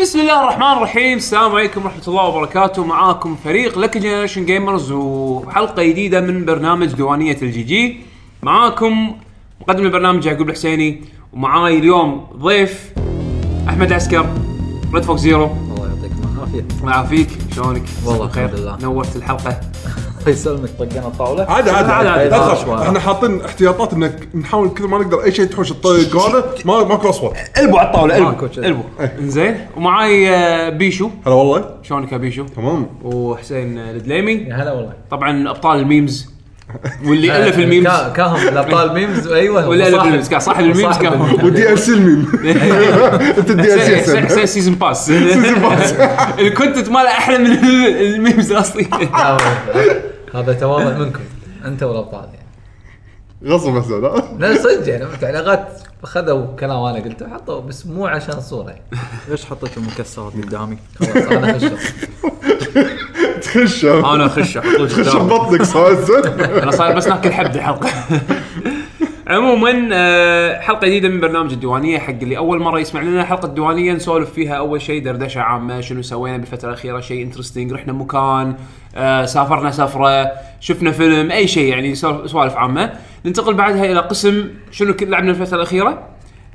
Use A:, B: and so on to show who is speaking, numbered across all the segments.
A: بسم الله الرحمن الرحيم السلام عليكم ورحمه الله وبركاته معاكم فريق لك جنريشن جيمرز وحلقه جديده من برنامج ديوانيه الجي جي معاكم مقدم البرنامج يعقوب الحسيني ومعاي اليوم ضيف احمد عسكر ريد فوكس زيرو
B: الله يعطيك العافيه
A: ما عافيك شلونك
B: والله
A: بخير؟
B: الحمد لله.
A: نورت الحلقه
B: الله يسلمك طقنا الطاوله
C: عادي عادي
A: عادي، عادي.
C: عادي لا تخاف
B: عادي.
C: احنا حاطين احتياطات انك نحاول كثر ما نقدر اي شيء تحوش الطريق هذا ما ماكو اصوات
D: البو على الطاوله
A: معاكم
D: البو
A: البو انزين ومعاي آه، بيشو
C: هلا والله
A: شلونك يا بيشو
C: تمام
A: وحسين الدليمي
B: يا هلا والله
A: طبعا ابطال الميمز واللي
B: آه،
A: الف الميمز
B: كا- كاهم الابطال ميمز ايوه
A: واللي الف
B: صاحب-
A: الميمز كان صاحب الميمز
B: صاحب
A: كان
B: الميمز.
C: ودي ال سي الميم انت الدي ال
A: حسين
C: سي احسن
A: حسين سيزون باس الكونتنت ماله احلى من ال- الميمز اصلا
B: لا، والله. هذا تواضع منكم انت والابطال يعني
C: غصب بس لا
B: لا صدق يعني تعليقات خذوا كلام انا قلته حطوا بس مو عشان صوره يعني.
E: ليش حطيت المكسرات قدامي؟
B: خلاص انا خشوا
C: تخش
A: انا خش
C: تخش ببطنك صار زين.
A: انا صاير بس ناكل حبد الحلقه عموما آه، حلقه جديده من برنامج الديوانيه حق اللي اول مره يسمع لنا حلقه الديوانيه نسولف فيها اول شيء دردشه عامه شنو سوينا بالفتره الاخيره شيء انترستنج رحنا مكان آه، سافرنا سفره شفنا فيلم اي شيء يعني سوالف سوالف عامه ننتقل بعدها الى قسم شنو كل لعبنا الفتره الاخيره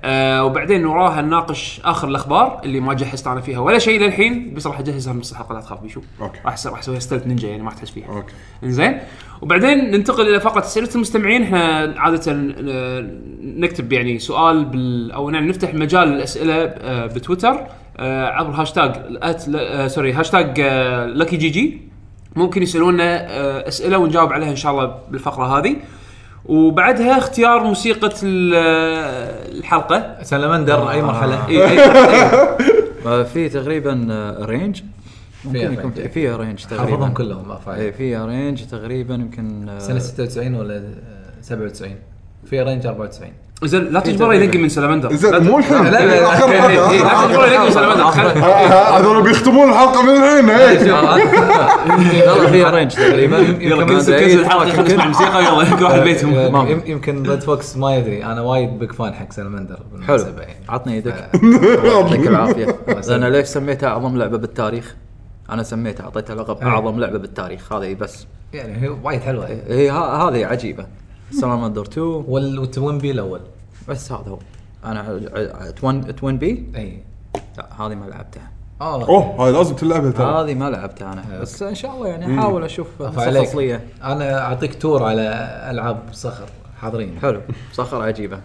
A: آه وبعدين وراها نناقش اخر الاخبار اللي ما جهزت انا فيها ولا شيء للحين بس راح اجهزها من نص الحلقه لا تخاف بيشو
C: أوكي.
A: راح أسوي- راح اسويها ستيلت نينجا يعني ما راح تحس فيها
C: اوكي
A: انزين وبعدين ننتقل الى فقره اسئله المستمعين احنا عاده آه، نكتب يعني سؤال بال او يعني نفتح مجال الاسئله آه، بتويتر آه، عبر هاشتاج آت- آه، سوري هاشتاج لكي جي جي ممكن يسالونا آه، اسئله ونجاوب عليها ان شاء الله بالفقره هذه وبعدها اختيار موسيقى ال- آه، الحلقه
B: سلمندر اي مرحله
E: إيه.
A: إي، إي،
E: آه، في تقريبا آه، رينج
B: فيها
E: ممكن يكون
B: رينج.
E: فيها رينج تقريبا
B: حافظهم كلهم ما فاهم
E: اي فيها رينج تقريبا يمكن آه،
B: سنه 96 ولا آه، 97 في رينج 94
A: زين لا تجبره ينقي من سلمندر
C: زين مو الحين
B: لا، لا، لا.
C: آخر
A: إي، إي،
C: حلقة.
A: لا تجبره ينقي من سلمندر خل-
C: آه، هذول بيختمون الحلقه من الحين هي.
E: والله فيها رينج تقريبا
A: يلا
E: ما
A: كنسل
E: أدري.
A: كنسل الحلقه خلينا نسمع موسيقى يلا نروح بيتهم
E: ما-
B: يم- يمكن ريد فوكس ما يدري انا وايد بيج فان حق سلمندر
E: حلو
B: بالمناسبة يعني.
E: عطني
A: آه،
E: يدك يعطيك
C: يلا.
E: العافيه لان ليش سميتها اعظم لعبه بالتاريخ؟ انا سميتها اعطيتها
A: إيه.
E: لقب اعظم لعبه بالتاريخ هذه بس إيه،
B: يعني هي وايد حلوه يعني.
E: هي ه- هذه عجيبه سلامندر 2
B: وال- والتوين بي الاول
E: بس هذا هو انا ع- ع- توين توين بي
B: اي
E: لا هذه ما لعبتها
B: اه
C: اوه هاي لازم تلعبها
A: طيب.
C: ترى
E: هذه ما لعبتها انا بس ان شاء الله يعني احاول اشوف نسخة
B: فعليك
E: اصليه
B: انا اعطيك تور على العاب صخر حاضرين
E: حلو صخر عجيبه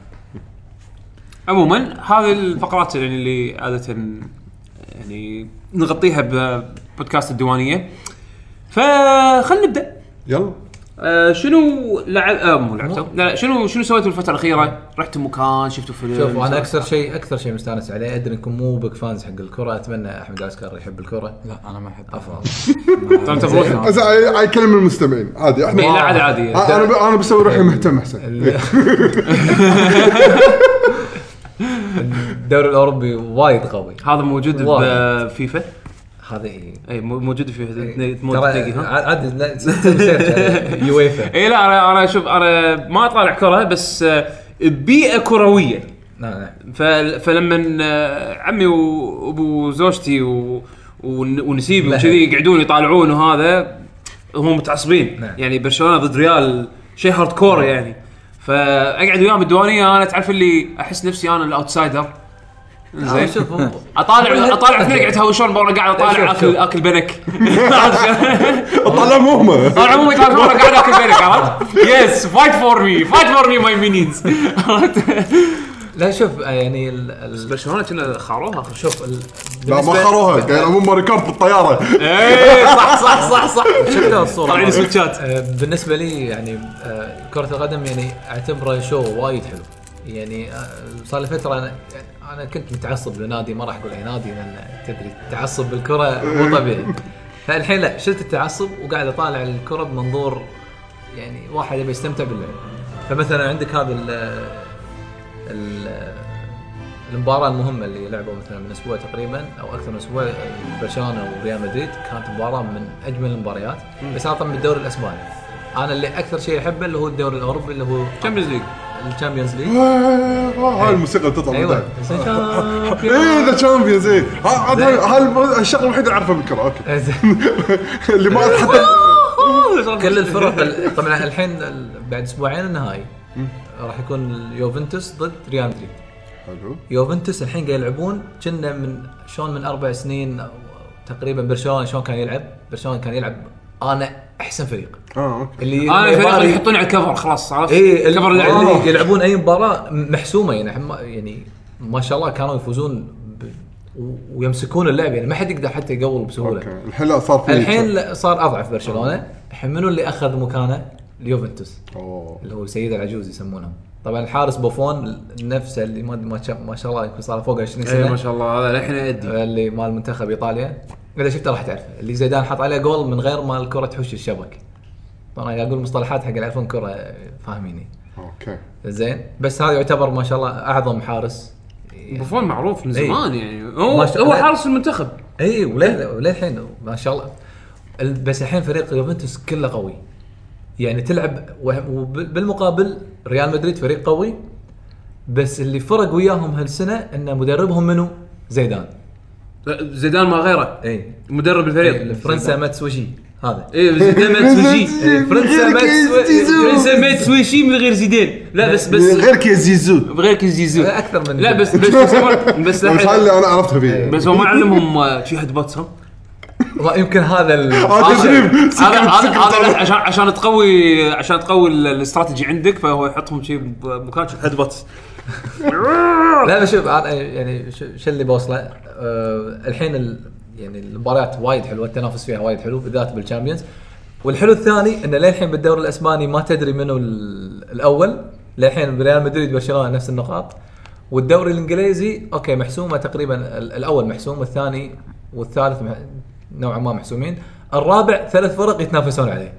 A: عموما هذه الفقرات يعني اللي عاده يعني نغطيها ببودكاست الديوانيه فخلنا نبدا
C: يلا
A: آه شنو لعب آه مو لعبتوا لا لا شنو شنو سويتوا الفتره الاخيره؟ رحتوا مكان شفتوا فيلم
B: شوف انا اكثر شيء اكثر شيء مستانس عليه ادري انكم مو بيج فانز حق الكره اتمنى احمد عسكر يحب الكره
E: لا انا ما احب
B: عفوا
A: ترى أنت بروحك.
C: إذا هاي- هاي كلمه المستمعين عادي
A: إيه،
C: احنا
A: لا عادي عادي
C: آه، انا ب- انا بسوي روحي مهتم احسن
B: الدوري الاوروبي وايد قوي
A: هذا موجود
B: وايد.
A: بفيفا
B: هذا إيه.
A: اي مو- موجود بفيفا تموت
B: ترى
A: تلاقي ها
B: عادي لا، تسوي سيرش يويفا
A: اي إيه، لا انا انا شوف انا ما اطالع كره بس آه، بيئه كرويه
B: نعم نعم
A: فل- فلما آه، عمي وابو زوجتي و... ون- ونسيبي
B: لهب.
A: وكذي يقعدون يطالعون وهذا هم متعصبين
B: نعم.
A: يعني برشلونه ضد ريال شيء هارد كور يعني فاقعد وياهم بالديوانيه انا تعرف اللي احس نفسي انا الاوتسايدر زين
B: شوف هو-
A: اطالع اطالع اثنين قاعد يتهاوشون برا قاعد اطالع
B: شوف،
A: اكل
B: شوف.
A: اكل بنك
C: طلع مهمه
A: انا عموما يطالعون برا قاعد اكل بنك عرفت؟ يس فايت فور مي فايت فور مي ماي مينينز
B: لا شوف يعني ال- ال-
A: برشلونه كنا خاروها اخر شيء
B: شوف ال...
C: لا ما
B: بالنسبة-
C: خروها قاعد يلعبون ماري كارت بالطياره
A: اي إيه، صح صح صح صح
E: شفتها الصوره
A: طالعين
E: هذه.
A: سويتشات
B: آه، بالنسبه لي يعني آه، كره القدم يعني اعتبره شو وايد حلو يعني آه، صار لي فتره انا يعني انا كنت متعصب لنادي ما راح اقول اي نادي لان تدري التعصب بالكره مو طبيعي فالحين لا شلت التعصب وقاعد اطالع الكره بمنظور يعني واحد يبي يستمتع باللعب فمثلا عندك هذا ال- ال- المباراة المهمة اللي لعبوا مثلا من اسبوع تقريبا او اكثر من اسبوع برشلونة وريال مدريد كانت مباراة من اجمل المباريات بس انا طبعا بالدوري الاسباني انا اللي اكثر شيء احبه اللي هو الدوري الاوروبي اللي هو
A: تشامبيونز ليج
B: الشامبيونز ليج
C: آه، هاي الموسيقى اللي تطلع
B: ايوه
C: بعدين. ايه ذا شامبيونز اي عاد هاي هاي الشغله الوحيده اللي اعرفها بالكره اوكي اللي ما أعرف حتى
B: كل الفرق ال- طبعا الحين ال- بعد اسبوعين النهائي راح يكون اليوفنتوس ضد ريال مدريد
C: حلو
B: يوفنتوس الحين قاعد يلعبون كنا من شلون من اربع سنين أو- أو تقريبا برشلونه شلون كان يلعب برشلونه كان يلعب انا احسن فريق
C: اه اوكي
B: اللي
A: انا
B: اللي
A: الفريق
B: يباري-
A: اللي آه، يحطون على الكفر خلاص عرفت؟
B: اي
A: كفر
B: اللي,
A: اللعب
B: اللي يلعبون اي مباراه محسومه يعني ما- يعني ما شاء الله كانوا يفوزون ب... و- ويمسكون اللعب يعني ما حد يقدر حتى يقول بسهوله
C: اوكي الحين لا صار في
B: الحين لا- صار اضعف برشلونه الحين منو اللي اخذ مكانه؟ اليوفنتوس
C: أوه.
B: اللي هو سيد العجوز يسمونه طبعا الحارس بوفون نفسه اللي ما ما شاء- ما شاء الله يكون صار له فوق 20 سنه
A: اي إيه، ما شاء الله هذا الحين يأدي
B: اللي مال منتخب ايطاليا اذا شفته راح تعرف اللي زيدان حط عليه جول من غير ما الكره تحوش الشبك طبعا قاعد اقول مصطلحات حق اللي يعرفون كره فاهميني
C: اوكي
B: زين بس هذا يعتبر ما شاء الله اعظم حارس
A: إيه، بوفون معروف من زمان
B: إي.
A: يعني هو
B: ما شاء-
A: هو
B: لا.
A: حارس المنتخب
B: اي وليه وليه الحين ما شاء الله ال- بس الحين فريق يوفنتوس كله قوي يعني تلعب وه- وب- بالمقابل ريال مدريد فريق قوي بس اللي فرق وياهم هالسنه ان مدربهم منو؟ زيدان
A: زيدان ما غيره
B: اي
A: مدرب الفريق
B: فرنسا ماتسوشي هذا
A: اي زيدان ماتسوشي
B: فرنسا ماتسوشي
A: فرنسا ماتسوشي من غير زيدان لا بس بس
C: غير كيا زيزو
A: بغير كيزيزو
B: أكثر من
A: لا
B: كذا.
A: بس بس بس بس
C: بس هاي
A: لا
C: اللي انا عرفتها
B: إيه.
C: فيه
A: بس هو ما علمهم آه، شي هيدبوتس ها
B: يمكن هذا ال-
C: هذا تدريب
A: هذا هذا هذا لا، عشان عشان تقوي عشان تقوي ال- الاستراتيجي عندك فهو يحطهم شي بمكان هيدبوتس
B: لا بس شوف أنا يعني شو شو اللي بوصله أه الحين ال يعني المباريات وايد حلوه التنافس فيها وايد حلو بالذات بالشامبيونز والحلو الثاني انه للحين بالدوري الاسباني ما تدري منو ال- الاول للحين بريال مدريد برشلونه نفس النقاط والدوري الانجليزي اوكي محسومه تقريبا ال- الاول محسوم الثاني والثالث مح- نوعا ما محسومين الرابع ثلاث فرق يتنافسون عليه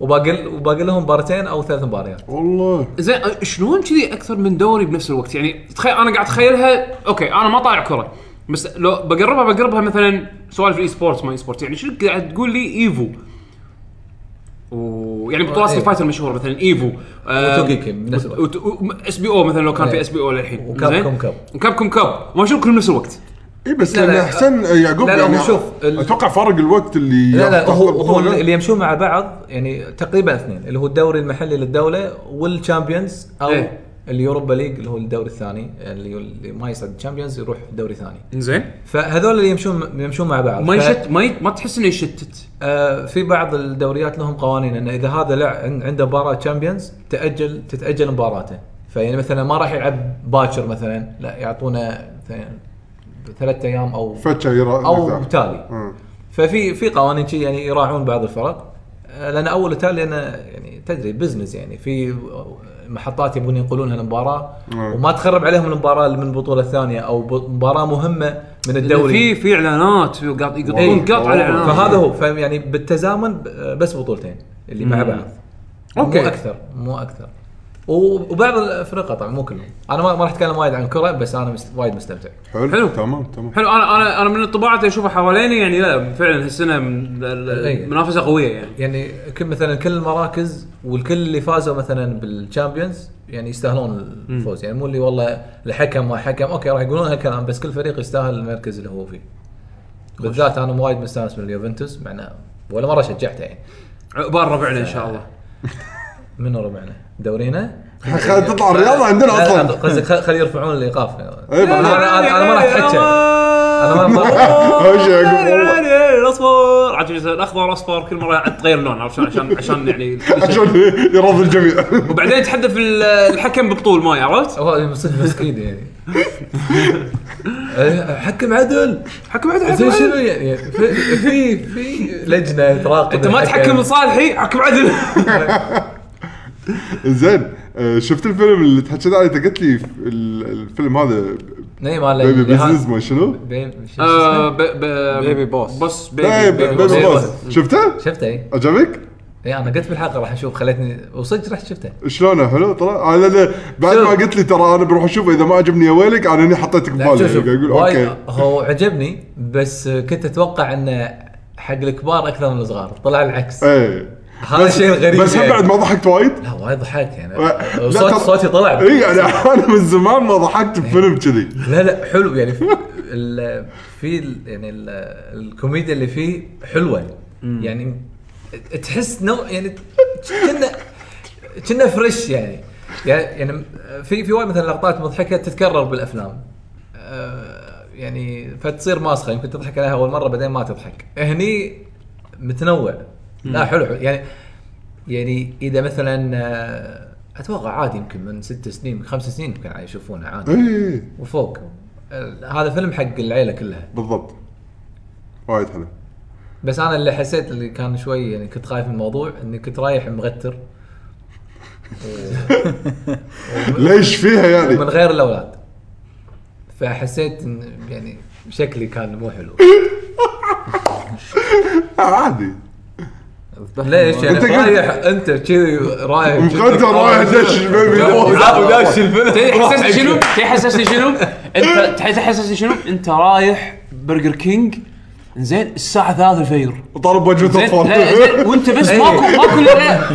B: وباقي وباقي لهم مباراتين او ثلاث مباريات
C: والله
A: زين أه، شلون كذي اكثر من دوري بنفس الوقت يعني تخيل انا قاعد اتخيلها اوكي انا ما طالع كره بس لو بقربها بقربها مثلا سوالف الاي سبورتس ما اي سبورتس يعني شنو قاعد تقول لي ايفو ويعني بطولات
B: إيه.
A: ستريت فايتر مشهوره مثلا ايفو آه،
B: وتوكيكن بنفس الوقت.
A: اس بي او مثلا لو كان في
B: إيه.
A: اس بي او للحين
B: وكاب
A: زين؟
B: كوم كاب.
A: وكاب كوم كاب ما شنو كلهم بنفس الوقت
C: اي إيه، بس
B: لا، لا.
C: لان احسن يعقوب
B: لا، لا،
C: يعني
B: هو شوف، ال-
C: اتوقع فارق الوقت اللي
B: لا لا
C: يعطي
B: هو,
C: أفضل
B: هو
C: بطولة.
B: اللي يمشون مع بعض يعني تقريبا اثنين اللي هو الدوري المحلي للدوله والشامبيونز او
A: إيه.
B: إيه؟ اليوروبا ليج اللي هو الدوري الثاني اللي اللي ما يصعد الشامبيونز يروح دوري ثاني
A: زين
B: فهذول اللي يمشون يمشون مع بعض
A: ما
B: ف-
A: يشت ما, ي... ما تحس انه يشتت
B: آه في بعض الدوريات لهم قوانين ان اذا هذا لع... عن- عنده مباراه تشامبيونز تاجل تتاجل مباراته فيعني مثلا ما راح يلعب باكر مثلا لا يعطونه مثلا ثلاث ايام او
C: فتشة يرا
B: او
C: نزاع.
B: تالي
C: مم.
B: ففي في قوانين شي يعني يراعون بعض الفرق آه، لان اول وتالي انا يعني تدري بزنس يعني في محطات يبون ينقلونها المباراه
C: نعم.
B: وما تخرب عليهم المباراه اللي من البطوله الثانيه او ب- مباراه مهمه من الدوري
A: في في اعلانات في قاط- يقطون
B: إيه.
A: قطع على اعلانات
B: فهذا هو فهم يعني بالتزامن ب- آه، بس بطولتين اللي مع
A: مم.
B: بعض
A: أوكي.
B: مو اكثر مو اكثر و- وبعض الفرقه طبعا مو كلهم انا ما ما راح اتكلم وايد عن الكره بس انا مست- وايد مستمتع
A: حلو.
C: حلو تمام تمام
A: حلو انا انا انا من الطباعه اللي اشوفها حواليني يعني لا فعلا هالسنه من-
B: إيه.
A: المنافسه قويه يعني
B: يعني كل مثلا كل المراكز والكل اللي فازوا مثلا بالشامبيونز يعني يستاهلون الفوز يعني مو اللي والله الحكم ما حكم اوكي راح يقولون هالكلام بس كل فريق يستاهل المركز اللي هو فيه بالذات انا وايد مستانس من اليوفنتوس مع إنه ولا مره شجعته يعني
A: عقبال ربعنا ان شاء الله
B: منو ربعنا؟ دورينا؟
C: خل- تطلع الرياضة عندنا
B: لا، لا،
C: أصلاً.
B: قصدك خل- خلي يرفعون الايقاف
C: إيه،
B: أنا-
C: بعدين.
B: انا أنا ما راح اتحكم انا ما راح
C: هاي شي يعقوب والله.
A: الاصفر عاد يصير الاخضر اصفر كل مره تغير لون عرفت شلون؟ عشان عشان يعني
C: عشان يرضي الجميع
A: وبعدين يتحدث ال- الحكم ببطول ماي عرفت؟
B: هو مصير مسكين يعني إيه، حكم عدل
A: حكم عدل حكم
B: زين شنو
A: عدل
B: يعني في في, في لجنه تراقب
A: انت ما
B: الحكم.
A: تحكم لصالحي حكم عدل
C: زين آه، شفت الفيلم اللي تحكينا عليه انت قلت لي ال- الفيلم هذا
B: نعم على
C: بيبي بيزنس ما شنو؟
B: بيبي شو
A: آه،
B: اسمه؟
A: ب- ب-
E: بيبي بوس.
A: بوس
C: إيه، بيبي
A: بوس.
C: بوس شفته؟
B: شفته اي
C: عجبك؟
B: إي، انا قلت بالحلقه راح اشوف خلتني وصدق رحت شفته
C: شلونه حلو طلع انا أنا بعد
B: شوف.
C: ما قلت لي ترى انا بروح اشوفه اذا ما عجبني يا ويلك انا هني حطيتك
B: لا شوف
C: ببالي
B: شوف
C: قاعد اقول
B: وايد
C: اوكي
B: هو عجبني بس كنت اتوقع انه حق الكبار اكثر من الصغار طلع العكس
C: ايه
B: هذا الشيء الغريب
C: بس هم
B: يعني.
C: بعد ما ضحكت وايد
B: لا وايد ضحكت يعني
C: لا
B: صوت
C: ترى-
B: صوتي طلع
C: اي يعني انا من زمان ما ضحكت بفيلم كذي
B: لا لا حلو يعني في ال في ال يعني ال الكوميديا اللي فيه حلوه يعني تحس نوع يعني كنا كنا فريش يعني يعني يعني في في وايد مثلا لقطات مضحكه تتكرر بالافلام آه، يعني فتصير ماسخه يمكن تضحك عليها اول مره بعدين ما تضحك هني متنوع لا حلو حلو يعني يعني اذا مثلا آه، اتوقع عادي يمكن من ست سنين من خمس سنين يمكن عادي يشوفونه عادي
C: اي
B: وفوق ال- هذا فيلم حق العيله كلها
C: بالضبط وايد حلو
B: بس انا اللي حسيت اللي كان شوي يعني كنت خايف من الموضوع اني كنت رايح مغتر
C: ليش فيها
B: من
C: يعني؟
B: غير الاولاد فحسيت ان يعني شكلي كان مو حلو
C: عادي
B: ليش يعني
C: أنت قلت-
B: رايح انت كذي رايح
C: مقدر رايح دش البيبي
B: داش الفيلم
A: تحسسني شنو؟ تحسسني شنو؟ انت تحسسني شنو؟ انت رايح برجر كينج زين الساعة 3 الفجر
C: وطالب وجبه
A: زين لا زين
C: اطفال
A: وانت بس
B: إيه.
A: ماكو ماكو لا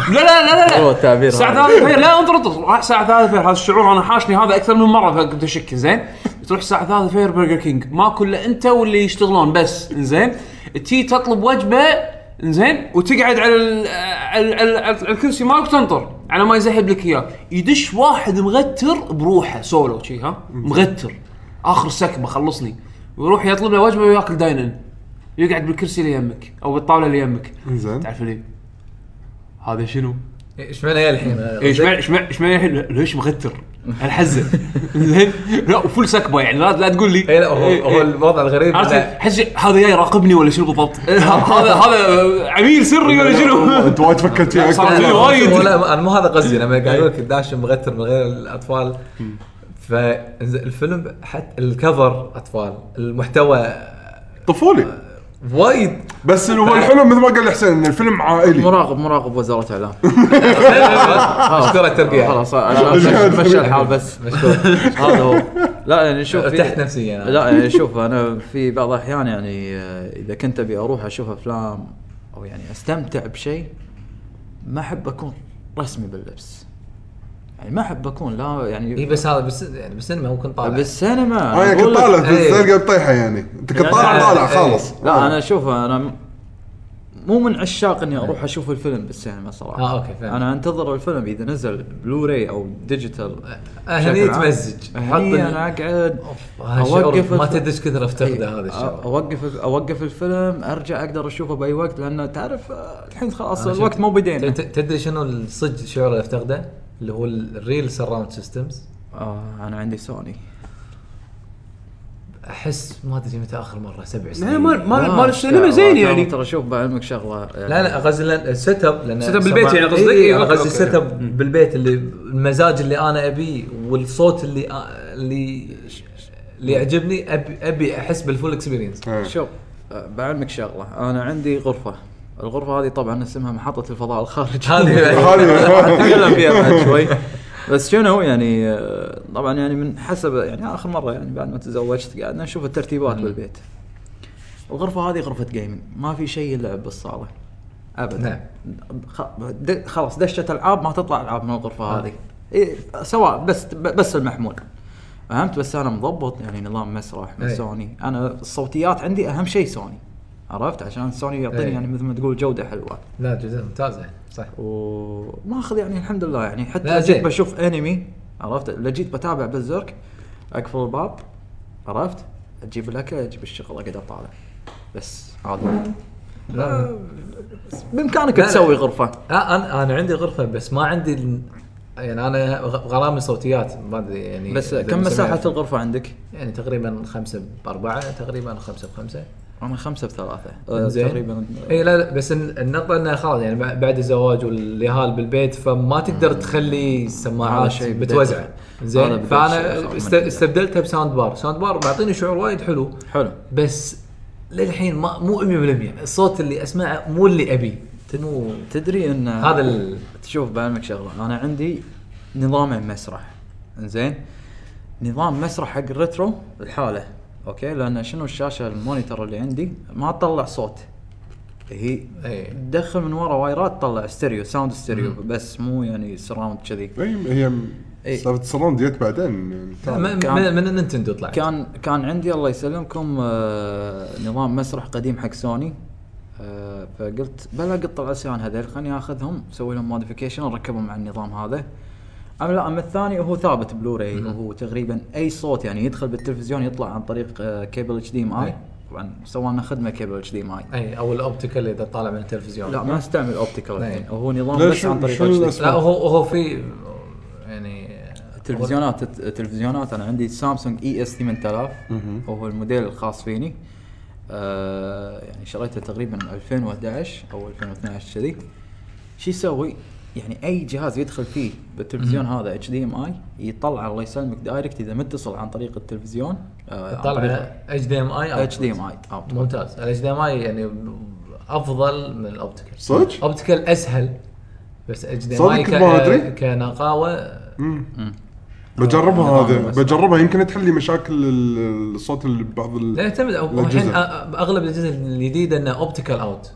A: لا لا لا لا,
E: هو
A: لا.
E: التعبير
A: الساعة
E: هذا.
A: 3 الفجر لا انطر انطر راح الساعة 3 الفجر هذا الشعور انا حاشني هذا اكثر من مرة فكنت اشك زين تروح الساعة 3 الفجر برجر كينج ماكو الا انت واللي يشتغلون بس زين تي تطلب وجبة زين وتقعد على ال- على على- على الكرسي مالك تنطر على ما يزحب لك اياه يدش واحد مغتر بروحه سولو شي ها مغتر اخر سكبه خلصني ويروح يطلب له وجبه وياكل داينن يقعد بالكرسي اللي يمك او بالطاوله اللي يمك
B: نعم.
C: زين
A: تعرف ليه؟ هذا شنو؟
B: ايش معنى يا الحين
A: ايش معنى ايش معنى- ايش معنى الحين؟ ليش مغتر؟ هالحزه زين لا وفل سكبه يعني لا, لا تقول لي
B: إيه لا هو
A: إيه،
B: هو
A: إيه.
B: الوضع الغريب
A: عرفت
B: إنه-
A: حس هذا جاي يراقبني ولا شنو بالضبط؟ هذا هذا عميل سري ولا شنو؟
C: انت وايد فكرت فيها
A: صار
C: اكثر
A: فيلم وايد. إيه.
B: ولا انا مو هذا قصدي انا قاعد اقول لك داش مغتر من غير الاطفال فالفيلم حتى الكفر اطفال المحتوى
C: طفولي
B: وايد
C: بس
E: إيه.
C: هو الحلو مثل ما قال حسين ان الفيلم عائلي
E: مراقب مراقب وزاره اعلام
B: مشكور على الترقيع
E: خلاص عشان مشى الحال بس
B: مشكور
E: هذا هو لا يعني شوف في-
B: ارتحت نفسيا أنا.
E: لا يعني شوف انا في بعض الاحيان يعني آه، اذا كنت ابي اروح اشوف افلام او يعني استمتع بشيء ما احب اكون رسمي باللبس يعني ما احب اكون لا
B: اي
E: يعني
B: بس هذا بس يعني بالسينما ممكن طالع
E: بالسينما
C: انا كنت
E: أقول لك-
C: طالع في
B: إيه.
C: الزرقاء بطيحه يعني انت كنت طالع
B: يعني-
C: طالع
B: إيه.
C: خالص
E: لا انا اشوف انا م- مو من عشاق اني اروح اشوف الفيلم بالسينما صراحه
B: آه، أوكي، فهمت.
E: انا انتظر الفيلم اذا نزل بلوراي او ديجيتال
B: هني
E: بشكل عام.
B: تمزج
E: هني
B: حط ال-
E: انا اقعد
B: أوف، هذا الشعور
E: أوقف
B: ما
E: الف-
B: تدش كثر افتقده
E: إيه،
B: هذا
E: أ-
B: الشعور
E: اوقف اوقف الفيلم ارجع اقدر اشوفه باي وقت لانه تعرف آه، الحين خلاص
B: أنا شفت-
E: الوقت مو بدينا
B: ت- ت- تدري شنو الصج شعور اللي افتقده؟ اللي هو الريل سراوند سيستمز
E: آه انا عندي سوني
B: احس ما ادري متى اخر مره سبع
A: لا،
B: سنين
A: مال مال
E: آه،
A: مال السينما زين
E: ترى-
A: يعني
E: ترى شوف بعلمك شغله
B: لا لا قصدي لأن السيت اب لان
A: سيت أب بالبيت يعني قصدك؟
B: اي
A: إيه، أوكي،
B: قصدي
A: أوكي.
B: السيت اب بالبيت اللي المزاج اللي انا ابيه والصوت اللي آ- اللي اللي يعجبني ابي ابي احس بالفول اكسبيرينس
C: إيه.
E: شوف آه، بعلمك شغله انا عندي غرفه الغرفه هذه طبعا اسمها محطه الفضاء الخارجي
B: هذه
C: هذه
E: نتكلم فيها بعد شوي بس شنو يعني آه، طبعا يعني من حسب يعني اخر مره يعني بعد ما تزوجت قعدنا نشوف الترتيبات بالبيت الغرفه هذه غرفه جيمنج ما في شيء يلعب بالصاله
B: نعم.
E: ابدا خ- د- خلاص دشت العاب ما تطلع العاب من الغرفه
B: آه.
E: هذه إيه سواء بس ب- بس المحمول فهمت بس انا مضبط يعني نظام مسرح من
B: إيه.
E: سوني انا الصوتيات عندي اهم شيء سوني عرفت عشان سوني يعطيني
B: إيه.
E: يعني مثل ما تقول جوده حلوه
B: لا جدا ممتازه صح
E: وماخذ يعني الحمد لله يعني حتى
B: لا،
E: لا
B: زين.
E: جيت بشوف انمي عرفت لا جيت بتابع بالزرك اقفل الباب عرفت اجيب الاكل اجيب الشغل اقعد اطالع بس عادي
B: لا
E: بامكانك
B: لا، لا.
E: تسوي غرفه
B: آه، انا انا عندي غرفه بس ما عندي ال- يعني انا غ- غرامي صوتيات ما ادري يعني
E: بس
B: إذا
E: كم مساحه
B: بسميها-
E: الغرفه عندك؟
B: يعني تقريبا خمسه باربعه تقريبا خمسه بخمسه
E: انا خمسه بثلاثه آه،
B: زين.
E: تقريبا
B: اي لا لا بس الن- النقطه انه خلاص يعني بع- بعد الزواج واليهال بالبيت فما تقدر تخلي
E: هذا
B: السماعات
E: شيء
B: بتوزع
E: بديت- هذا
B: زين
E: بديت شيء
B: فانا
E: أخاف
B: است-
E: منه.
B: استبدلتها بساوند بار ساوند بار معطيني شعور وايد حلو
E: حلو
B: بس للحين ما مو 100% الصوت اللي اسمعه مو اللي ابي مو
E: آه، تدري ان
B: هذا ال-
E: تشوف بعلمك شغله انا عندي نظامين مسرح زين نظام مسرح حق الريترو الحاله اوكي لان شنو الشاشه المونيتور اللي عندي ما تطلع صوت هي
B: اي
E: تدخل من ورا وايرات طلع ستيريو ساوند ستيريو بس مو يعني سراوند كذي
C: اي هي
E: إي.
C: سالفه السراوند جت بعدين يعني
B: م-
C: تعال.
B: من من النينتندو طلعت
E: طيب، كان كان عندي الله يسلمكم آه، نظام مسرح قديم حق سوني آه، فقلت بلا قط العصيان هذول خليني اخذهم اسوي لهم موديفيكيشن اركبهم مع النظام هذا اما لا اما الثاني هو ثابت بلوراي وهو تقريبا اي صوت يعني يدخل بالتلفزيون يطلع عن طريق آه، كيبل اتش دي ام اي
B: إيه.
E: طبعا سوى لنا خدمه كيبل اتش دي ام اي
B: اي او الاوبتيكال اذا طالع من التلفزيون
E: لا ما استعمل اوبتيكال الحين
B: إيه.
E: هو نظام
C: لا،
E: بس
C: شو-
E: عن طريق
C: شو
E: اتش دي
C: الأس-
B: لا هو هو في يعني
E: التلفزيونات التلفزيونات انا عندي سامسونج E اي اس 8000 وهو الموديل الخاص فيني آه يعني شريته تقريبا 2011 او 2012 كذي شو يسوي؟ يعني اي جهاز يدخل فيه بالتلفزيون هذا اتش دي ام اي يطلع الله يسلمك دايركت اذا متصل عن طريق التلفزيون آه عن
B: طلع
E: طريق
B: اتش دي ام اي
E: اتش دي آه. ام اي اوت
B: ممتاز الاتش دي ام اي يعني افضل من الاوبتيكال
C: صدق؟
B: اوبتيكال اسهل بس اتش دي ام
C: صدق
B: اي
C: ما أدري.
B: كنقاوه
C: بجربها
E: آه،
C: هذا
E: بس.
C: بجربها يمكن تحل لي مشاكل ال- الصوت اللي ببعض ال-
B: لا يعتمد هو
C: الأجهزة.
B: الحين أ- أ- اغلب الاجهزه الجديده انه اوبتيكال اوت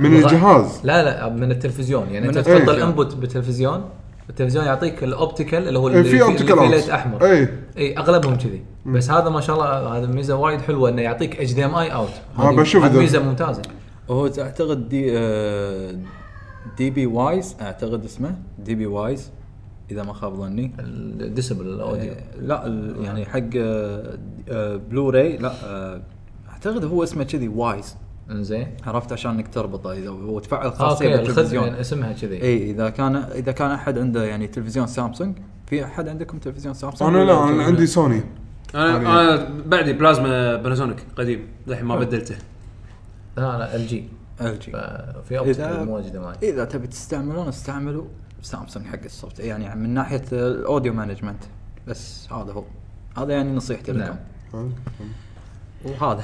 C: من الجهاز إيه
B: لا لا من التلفزيون يعني
E: من
B: انت
C: التلفزيون.
B: تحط الانبوت بالتلفزيون التلفزيون يعطيك الاوبتيكال اللي هو
C: إيه،
B: اللي
C: في إيه. اوبتيكال
B: اللي فيه
C: اوت
B: ليت احمر
C: اي
B: اي اغلبهم كذي بس هذا ما شاء الله هذا ميزه وايد حلوه انه يعطيك اتش دي ام اي اوت
C: آه، بشوف إذا-
B: ميزه ممتازه
E: هو اعتقد دي آه دي بي وايز اعتقد اسمه دي بي وايز اذا ما خاب ظني
B: الديسبل الاوديو
C: إيه.
E: آه، لا ال- يعني حق آه، آه، بلوراي لا آه، اعتقد هو اسمه كذي وايز
B: انزين
E: عرفت عشان انك تربطه اذا هو تفعل
B: آه،
E: خاصيه
B: اوكي الخدمه
E: بالتلفزيون إيه.
B: يعني اسمها كذي
E: اي اذا كان اذا كان احد عنده يعني تلفزيون سامسونج في احد عندكم تلفزيون سامسونج
C: انا لا انا
E: ولا-
C: عندي سوني
A: انا انا بعدي بلازما باناسونيك قديم للحين ما بدلته
B: لا لا ال جي
E: ال جي
B: في اوبتيكال مواجده معي
E: اذا تبي تستعملون استعملوا سامسونج حق الصوت يعني من ناحيه الاوديو مانجمنت بس هذا هو هذا يعني نصيحتي لكم
B: نعم.
C: طيب،
E: وهذا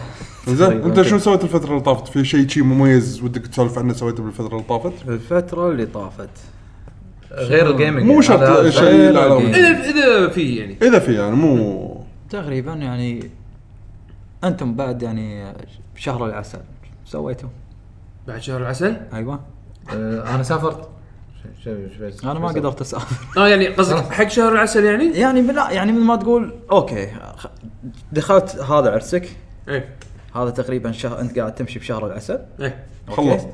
C: زين انت
E: تقريباً
C: شنو سويت الفتره اللي طافت في شيء شي مميز ودك تسولف عنه سويته بالفتره اللي طافت
E: الفتره اللي طافت
B: غير الجيمنج
C: مو شرط
B: إيه، هذا-
C: شيء
E: غير
C: لا، لا،
E: الجيم.
A: اذا اذا في يعني
C: اذا في يعني مو
E: تقريبا يعني انتم بعد يعني شهر العسل سويتوا
A: بعد شهر العسل
E: ايوه
B: آه، انا سافرت ش- ش- ش- ش-
E: انا ما
B: ش-
E: قدرت اسافر
A: اه يعني قصدك حق شهر العسل يعني؟
E: يعني لا يعني من ما تقول اوكي خ- دخلت هذا عرسك
B: إيه.
A: ايه
E: هذا تقريبا شهر انت قاعد تمشي بشهر العسل
A: ايه
E: أوكي؟
C: خلصت.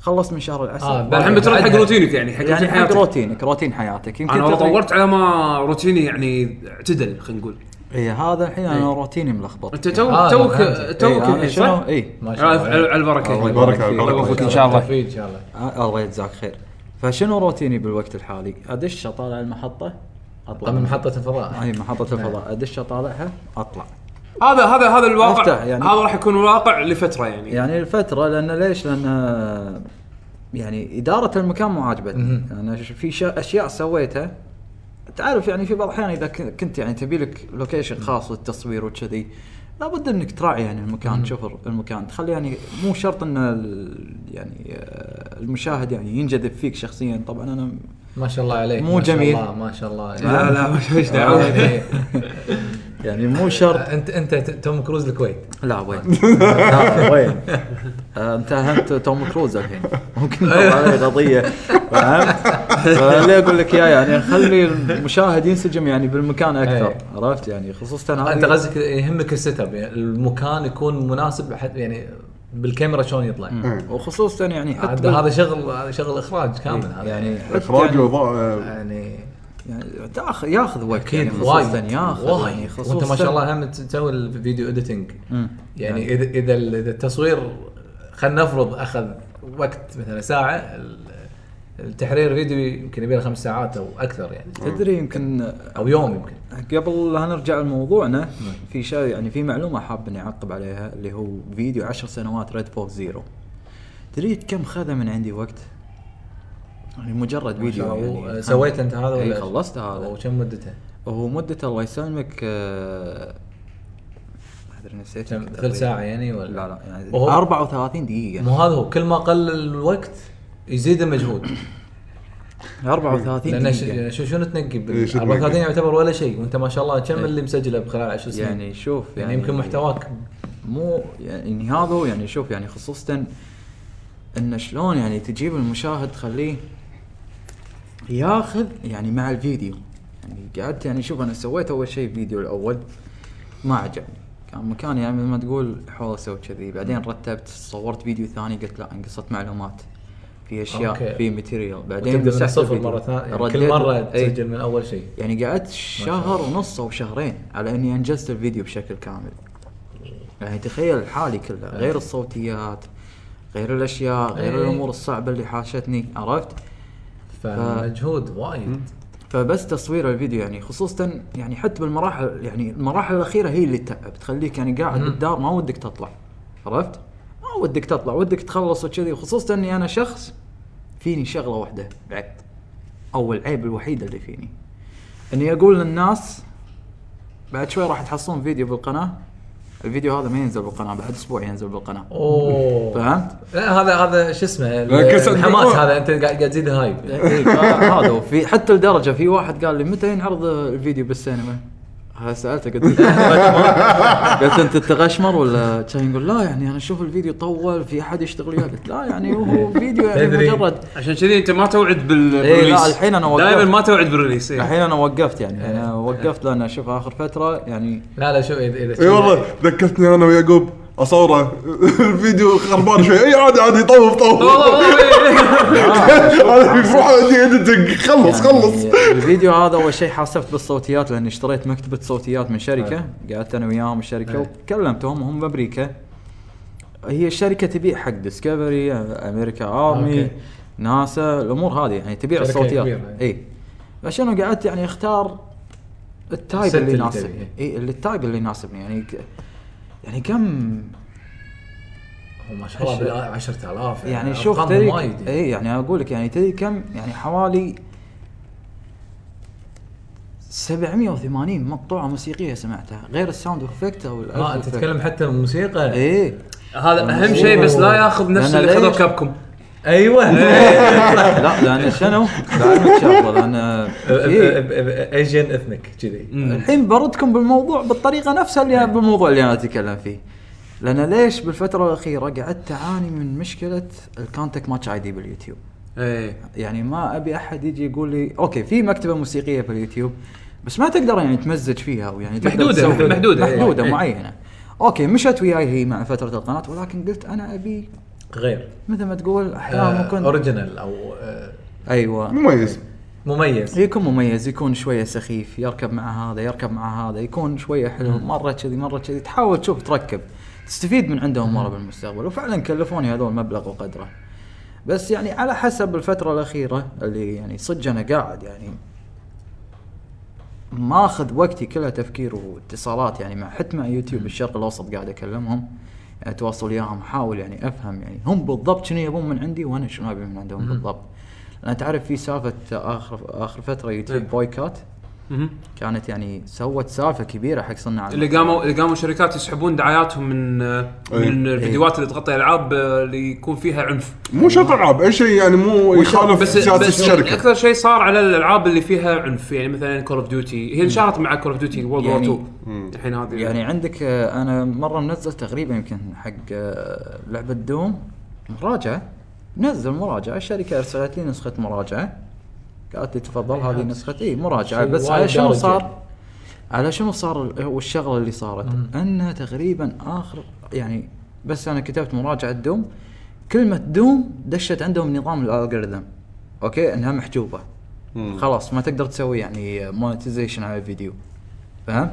E: خلصت من شهر العسل
B: آه،
A: الحين بترد حق
B: بعدها-
A: روتينك يعني حق
E: يعني
A: روتين
E: حق
A: حياتك
E: روتينك روتين حياتك يمكن
A: انا والله
E: تقريباً-
A: طورت على ما روتيني يعني اعتدل خلينا نقول
E: اي هذا الحين انا
A: إيه.
E: روتيني ملخبط
A: انت توك
B: آه،
A: توك
B: فهمت.
A: توك
E: إيه، أنا
A: صح؟
E: شنو اي
B: ما شاء
A: على
B: الله
A: على البركه
E: الله
A: الله
E: يبارك
C: يبارك
E: فيك.
C: الله يبارك
A: يوفقك ان شاء الله
B: توفيق ان شاء الله
E: آه، الله يجزاك خير فشنو روتيني بالوقت الحالي؟ ادش اطالع المحطه اطلع
B: طب من محطه الفضاء
E: هاي محطة
A: نعم.
E: الفضاء ادش اطالعها اطلع
A: هذا هذا هذا الواقع
E: أفتح يعني.
A: يعني هذا راح يكون واقع لفتره يعني
E: يعني الفترة لان ليش؟ لان آه، يعني ادارة المكان مو عاجبتني، انا ش- في شا- اشياء سويتها تعرف يعني في بعض الاحيان اذا ك- كنت يعني تبي لك لوكيشن خاص للتصوير وكذي لابد انك تراعي يعني المكان تشوف المكان تخلي يعني مو شرط ان ال- يعني آه، المشاهد يعني ينجذب فيك شخصيا طبعا انا
B: ما شاء الله عليك
E: مو
B: ما شاء
E: جميل.
B: الله، ما شاء الله
A: لا لا مش دعوه
B: يعني-
E: آه، يعني مو شرط
B: انت انت توم كروز الكويت
E: لا وين؟ لا وين؟ آه، انت هنت توم كروز الحين ممكن يطلع عليه قضيه فهمت؟ فليه اقول لك يا يعني خلي المشاهد ينسجم يعني بالمكان اكثر
B: أي.
E: عرفت يعني خصوصا
B: انت
E: هذه-
B: قصدك يهمك السيت اب يعني المكان يكون مناسب حد يعني بالكاميرا شلون يطلع
E: وخصوصا يعني
B: عاد
E: حتى
B: هذا شغل هذا شغل اخراج كامل هذا
E: يعني
C: اخراج واضاء
B: يعني
E: يعني تاخ- ياخذ وقت يعني خصوصا
B: وايد
E: ياخذ يعني
B: وايد وانت ما شاء الله هم تسوي الفيديو اديتنج يعني
E: نعم.
B: اذا اذا ال- إذا التصوير خلينا نفرض اخذ وقت مثلا ساعه ال- التحرير فيديو يمكن يبي له خمس ساعات او اكثر يعني
E: تدري يمكن
B: او يوم يمكن
E: قبل لا نرجع لموضوعنا في شيء يعني في معلومه حاب اني اعقب عليها اللي هو فيديو 10 سنوات ريد فوكس زيرو تدري كم خذ من عندي وقت؟ يعني مجرد فيديو يعني
B: سويت انت هذا
E: إي،
B: ولا
E: خلصت هذا.
B: وكم مدته؟
E: هو مدته الله يسلمك آه، ما ادري نسيت
B: كم
E: يمكن
B: ثلث ساعه يعني ولا
E: لا لا يعني
B: وهو-
E: 34 دقيقه
B: مو هذا هو كل ما قل الوقت يزيد المجهود
E: 34
B: لان ش-
E: دقيقه
B: شو شنو تنقي
C: إيه،
B: بال
C: شو
B: 34
C: تنقي؟
B: يعتبر ولا شيء وانت ما شاء الله كم اللي مسجله بخلال 10 سنين؟
E: إيه. يعني شوف
B: يعني يمكن محتواك
E: مو يعني هذا هو يعني شوف يعني خصوصا انه شلون يعني تجيب المشاهد تخليه ياخذ يعني مع الفيديو يعني قعدت يعني شوف انا سويت اول شيء فيديو الاول ما عجبني كان مكاني يعني مثل ما تقول حوسه وكذي بعدين رتبت صورت فيديو ثاني قلت لا انقصت معلومات في
B: أوكي.
E: اشياء في ماتيريال بعدين
B: بعدين من
E: مسحت
B: الصفر
E: الفيديو.
B: مره ثانيه يعني كل
E: رديت- إيه.
B: مره
E: أي.
B: تسجل من اول شيء
E: يعني قعدت
B: الله.
E: شهر ونص او شهرين على اني انجزت الفيديو بشكل كامل يعني تخيل الحالي كله غير الصوتيات غير الاشياء غير
B: إيه.
E: الامور الصعبه اللي حاشتني عرفت
B: فمجهود وايد
E: فبس تصوير الفيديو يعني خصوصا يعني حتى بالمراحل يعني المراحل الاخيره هي اللي تتعب تخليك يعني قاعد بالدار ما ودك تطلع عرفت ما ودك تطلع ودك تخلص وكذي وخصوصا اني انا شخص فيني شغله واحده بعد او العيب الوحيد اللي فيني اني اقول للناس بعد شوي راح تحصلون فيديو بالقناه الفيديو هذا ما ينزل بالقناه بعد اسبوع ينزل بالقناه
B: اوه
E: فهمت؟
B: لا هذا هذا شو اسمه
C: لا، كسر
B: الحماس
C: الدموع.
B: هذا انت قاعد قاعد تزيد الهايب
E: إيه، فهذا هو. في حتى لدرجه في واحد قال لي متى ينعرض الفيديو بالسينما؟ ها سالته قلت له، قلت انت تغشمر ولا كان يقول لا يعني انا اشوف الفيديو طول في احد يشتغل وياه قلت لا يعني هو فيديو
B: تدري.
E: يعني مجرد
A: عشان كذي انت ما توعد بال-
E: إيه،
A: بالريليس
E: لا، الحين أنا وقفت.
A: دائما ما توعد بالريليس إيه.
E: الحين انا وقفت يعني انا وقفت لان اشوف اخر فتره يعني
B: لا لا شوف اذا اذا
C: اي إيه،
A: إيه.
C: والله ذكرتني انا ويعقوب اصوره الفيديو خربان شوي اي عادي عادي طوف طوف هذا روح اديتنج خلص خلص
E: يعني الفيديو هذا اول شيء حاسبت بالصوتيات لاني اشتريت مكتبه صوتيات من شركه قعدت انا وياهم الشركه وكلمتهم وهم بامريكا هي الشركه تبيع حق ديسكفري امريكا ارمي
B: أوكي.
E: ناسا الامور هذه يعني تبيع
B: شركة
E: الصوتيات
B: كبيرة، أي.
E: اي عشان قعدت يعني اختار التايب
B: الست
E: اللي
B: اللي
E: يناسبني
B: تبيه.
E: اي اللي التايب اللي يناسبني يعني ك- يعني كم
B: هو ما شاء الله بال 10000
E: يعني شوف
B: أرقامهم
E: تدري
B: وايد يعني.
E: اي يعني اقول لك يعني تدري كم يعني حوالي 780 مقطوعه موسيقيه سمعتها غير الساوند افكت او ال
B: اه انت تتكلم حتى الموسيقى
E: اي
A: هذا اهم شيء بس لا ياخذ نفس
E: لأن
A: اللي خذه
E: ليش؟
A: بكابكم
B: ايوه
E: إيه. لا لان شنو؟ بعلمك شغله لان
B: إيه.
E: في-
B: ايجن اثنك إيه. كذي
E: إيه. الحين بردكم بالموضوع بالطريقه نفسها
B: إيه.
E: اللي بالموضوع اللي انا اتكلم فيه لان ليش بالفتره الاخيره قعدت اعاني من مشكله الكونتاكت ماتش اي دي باليوتيوب
A: ايه
E: يعني ما ابي احد يجي يقول لي اوكي في مكتبه موسيقيه في اليوتيوب بس ما تقدر يعني تمزج فيها او يعني تقدر
A: محدودة-
E: تسوي-
A: محدودة، إيه.
E: محدوده
A: إيه.
E: معينه اوكي مشت وياي هي مع فتره القناه ولكن قلت انا ابي
B: غير
E: مثل ما تقول احيانا
A: آه،
E: ممكن
B: اوريجينال او آه،
E: ايوه
C: مميز
B: مميز
E: يكون مميز يكون شويه سخيف يركب مع هذا يركب مع هذا يكون شويه حلو مره كذي مره كذي تحاول تشوف تركب تستفيد من عندهم مره بالمستقبل وفعلا كلفوني هذول مبلغ وقدره بس يعني على حسب الفتره الاخيره اللي يعني صدق انا قاعد يعني ماخذ وقتي كله تفكير واتصالات يعني مع حتى مع يوتيوب الشرق الاوسط قاعد اكلمهم اتواصل وياهم احاول يعني افهم يعني هم بالضبط شنو يبون من عندي وانا شنو ابي من عندهم بالضبط لان تعرف في سالفه اخر اخر فتره يوتيوب
A: إيه.
E: بويكوت
A: مهم.
E: كانت يعني سوت سالفه كبيره حق صناع
A: اللي
E: المحتوى.
A: قاموا اللي قاموا الشركات يسحبون دعاياتهم من آه، من
C: إيه.
A: الفيديوهات اللي تغطي العاب آه، اللي يكون فيها عنف
C: مو شرط العاب اي شيء يعني مو يخالف
A: بس
C: سياسه
A: بس
C: الشركه
A: اكثر شيء صار على الالعاب اللي فيها عنف يعني مثلا كول اوف ديوتي هي انشهرت مع كول اوف ديوتي وورلد وور
E: يعني-
A: 2 الحين هذه
E: يعني عندك آه، انا مره منزل تقريبا يمكن حق آه، لعبه دوم مراجعه نزل مراجعه الشركه ارسلت لي نسخه مراجعه قالت لي تفضل هذه نسخه اي مراجعه
B: شيء
E: بس
B: وايد
E: على شنو
B: دارج
E: صار
B: يعني.
E: على شنو صار ال- والشغله اللي صارت انها تقريبا اخر يعني بس انا كتبت مراجعه دوم كلمه دوم دشت عندهم نظام الالجوريثم اوكي انها محجوبه خلاص ما تقدر تسوي يعني مونتيزيشن على الفيديو فهمت؟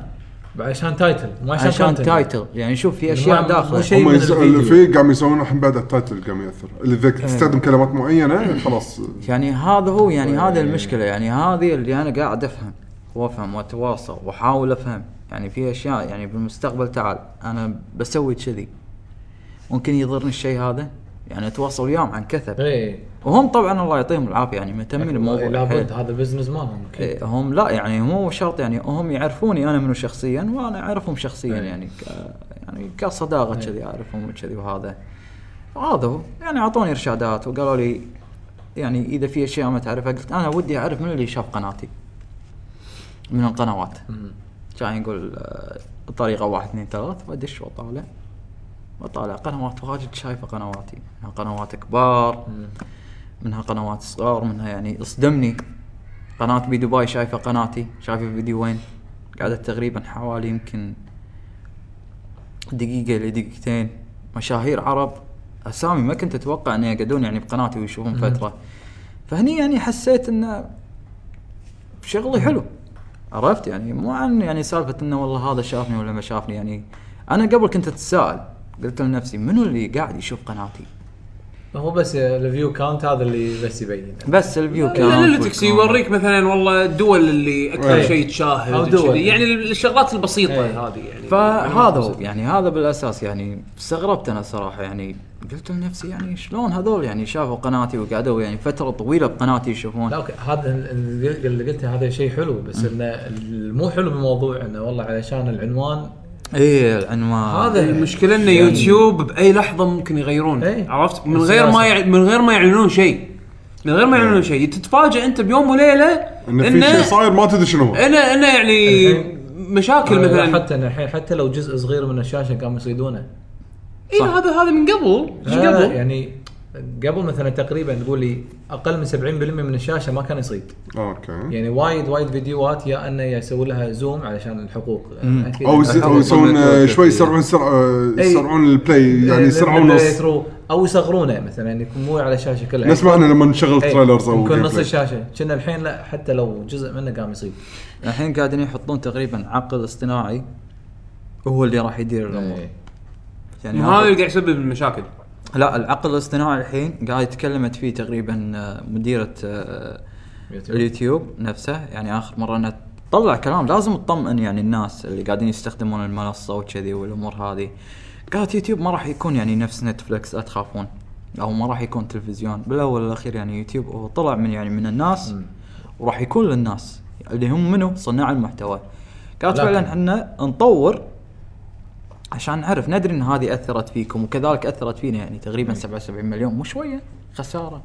B: عشان تايتل مو عشان,
E: عشان
B: content.
E: تايتل يعني شوف في
B: مو-
E: اشياء
B: مو شيء-
E: داخل
C: هم
B: من
C: يز-
B: الفيديو.
C: اللي فيه قام يسوون الحين بعد التايتل قام ياثر اللي اذا تستخدم كلمات معينه خلاص آه،
E: يعني هذا هو يعني هذه المشكله يعني هذه اللي انا قاعد افهم وافهم واتواصل واحاول افهم يعني في اشياء يعني بالمستقبل تعال انا بسوي كذي ممكن يضرني الشيء هذا يعني اتواصل وياهم عن كثب
B: اي
E: وهم طبعا الله يعطيهم العافيه يعني مهتمين بالموضوع
B: لابد
E: حيل.
B: هذا البزنس مالهم اكيد
E: إيه، هم لا يعني مو شرط يعني هم يعرفوني انا منو شخصيا وانا اعرفهم شخصيا يعني ك يعني كصداقه كذي اعرفهم وكذي وهذا هذا هو يعني اعطوني ارشادات وقالوا لي يعني اذا في اشياء ما تعرفها قلت انا ودي اعرف من اللي شاف قناتي من القنوات كان يقول آه، الطريقه واحد اثنين ثلاث وادش واطالع بطالع قنوات واجد شايفه قنواتي منها قنوات كبار منها قنوات صغار منها يعني اصدمني قناة بي دبي شايفة قناتي شايفة فيديوين قعدت تقريبا حوالي يمكن دقيقة لدقيقتين مشاهير عرب أسامي ما كنت أتوقع أن يقعدون يعني بقناتي ويشوفون
B: مم.
E: فترة فهني يعني حسيت أن شغلي حلو عرفت يعني مو عن يعني سالفة أنه والله هذا شافني ولا ما شافني يعني أنا قبل كنت أتساءل قلت لنفسي منو اللي قاعد يشوف قناتي
B: هو بس الفيو كاونت هذا اللي بس يبين
E: بس الفيو كان
A: الاناليتكس يوريك مثلا والله الدول اللي اكثر
C: إيه.
A: شيء تشاهد
B: أو دول.
A: وكذي. يعني الشغلات البسيطه
B: إيه.
A: هذه يعني
E: فهذا هو يعني هذا بالاساس يعني استغربت انا صراحه يعني قلت لنفسي يعني شلون هذول يعني شافوا قناتي وقعدوا يعني فتره طويله بقناتي يشوفون
B: لا اوكي هذا اللي اللي قلته هذا شيء حلو بس انه المو حلو بالموضوع انه والله علشان العنوان
E: ايه العنوان
B: هذا
A: المشكله ان
E: يعني
A: يوتيوب باي لحظه ممكن يغيرون
B: إيه.
A: عرفت من غير ما يع... من غير ما يعلنون شيء من غير ما
E: إيه.
A: يعلنون شيء تتفاجئ انت بيوم وليله
C: انه في شيء صاير ما تدري شنو هو
A: انا انا يعني
B: الحين-
E: آه،
A: مشاكل مثلا
B: آه، حتى الحين حتى لو جزء صغير من الشاشه قاموا يصيدونه
A: اي
E: صح.
A: إيه،
E: آه،
A: هذا هذا من قبل مش
B: لا، لا،
A: قبل
B: يعني قبل مثلا تقريبا تقول لي اقل من 70% من الشاشه ما كان يصيد
C: اوكي
B: يعني وايد وايد فيديوهات يا انه يسوي لها زوم علشان الحقوق أكيد.
C: او يس- أو يسوون آه، شوي يسرعون سرعة-
B: أي.
C: يسرعون
B: إيه،
C: البلاي يعني يسرعون نص
B: يترو- او يصغرونه مثلا يكون مو على الشاشه كلها
C: نسمع احنا لما نشغل
B: إيه،
C: تريلرز او
B: يكون
C: جيم
B: نص
C: بلاي.
B: الشاشه كنا الحين لا حتى لو جزء منه قام يصيب
E: الحين قاعدين يحطون تقريبا عقل اصطناعي هو اللي راح يدير الامور
B: إيه.
E: يعني
A: هذا اللي
E: هذا-
A: قاعد يسبب المشاكل
E: لا العقل الاصطناعي الحين قاعد تكلمت فيه تقريبا آه، مديره آه،
B: يوتيوب.
E: اليوتيوب نفسه يعني اخر مره انها تطلع كلام لازم تطمئن يعني الناس اللي قاعدين يستخدمون المنصه وكذي والامور هذه قالت يوتيوب ما راح يكون يعني نفس نتفلكس لا تخافون او ما راح يكون تلفزيون بالاول والاخير يعني يوتيوب هو طلع من يعني من الناس
B: مم.
E: وراح يكون للناس اللي هم منو صناع المحتوى قالت
B: لكن-
E: فعلا احنا نطور عشان نعرف ندري ان هذه اثرت فيكم وكذلك اثرت فينا يعني تقريبا 77 مليون مو شويه خساره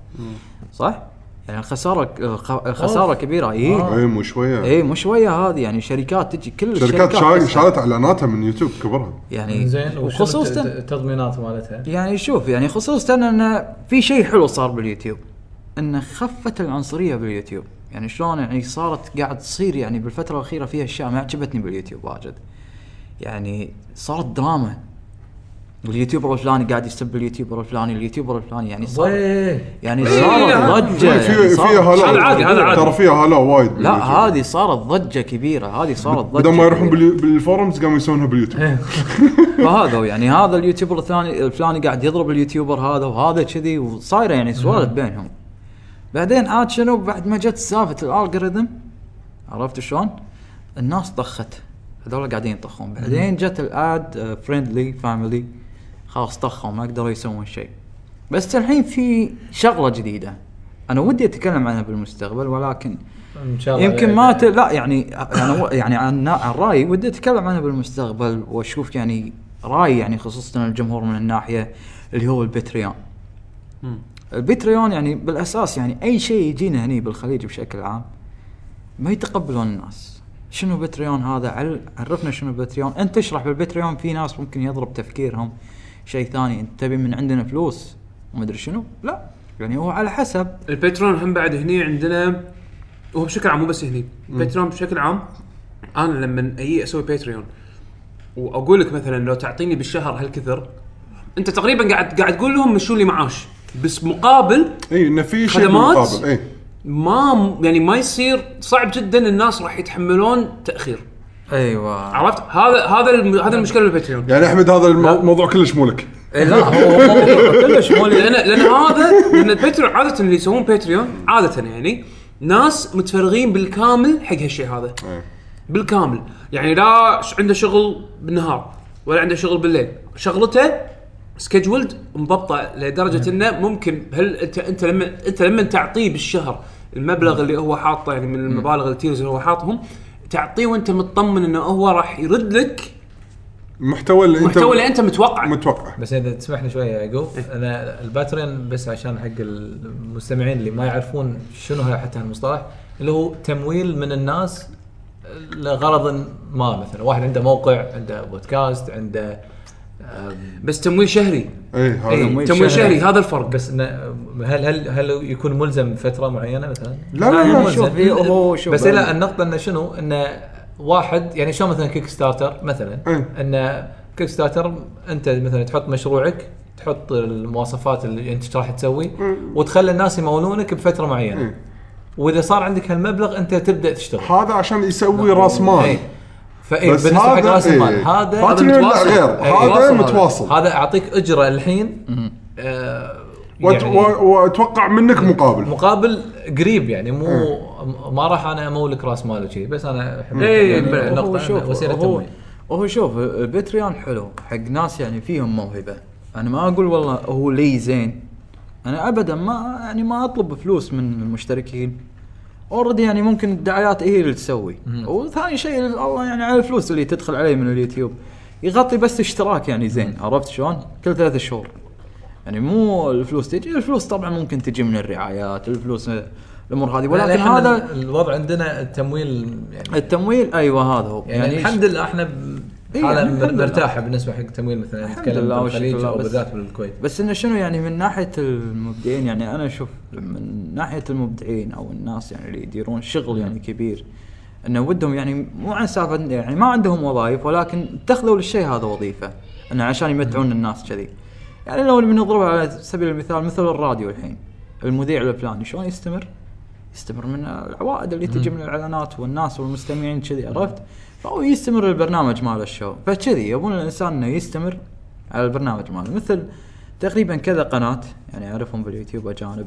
E: صح؟ يعني الخساره الخ- الخساره
B: أوف.
E: كبيره اي
B: آه.
C: اي إيه، مو شويه
E: اي إيه. مو شويه هذه يعني شركات تجي كل
C: شركات شا-
E: الشركات
C: شالت اعلاناتها من يوتيوب كبرها
E: يعني
B: زين وخصوصا
E: وخصوصا
B: التضمينات مالتها
E: يعني شوف يعني خصوصا ان في شيء حلو صار باليوتيوب انه خفت العنصريه باليوتيوب يعني شلون يعني صارت قاعد تصير يعني بالفتره الاخيره فيها اشياء ما عجبتني باليوتيوب واجد يعني صارت دراما اليوتيوبر الفلاني قاعد يسب اليوتيوبر الفلاني اليوتيوبر الفلاني يعني صار
B: ويه.
E: يعني
A: إيه، إيه،
E: صارت ضجه
C: في
E: يعني
C: في
E: صارت-
C: فيها هلا
A: هذا عادي، هذا عادي.
C: ترى فيها هلا وايد
E: لا
C: باليوتيوب.
E: هذه صارت ضجه كبيره هذه صارت ضجه
C: بدل ما يروحون
E: كبيرة.
C: باليو- بالفورمز قاموا يسوونها باليوتيوب
E: فهذا هو يعني هذا اليوتيوبر الثاني الفلاني قاعد يضرب اليوتيوبر هذا وهذا كذي وصايره يعني سوالف بينهم بعدين عاد شنو بعد ما جت سالفه الالجوريثم عرفت شلون؟ الناس طخت هذول قاعدين يطخون بعدين جت الاد فريندلي فاميلي خلاص طخوا ما قدروا يسوون شيء بس الحين في شغله جديده انا ودي اتكلم عنها بالمستقبل ولكن
B: ان شاء الله
E: يمكن ما ت... لا يعني انا و- يعني عن عن رايي ودي اتكلم عنها بالمستقبل واشوف يعني رايي يعني خصوصا الجمهور من الناحيه اللي هو البتريون.
A: مم.
E: البتريون يعني بالاساس يعني اي شيء يجينا هني بالخليج بشكل عام ما يتقبلون الناس. شنو بتريون هذا؟ عل- عرفنا شنو بتريون، انت اشرح بالبتريون في ناس ممكن يضرب تفكيرهم شيء ثاني، انت تبي من عندنا فلوس ومدري شنو؟ لا يعني هو على حسب
A: الباترون هم بعد هني عندنا هو بشكل عام مو بس هني الباترون بشكل عام انا لما اجي اسوي باتريون واقول لك مثلا لو تعطيني بالشهر هالكثر انت تقريبا قاعد قاعد تقول لهم مشوا لي معاش بس مقابل
C: اي انه في شيء
A: خدمات؟
C: مقابل اي
A: ما يعني ما يصير صعب جدا الناس راح يتحملون تاخير
E: ايوه
A: عرفت هذا هذا الم- هذا المشكله بالباتريون
C: يعني احمد هذا المو- الموضوع كلش مولك
E: إيه لا هو هو كلش مو لي-
A: لان لان هذا لان الباتريون عاده اللي يسوون باتريون عاده يعني ناس متفرغين بالكامل حق هالشيء هذا
C: إيه.
A: بالكامل يعني لا ش- عنده شغل بالنهار ولا عنده شغل بالليل شغلته سكجولد مضبطه لدرجه انه ممكن هل انت انت لما انت لما تعطيه بالشهر المبلغ اللي هو حاطه يعني من المبالغ التيرز اللي هو حاطهم تعطيه وانت مطمن انه هو راح يرد لك
C: المحتوى اللي انت
A: المحتوى اللي انت متوقعه
C: متوقع
B: بس اذا تسمح لي شويه يا يعقوب
E: إيه.
B: انا الباترين بس عشان حق المستمعين اللي ما يعرفون شنو هو حتى المصطلح اللي هو تمويل من الناس لغرض ما مثلا واحد عنده آه، موقع عنده بودكاست عنده
A: بس تمويل شهري إيه.
C: اي إيه، هذا
E: إي.
A: تمويل,
E: تمويل
A: شهري
E: شهري.
A: هذا الفرق بس
B: بس إنه هل هل هل يكون ملزم فتره معينه مثلا؟
C: لا لا
E: مو
C: لا شوف
E: ملزم. في هو شوف
B: بس لا النقطه انه شنو؟ انه واحد يعني شلون مثلا كيك ستارتر مثلا
C: إيه.
B: انه كيك ستارتر انت مثلا تحط مشروعك تحط المواصفات اللي انت راح تسوي وتخلي الناس يمولونك بفتره معينه
C: إيه.
B: واذا صار عندك هالمبلغ انت تبدا
E: إيه.
B: تشتغل
C: هذا عشان يسوي راس مال
B: إيه. فاي
C: بس
B: بالنسبه حق
C: هذا
B: راس
C: إيه.
B: المال هذا
C: هذا
B: هذا
C: متواصل.
B: متواصل.
C: غير.
B: إيه.
C: هذا
B: واصل
C: متواصل.
B: هذا اعطيك اجره الحين آه
C: وأت-
E: يعني
C: و- واتوقع منك مقابل
B: مقابل قريب يعني مو ما راح انا امولك راس مال وشي بس انا حبيت
A: إيه،
B: يعني
A: بل-
B: النقطة
E: هو
B: أنا
E: شوف
B: وسيله
E: هو,
B: تمويل
E: هو شوف البتريون حلو حق ناس يعني فيهم موهبه انا ما اقول والله هو لي زين انا ابدا ما يعني ما اطلب فلوس من المشتركين اوريدي يعني ممكن الدعايات هي اللي تسوي وثاني شيء الله يعني على الفلوس اللي تدخل عليه من اليوتيوب يغطي بس اشتراك يعني زين عرفت شلون؟ كل ثلاثة شهور يعني مو الفلوس تجي الفلوس طبعا ممكن تجي من الرعايات الفلوس الامور هذه
B: ولكن
E: ولكن هذا
B: الوضع عندنا التمويل يعني
E: التمويل ايوه هذا هو
B: يعني, الحمد لله احنا
E: إيه،
B: حالة
E: يعني الحمد
B: مرتاحة بالنسبة حق تمويل مثلا
E: الحمد
B: نتكلم
E: لله والشكر
B: بالخليج
E: لله،
B: او
E: بس-
B: بالذات بالكويت
E: بس انه شنو يعني من ناحيه المبدعين يعني انا اشوف من ناحيه المبدعين او الناس يعني اللي يديرون شغل يعني كبير انه ودهم يعني مو عن سالفه إنه يعني ما عندهم وظائف ولكن اتخذوا للشيء هذا وظيفه انه عشان يمتعون الناس كذي يعني لو بنضربها على سبيل المثال مثل الراديو الحين المذيع الفلاني شلون يستمر؟ يستمر من العوائد اللي تجي من الاعلانات والناس والمستمعين كذي عرفت؟ فهو يستمر البرنامج مال الشو فكذي يبون الانسان انه يستمر على البرنامج ماله مثل تقريبا كذا قناه يعني اعرفهم باليوتيوب اجانب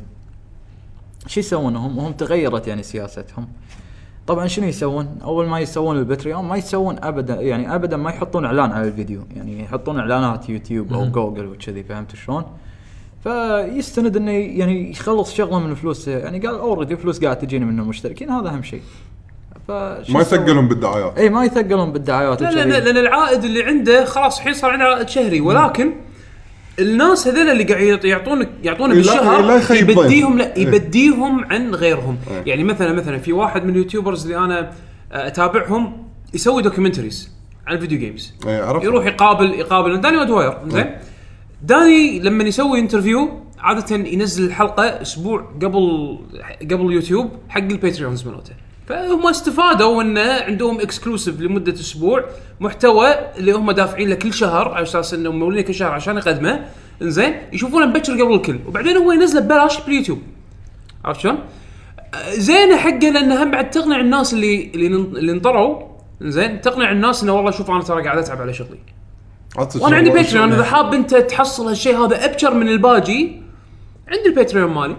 E: شو يسوون هم؟ هم تغيرت يعني سياستهم طبعا شنو يسوون؟ اول ما يسوون البتريون ما يسوون ابدا يعني ابدا ما يحطون اعلان على الفيديو، يعني يحطون اعلانات يوتيوب او جوجل وكذي فهمت شلون؟ فيستند انه يعني يخلص شغله من الفلوس يعني قال اوريدي فلوس قاعد تجيني من المشتركين هذا اهم شيء. فشو
C: ما
E: يسوون؟
C: يثقلهم بالدعايات
E: اي ما يثقلهم بالدعايات
A: لا
E: وكذي.
A: لان لان العائد اللي عنده خلاص الحين صار عنده عائد شهري ولكن الناس هذول اللي قاعد يعط- يعطونك يعطونه
C: لا-
A: بالشهر
C: لا يخيب بينهم.
A: يبديهم لا
C: إيه.
A: يبديهم عن غيرهم
C: إيه.
A: يعني مثلا مثلا في واحد من اليوتيوبرز اللي انا آه، اتابعهم يسوي دوكيومنتريز عن الفيديو جيمز
C: إيه، عرفت.
A: يروح يقابل يقابل داني مدواير زين داني لما يسوي انترفيو عاده ينزل الحلقه اسبوع قبل قبل يوتيوب حق الباتريونز مالته فهم استفادوا انه عندهم اكسكلوسيف لمده اسبوع محتوى اللي هم دافعين له كل شهر على اساس انه مولين كل شهر عشان يقدمه انزين يشوفونه مبكر قبل الكل وبعدين هو ينزله ببلاش باليوتيوب عرفت شلون؟ آه، زينه حقه لانه هم بعد تقنع الناس اللي اللي نن- اللي انطروا زين تقنع الناس انه والله شوف انا ترى قاعد اتعب على شغلي وانا عندي باتريون اذا حاب انت تحصل هالشيء هذا ابشر من الباجي عندي الباتريون مالي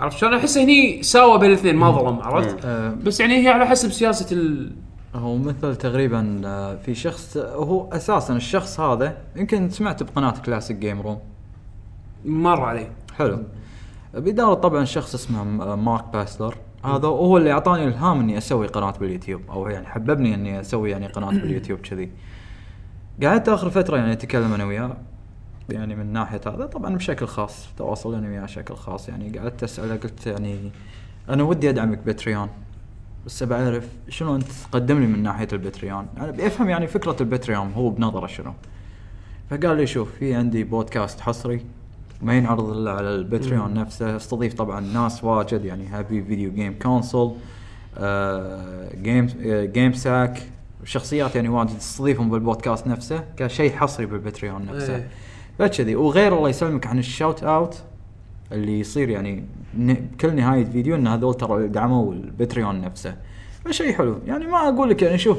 A: عرفت شلون؟ احس هني ساوى بين الاثنين ما ظلم عرفت؟
E: آه،
A: بس يعني هي على حسب سياسه ال
E: هو مثل تقريبا آه، في شخص آه، هو اساسا الشخص هذا يمكن سمعت بقناه كلاسيك جيم روم
A: مر علي
E: حلو بإدارة طبعا شخص اسمه م- مارك باسلر هذا هو اللي اعطاني الهام اني اسوي قناه باليوتيوب او يعني حببني اني اسوي يعني قناه باليوتيوب كذي قعدت اخر فتره يعني اتكلم انا وياه يعني من ناحيه هذا طبعا بشكل خاص تواصل انا وياه بشكل خاص يعني قعدت اساله قلت يعني انا ودي ادعمك باتريون بس بعرف شنو انت تقدم لي من ناحيه الباتريون انا بفهم يعني فكره الباتريون هو بنظره شنو فقال لي شوف في عندي بودكاست حصري ما ينعرض الا على الباتريون نفسه استضيف طبعا ناس واجد يعني هابي فيديو جيم كونسول آه، جيم جيم ساك شخصيات يعني واجد استضيفهم بالبودكاست نفسه كشيء حصري بالباتريون نفسه
A: إيه.
E: فكذي وغير الله يسلمك عن الشوت اوت اللي يصير يعني ن- بكل نهايه فيديو ان هذول ترى دعموا الباتريون نفسه فشيء حلو يعني ما اقول لك يعني شوف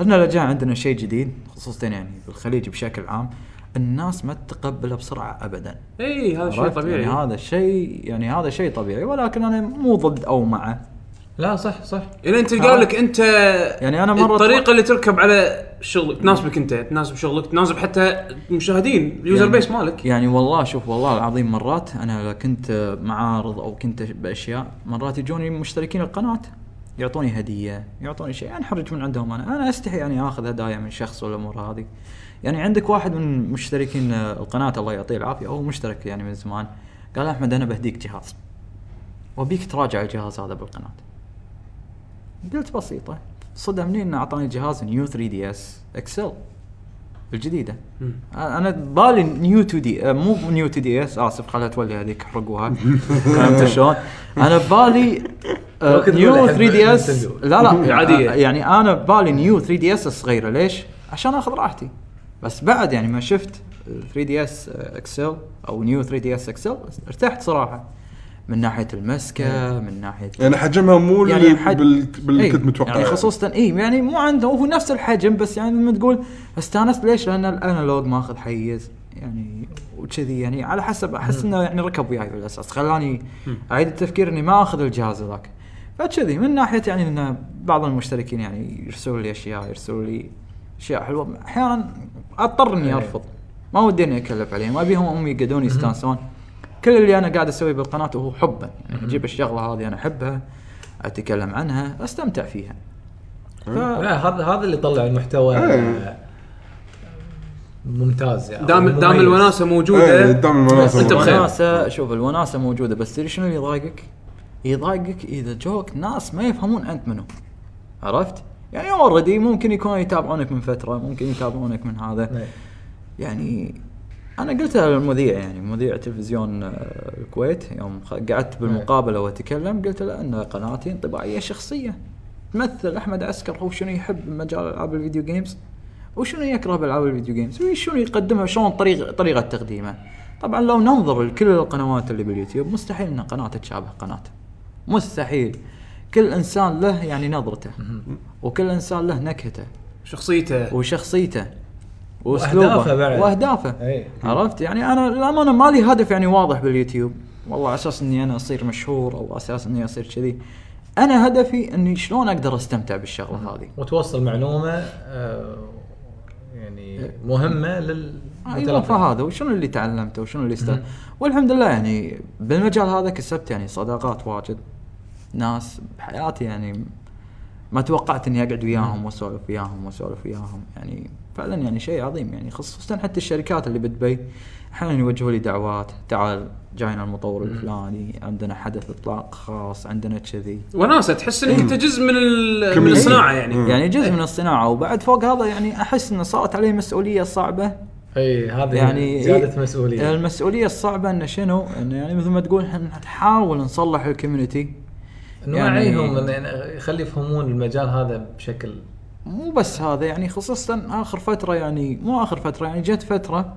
E: احنا رجاء عندنا شيء جديد خصوصا يعني بالخليج بشكل عام الناس ما تتقبله بسرعه ابدا
A: اي إيه، هذا شيء
E: عرفت؟
A: طبيعي
E: يعني هذا شيء يعني هذا شيء طبيعي ولكن انا مو ضد او معه
B: لا صح صح
A: الى انت قال لك انت
E: يعني أنا مرة
A: الطريقه اللي تركب على شغلك تناسبك انت تناسب شغلك تناسب حتى المشاهدين اليوزر
E: يعني-
A: بيس مالك
E: يعني والله شوف والله العظيم مرات انا لا كنت معارض او كنت باشياء مرات يجوني مشتركين القناه يعطوني هديه يعطوني شيء انحرج من عندهم انا انا استحي يعني اخذ هدايا من شخص والامور هذه يعني عندك واحد من مشتركين القناه الله يعطيه العافيه هو مشترك يعني من زمان قال احمد انا بهديك جهاز وابيك تراجع الجهاز هذا بالقناه قلت بسيطه صدمني انه اعطاني جهاز نيو 3 دي اس اكسل الجديده
A: مم.
E: انا بالي نيو 2 دي آه، مو نيو 2 دي اس اسف خلها تولي هذيك حرقوها فهمت شلون؟ انا ببالي آه،
B: لو كنت
E: نيو
B: بقول
E: 3 دي
B: أحب
E: اس
B: نينتندو.
E: لا لا
A: عادية.
E: عاديه يعني انا ببالي نيو 3 دي اس الصغيره ليش؟ عشان اخذ راحتي بس بعد يعني ما شفت 3 دي اس اكسل او نيو 3 دي اس اكسل ارتحت صراحه من ناحيه المسكه من ناحيه
C: يعني حجمها مو
E: يعني
C: يعني
E: حد-
C: بال... باللي
E: إيه،
C: كنت متوقع
E: يعني خصوصا اي يعني مو عنده هو نفس الحجم بس يعني لما تقول استانست ليش؟ لان الانالوج ماخذ حيز يعني وكذي يعني على حسب احس انه يعني ركب وياي بالاساس خلاني اعيد التفكير اني ما اخذ الجهاز ذاك فكذي من ناحيه يعني ان بعض المشتركين يعني يرسلوا لي اشياء يرسلوا لي اشياء حلوه احيانا اضطر اني
B: إيه.
E: ارفض ما ودي اني اكلف عليهم ابيهم هم يقعدون يستانسون كل اللي انا قاعد اسويه بالقناه هو حبا يعني اجيب الشغله هذه انا احبها اتكلم عنها استمتع فيها ف...
B: لا هذا هذا اللي طلع المحتوى
C: إيه.
B: ممتاز يعني
A: دام دام
B: مميز.
A: الوناسه
C: إيه،
A: موجوده
C: قدام المناظر
A: أنت بخير.
E: الوناسه شوف الوناسه موجوده بس تدري شنو اللي يضايقك؟ يضايقك اذا جوك ناس ما يفهمون انت منو عرفت؟ يعني اوريدي ممكن يكونوا يتابعونك من فتره ممكن يتابعونك من هذا
B: إيه.
E: يعني انا قلتها للمذيع يعني مذيع تلفزيون آه، الكويت يوم خ- قعدت بالمقابله واتكلم قلت له ان قناتي انطباعيه شخصيه تمثل احمد عسكر هو شنو يحب من مجال العاب الفيديو جيمز وشنو يكره بالعاب الفيديو جيمز وشنو يقدمها شلون طريق طريقه تقديمه طبعا لو ننظر لكل القنوات اللي باليوتيوب مستحيل ان قناه تشابه قناته مستحيل كل انسان له يعني نظرته وكل انسان له نكهته
A: شخصيته
E: وشخصيته
B: وأهدافه بعد.
E: واهدافه
B: إيه.
E: عرفت يعني انا للامانه ما لي هدف يعني واضح باليوتيوب والله على اساس اني انا اصير مشهور او على اساس اني اصير كذي انا هدفي اني شلون اقدر استمتع بالشغله هذه
B: وتوصل معلومه آه، يعني
E: إيه.
B: مهمه لل
E: ايوه فهذا وشنو اللي تعلمته وشنو اللي است والحمد لله يعني بالمجال هذا كسبت يعني صداقات واجد ناس بحياتي يعني ما توقعت اني اقعد وياهم واسولف وياهم واسولف وياهم يعني فعلا يعني شيء عظيم يعني خصوصا حتى الشركات اللي بدبي احيانا يوجهوا لي دعوات تعال جاينا المطور الفلاني عندنا حدث اطلاق خاص عندنا كذي
A: وناسه تحس انك انت جزء من ال- من
C: كمية.
A: الصناعه
C: مم.
A: يعني
E: يعني جزء من الصناعه وبعد فوق هذا يعني احس انه صارت علي مسؤوليه صعبه
B: اي هذا
E: يعني
B: يعني زياده مسؤوليه
E: المسؤوليه الصعبه انه شنو؟ انه يعني مثل ما تقول احنا نحاول نصلح الكوميونتي
B: نوعيهم إن- إن- خلي يفهمون المجال هذا بشكل
E: مو بس هذا يعني خصوصا اخر فتره يعني مو اخر فتره يعني جت فتره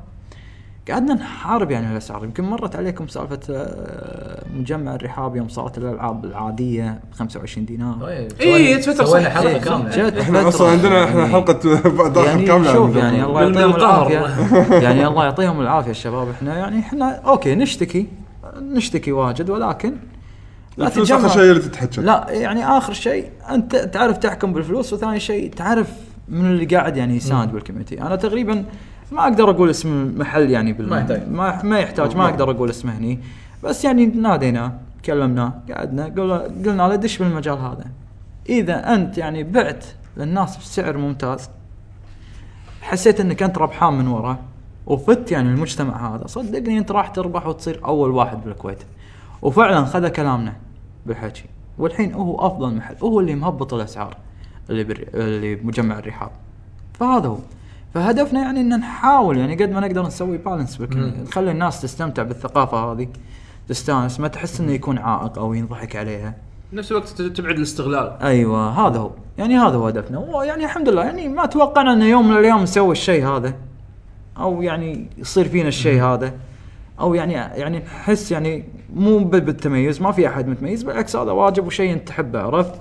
E: قعدنا نحارب يعني الاسعار يمكن مرت عليكم سالفه آه، مجمع الرحاب يوم صارت الالعاب العاديه ب 25 دينار
A: إيه، تفتح
B: سوينا
A: صح.
B: حلقه
A: إيه،
B: كامله
E: جت
C: احنا
E: فترة
C: اصلا عندنا
E: يعني-
C: احنا حلقه بعد اخر
E: يعني
C: كامله
E: شوف
C: عن
E: يعني الله
A: بالمن
E: يعطيهم
A: القهر.
E: العافيه يعني الله يعطيهم العافيه الشباب احنا يعني احنا اوكي نشتكي نشتكي واجد ولكن لا
C: الفلوس
E: تتجمع-
C: اخر شيء اللي تتحكى
E: لا يعني اخر شيء انت تعرف تحكم بالفلوس وثاني شيء تعرف من اللي قاعد يعني يساند بالكوميونتي انا تقريبا ما اقدر اقول اسم محل يعني بال...
B: ما يحتاج.
E: ما, ما يحتاج ما اقدر اقول اسمه هني بس يعني ناديناه كلمناه قعدنا قلنا قلنا له دش بالمجال هذا اذا انت يعني بعت للناس بسعر ممتاز حسيت انك انت ربحان من وراه وفدت يعني المجتمع هذا صدقني انت راح تربح وتصير اول واحد بالكويت وفعلا خذ كلامنا بالحكي والحين هو افضل محل هو اللي مهبط الاسعار اللي بر... اللي بمجمع الرحاب فهذا هو فهدفنا يعني ان نحاول يعني قد ما نقدر نسوي بالانس نخلي الناس تستمتع بالثقافه هذه تستانس ما تحس انه يكون عائق او ينضحك عليها
A: نفس الوقت ت- تبعد الاستغلال
E: ايوه هذا هو يعني هذا هو هدفنا ويعني الحمد لله يعني ما توقعنا انه يوم من الايام نسوي الشيء هذا او يعني يصير فينا الشيء هذا او يعني يعني نحس يعني مو ب- بالتميز ما في احد متميز بالعكس هذا واجب وشيء انت تحبه عرفت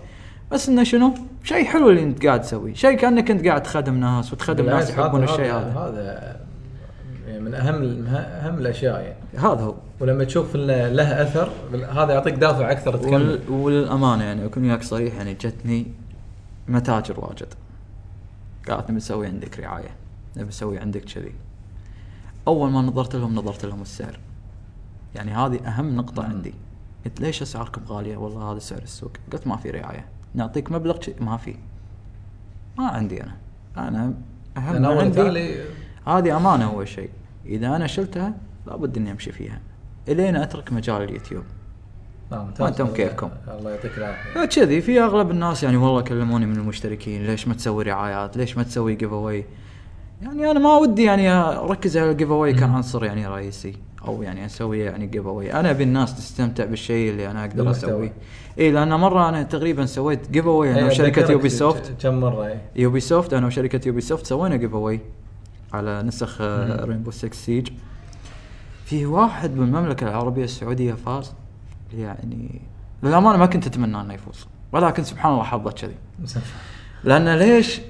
E: بس انه شنو شيء حلو اللي انت قاعد تسويه شيء كانك انت قاعد تخدم ناس وتخدم
B: بالعكس،
E: ناس يحبون
B: هذا-
E: الشيء
B: هذا
E: هذا
B: هذا يعني من اهم الم- اهم الاشياء يعني
E: هذا هو
B: ولما تشوف انه له اثر بال- هذا يعطيك دافع اكثر تكمل
E: وال... وللامانه يعني اكون وياك صريح يعني جتني متاجر واجد قالت نبي نسوي عندك رعايه نبي نسوي عندك كذي اول ما نظرت لهم نظرت لهم السعر يعني هذه اهم نقطه عندي قلت ليش اسعاركم غاليه والله هذا سعر السوق قلت ما في رعايه نعطيك مبلغ شي- ما في ما عندي انا انا اهم
B: لان
E: ما
B: اول
E: عندي
B: تالي
E: هذه امانه اول شيء اذا انا شلتها لابد اني امشي فيها الين اترك مجال اليوتيوب
B: نعم
E: وأنتم كيفكم.
B: الله يعطيك العافيه
E: آه، كذي في اغلب الناس يعني والله كلموني من المشتركين ليش ما تسوي رعايات؟ ليش ما تسوي جيف اواي؟ يعني انا ما ودي يعني اركز على الجيف اواي كان عنصر يعني رئيسي او يعني اسوي يعني جيف اواي انا ابي الناس تستمتع بالشيء اللي انا اقدر
B: بالمحتوى.
E: اسويه اي لان مره انا تقريبا سويت جيف اواي انا
B: إيه،
E: وشركه
B: أتذكرك
E: يوبي سوفت
B: ج- كم مره اي
E: يوبي سوفت انا وشركه يوبي سوفت سوينا جيف اواي على نسخ آه، رينبو 6 سيج في واحد من المملكه العربيه السعوديه فاز يعني للامانه ما كنت اتمنى انه يفوز ولكن سبحان الله حظه كذي لان ليش؟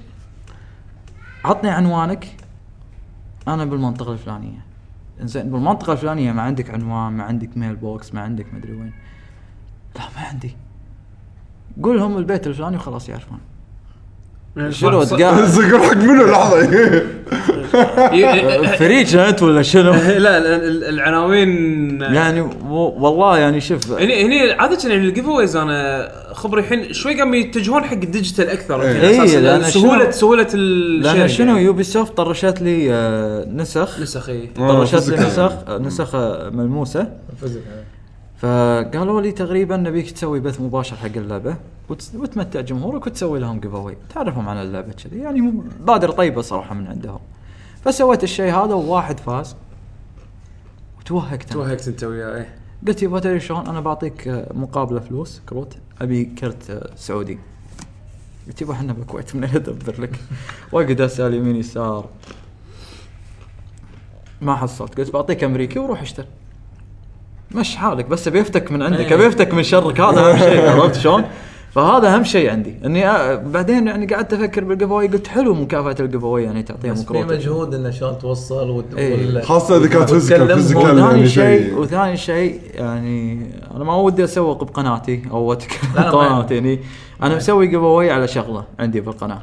E: عطني عنوانك انا بالمنطقه الفلانيه زين بالمنطقه الفلانيه ما عندك عنوان ما عندك ميل بوكس ما عندك مدري وين لا ما عندي قول لهم البيت الفلاني وخلاص يعرفون شنو تقاعد
C: زقر حق منو لحظه
E: فريج انت ولا شنو؟
A: لا ال- ال- العناوين
E: يعني و- والله يعني شوف
A: هني هني عاده يعني الجيف اويز انا خبري الحين شوي قام يتجهون حق يعني الديجيتال اكثر
C: إيه.
A: على أساس
E: إيه، لأن
A: إن سهوله
E: شنو-
A: سهوله
E: لان
A: الشيرنج
E: شنو
A: يعني.
E: يوبي سوفت طرشت لي آه، نسخ
A: نسخ إيه.
E: طرشت لي نسخ نسخ آه، ملموسه فقالوا لي تقريبا نبيك تسوي بث مباشر حق اللعبه وت- وتمتع جمهورك وتسوي لهم جيف اواي تعرفهم على اللعبه كذي يعني بادر طيبه صراحه من عندهم فسويت الشيء هذا وواحد فاز وتوهقت أنا.
A: توهقت انت وياه إيه.
E: قلت يبا تدري شلون انا بعطيك آه، مقابله فلوس كروت ابي كرت آه، سعودي قلت يبا احنا بالكويت من أين ادبر لك واقعد اسال يمين يسار ما حصلت قلت بعطيك امريكي وروح اشتري مش حالك بس ابي افتك من
B: إيه.
E: عندك ابي افتك من شرك هذا اهم شيء عرفت شلون؟ فهذا اهم شيء عندي اني آه، بعدين يعني قعدت افكر بالجيف أواي، قلت حلو مكافاه الجيف أواي، يعني تعطيهم
B: بس في
E: كروت
B: مجهود انه شلون توصل وت-
E: إيه.
B: وال-
C: خاصه اذا كانت فيزيكال
B: وتكلمهم.
C: فيزيكال
E: وثاني
C: يعني
E: شيء
C: شيء
E: وثاني شيء يعني انا ما ودي اسوق بقناتي او
B: لا، ما-
E: اتكلم قناتي يعني انا مسوي جيف أواي على شغله عندي بالقناه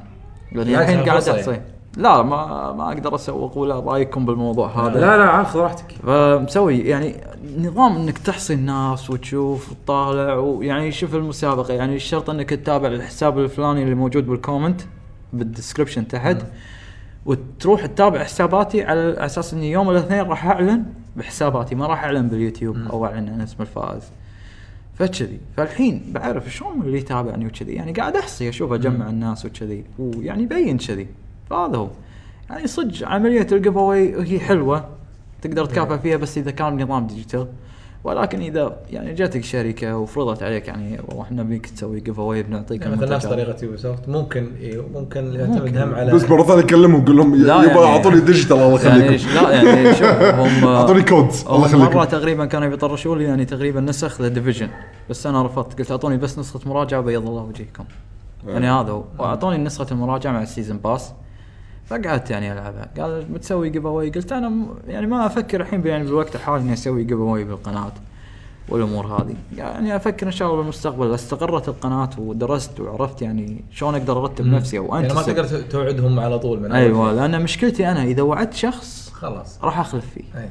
E: لاني
B: يعني
E: الحين قاعد
B: فرصة
E: احصي
B: يعني.
E: لا ما ما اقدر اسوق ولا رايكم بالموضوع هذا
A: لا لا عارف راحتك
E: فمسوي يعني نظام انك تحصي الناس وتشوف وتطالع ويعني شوف المسابقه يعني الشرط انك تتابع الحساب الفلاني اللي موجود بالكومنت بالدسكربشن تحت وتروح تتابع حساباتي على اساس اني يوم الاثنين راح اعلن بحساباتي ما راح اعلن باليوتيوب او اعلن عن اسم الفائز فكذي فالحين بعرف شلون اللي يتابعني وكذي يعني قاعد احصي اشوف اجمع الناس وكذي ويعني يبين كذي فهذا هو يعني صدق عمليه الجيف اواي هي حلوه تقدر تكافئ فيها بس اذا كان نظام ديجيتال ولكن اذا يعني جاتك شركه وفرضت عليك يعني والله احنا بيك تسوي جيف اواي بنعطيك
B: يعني مثلا نفس
E: المنتجات.
B: طريقه يوبي سوفت ممكن إيه، ممكن يعتمد هم على
C: بس مره ثانيه اكلمهم اقول لهم
E: لا
C: يبا
E: يعني-
C: اعطوني ديجيتال الله
E: يعني
C: يخليكم
E: لا يعني شوف هم
C: اعطوني كودز الله
E: هم مره
C: يخليكم
E: تقريبا كانوا بيطرشوا لي يعني تقريبا نسخ ذا ديفيجن بس انا رفضت قلت اعطوني بس نسخه مراجعه بيض الله وجهكم
C: آه.
E: يعني هذا هو واعطوني نسخه المراجعه مع السيزون باس فقعدت يعني العبها قال بتسوي جيف اواي قلت انا م- يعني ما افكر الحين ب- يعني بالوقت الحالي اني اسوي جيف اواي بالقناه والامور هذه يعني افكر ان شاء الله بالمستقبل إذا استقرت القناه ودرست وعرفت يعني شلون اقدر ارتب نفسي او
B: يعني ما
E: انتسب.
B: تقدر ت- توعدهم على طول من أول.
C: أيوة.
E: ايوه لان مشكلتي انا اذا وعدت شخص
B: خلاص
E: راح اخلف فيه
B: إيه.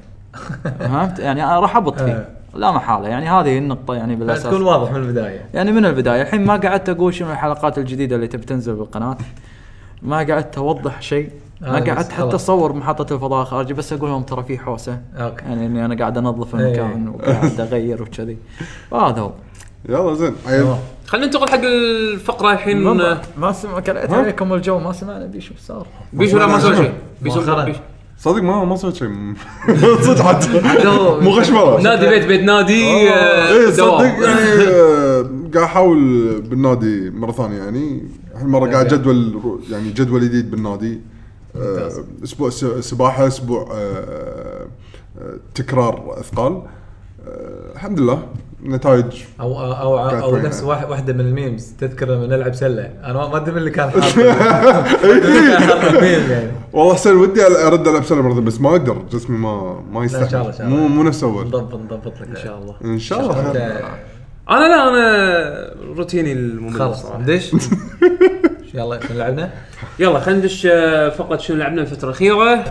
E: فهمت يعني انا راح ابط فيه لا محاله يعني هذه النقطه يعني
B: تكون
E: بالاساس
B: واضح من البدايه
E: يعني من البدايه الحين ما قعدت اقول شنو الحلقات الجديده اللي تبي تنزل بالقناه ما قعدت اوضح شيء ما
B: آه، بس
E: قعدت حتى
B: خلاص.
E: اصور محطه الفضاء خارجي بس اقول لهم ترى في حوسه
B: اوكي
E: يعني اني انا قاعد انظف المكان
B: إيه.
E: وقاعد اغير وكذي فهذا هو
C: يلا زين
B: تمام.
A: خلينا ننتقل حق الفقره الحين
E: ما- ما سمع كليت عليكم الجو ما سمعنا بي شو صار
A: بيشو لا ما سوى شيء بيشو
B: مؤخراً.
A: بيشو-
C: صدق ما ما سويت شيء صدق حتى
A: هو-
C: مو غشمره
A: نادي بيت بيت نادي آه،
B: إيه،
F: إيه،
C: ايه صدق
A: دوام.
C: يعني آه، قاعد احاول بالنادي مره ثانيه يعني هالمره قاعد جدول يعني جدول جديد بالنادي آه، اسبوع س- سباحه اسبوع آه، آه، تكرار اثقال آه، الحمد لله نتائج
B: او او او, أو
C: كانت
B: نفس
C: وين؟
B: واحد- واحده من الميمز تذكر لما نلعب سله انا ما- ما ادري من اللي كان حاط كان حاط الميم يعني
C: والله حسين ودي ارد العب سله مره بس ما اقدر جسمي ما ما
B: إن شاء الله، إن
C: يستحمل
B: شاء الله.
C: مو مو نفس اول
B: نضبط نضبط لك ان شاء الله
C: ان شاء الله
A: انا لا انا روتيني الممل
B: خلاص
A: صراحة.
B: ندش يلا إحنا لعبنا
A: يلا خلينا ندش آه، فقره شنو لعبنا الفتره الاخيره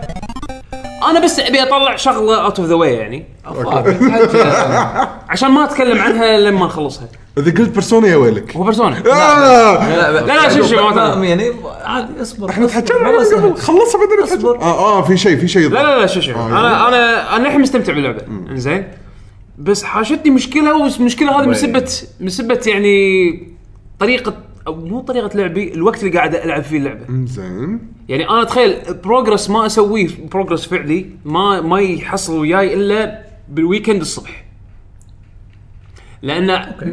A: انا بس ابي اطلع شغله اوت اوف ذا واي يعني عشان ما اتكلم عنها لما نخلصها
C: اذا قلت بيرسونا يا ويلك
A: هو بيرسونا
C: آه!
B: لا
A: لا، شوف شوف، ما تعرف.
B: يعني عادي اصبر
C: احنا
B: اصبر.
C: تحكينا عنها
B: خلاص،
C: قبل خلصها بعدين
B: اصبر.
C: نتحكي. اه اه في شيء في شيء
A: لا لا لا شو شو
C: آه،
A: انا انا انا الحين مستمتع باللعبه انزين بس حاشتني مشكله والمشكله هذه من سبه من سبه يعني طريقه او مو طريقه لعبي الوقت اللي قاعد العب فيه اللعبه
C: زين
A: يعني انا اتخيل بروجرس ما اسويه بروجرس فعلي ما ما يحصل وياي الا بالويكند الصبح لان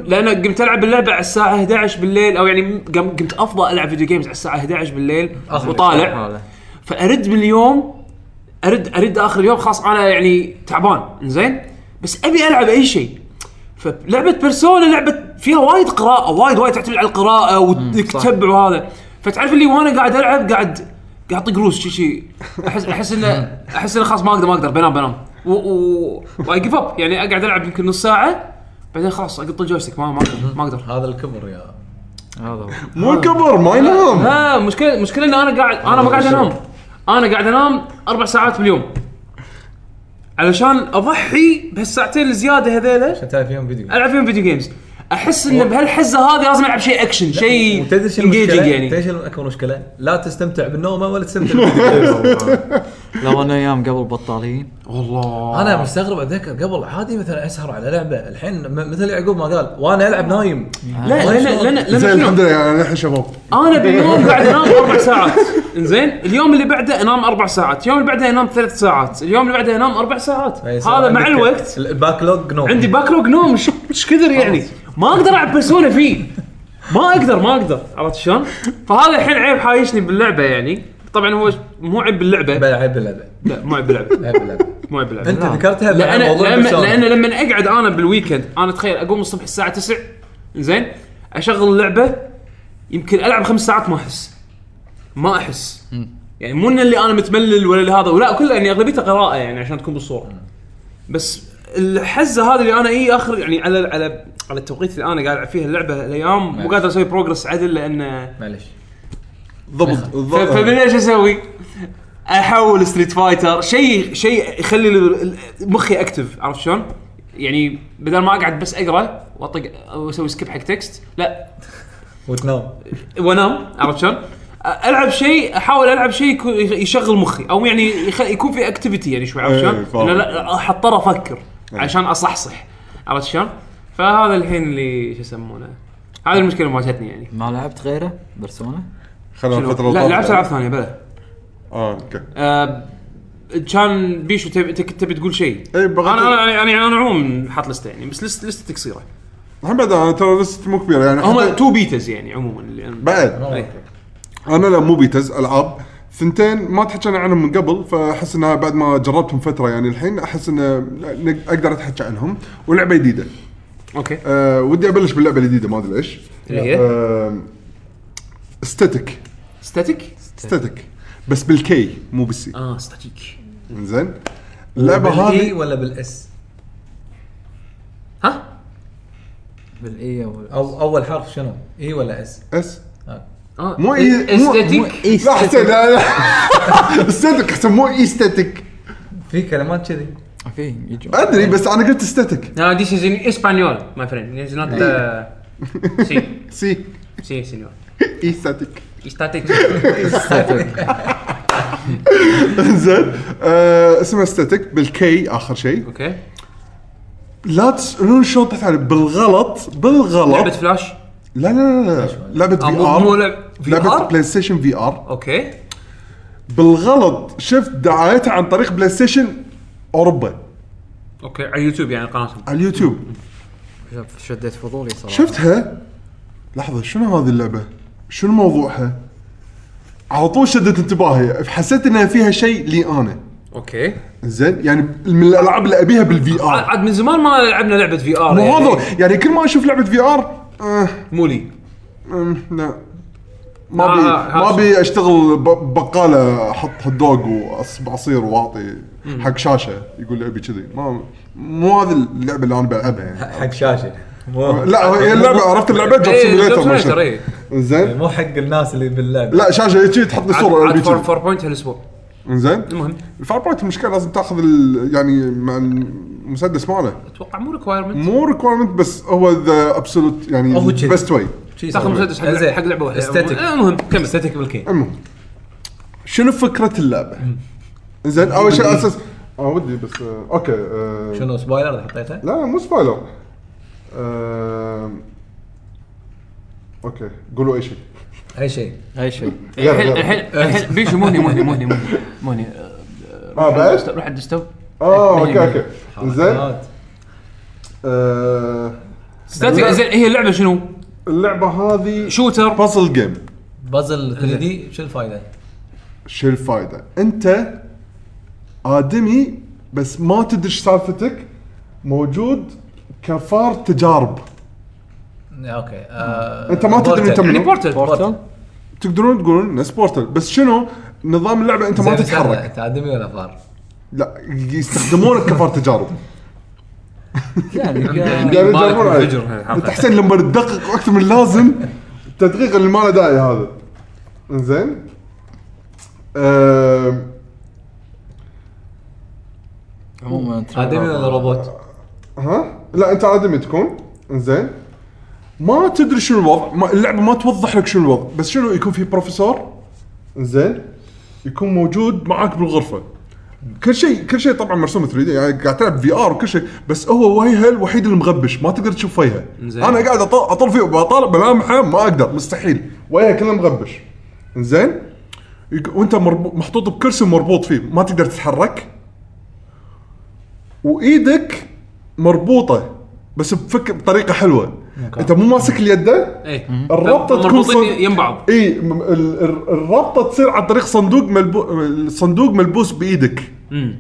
A: لان قمت العب اللعبه على الساعه 11 بالليل او يعني قم- قمت افضى العب فيديو جيمز على الساعه 11 بالليل
B: أخذ
A: وطالع فارد باليوم ارد ارد اخر اليوم خلاص انا يعني تعبان زين بس ابي العب اي شيء فلعبه بيرسونا لعبه فيها وايد قراءه وايد وايد تعتمد على القراءه وانك
B: صح.
A: تتبع وهذا فتعرف اللي وانا قاعد العب قاعد قاعد اطق روس شي شي احس احس انه احس انه خلاص ما اقدر ما اقدر بنام بنام و و واي جيف اب يعني اقعد العب يمكن نص ساعه بعدين خلاص اقط الجويستيك ما ما أقدر- ما اقدر
B: هذا الكبر يا
E: هذا هو
F: مو الكبر ما ينام
A: ها مشكله المشكله ان انا قاعد انا ما قاعد انام انا قاعد انام اربع ساعات باليوم علشان اضحي بهالساعتين الزياده هذيلا
B: عشان تعرف فيهم فيديو جيم.
A: العب فيهم فيديو جيمز احس ان بهالحزه هذه لازم العب شيء اكشن شيء
B: وتدري شنو المشكله؟
A: engaging
B: تدري
A: إيه، يعني
B: شنو اكبر مشكله؟ لا تستمتع بالنوم ولا تستمتع بالفيديو جيم.
E: لو انا ايام قبل بطالين
A: والله
B: انا مستغرب اتذكر قبل عادي مثلا اسهر على لعبه الحين م- مثل يعقوب ما قال وانا العب نايم
A: لا
B: ما
A: لان
B: شلون.
A: لان لان
F: زين
A: شنو؟
F: الحمد لله يعني الحين شباب
A: انا باليوم قاعد انام اربع ساعات انزين اليوم اللي بعده انام اربع ساعات اليوم اللي بعده انام ثلاث ساعات اليوم اللي بعده انام اربع ساعات
B: فيصير
A: هذا مع
B: عندك
A: الوقت
B: الباك لوج نوم
A: عندي باكلوج نوم إيش- ايش كثر يعني ما اقدر العب بيرسونا فيه ما اقدر ما اقدر عرفت شلون؟ فهذا الحين عيب حايشني باللعبه يعني طبعا هو مو عيب باللعبه
B: بلعب بلعب
A: لا مو عيب باللعبه
B: لعب لعب
A: مو عيب باللعبه
B: انت ذكرتها
A: لان
B: مع موضوع
A: لان
B: بيرسونا.
A: لان لما اقعد انا بالويكند انا تخيل اقوم الصبح الساعه 9 زين اشغل اللعبه يمكن العب خمس ساعات ما احس ما احس يعني مو ان اللي انا متملل ولا اللي هذا ولا كله يعني اغلبيته قراءه يعني عشان تكون بالصوره بس الحزه هذه اللي انا اي اخر يعني على على على التوقيت اللي انا قاعد العب فيه اللعبه الايام مو
B: معلش.
A: قادر اسوي بروجرس عدل لان
B: معليش
F: ضبط
A: ف- فمن ايش اسوي؟ احول ستريت فايتر شيء شيء يخلي ال- ال- مخي اكتف عرفت شلون؟ يعني بدل ما اقعد بس اقرا واطق واسوي سكيب حق تكست لا
B: وتنام
A: وانام عرفت شلون؟ أ- العب شيء احاول العب شيء يكو- يشغل مخي او يعني يخ- يكون في اكتيفيتي يعني شوي عرفت
F: إيه،
A: شلون؟
F: فاهم.
A: إنه
F: إيه.
A: لا- لا احضر افكر عشان اصحصح عرفت شلون؟ فهذا الحين اللي شو يسمونه هذه المشكله اللي واجهتني يعني
E: ما لعبت غيره بيرسونا
F: خلينا
A: شنو؟
F: الفترة
A: لا
F: الطافية.
A: لعبت العاب ثانيه بلا
F: اه اوكي
A: آه، كان بيشو تبي تك- تبي تقول شيء
C: إيه،
F: اي بغيت
A: انا انا يعني انا عموما حاط لسته يعني بس لسته لسته قصيره
F: الحين بعد انا ترى لست مو كبير يعني
A: هم
F: حتى-
A: تو بيتز يعني عموما اللي أنا-
F: بعد
A: إيه.
F: انا لا مو بيتز العاب ثنتين ما تحكينا عنهم من قبل فاحس انها بعد ما جربتهم فتره يعني الحين احس ان إن اقدر اتحكى عنهم ولعبه جديده
A: اوكي
F: أه ودي ابلش باللعبه الجديده ما ادري ليش
A: اللي هي
F: أه ستاتيك
A: ستاتيك
F: ستاتيك بس بالكي مو بالسي
A: اه ستاتيك
F: زين اللعبه
B: بالإي
F: هذه
B: ولا بالاس
A: ها
E: بالاي وال-
B: او اول حرف شنو؟ اي ولا اس؟
F: اس
A: اه
F: مو إي- مو- إيه.
A: استاتيك
F: لا حسين لا لا ستاتيك حسين مو ايستاتيك
B: في كلمات كذي
E: في يجوا
F: ادري بس انا قلت ستاتيك
A: No, this is in Espanol, my friend. It's not
F: إيه.
A: uh, si,
F: سي
A: si, señor.
F: ايستاتيك
A: Static.
F: زين آه، اسمها ستاتيك بالكي اخر شيء
A: اوكي.
F: لا تسالون شلون طلعت علي بالغلط
A: لعبة
F: بالغلط
A: فلاش.
F: لا لا لا لا لعبه
A: آه،
F: في
A: مو مو
F: ار
A: لعب
F: لعبه
A: VR؟
F: بلاي ستيشن في ار
A: اوكي.
F: بالغلط شفت دعايتها عن طريق بلاي ستيشن اوروبا
A: اوكي على اليوتيوب يعني قناتهم.
F: على اليوتيوب
E: شوف، شديت فضولي صراحه
F: شفتها لحظه شنو هذه اللعبه؟ شنو موضوعها؟ على طول شدت انتباهي حسيت انها فيها شيء لي انا
A: اوكي.
F: زين يعني من الالعاب اللي ابيها بالفي
A: آه، عاد
F: ار
A: عاد من زمان ما لعبنا لعبة في ار
F: مو
A: آه.
F: هذا يعني كل ما اشوف لعبه في ار آه
A: مو لي.
F: أم، لا نعم. ما
A: آه،
F: بي
A: آه،
F: ما
A: عرفت.
F: بي اشتغل ب- بقاله احط هوت دوغ وعصير واعطي حق شاشه يقول لي ابي كذي ما مو هذه اللعبه اللي انا بلعبها يعني
B: حق شاشه مو
F: لا هي اللعبه عرفت اللعبه جوب
A: إيه، Job
F: سيميليتر ما
A: Simulator،
F: شاء.
A: إيه.
F: زين
B: مو حق الناس اللي باللعبه
F: لا شاشه هيك تحط لي صوره
A: عاد
F: أبي
A: فور
F: كذي.
A: فور بوينت هالاسبوع
F: زين
A: المهم
F: الفار بوينت المشكله لازم تاخذ ال- يعني مع المسدس ماله
A: اتوقع مو ريكوايرمنت
F: مو ريكوايرمنت بس هو ذا ابسولوت يعني
B: هو كذي.
F: بست واي
A: تاخذ مسدس حق لعبة- حق لعبه واحده
B: استاتيك
A: آه، المهم كمل
B: استاتيك بالكي
F: المهم شنو فكره اللعبه؟ زين اول شيء اساس اه ودي بس آه، اوكي آه،
B: شنو سبويلر اللي حطيته؟
F: لا لا، مو سبويلر آه، اوكي قولوا اي شيء
B: اي شيء
E: اي شيء
A: إيه، الحين
F: غير- غير.
A: الحين- الحين بيشو مهني مهني مهني مهني مهني
F: آه، بعد؟
A: روح عند الستو
F: اه اوكي
A: يعني
F: اوكي زين
B: حركات.
F: آه،
A: استاذ إيه، زين هي اللعبه شنو؟
F: اللعبه هذه
A: شوتر
F: بازل جيم
B: بازل 3
F: إيه.
B: دي شو الفائده؟
F: شو الفائده؟ انت ادمي بس ما تدري شو سالفتك موجود كفار تجارب
B: اوكي إيه، آه،
F: أنت ما تدري
B: بورتل.
F: أنت من-
A: يعني بورتل
E: بورتال
F: تقدرون تقولون نفس بورتل بس شنو نظام اللعبه انت ما
B: زين، استنى،
F: تتحرك
B: انت ادمي ولا فار؟
F: لا يستخدمونك كفار تجارب
E: يعني
A: يعني
E: كان-
F: قاعد
A: مالك
F: يدورون عليك.
A: منفجر هالحلقة.
F: انت حسين لما تدقق اكثر من اللازم التدقيق اللي ما له داعي هذا انزين آم،
E: عموما
B: ادمي ولا روبوت؟
F: ها لا انت ادمي تكون انزين ما تدري شنو الوضع ما اللعبه ما توضح لك شنو الوضع بس شنو يكون في بروفيسور انزين يكون موجود معاك بالغرفه كل شيء كل شيء طبعا مرسوم 3 دي يعني قاعد تلعب في ار وكل شيء بس هو وجهه الوحيد المغبش ما تقدر تشوف وجهه
A: إنزين.
F: انا قاعد اطل اطل فيه بطالع بلامحه ما اقدر مستحيل وجهه كله مغبش انزين يك- وانت مربو- محطوط بكرسي مربوط فيه ما تقدر تتحرك وايدك مربوطه بس بفك بطريقه حلوه انت مو ماسك اليده
A: ايه
F: الربطه تكون
A: مربوطين يم بعض
F: اي الربطه تصير عن طريق صندوق ملبو... الصندوق ملبوس بايدك
A: مم.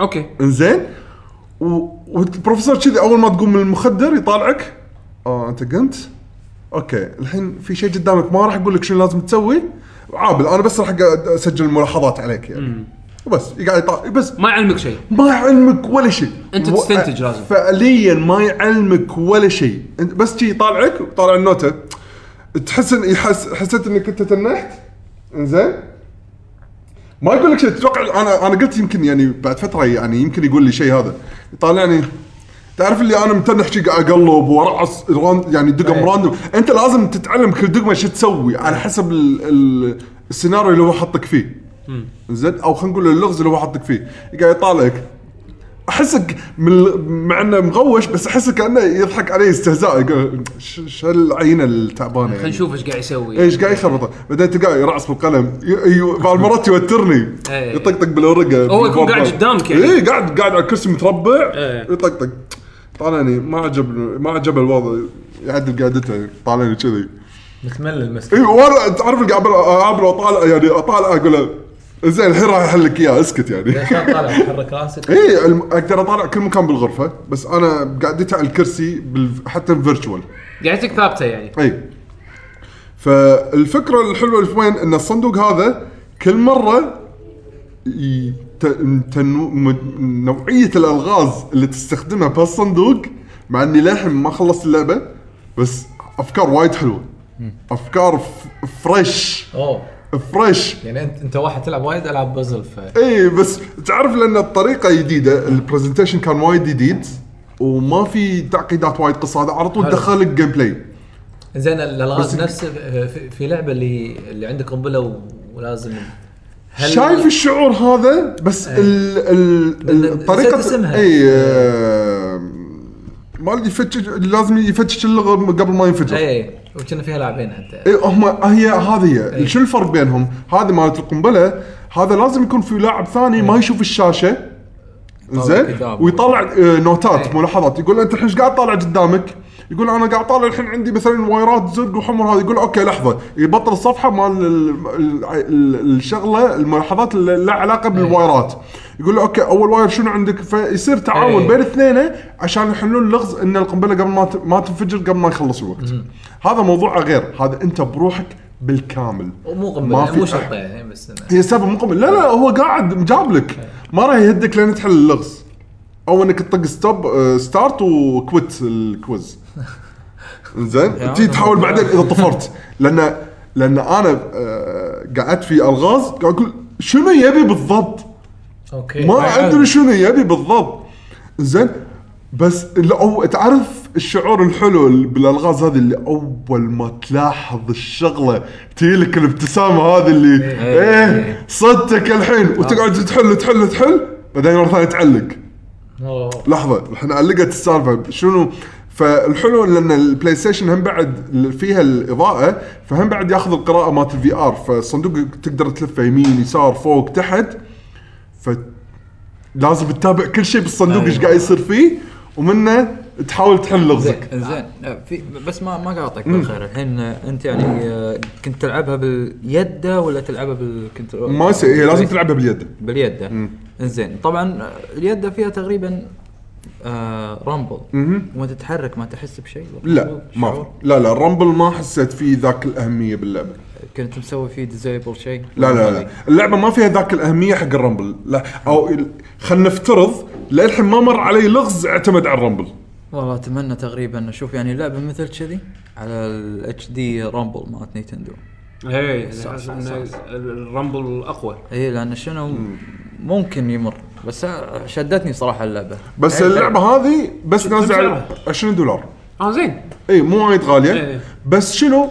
A: اوكي
F: انزين و... والبروفيسور كذي اول ما تقوم من المخدر يطالعك اه انت قمت اوكي الحين في شيء قدامك ما راح اقول لك شنو لازم تسوي عابل انا بس راح أقعد اسجل ملاحظات عليك يعني وبس يقعد يطالع بس
A: ما يعلمك شيء
F: ما يعلمك ولا شيء
A: أنت
F: و-
A: تستنتج لازم.
F: فعليا ما يعلمك ولا شيء أنت بس شي يطالعك وطالع النوته تحس ان يحس حسيت انك انت تنحت انزين ما يقول لك شيء تتوقع انا انا قلت يمكن يعني بعد فتره يعني يمكن يقول لي شيء هذا يطالعني تعرف اللي انا متنح شي قاعد اقلب وارعص راند- يعني دقم
B: أي.
F: راندوم انت لازم تتعلم كل دقمه شو تسوي على حسب ال ال السيناريو اللي هو حطك فيه زين او خلينا نقول اللغز اللي هو حاطك فيه قاعد يطالعك احسك من ال- مع انه مغوش بس احسه كانه يضحك عليه استهزاء يقول ش- شو هالعينه التعبانه
A: خلينا
F: يعني.
A: نشوف ايش قاعد يسوي
F: ايش قاعد يخربطه بعدين تلقاه يرعص بالقلم ي- ي- بعض المرات يوترني
A: إيه.
F: يطقطق بالورقه
A: هو يكون قاعد قدامك يعني.
F: اي قاعد قاعد على الكرسي متربع
A: إيه.
F: يطقطق طالعني ما عجب ما عجب الوضع يعدل قعدته طالعني كذي
B: متملل
F: اي
B: مسكين
F: وانا تعرف اللي قاعد اقابله اطالع يعني اطالع اقول له، زين الحين راح احل لك اياه اسكت يعني
B: ليش ما طالع حرك راسك
F: اي الم- اقدر اطالع كل مكان بالغرفه بس انا قعدتي على الكرسي بال... حتى الفيرتشوال
A: قاعدتك ثابته يعني
F: اي فالفكره الحلوه اللي طيب. في وين ان الصندوق هذا كل مره ي... ت... تنو... م- نوعيه الالغاز اللي تستخدمها بهالصندوق مع اني للحين ما خلصت اللعبه بس افكار وايد حلوه افكار ف... فريش
B: اوه
F: فريش
B: يعني انت انت واحد تلعب وايد العاب بازل ف
F: اي بس تعرف لان الطريقه جديده البرزنتيشن كان وايد جديد وما في تعقيدات وايد قصه هذا على طول
B: حلو.
F: دخل الجيم بلاي
B: زين
F: بس-
B: الالغاز نفسه في, في لعبه اللي اللي عندك قنبله و- ولازم هل
F: شايف الشعور هذا بس ال ال
B: بل-
F: ال- طريقه
B: نسيت اسمها. إيه.
F: اي آه، ما اللي يفتش لازم يفتش اللغه قبل ما ينفجر
B: اي
F: اي
B: إيه، وكنا فيها لاعبين حتى
F: إيه، هم هي هذه هي
B: إي.
F: شو الفرق بينهم؟ هذه مالت القنبله هذا لازم يكون في لاعب ثاني ما يشوف الشاشه زين
E: كتاب.
F: ويطلع آه، نوتات
B: إيه.
F: ملاحظات يقول انت الحين ايش قاعد طالع قدامك؟ يقول انا قاعد طالع الحين عندي مثلا وايرات زرق وحمر هذا يقول اوكي لحظه يبطل الصفحه مال ال- ال- ال- الشغله الملاحظات اللي لها علاقه
B: إيه.
F: بالوايرات يقول له اوكي اول واير شنو عندك فيصير تعاون
B: إيه.
F: بين الاثنين عشان يحلون لغز ان القنبله قبل ما ت- ما تنفجر قبل ما يخلص الوقت هذا موضوع غير هذا انت بروحك بالكامل
B: مو
F: ما
B: قنبله
F: في
B: مو
F: أح-
B: شرطه يعني بس إنه-
F: هي السالفه مو قبل لا لا هو قاعد مجابلك ما راح يهدك لين تحل اللغز او انك تطق ستوب آه، ستارت وكويت الكويز زين تجي تحاول بعدين اذا طفرت لان لان انا آه، قعدت في الغاز قاعد اقول شنو يبي بالضبط
B: اوكي
F: ما ادري شنو يبي بالضبط زين بس اللي أو تعرف الشعور الحلو اللي بالالغاز هذه اللي اول ما تلاحظ الشغله تجيلك الابتسامه هذه اللي ايه صدتك الحين وتقعد تحل تحل تحل بعدين مره ثانيه تعلق
B: أوه.
F: لحظه الحين علقت السالفه شنو فالحلو لان البلاي ستيشن هم بعد فيها الاضاءه فهم بعد ياخذ القراءه مالت الفي ار فالصندوق تقدر تلفه يمين يسار فوق تحت ف لازم تتابع كل شيء بالصندوق ايش قاعد يصير فيه ومنه تحاول تحل لغزك
E: زين زين في بس ما ما قاطعك بالخير الحين انت يعني آه، كنت تلعبها باليد ولا تلعبها بالكنترول؟
F: ما يصير هي لازم تلعبها باليد
E: باليد زين طبعا آه، اليد فيها تقريبا آه رامبل
F: مهم.
E: وانت تتحرك ما تحس بشيء ولا
F: لا ما
E: شعور؟
F: في. لا لا الرامبل ما حسيت فيه ذاك الاهميه باللعبه
E: كنت مسوي فيه ديزيبل شيء
F: لا لا لا اللعبه ما فيها ذاك الاهميه حق الرامبل لا او ال- خلينا نفترض للحين ما مر علي لغز اعتمد على الرامبل
E: والله اتمنى تقريبا اشوف يعني لعبه مثل كذي على الاتش دي رامبل مالت نينتندو
A: اي
E: صح، صح، صح.
A: الرامبل اقوى
E: اي لان إيه، شنو ممكن يمر بس آه، شدتني صراحه اللعبه
F: بس
A: إيه،
E: حلو.
F: اللعبه هذه بس
A: كم
F: نازله
A: سعرها؟
F: 20 دولار
A: اه زين
F: اي مو وايد
A: إيه.
F: غاليه بس شنو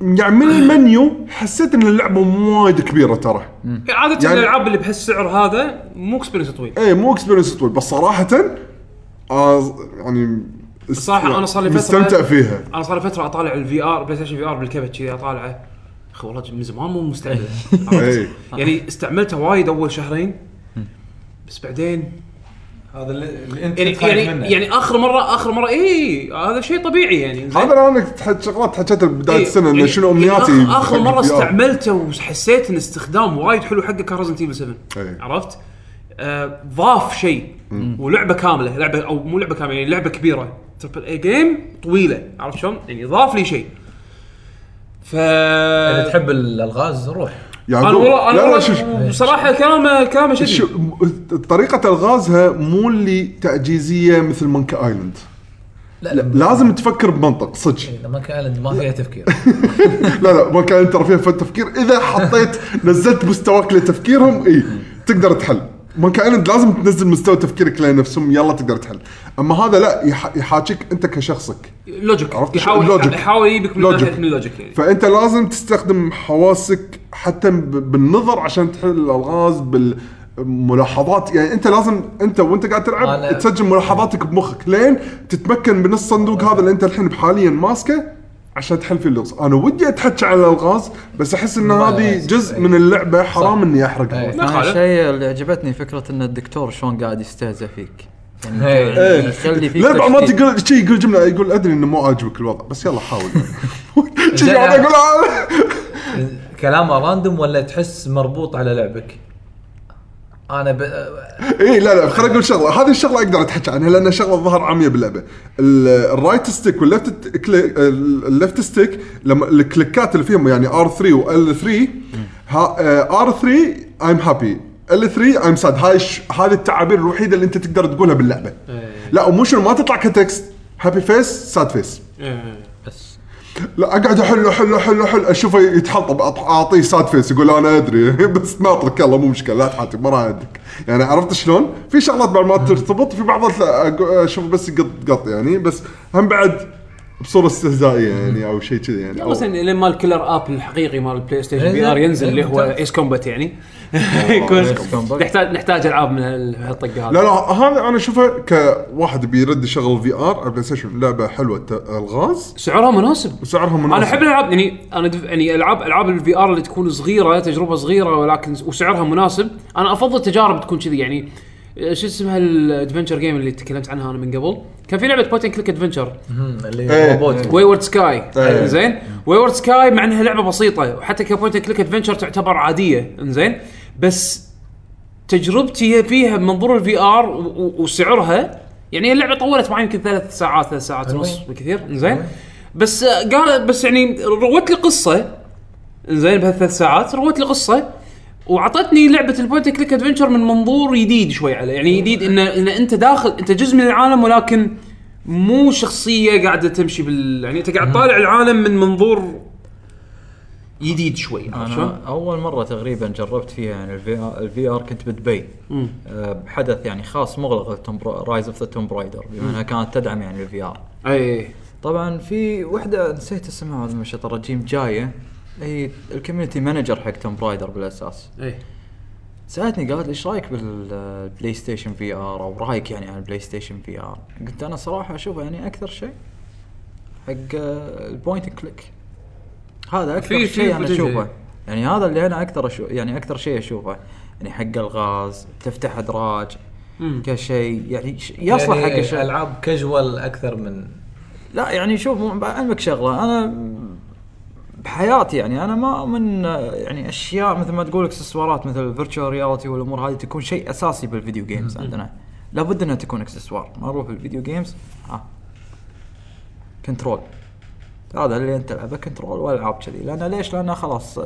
F: يعني من المنيو حسيت ان اللعبه مو وايد كبيره ترى
A: عاده
F: يعني-
A: الالعاب اللي بهالسعر هذا مو اكسبيرينس طويل
F: اي مو اكسبيرينس طويل بس صراحه آه يعني است-
A: صراحة أنا صار لي فترة-
F: مستمتع فيها
A: انا صار لي فتره اطالع الفي ار بلاي ستيشن في ار بالكبت كذي اطالعه اخي والله من زمان مو مستعمل
F: إي.
A: يعني استعملته وايد اول شهرين بس بعدين
G: هذا اللي اللي انت
A: يعني
G: تخايف
A: يعني,
G: منه.
A: يعني اخر مره اخر مره اي إيه، هذا شيء طبيعي يعني زين؟
F: هذا انا تح- شغلات حكيتها ببدايه
A: إيه،
F: السنه انه
A: يعني-
F: شنو
A: يعني
F: امنياتي
A: آخر- اخر
F: حق
A: مره
F: ال VR.
A: استعملته وحسيت ان استخدام وايد حلو حقه كان رزنت ايفل 7
F: إيه.
A: عرفت؟ آه ضاف شيء ولعبه كامله لعبه او مو لعبه كامله يعني لعبه كبيره تربل اي جيم طويله عرفت شلون؟ يعني ضاف لي شيء ف يعني
B: اذا تحب الالغاز روح
A: انا
F: يعقوب
A: والله انا
F: لا لا
A: والله
F: شوف
A: بصراحه كلامه كلامه
F: شو
A: شديد
F: م- طريقة الغازها مو اللي تعجيزية مثل مونكي ايلاند
B: لا لا
F: لازم تفكر بمنطق صدق
B: ما كان ما فيها تفكير
F: لا لا مونكي ايلاند ترى فيها فن تفكير اذا حطيت نزلت مستواك لتفكيرهم اي تقدر تحل مونكي ايلاند لازم تنزل مستوى تفكيرك لنفسهم يلا تقدر تحل اما هذا لا يح- يحاكيك انت كشخصك
A: لوجيك
F: عرفت شو-
A: يحاول
F: لوجيك.
A: يحاول يجيبك من
F: لوجيك.
A: ناحيه من اللوجيك يعني
F: فانت لازم تستخدم حواسك حتى ب- بالنظر عشان تحل الالغاز بال ملاحظات يعني انت لازم انت وانت قاعد
B: أنا-
F: تلعب تسجل ملاحظاتك بمخك لين تتمكن من الصندوق هذا اللي انت الحين حاليا ماسكه عشان تحل فيه اللغز، انا ودي اتحكى على الالغاز بس احس ان
B: ما- إيه.
F: هذه جزء
B: أي.
F: من اللعبه حرام اني احرقها.
B: أي.
A: ما
E: انا
A: خالف.
E: الشيء اللي عجبتني فكره ان الدكتور شلون قاعد يستهزئ فيك يعني
B: إيه.
E: يعني يخلي فيك
F: لا بعد ما
E: تشكيك.
F: تقول شيء يقول جمله يقول ادري انه مو عاجبك الوضع بس يلا حاول. شي
B: زين،
F: يقعد يقول
E: إيه.
B: كلامه راندوم ولا تحس مربوط على لعبك؟ انا ب...
F: اي إيه، لا لا خليني اقول شغله هذه الشغله اقدر اتحكى عنها لان شغله ظهر عاميه باللعبه ال- الرايت ستيك والليفت ت- كلي- ال- الليفت ستيك لما الكليكات اللي فيهم يعني ار 3 وال 3 ار 3 ايم هابي ال 3 ايم ساد هاي الش- هذه التعابير الوحيده اللي انت تقدر تقولها باللعبه لا ومو شنو ما تطلع كتكست هابي فيس ساد فيس
A: إيه.
E: بس
F: لا اقعد احل احل احل احل اشوفه يتحطب أط- اعطيه ساد فيس يقول انا ادري بس ناطرك يلا مو مشكله لا تحاتي ما راح اهدك يعني عرفت شلون؟ في شغلات بعد ما ترتبط في بعضها لا أق- اشوف بس قط قط يعني بس هم بعد بصوره استهزائيه يعني او شيء كذي يعني
A: مثلا لين مال كيلر اب الحقيقي مال البلاي ستيشن
B: إيه،
A: في ار ينزل
B: إيه،
A: اللي هو
B: ممتاز.
A: ايس كومبات يعني يكون
E: كومبات.
A: نحتاج نحتاج العاب من هال- هالطقه
F: لا
A: هذه
F: لا هذا انا اشوفه كواحد بيرد شغل في ار على بلاي ستيشن لعبه حلوه ت- الغاز
A: سعرها مناسب
F: وسعرها مناسب
A: انا احب الالعاب يعني انا دف... يعني العاب العاب الفي ار اللي تكون صغيره تجربه صغيره ولكن وسعرها مناسب انا افضل تجارب تكون كذي يعني آه، شو اسمها الادفنشر جيم اللي تكلمت عنها انا من قبل كان في لعبه بوينت كليك ادفنشر
B: مم، اللي
F: إيه.
B: روبوت
A: ويورد سكاي
F: إيه.
A: زين ويورد سكاي مع انها لعبه بسيطه وحتى كبوينت كليك ادفنشر تعتبر عاديه انزين بس تجربتي هي فيها بمنظور الفي ار وسعرها يعني هي اللعبه طولت معي يمكن ثلاث ساعات ثلاث ساعات ونص بالكثير زين بس آه، قال بس يعني روت لي قصه زين بهالثلاث ساعات روت لي قصه وعطتني لعبه البوينت كليك ادفنشر من منظور جديد شوي على يعني جديد ان ان انت داخل انت جزء من العالم ولكن مو شخصيه قاعده تمشي بال يعني انت قاعد طالع العالم من منظور جديد شوي عرفت شلون؟
E: انا اول مره تقريبا جربت فيها يعني الفي ار الفي ار كنت بدبي آه، بحدث يعني خاص مغلق لتوم برا- رايز اوف ذا توم برايدر بما انها كانت تدعم يعني الفي ار
A: اي
E: طبعا في وحده نسيت اسمها هذا من الشطر
A: إيه،
E: الجيم جايه هي الكوميونتي مانجر حق توم برايدر بالاساس
A: اي
E: سالتني قالت لي ايش رايك بالبلاي ستيشن في ار او رايك يعني عن البلاي ستيشن في ار قلت انا صراحه اشوفه يعني اكثر شيء حق آه، البوينت أند كليك هذا
A: في-
E: اكثر
A: في
E: شيء انا
A: potential.
E: اشوفه يعني هذا اللي انا اكثر أشو... يعني اكثر شيء اشوفه يعني حق الغاز تفتح ادراج
A: مم.
E: كشيء يعني ش- يصلح
B: يعني
E: حق الشيء
B: العاب كاجوال اكثر من
E: لا يعني شوف مو- بعلمك شغله انا بحياتي يعني انا ما من يعني اشياء مثل ما تقول اكسسوارات مثل الفيرتشوال رياليتي والامور هذه تكون شيء اساسي بالفيديو جيمز عندنا لابد انها تكون اكسسوار ما نروح بالفيديو آه. جيمز ها كنترول هذا اللي انت تلعبه كنترول والعاب كذي لان ليش؟ لان خلاص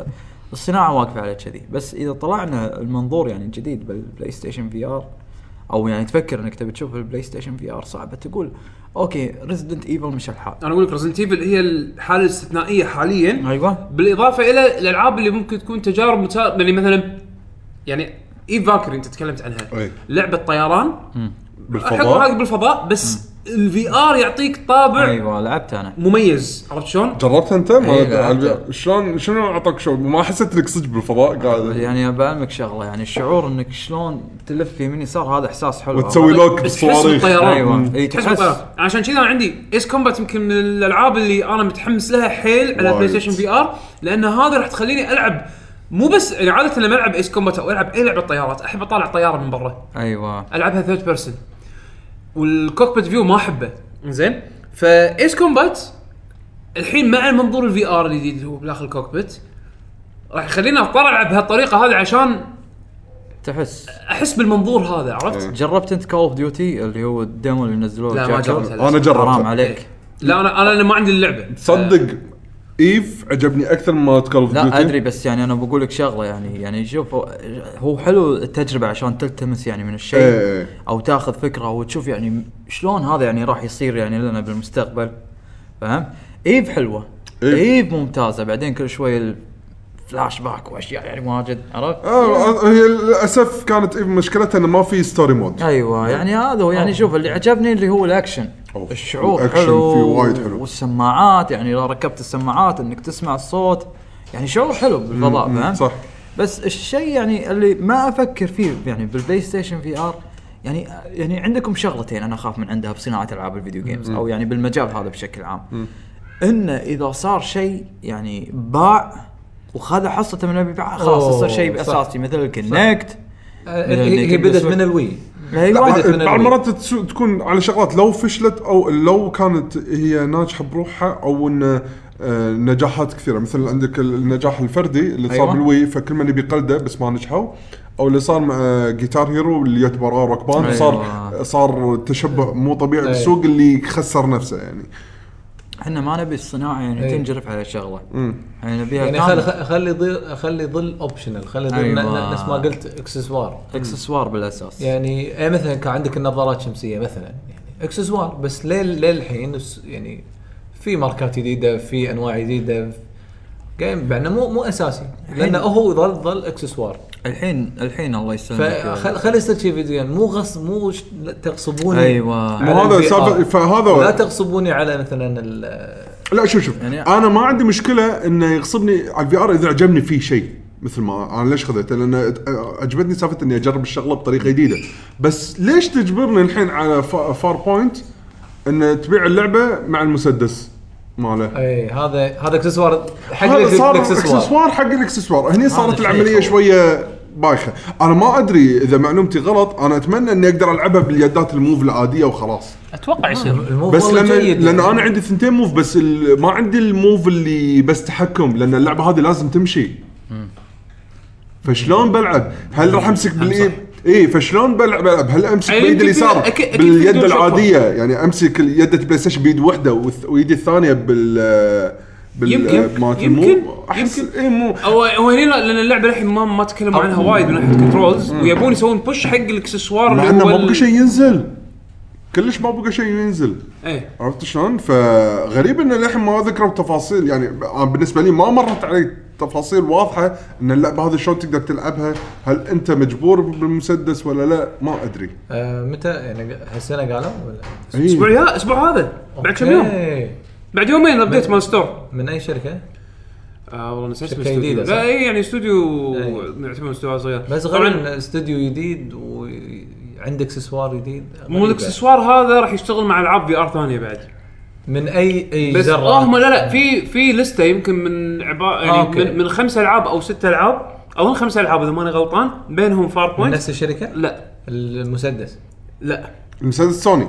E: الصناعه واقفه على كذي بس اذا طلعنا المنظور يعني الجديد بالبلاي ستيشن في ار او يعني تفكر انك تبي تشوف البلاي ستيشن في ار صعبه تقول اوكي ريزدنت ايفل مش الحال
A: انا اقول لك ريزنت ايفل هي الحاله الاستثنائيه حاليا
E: ايوه
A: بالاضافه الى الالعاب اللي ممكن تكون تجارب متا... اللي مثلا يعني اي فاكري انت تكلمت عنها
C: أي.
A: لعبه طيران حلو هذه
C: بالفضاء
A: بالفضاء بس الفي ار يعطيك طابع
E: ايوه لعبت انا
A: مميز عرفت شلون؟
C: جربت انت؟ ما
E: إيه، لعبتها.
C: شلون شنو اعطاك شو ما حسيت لك صدق بالفضاء قاعد
E: يعني بعلمك شغله يعني الشعور انك شلون تلف يمين يسار هذا احساس حلو
C: وتسوي لوك
A: بس تحس
C: بالصواريخ
A: بالطيران.
E: ايوه اي
A: تحس
E: تحس
A: بالطيران. عشان كذا انا عندي ايس كومبات يمكن من الالعاب اللي انا متحمس لها حيل على
C: وايد.
A: بلاي ستيشن في ار لان هذا راح تخليني العب مو بس يعني عاده لما العب ايس كومبات او العب اي لعبه طيارات احب اطالع طياره من برا
E: ايوه
A: العبها ثيرد بيرسون والكوكبيت فيو ما احبه زين فايس كومبات الحين مع المنظور الفي ار الجديد اللي هو بداخل الكوكبيت راح يخليني اضطر العب بهالطريقه هذه عشان
E: تحس
A: احس بالمنظور هذا عرفت؟
C: إيه.
E: جربت انت كول اوف ديوتي اللي هو الديمو اللي نزلوه
A: لا، ما
E: جاكر؟
A: جربتها.
C: انا
E: حرام
C: جربت
E: عليك
A: لا انا انا ما عندي اللعبه
C: صدق ايف عجبني اكثر ما تكال اوف
E: لا ادري بس يعني انا بقول لك شغله يعني يعني شوف هو- هو حلو التجربه عشان تلتمس يعني من الشيء
C: إيه.
E: او تاخذ فكره وتشوف يعني شلون هذا يعني راح يصير يعني لنا بالمستقبل فهمت؟ ايف حلوه
C: إيف.
E: ايف, إيف ممتازه بعدين كل شوي الفلاش باك واشياء يعني واجد عرفت؟
C: آه هي للاسف كانت إيف مشكلتها انه ما في ستوري مود
E: ايوه يعني هذا هو يعني شوف اللي عجبني اللي هو الاكشن
C: أوف.
E: الشعور
C: الأكشن
E: حلو
C: فيه وايد حلو.
E: والسماعات يعني اذا ركبت السماعات انك تسمع الصوت يعني شعور حلو بالفضاء
C: مم،
E: فاهم؟
C: صح.
E: بس الشيء يعني اللي ما افكر فيه يعني بالبلاي ستيشن في ار يعني يعني عندكم شغلتين انا اخاف من عندها بصناعه العاب الفيديو جيمز او يعني بالمجال هذا بشكل عام انه اذا صار شيء يعني باع وخذ حصته من المبيعات خلاص
B: أوه،
E: يصير شيء
B: صح.
E: اساسي مثل الكونكت
B: آه،
E: من
B: هي هي
E: النيكل
B: بدت
E: بس-
B: من الوي
E: ايوه
B: بدت من
C: بعض
B: الوي.
C: المرات تسو- تكون على شغلات لو فشلت او لو كانت هي ناجحه بروحها او ان آه، نجاحات كثيره مثل عندك النجاح الفردي اللي صار
E: أيوة.
C: بالوي فكل من يبي قلده بس ما نجحوا او اللي صار مع جيتار هيرو اللي يعتبر روك باند
E: أيوة.
C: صار صار تشبع مو طبيعي
B: أيوة.
C: بالسوق اللي خسر نفسه يعني
E: احنا ما نبي الصناعه يعني
B: أي.
E: تنجرف على شغله
C: مم.
E: يعني نبيها
B: يعني
E: يعني
B: خلي خ- خلي ضل خلي ظل اوبشنال خلي ظل
E: أيوة.
B: نفس ما قلت اكسسوار
E: اكسسوار بالاساس
B: يعني اي مثلا كان عندك النظارات الشمسيه مثلا يعني اكسسوار بس لين للحين الس- يعني في ماركات جديده في انواع جديده قايم بعدنا مو مو اساسي لانه هو ظل ظل اكسسوار
E: الحين الحين الله يسلمك
B: فخلي يصير شيء فيديو جيم مو غصب مو ش- لا تغصبوني
E: أيوة.
B: على
C: مو هذا
B: ال
C: سالفة-
B: VR.
C: فهذا-
B: لا تغصبوني على مثلا ال-
C: لا شوف شوف يعني
E: يعني-
C: انا ما عندي مشكله انه يغصبني على الفي ار اذا عجبني فيه شيء مثل ما انا ليش خذته لان أت- عجبتني سالفه اني اجرب الشغله بطريقه جديده بس ليش تجبرني الحين على فا- فار بوينت ان تبيع اللعبه مع المسدس ماله
B: اي إيه, هذا هذا اكسسوار حق
C: هذا صار
B: الاكسسوار
C: اكسسوار حق الاكسسوار هني صارت
B: شيء
C: العمليه
B: خوف.
C: شويه بايخه انا ما ادري اذا معلومتي غلط انا اتمنى اني اقدر العبها باليدات الموف العاديه وخلاص
H: اتوقع يصير
B: الموف
C: بس
B: والله
C: لان
B: جيد. يعني.
A: يعني.
C: لان انا عندي ثنتين موف بس ال- ما عندي الموف اللي بس تحكم لان اللعبه هذه لازم تمشي فشلون بلعب؟ هل راح امسك بالايد؟ اي فشلون بلعب بلعب؟ هل امسك
A: يعني
C: باليد
A: يمكن في-
C: اليسار
A: أكيد- أكيد في
C: باليد
A: دول
C: العاديه يعني امسك ال- يد البلاي ستيشن بيد واحده والث- ويدي الثانيه بال بال
A: يمكن-
C: مالت
A: يمكن-
C: الموف احس
A: يمكن.
F: إيه،
C: اي مو
A: هو هو هنا لا- لان اللعبه الحين ما ما تكلموا عنها وايد من ناحيه كنترولز
C: إيه.
A: ويبون يسوون بوش حق الاكسسوار
C: مع
A: اللي
C: انه
A: هو
C: ما
A: ال-
C: بقى شيء ينزل كلش ما بقى شيء ينزل
A: ايه
C: عرفت شلون؟ فغريب انه للحين ما ذكروا تفاصيل يعني أنا بالنسبه لي ما مرت علي تفاصيل واضحه ان اللعبه هذه شلون تقدر تلعبها، هل انت مجبور بالمسدس ولا لا؟ ما ادري.
B: آه، متى يعني هالسنه قالوا ولا
C: إيه.
B: إيه.
A: الاسبوع يا الاسبوع هذا بعد كم يوم
B: أوكي.
A: بعد يومين الابديت مال ستور
B: من اي شركه؟
A: آه والله نسيت إيه. اسم
B: شركة
A: الاستوديو
B: جديدة، صح؟
A: لا اي يعني استوديو
B: إي.
A: يعتبر استوديو صغير
B: بس
A: طبعا
B: غالبا استوديو جديد وعندك اكسسوار جديد
A: مو
B: غريبة.
A: الاكسسوار هذا راح يشتغل مع العاب في ار ثانيه بعد
B: من اي اي
A: بس آه،
B: ذرة.
A: هم لا لا في في لسته يمكن من عبا يعني
B: آه، أوكي.
A: من, من خمس العاب او ست العاب اظن خمس العاب اذا ماني غلطان بينهم فار
B: من
A: بوينت
B: نفس الشركه
A: لا
B: المسدس
A: لا
C: المسدس سوني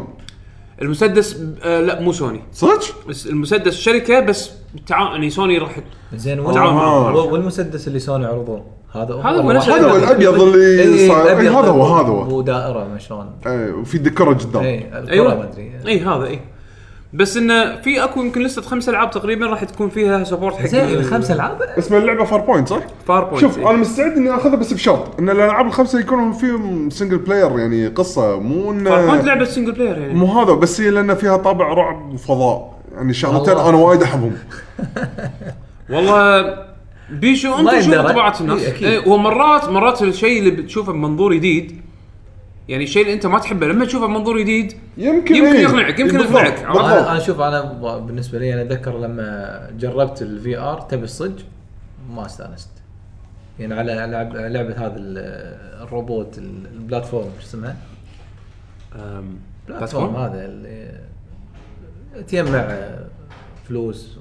A: المسدس آه لا مو سوني
C: صدق؟
A: بس المسدس شركه بس بالتعاون يعني سوني راح
B: زين
A: تعال
B: وال-
A: معنا.
B: و- والمسدس اللي سوني عرضوه هذا
A: آه، هذا هو نفس
C: هذا هو الابيض اللي
A: إيه،
B: إي،
F: إيه،
C: صار إي،
B: الأبيض
C: هذا هو
B: و-
C: هذا هو أيوه.
B: ودائره ما شلون
C: إي، وفي دكره قدام
B: اي
A: أيوة.
B: ايوه ما ادري
A: اي هذا اي بس انه في اكو يمكن لسه خمس العاب تقريبا راح تكون فيها سبورت حق
B: زين خمس العاب
C: اسم اللعبه فار بوينت صح؟
A: فار بوينت
C: شوف انا مستعد اني اخذها بس بشرط ان الالعاب الخمسه يكونون فيهم سنجل بلاير يعني قصه مو
A: فار بوينت
C: انه
A: لعبه سنجل بلاير يعني
C: مو هذا بس هي لان فيها طابع رعب وفضاء يعني شغلتين
B: والله.
C: انا وايد احبهم
A: والله بيشو انت
B: ما
A: شوف
B: يندرى.
A: طباعه الناس
B: إي، أكيد.
A: إي، إيه، ومرات مرات الشيء اللي بتشوفه بمنظور جديد يعني الشيء اللي انت ما تحبه لما تشوفه بمنظور جديد
C: يمكن
A: يمكن
C: إي.
A: يقنعك، يمكن
C: بالضبط،
A: يقنعك.
C: بالضبط.
B: انا أنا شوف انا ب- بالنسبه لي انا اتذكر لما جربت الفي ار تبي الصج ما استانست يعني على لعب لعبه هذا ال- الروبوت ال- البلاتفورم شو اسمها؟
A: أم،
B: بلاتفورم هذا اللي تجمع فلوس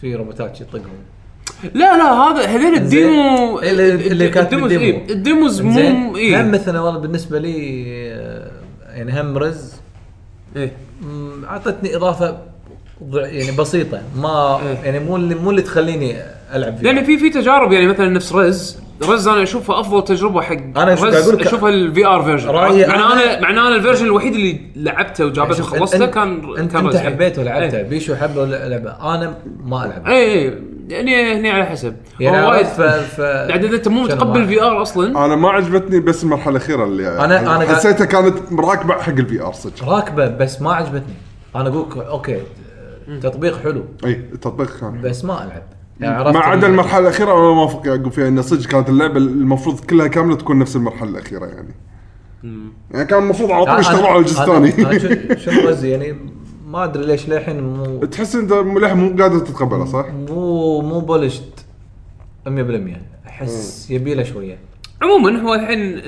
B: في روبوتات يطقهم
A: لا لا هذا هذول الديمو
B: زين. اللي- اللي كانت
A: الديموز
B: بالديمو.
A: إيه، الديموز مو إيه.
B: زين هم
A: اي
B: مثلا والله بالنسبه لي آه، يعني هم رز
A: إيه.
B: مم، اعطتني اضافه ضع- يعني بسيطه ما
A: إيه.
B: يعني مو اللي مو اللي تخليني العب فيها
A: لان في في تجارب يعني مثلا نفس رز رز انا اشوفها افضل تجربه حق
B: أنا شو قاعد
A: رز
B: أقول لك-
A: اشوفها الفي ار فيرجن
B: رأيي
A: معناه
B: أنا-
A: انا معناه انا الفيرجن الوحيد اللي لعبته وجابته
B: شوف،
A: وخلصته
B: أنت-
A: كان
B: انت,
A: كان
B: انت
A: رز. إيه.
B: حبيته ولعبته
A: إيه.
B: بيشو حبه ولعبه انا ما العب
A: اي اي إيه، يعني هني على حسب
B: يعني
A: هو
B: عرفت
A: وايد
B: ف, ف...
A: بعد اذا انت إيه. مو
B: شنو
A: متقبل
B: ما- آه.
A: في ار اصلا
C: انا ما عجبتني بس المرحله الاخيره اللي
B: أنا- أنا قاعد-
C: حسيتها كانت مراكبه حق الفي ار صدق
B: راكبه بس ما عجبتني انا اقول لك، اوكي تطبيق حلو
C: اي التطبيق كان
B: بس ما العب يعني عرفت
C: ما عدا
B: إن-
C: المرحله الاخيره انا موافق يعقوب فيها ان صدق كانت اللعبه المفروض كلها كامله تكون نفس المرحله الاخيره يعني يعني كان المفروض على طول
B: أنا-
C: يشتغلوا على الجزء
B: أنا- أنا
C: الثاني
B: شو- شنو قصدي يعني ما ادري ليش للحين مو
C: تحس انت ملح مو قادر تتقبله صح؟
B: مو مو بولشت 100% احس يبي له شويه
A: عموما هو الحين ال-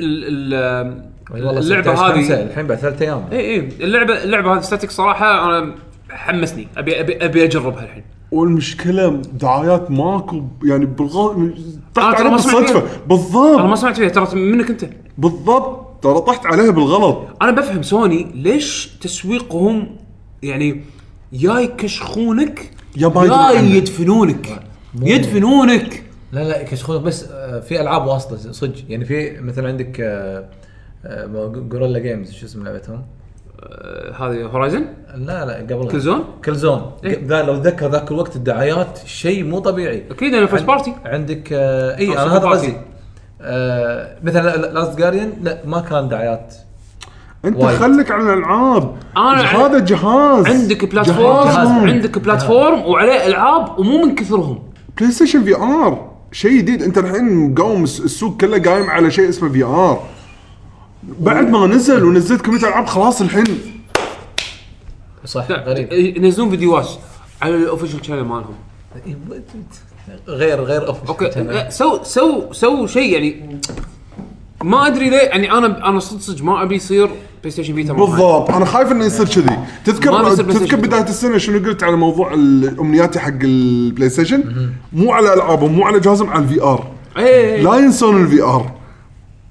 A: ال-
B: والله
A: اللعبه
B: 16 خمسة،
A: هذه إيه،
B: الحين بعد ثلاث
C: إيه.
B: ايام
A: اي اي اللعبه اللعبه هذه ستاتيك صراحه انا حمسني ابي ابي ابي اجربها الحين
C: والمشكله دعايات ماكو يعني بالغلط
A: أنا
C: طحت
A: آه، ترى
C: عليها
A: ما سمعت
C: بالصدفه
A: فيها. انا ما
C: بالضبط
A: سمعت فيها ترى منك انت
C: بالضبط ترى طحت عليها بالغلط
A: انا بفهم سوني ليش تسويقهم يعني يا يكشخونك
C: يا ما
A: يا
C: يدرون عنك.
A: يدفنونك يدفنونك
B: لا لا كشخوص بس آه، في العاب واسطه صدق يعني في مثلا عندك آه، آه، جوريلا جيمز شو اسم لعبتهم؟
A: آه، هذه هورايزن
B: لا لا قبل
A: كلزون؟
B: كلزون
A: إيه.
B: ذا لو تذكر ذاك الوقت الدعايات شيء مو طبيعي
A: اكيد انا فيرست بارتي
B: عندك آه اي
A: أو
B: انا
A: سوبر
B: هذا
A: بارتي.
B: قصدي آه مثلا لاست جاريان لا ما كان دعايات
C: انت
B: وايد.
C: خلك على الالعاب
A: أنا يعني-
C: هذا جهاز
A: عندك
C: جهاز.
A: بلاتفورم
B: جهاز.
A: عندك بلاتفورم وعليه العاب ومو من كثرهم
C: بلاي ستيشن في ار شيء جديد انت الحين مقاوم الس- السوق كله قايم على شيء اسمه في ار بعد ما نزل ونزلت كميه العاب خلاص الحين
B: صح
A: لا،
B: غريب
A: ينزلون فيديوهات على الاوفيشال شانل مالهم
B: غير غير أوف.
A: اوكي لا سو سو سو شيء يعني ما ادري ليه يعني انا انا صدق صدق ما ابي يصير بلاي ستيشن فيتا مرة ثانية.
C: بالضبط انا خايف انه يصير كذي
A: ما
C: تذكر
A: بيصير بلاي
C: تذكر
A: ستيشن.
C: بدايه السنه شنو قلت على موضوع ال- امنياتي حق البلاي ستيشن مو على العابهم مو على جهازهم على الفي ار
A: إيه، إيه.
C: لا ينسون الفي ار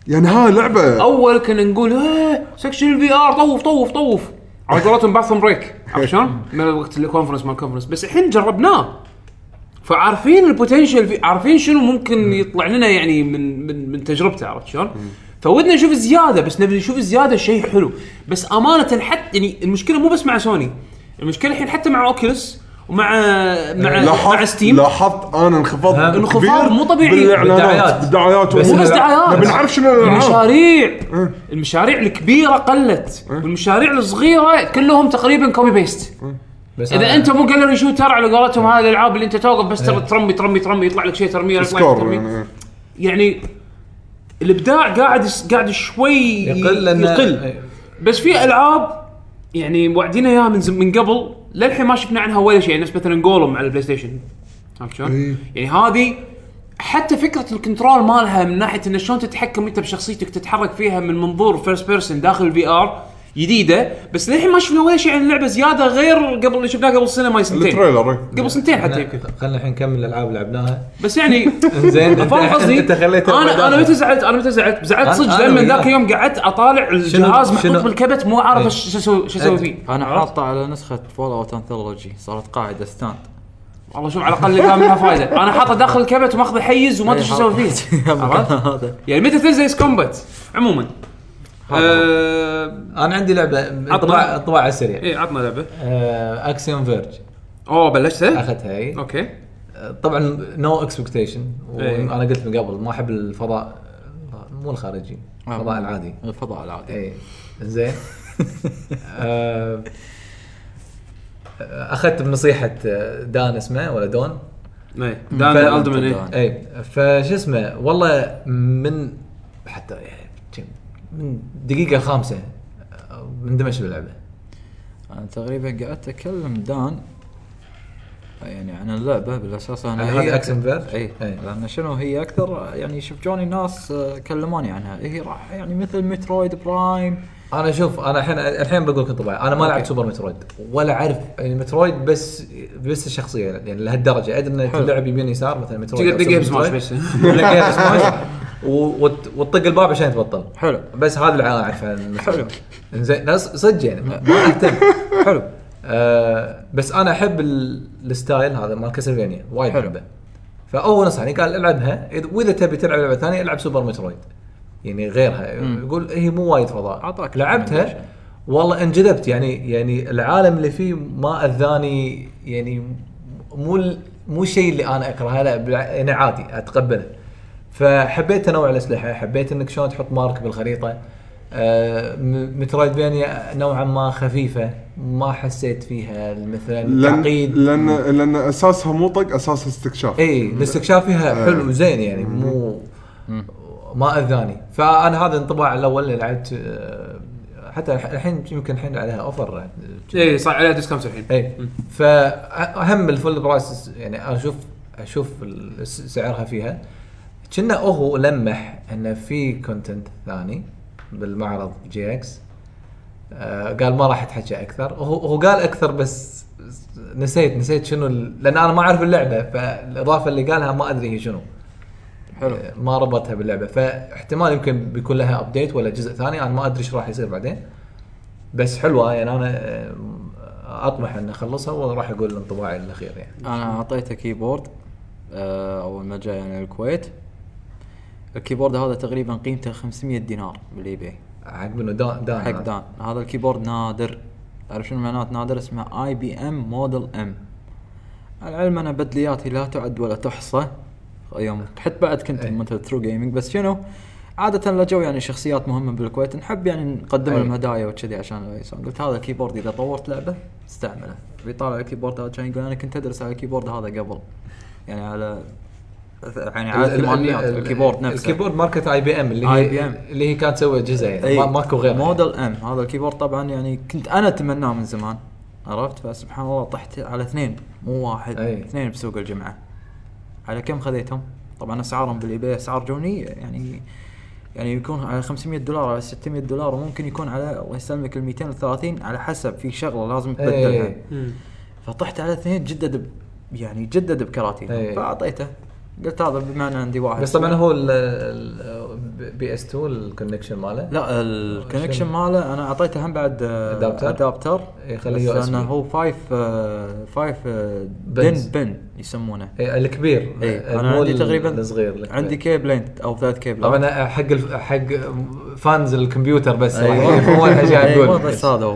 C: يعني ها لعبه
A: اول كنا نقول ايه سكشن الفي ار طوف طوف طوف على قولتهم باثروم بريك عرفت شلون؟ من وقت الكونفرنس مال الكونفرنس بس الحين جربناه فعارفين البوتنشل في عارفين شنو ممكن يطلع لنا يعني من من من تجربته عرفت شلون؟ فودنا نشوف زياده بس نبي نشوف زياده شيء حلو بس امانه حتى يعني المشكله مو بس مع سوني المشكله الحين حتى مع اوكيلس ومع مع مع
C: لاحظت
A: ستيم
C: لاحظت انا انخفاض
B: ها.
A: انخفاض
C: كبير
A: مو طبيعي.
C: بالاعلانات
B: بالدعايات.
C: بالدعايات
B: بس
A: مو بس
B: لا،
A: دعايات
C: نبي نعرف شنو
A: إيه.
C: الالعاب
A: المشاريع المشاريع الكبيره قلت والمشاريع الصغيره كلهم تقريبا كوبي بيست
B: بس
A: اذا انت مو جالري شوتر على قولتهم هذه الالعاب اللي انت توقف بس تر- ترمي ترمي ترمي يطلع لك شيء ترميه يطلع لك
C: سكور
A: ترميه
F: إيه.
C: يعني
A: يعني الابداع قاعد قاعد شوي
B: يقل لأن-
A: يقل
B: إيه.
A: بس في العاب يعني موعدينا اياها من زم- من قبل للحين ما شفنا عنها ولا شيء نفس مثلا جولم على البلاي ستيشن عرفت شلون؟
C: إي.
A: يعني هذه حتى فكره الكنترول مالها من ناحيه انه شلون تتحكم انت بشخصيتك تتحرك فيها من منظور فيرست بيرسون داخل الفي ار جديده بس للحين ما شفنا ولا شيء عن اللعبه زياده غير قبل اللي شفناه قبل سنه ما سنتين
C: التريلر إيه.
A: قبل سنتين حتى يمكن.
B: خلينا خلينا الحين نكمل الالعاب اللي لعبناها
A: بس يعني
B: زين
A: فاهم قصدي؟
B: انت خليت
A: انا انا متى زعلت انا متى زعلت زعلت
B: أنا-
A: صدق
B: أنا
A: لما
B: وياك.
A: ذاك اليوم قعدت اطالع الجهاز محطوط
B: شنو-
A: بالكبت مو عارف
B: إيه.
A: ايش اسوي شو اسوي
B: أنت-
A: فيه
E: انا حاطه على نسخه فول اوت انثولوجي صارت قاعده ستاند
A: والله شوف على الاقل كان منها فائده انا حاطه داخل الكبت وماخذ حيز وما ادري شو اسوي
B: إيه،
A: فيه عرفت؟
E: هذا
A: يعني متى تنزل اس كومبات عموما آه،
B: انا عندي لعبه انطباع انطباع على السريع
A: ايه عطنا لعبه
B: اكسيوم فيرج
A: اوه بلشتها؟
B: اخذتها اي
A: اوكي
B: طبعا نو اكسبكتيشن
A: إيه.
B: وانا قلت من قبل ما احب الفضاء مو الخارجي
A: آه.
B: الفضاء العادي إيه.
E: الفضاء العادي
B: اي زين آه، اخذت بنصيحه دان اسمه ولا دون
A: إيه.
E: فعلاً
A: دان الدمن
E: تبدأ.
A: ايه
B: اي فشو اسمه والله من حتى يعني كم- من الدقيقه الخامسه آه، اندمجت باللعبه
E: انا تقريبا قعدت اكلم دان يعني عن اللعبه بالاساس انا
B: عن هذا
E: هي-
B: Action Verge؟
E: اي
B: إي.
E: لان إيه. شنو هي اكثر يعني شوف جوني ناس آه، كلموني عنها هي راح يعني مثل مترويد برايم
B: انا شوف انا الحين الحين بقول لك انطباعي انا ما لعبت سوبر مترويد ولا اعرف يعني مترويد بس بس الشخصيه يعني لهالدرجه ادري ان
E: حلو.
B: تلعب يمين يسار مثلا مترويد
A: تقدر
B: أو
A: تدقها
B: سوبر
A: بسماش
B: مترويد.
A: بس.
B: تدقها بسماش و- وت- وتطق الباب عشان تبطل
E: حلو
B: بس هذا اللي انا اعرفه عن
E: حلو.
B: المترويد. زين ناس صدق يعني ما ما اهتم
E: حلو
B: آه، بس انا احب ال- الستايل هذا مال كاسلفينيا وايد
E: حلو.
B: احبه فهو نصحني يعني قال العبها إذ- واذا تبي تلعب لعبه ثانيه العب سوبر مترويد يعني غيرها
E: مم.
B: يقول هي مو وايد فضاء
E: أعطاك recommendation.
B: لعبتها والله انجذبت يعني يعني العالم اللي فيه ما اذاني يعني مو ال- مو الشيء اللي انا اكرهه لا بالع- يعني عادي اتقبله فحبيت تنوع الاسلحه حبيت انك شلون تحط مارك بالخريطه آه، م- مترويدفانيا نوعا ما خفيفه ما حسيت فيها مثلا
C: لان
B: تعقيد
C: لان لان اساسها مو طق اساسها استكشاف
B: اي الاستكشاف فيها حلو وزين يعني مو ما اذاني فانا هذا الانطباع الاول اللي لعبت آه، حتى الح- الحين يمكن الحين عليها اوفر
A: ايه صار عليها ديسكاونت الحين
B: اي فاهم الفول برايس يعني اشوف اشوف ال- س- سعرها فيها كنا هو لمح انه في كونتنت ثاني بالمعرض جي اكس آه قال ما راح اتحكى اكثر هو هو قال اكثر بس نسيت نسيت شنو ال- لان انا ما اعرف اللعبه فالاضافه اللي قالها ما ادري هي شنو
E: حلو
B: آه، ما ربطها باللعبه فاحتمال يمكن بيكون لها ابديت ولا جزء ثاني انا ما ادري ايش راح يصير بعدين بس حلوه يعني انا آه، اطمح ان اخلصها وراح اقول انطباعي الاخير يعني
E: انا اعطيته كيبورد آه، اول ما جاي انا الكويت الكيبورد هذا تقريبا قيمته 500 دينار بالاي باي
B: عقب انه دان دان
E: حق دان هذا الكيبورد نادر تعرف شنو معناته نادر اسمه اي بي ام موديل ام العلم انا بدلياتي لا تعد ولا تحصى يوم حتى بعد كنت
B: أي.
E: مثل ترو جيمنج بس شنو عادة لا جو يعني شخصيات مهمة بالكويت نحب يعني نقدم
B: أي.
E: لهم هدايا وكذي عشان يسوون. قلت هذا الكيبورد اذا طورت لعبة استعمله بيطالع الكيبورد هذا كان يقول انا كنت ادرس على الكيبورد هذا قبل يعني على يعني على
B: ال- ال-
E: 800
B: ال-
E: الكيبورد نفسه
B: الكيبورد ماركت اي بي ام اللي هي
E: IBM.
B: اللي هي كانت تسوي اجهزه يعني
E: إيه.
B: ما- ماكو غيرها
E: موديل ام هذا الكيبورد طبعا يعني كنت انا اتمناه من زمان عرفت فسبحان الله طحت على اثنين مو واحد
B: أي.
E: اثنين بسوق الجمعه على كم خذيتهم؟ طبعا اسعارهم بالايباي اسعار جونيه يعني يعني يكون على 500 دولار على 600 دولار وممكن يكون على الله يسلمك ال 230 على حسب في شغله لازم تبدلها
B: إي.
A: مم.
E: فطحت على اثنين جدد ب- يعني جدد بكراتين
B: إي.
E: فاعطيته قلت هذا بما ان عندي واحد
B: بس طبعا هو ال- ال- بي اس 2 الكونكشن ماله
E: لا الكونكشن ماله انا اعطيته هم بعد آه،
B: Adapter؟ إيه،
E: ادابتر
B: يخليه USB.
E: لانه هو آه، 5 5
B: Bins.
E: بن بن يسمونه
B: إيه، الكبير
E: اي
B: آه،
E: انا
B: مو
E: عندي
B: ال-
E: تقريبا
B: الصغير الكبير.
E: عندي كيبلين او ثلاث كيبلين
B: طبعا حق الف... حق فانز الكمبيوتر بس يعني راح
E: أيوة.
B: يفهمون ايش قاعد
E: أيوة،
B: اقول
E: بس هذا هو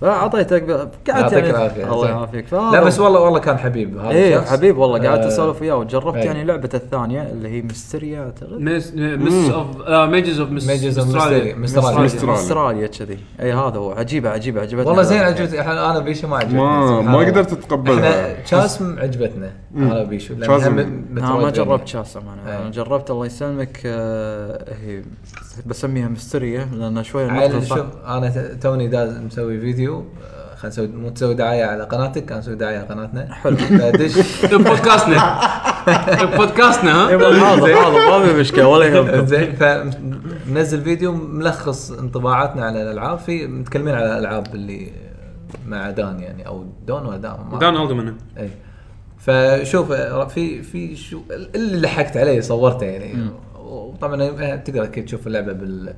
E: فاعطيته قعدت
B: يعطيك
E: يعني
B: العافية.
E: الله
B: زين.
E: يعافيك
B: لا بس والله والله كان حبيب هذا
E: ايه
B: الشخص.
E: حبيب والله قعدت
B: آه،
E: اسولف وياه وجربت
B: أي.
E: يعني لعبته الثانيه اللي هي مستريا اعتقد
A: مس مس اوف ميجز اوف مس
B: Mages of Mysteria.
A: مستراليا.
B: Mysteria.
C: أستراليا.
E: استراليا كذي اي هذا هو عجيبه عجيبه عجبتني
B: والله زين
E: اللعبة.
B: عجبتني احنا انا بيشو ما عجبتني
C: ما
B: سبحان
C: ما
B: الله.
C: قدرت اتقبلها
B: احنا شاسم عجبتنا انا بيشو لأن هم
C: شاسم.
E: انا ما
B: مترويد
E: جربت شاسم انا
B: إيه.
E: انا جربت الله يسلمك آه، هي بسميها مستريه لان شويه
B: عيل
E: نقطة
B: شوف انا ت- توني داز مسوي فيديو آه، خلينا نسوي مو تسوي دعايه على قناتك انا نسوي دعايه على قناتنا
E: حلو.
B: فدش
A: بودكاستنا بودكاستنا ها
E: حاضر حاضر ما في مشكله ولا يهمك
B: زين فمنزل فيديو ملخص انطباعاتنا على الالعاب في متكلمين على الالعاب اللي مع دان يعني او دون ولا دان ما-
A: دان الدمان
B: اي فشوف آه، في في شو اللي لحقت عليه صورته يعني وطبعا آه، تقدر اكيد تشوف اللعبه بال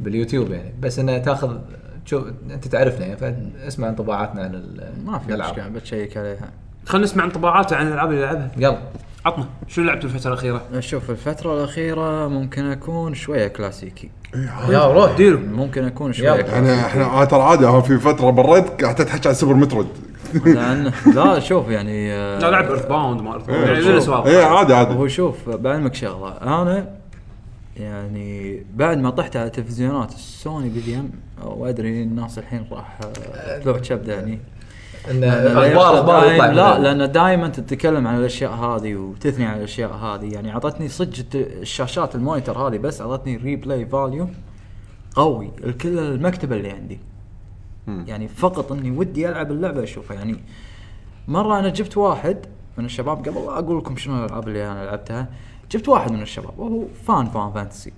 B: باليوتيوب يعني بس انها تاخذ تشوف انت تعرفنا يعني فاسمع انطباعاتنا عن ال-
E: ما في
B: الألعاب.
E: مشكله بتشيك عليها
A: خلينا نسمع انطباعاته عن الالعاب اللي لعبها
B: يلا
A: عطنا شنو لعبت الفتره الاخيره
E: شوف الفترة الأخيرة ممكن أكون شوية كلاسيكي
B: يا روح
A: ديرو
E: ممكن أكون شوية
B: يلا.
E: كلاسيكي
C: انا احنا أنا يعني آه، ترى عادي أنا في فتره بريت قعدت تحكي عن سوبر مترود
E: لأن لا شوف يعني آه،
A: لا لعب ايرث باوند ما ايرث باوند يعني من
C: اي
A: الاسواق
C: إيه، عادي عادي
E: هو شوف بعلمك شغله انا يعني بعد ما طحت على تلفزيونات السوني بي في ام وادري إن الناس الحين راح آه، تلوع كبده يعني
B: ان
E: لأن- يعني
B: اخبار اخبار يطلع
E: لا
B: منها.
E: لان دائما تتكلم عن الاشياء هذه وتثني عن الاشياء هذه يعني اعطتني صدق الت- الشاشات المونيتر هذه بس اعطتني ريبلاي فاليو قوي الكل المكتبه اللي عندي يعني فقط اني ودي العب اللعبه اشوفها يعني مره انا جبت واحد من الشباب قبل لا اقول لكم شنو الالعاب اللي انا لعبتها جبت واحد من الشباب وهو فان فان فانتسي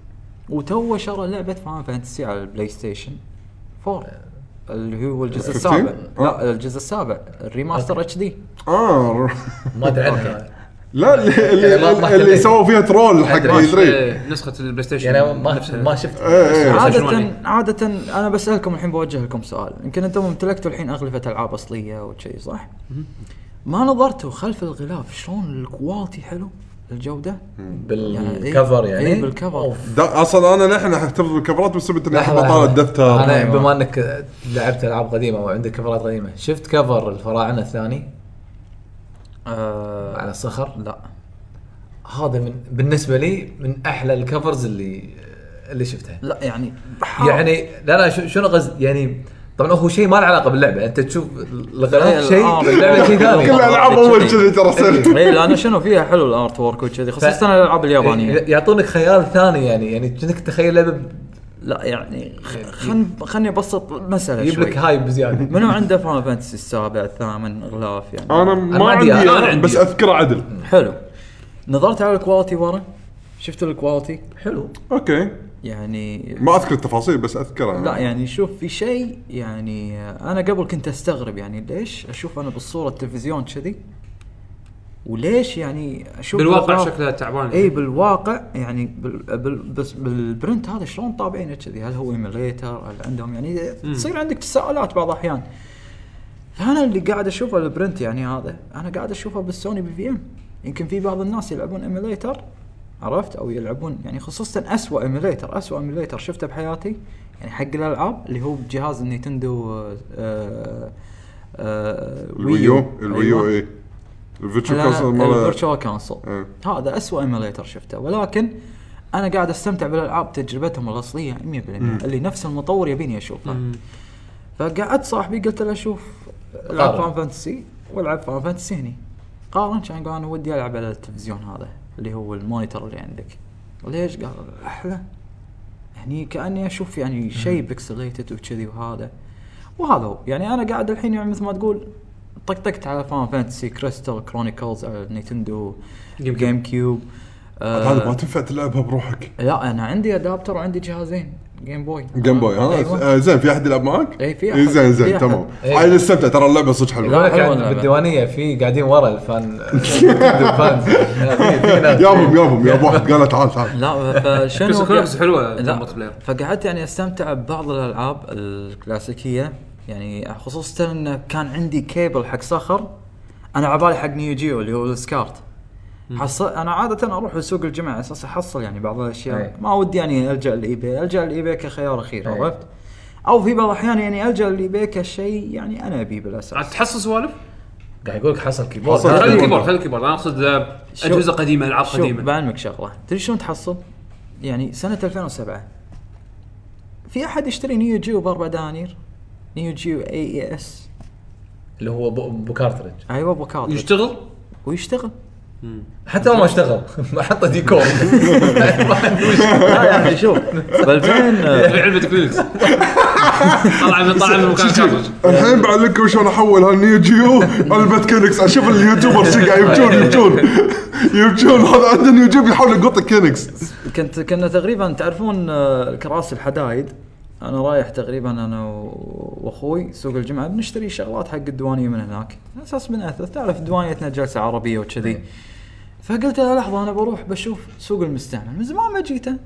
E: وتوه شرى لعبه فان فانتسي على البلاي ستيشن 4 اللي هو الجزء
C: 15?
E: السابع
C: آه.
E: لا الجزء السابع الريماستر اتش دي
A: إيه،
C: اه
B: ما ادري عنها
C: لا اللي
B: ما- ما
C: اللي, اللي
B: تدري.
C: سووا فيها ترول حق
B: أدري.
C: اي 3
A: إيه، نسخه البلاي ستيشن
B: يعني أنا ما
A: نفسها.
B: ما شفت
C: إيه.
A: بس شلون
E: عادة
A: يعني؟
E: عادة انا بسالكم الحين بوجه لكم سؤال يمكن انتم امتلكتوا الحين اغلفة العاب اصلية وشي صح؟ ما نظرتوا خلف الغلاف شلون الكواليتي حلو الجودة؟
B: بالكفر
E: إيه،
B: يعني
E: إيه، بالكفر.
B: أوف.
C: دا اصلا انا للحين احتفظ بالكفرات بسبب اني
B: لحظة،
C: احب اطالع
B: لحظة.
C: الدفتر
B: انا
E: أيوة.
B: بما انك لعبت العاب قديمه وعندك كفرات قديمه شفت كفر الفراعنه الثاني
E: آه
B: على الصخر
E: لا
B: هذا من بالنسبه لي من احلى الكفرز اللي اللي شفتها
E: لا يعني
B: يعني لا لا شو- شنو قصد يعني طبعا هو شيء ما له علاقه باللعبه انت تشوف الغلاف
E: إيه،
B: شيء
E: الآرت.
B: باللعبه شيء ثاني
C: كل الالعاب اول
E: كذي.
C: كذي ترى صرت
E: اي لانه شنو فيها حلو الارت وورك وكذي خصوصا الالعاب اليابانية
B: يعطونك خيال ثاني يعني يعني كأنك تخيل لعبه
E: لا يعني خ- خن خلني ابسط المسألة
B: يجيب لك
E: شوي
B: هايب زياده
E: منو عنده فان فانتسي السابع الثامن غلاف يعني
C: انا ما
B: ما عندي، أنا
C: عندي
A: عندي.
C: بس اذكره عدل
E: حلو نظرت على الكواليتي ورا شفت الكواليتي
B: حلو
C: اوكي
E: يعني
C: ما اذكر التفاصيل بس اذكرها
E: لا يعني شوف في شيء يعني آه، انا قبل كنت استغرب يعني ليش اشوف انا بالصوره التلفزيون كذي وليش يعني اشوف
A: بالواقع
E: الأغراض-
A: شكلها تعبان
E: اي إيه، بالواقع يعني بال بال بس بالبرنت هذا شلون طابعينه كذي هل هو ايميليتر هل عندهم يعني تصير عندك تساؤلات بعض الاحيان فانا اللي قاعد اشوفه البرنت يعني هذا انا قاعد اشوفه بالسوني بي في ام يمكن في بعض الناس يلعبون ايميليتر عرفت او يلعبون يعني خصوصا اسوء ايميليتر اسوء ايميليتر شفته بحياتي يعني حق الالعاب اللي هو بجهاز النينتندو آه، آه آه
C: الويو
E: أيوة.
C: الويو اي الفيرتشوال كونسول مال
E: الفيرتشوال كونسول
C: إيه.
E: هذا اسوء ايميليتر شفته ولكن انا قاعد استمتع بالالعاب تجربتهم الاصليه 100% اللي نفس المطور يبيني اشوفها فقعدت صاحبي قلت له شوف العب
B: قارن.
E: فان فانتسي والعب فان فانتسي هني قارن كان قال انا ودي العب على التلفزيون هذا اللي هو المونيتر اللي عندك وليش قال احلى هني كاني اشوف يعني شيء بيكسليتد وكذي وهذا وهذا هو يعني انا قاعد الحين يعني مثل ما تقول طقطقت على فان فانتسي كريستال كرونيكلز على نينتندو
A: جيم
E: جيم,
A: كيوب.
E: كيوب آه،
C: هذا ما تنفع تلعبها بروحك
E: لا انا عندي ادابتر وعندي جهازين جيم بوي
C: جيم بوي ها
E: أيوة.
C: آه، زين في احد يلعب معك؟
E: إي، في
C: إي،
E: أحد.
C: زين
E: في
C: زين
E: أحد.
C: تمام
B: إي.
C: عادي استمتع ترى اللعبه صدق حلوه
E: لا،
B: يقول لك
E: حلوة
B: عند-
E: اللعبة.
B: بالديوانيه في قاعدين ورا الفان الفانز في- في ناس.
C: يابهم يابهم ياب واحد قال تعال تعال
E: لا فشنو
A: قصة كويس حلوة
E: لا
A: الملتي بلاير.
E: فقعدت يعني استمتع ببعض الالعاب الكلاسيكيه يعني خصوصا انه كان عندي كيبل حق صخر انا على بالي حق نيو جيو اللي هو السكارت حصل انا عاده اروح لسوق الجمعه على اساس احصل يعني بعض
B: أي.
E: الاشياء ما ودي يعني الجا للايباي الجا للايباي كخيار اخير
B: أي.
E: عرفت او في بعض الاحيان يعني الجا للايباي كشيء يعني انا ابيه
A: عاد
E: بالاساس
A: تحصل سوالف؟
E: إيه.
B: قاعد يقول لك حصل كيبورد
C: حصل
B: هذا
A: خلي
C: كيبورد.
A: الكيبورد خلي الكيبورد انا اقصد آه،
E: شوف-
A: اجهزه قديمه العاب
E: شوف
A: قديمه
E: بعلمك شغله تدري شلون تحصل؟ يعني سنه 2007 في احد يشتري نيو جيو باربع دنانير نيو جيو E اي اي اس
B: اللي هو بو- بوكارترج
E: ايوه ابو كارت
A: يشتغل
E: ويشتغل
B: حتى هو ما اشتغل ما حط ديكور
E: لا يعني شوف ب 2000
A: علبه كلينكس طلع من طلع من مكان كافر
C: الحين بعد لكم شلون احول هالنيو جيو على البتكينكس اشوف اليوتيوبر شقع يبكون يبكون يبكون هذا عنده نيو جيو يحاول يقط كينكس
E: كنت كنا تقريبا تعرفون آه، الكراسي الحدايد انا رايح تقريبا انا و- واخوي سوق الجمعه بنشتري شغلات حق الديوانيه من هناك على اساس من اثر تعرف ديوانيتنا جلسه عربيه
B: إيه.
E: وكذي فقلت له لحظه انا بروح بشوف سوق المستعمل من زمان ما جيته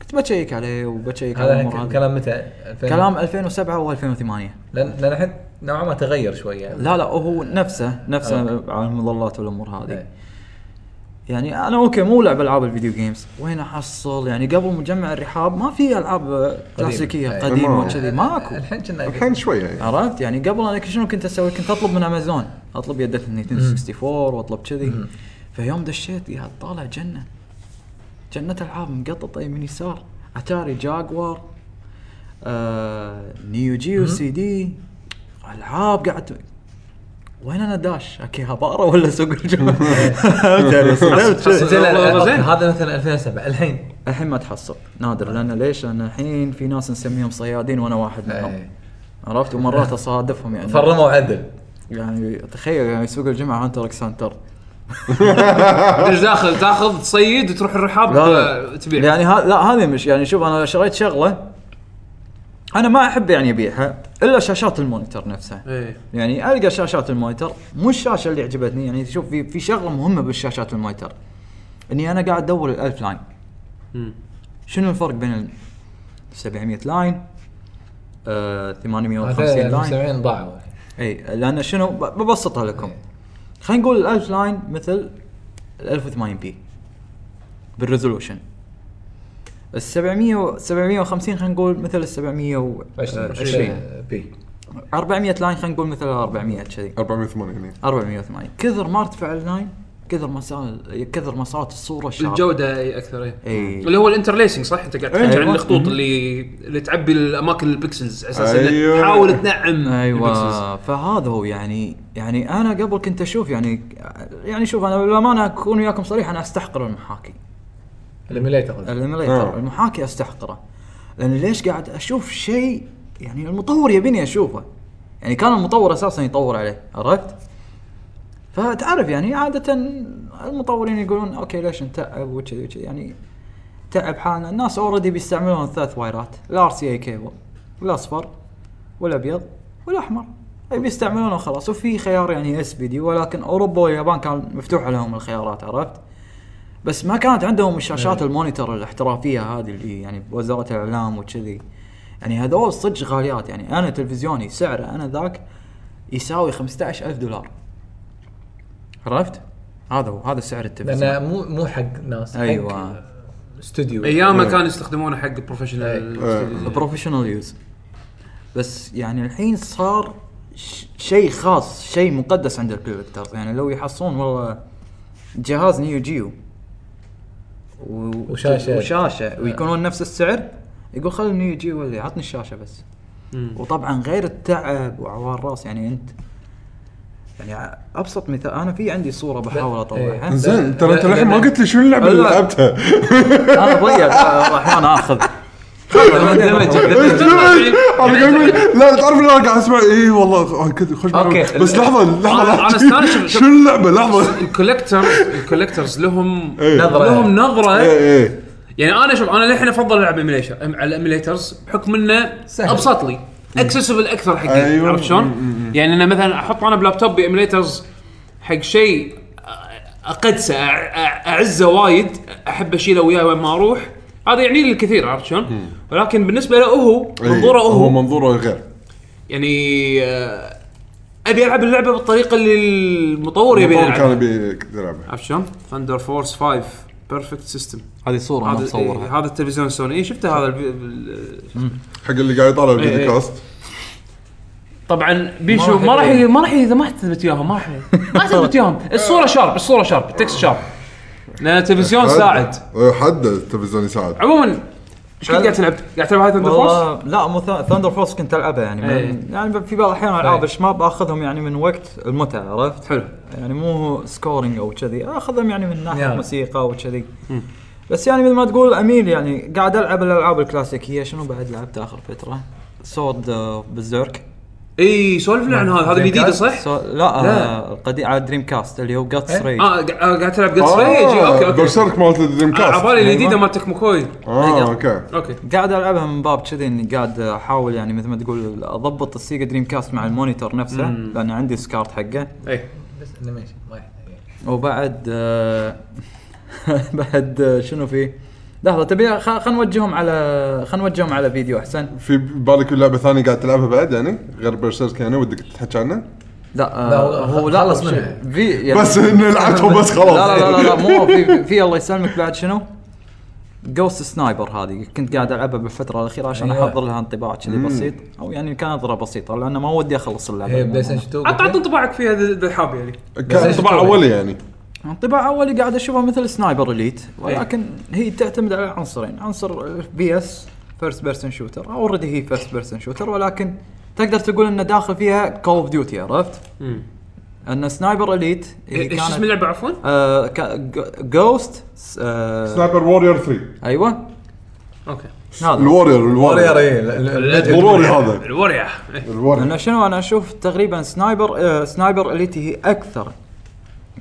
E: كنت بشيك عليه وبشيك على الأمور
B: هذا
E: هذه.
B: كلام متى؟ 2000
E: كلام 2007 و2008
B: لان لان الحين نوعا ما تغير شوي يعني
E: لا لا هو نفسه نفسه
B: أوكي.
E: على المظلات والامور هذه
B: إيه.
E: يعني انا اوكي مو لعب العاب الفيديو جيمز وين احصل يعني قبل مجمع الرحاب ما في العاب كلاسيكيه
B: إيه.
E: قديمه
C: ما-
E: وكذي ماكو
B: الحين كنا
C: الحين شوي يعني
E: عرفت يعني قبل انا شنو كنت اسوي كنت اطلب من امازون اطلب يدة نينتندو 64 واطلب كذي فيوم دشيت قاعد طالع جنه جنه العاب مقططه يمين يسار اتاري جاكوار آه نيو جيو سي دي العاب قاعد وين انا داش؟ اكيهابارا ولا سوق الجمعه؟ فهمت يعني
B: زين،
E: صدمت.
B: لا، لا،
A: والله
B: أوكي،
A: زين.
B: هذا مثلا 2007 الحين
E: الحين ما تحصل نادر لان ليش؟ لان الحين في ناس نسميهم صيادين وانا واحد منهم
B: إيه.
E: عرفت ومرات اصادفهم يعني
B: فرموا وعدل
E: يعني تخيل يعني سوق الجمعه هانتر اكس هانتر
A: ليش داخل تاخذ تصيد وتروح الرحاب آه، تبيع
E: يعني ها لا هذه مش يعني شوف انا شريت شغله انا ما احب يعني ابيعها الا شاشات المونيتر نفسها
A: إيه.
E: يعني القى شاشات المونيتر مو الشاشه اللي عجبتني يعني شوف في في شغله مهمه بالشاشات المونيتر اني انا قاعد ادور الالف لاين
A: مم.
E: شنو الفرق بين ال 700 لاين آه 850 لاين
B: 75 ضاعوا إيه.
E: اي لان شنو ب- ببسطها لكم خلينا نقول الألف لاين مثل ال 1080 بي بالريزولوشن ال 700 و- 750 خلينا نقول مثل ال 720
B: 20 بي
E: 400 لاين خلينا نقول مثل ال 400 كذي
C: 480
E: 480 كثر ما ارتفع اللاين كثر ما صار كثر ما صارت الصوره شارب
A: الجوده اكثر إيه.
E: اي
A: اللي هو الانترليسنج صح انت قاعد تحكي عن
E: أيوة.
A: الخطوط
E: مم.
A: اللي اللي تعبي الاماكن البكسلز على اساس
C: أيوة.
A: انك تحاول تنعم البكسلز
E: ايوه فهذا هو يعني يعني انا قبل كنت اشوف يعني يعني شوف انا للامانه اكون وياكم صريح انا استحقر المحاكي
B: الايميليتر
E: الاميليتر
C: آه.
E: المحاكي استحقره لان ليش قاعد اشوف شيء يعني المطور يبيني اشوفه يعني كان المطور اساسا يطور عليه عرفت؟ فتعرف يعني عاده المطورين يقولون اوكي ليش نتعب وكذي وكذي يعني تعب حالنا الناس اوريدي بيستعملون ثلاث وايرات الار سي اي كيبل الاصفر والابيض والاحمر أي يعني بيستعملونه خلاص وفي خيار يعني اس بي دي ولكن اوروبا واليابان كان مفتوح لهم الخيارات عرفت؟ بس ما كانت عندهم الشاشات المونيتر الاحترافيه هذه اللي يعني بوزاره الاعلام وكذي يعني هذول صدق غاليات يعني انا تلفزيوني سعره انا ذاك يساوي 15000 دولار عرفت؟ هذا هو هذا سعر التلفزيون
B: لان مو مو حق ناس حق
E: ايوه
B: استوديو
A: ايامه
C: أيوة.
A: كانوا يستخدمونه حق بروفيشنال
E: بروفيشنال يوز بس يعني الحين صار ش- شيء خاص شيء مقدس عند الكولكترز يعني لو يحصلون والله جهاز نيو جيو و-
B: وشاشة.
E: وشاشه ويكونون نفس السعر يقول خل نيو جيو اللي عطني الشاشه بس وطبعا غير التعب وعوار راس يعني انت يعني ابسط مثال انا في عندي صوره بحاول اطلعها
C: زين ترى انت
B: لا،
C: الحين ما
B: لا.
C: قلت لي شنو اللعبه اللي
E: لا.
C: لعبتها
E: انا ضيع احيانا اخذ
C: انا قاعد اقول لا تعرف إن انا قاعد اسمع اي والله آه، كنت خش
A: أوكي.
C: معلومة. بس لحظه لحظه
A: أنا- أنا
C: لحظة.
A: أستانس شوف- شوف.
C: شنو اللعبه لحظه
A: الكولكتر الكولكترز لهم
C: إيه.
B: نظرة.
A: لهم نظره
C: اي اي
A: يعني انا شوف انا للحين افضل العب ايميليشر على الايميليترز بحكم انه
B: سهل.
A: ابسط لي اكسسبل اكثر حقي
C: أيوة.
A: عرفت شلون؟ يعني انا مثلا احط انا بلابتوبي ايميليترز حق شيء أ- اقدسه أع- أع- اعزه وايد احب اشيله وياه وين ما اروح هذا يعني لي الكثير عرفت شلون؟ ولكن بالنسبه له هو منظوره
C: إيه، هو
A: هو
C: منظوره غير
A: يعني آه، ابي العب اللعبه بالطريقه اللي المطور يبي
C: المطور كان
A: يلعبها
C: يبي يلعبها
A: عرفت شلون؟ ثندر فورس 5 بيرفكت سيستم
E: هذه صوره انا
A: هذا
E: مصورها
A: إيه، هذا التلفزيون سوني إيه، شفته هذا البي- ال-
C: حق اللي قاعد يطالع الفيديو
A: إيه.
C: كاست
A: طبعا بيشو ما راح ي- ما راح ي- اذا ما تثبت وياهم ما راح ي- ما تثبت وياهم الصوره شارب الصوره شارب التكست شارب لان التلفزيون ساعد
C: إيه، حد التلفزيون يساعد
A: عموما ايش كنت قاعد تلعب؟ قاعد تلعب هاي ثندر فورس؟
E: والله لا مو ث- ثاندر فورس كنت العبها يعني
A: إيه.
E: من يعني في بعض الاحيان العاب الشماب اخذهم يعني من وقت المتعه عرفت؟
A: حلو
E: يعني مو سكورينج او كذي اخذهم يعني من ناحيه
B: نعم.
E: موسيقى وكذي بس يعني مثل ما تقول اميل يعني قاعد العب الالعاب الكلاسيكيه شنو بعد لعبت اخر فتره؟ سورد بزيرك
A: اي سولفنا عن هذا هذا
B: Dreamcast؟
A: جديد صح؟
E: سو... لا,
A: لا.
E: آه، القديم على دريم كاست اللي هو جاتس
B: إيه؟
E: ريج
A: اه قا- آه، قاعد تلعب جاتس ريج اوكي اوكي
C: برسيرك مالت الدريم
A: آه،
C: كاست
A: عبالي الجديده مالتك مكوي آه.
C: اه اوكي
A: اوكي
E: إيه، قاعد العبها من باب كذي اني قاعد احاول يعني مثل ما تقول اضبط السيجا دريم كاست مع المونيتور نفسه
A: مم.
E: لان عندي سكارت حقه
A: اي
B: بس انيميشن ما يحتاج يعني.
E: وبعد آه، بعد آه، شنو في لحظه تبي خلينا نوجههم على خلينا نوجههم على فيديو احسن
C: في بالك لعبه ثانيه قاعد تلعبها بعد يعني غير برسيرك يعني ودك تحكي عنها
E: لا آه،
B: لا، هو- خلص
E: شو-
B: منها.
E: في يعني
C: بس إن لعبتهم بس خلاص.
E: لا لا لا, لا مو في في الله يسلمك بعد شنو؟ جوست سنايبر هذه كنت قاعد العبها بالفتره الاخيره عشان
B: أيوة.
E: احضر لها انطباع كذي بسيط او يعني كان نظره بسيطه لانه ما ودي اخلص اللعبه
B: هي إيه، بلاي ستيشن 2
A: عط عط انطباعك فيها اذا إذا حاب يعني
C: كان
B: ليش
C: انطباع
B: تسوي؟
C: اولي يعني
E: انطباع اولي قاعد اشوفها مثل سنايبر اليت ولكن هي تعتمد على عنصرين عنصر بي اس فيرست بيرسون شوتر اوريدي هي فيرست بيرسون شوتر ولكن تقدر تقول انه داخل فيها كول اوف ديوتي عرفت؟
A: مم.
E: ان سنايبر اليت هي آه،
A: ايش اسم اللعبه عفوا؟
E: جوست آه،
C: سنايبر وورير 3
E: ايوه
A: اوكي
E: هذا
C: الورير الورير
B: إيه.
C: ضروري هذا
A: الوريا
C: الورير
E: لانه شنو انا اشوف تقريبا سنايبر آه، سنايبر اليت هي اكثر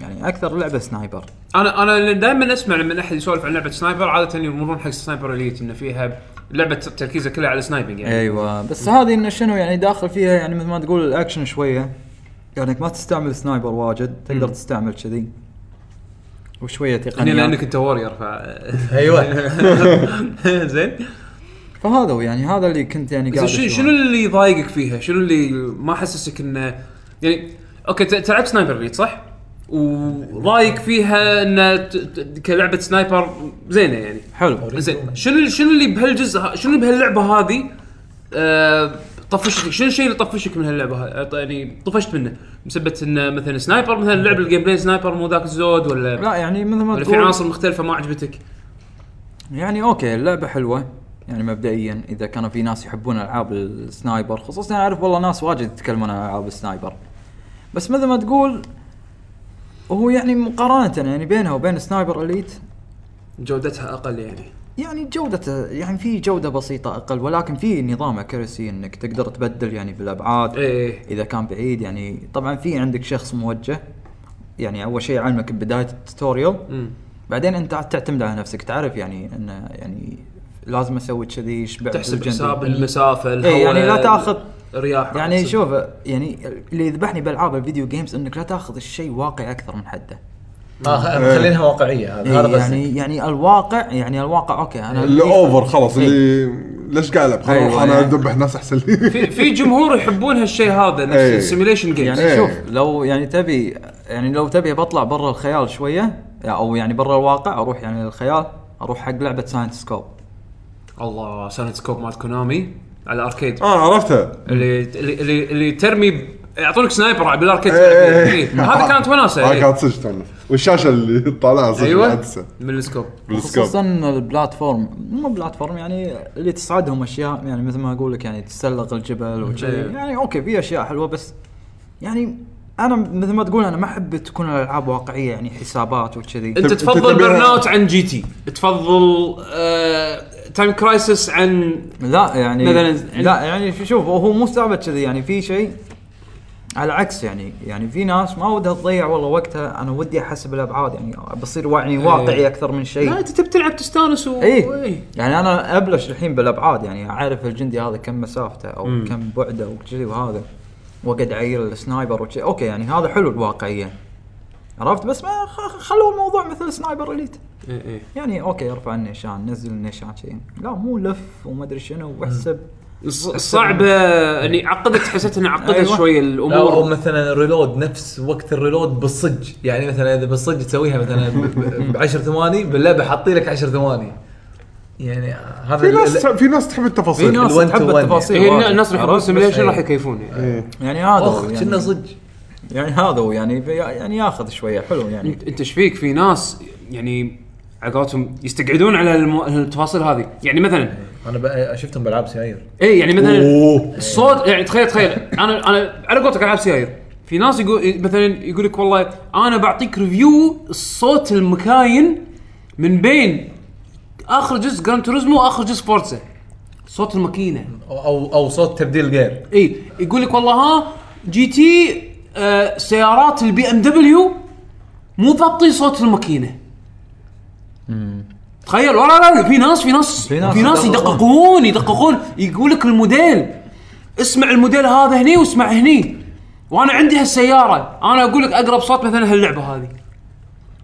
E: يعني اكثر لعبه سنايبر
A: انا انا دائما اسمع لما احد يسولف عن لعبه سنايبر عاده يمرون حق سنايبر اليت ان فيها لعبه تركيزها كلها على السنايبنج يعني
E: ايوه بس هذه انه شنو يعني داخل فيها يعني مثل ما تقول الاكشن شويه يعني ما تستعمل سنايبر واجد تقدر
A: مم.
E: تستعمل كذي وشويه
A: يعني
E: تقنيه
A: لانك انت وورير ف
B: ايوه
A: زين
E: فهذا هو يعني هذا اللي كنت يعني
A: زين
E: قاعد
A: شنو-
E: أشوفه.
A: شنو اللي يضايقك فيها؟ شنو اللي ما حسسك انه يعني اوكي ت- تلعب سنايبر اليت صح؟ وضايق فيها ان ت- ت- كلعبه سنايبر زينه يعني
E: حلو
A: زين شنو شنو اللي بهالجزء ه- شنو اللي بهاللعبه هذه آه، طفشتك شنو الشيء اللي طفشك من هاللعبه ه- آه، يعني طفشت منه مسبت انه مثلا سنايبر مثلا لعب الجيم بلاي سنايبر مو ذاك الزود ولا
E: لا يعني مثل ما
A: ولا في
E: تقول
A: عناصر مختلفه ما عجبتك
E: يعني اوكي اللعبه حلوه يعني مبدئيا اذا كانوا في ناس يحبون العاب السنايبر خصوصا اعرف والله ناس واجد يتكلمون عن العاب السنايبر بس مثل ما تقول هو يعني مقارنه يعني بينها وبين سنايبر اليت
A: جودتها اقل يعني
E: يعني جودته يعني في جوده بسيطه اقل ولكن في نظام اكيرسي انك تقدر تبدل يعني بالابعاد
A: ايه
E: اذا كان بعيد يعني طبعا في عندك شخص موجه يعني اول شيء يعلمك ببدايه التوتوريال
A: امم
E: بعدين انت تعتمد على نفسك تعرف يعني انه يعني لازم اسوي كذي شبعت
A: تحسب
E: بالجندل.
A: حساب المسافه
E: إيه يعني لا
A: الهواء،
E: تاخذ
A: الرياح
E: يعني
A: أقصد.
E: شوف يعني اللي يذبحني بالعاب الفيديو جيمز انك لا تاخذ الشيء واقعي اكثر من حده
B: خلينها واقعيه آه، هذا هذا
E: إيه
B: قصدي
E: يعني يعني الواقع يعني الواقع اوكي انا
C: اللي اوفر خلاص
E: إيه.
C: اللي ليش قاعد العب خلاص
E: أيوة،
C: انا
E: يعني.
C: اذبح ناس احسن لي
A: في في جمهور يحبون هالشيء هذا نفس
C: إيه.
A: السيميليشن جيمز
E: يعني
C: إيه.
E: شوف لو يعني تبي يعني لو تبي بطلع برا الخيال شويه او يعني برا الواقع اروح يعني للخيال اروح حق لعبه ساينس سكوب
A: الله ساند سكوب مال كونامي على الاركيد
C: اه عرفتها
A: اللي اللي اللي, اللي ترمي ب- يعطونك سنايبر على بالاركيد
C: إيه، إيه،
A: إيه.
C: إيه.
A: هذه كانت وناسه
C: اه
A: إيه.
C: كانت صدق تونس. والشاشه اللي طالعه صدق
A: ايوه
C: العدسة.
A: من السكوب
C: بالسكوب
E: خصوصا البلاتفورم مو بلاتفورم يعني اللي تصعدهم اشياء يعني مثل ما اقول لك يعني تسلق الجبل
A: إيه.
E: وكذي يعني اوكي في اشياء حلوه بس يعني انا مثل ما تقول انا ما احب تكون الالعاب واقعيه يعني حسابات وكذي
A: انت
C: أنت
A: تفضل
C: تبيها-
A: برن اوت عن جي تي تفضل تايم كرايسس عن
E: لا يعني
A: مثلاً-
E: لا يعني شو- شوف هو مو ثابت كذي يعني في شيء على العكس يعني يعني في ناس ما ودها تضيع والله وقتها انا ودي احسب الابعاد يعني بصير وع- يعني واقعي اكثر من
C: إيه.
E: شيء
A: إيه. لا إيه. انت تبي تلعب تستانس و...
E: اي يعني انا ابلش الحين بالابعاد يعني اعرف الجندي هذا كم مسافته او
A: مم.
E: مم. كم بعده وكذي وهذا واقعد اعير السنايبر وكذي اوكي يعني هذا حلو الواقعيه عرفت بس ما خ- خلوا الموضوع مثل سنايبر اليت
A: إيه، إيه.
E: يعني اوكي ارفع النيشان نزل النيشان شيء لا مو لف وما ادري شنو واحسب
A: الص- الصعبه يعني عقدت حسيت انها عقدت
E: أيوة.
A: شوي
B: لا او
A: الامور
B: مثلا الريلود نفس وقت الريلود بالصج يعني مثلا اذا بالصج تسويها مثلا ب 10 ثواني باللعبه حاطين لك 10 ثواني يعني هذا
C: في
B: ال-
C: ناس
B: ال-
C: في ناس تحب
E: في
C: التفاصيل
E: ناس
B: ال one to
E: تحب
B: one
E: التفاصيل
A: هي
E: واجد.
A: إيه، الناس اللي يحبون
E: عرفت؟
A: السيميليشن
E: بس
A: راح
E: إيه.
A: يكيفون يعني
C: إيه.
E: يعني هذا
B: اخ
E: هو
B: كنا
E: يعني,
B: صج
E: يعني هذا هو يعني يعني ياخذ شويه حلو يعني
A: انت ايش فيك في ناس يعني على قولتهم يستقعدون على الم- التفاصيل هذه يعني مثلا
B: انا بقى شفتهم بالعاب سيايير
A: اي يعني مثلا
C: اوه
A: الصوت يعني تخيل تخيل انا انا على قولتك العاب سيايير في ناس يقول مثلا يقول لك والله انا بعطيك ريفيو الصوت المكاين من بين اخر جزء جران توريزمو واخر جزء فورتسا صوت الماكينه
B: او او صوت تبديل غير
A: اي إيه، يقول لك والله ها جي تي آه سيارات البي ام دبليو مو ضابطين صوت الماكينه تخيل لا لا لا في ناس في ناس
E: في ناس
A: في ناس يدققون
E: يدققون.
A: يدققون يقول لك الموديل اسمع الموديل هذا هني واسمع هني وانا عندي هالسياره انا اقول لك اقرب صوت مثلا هاللعبه هذه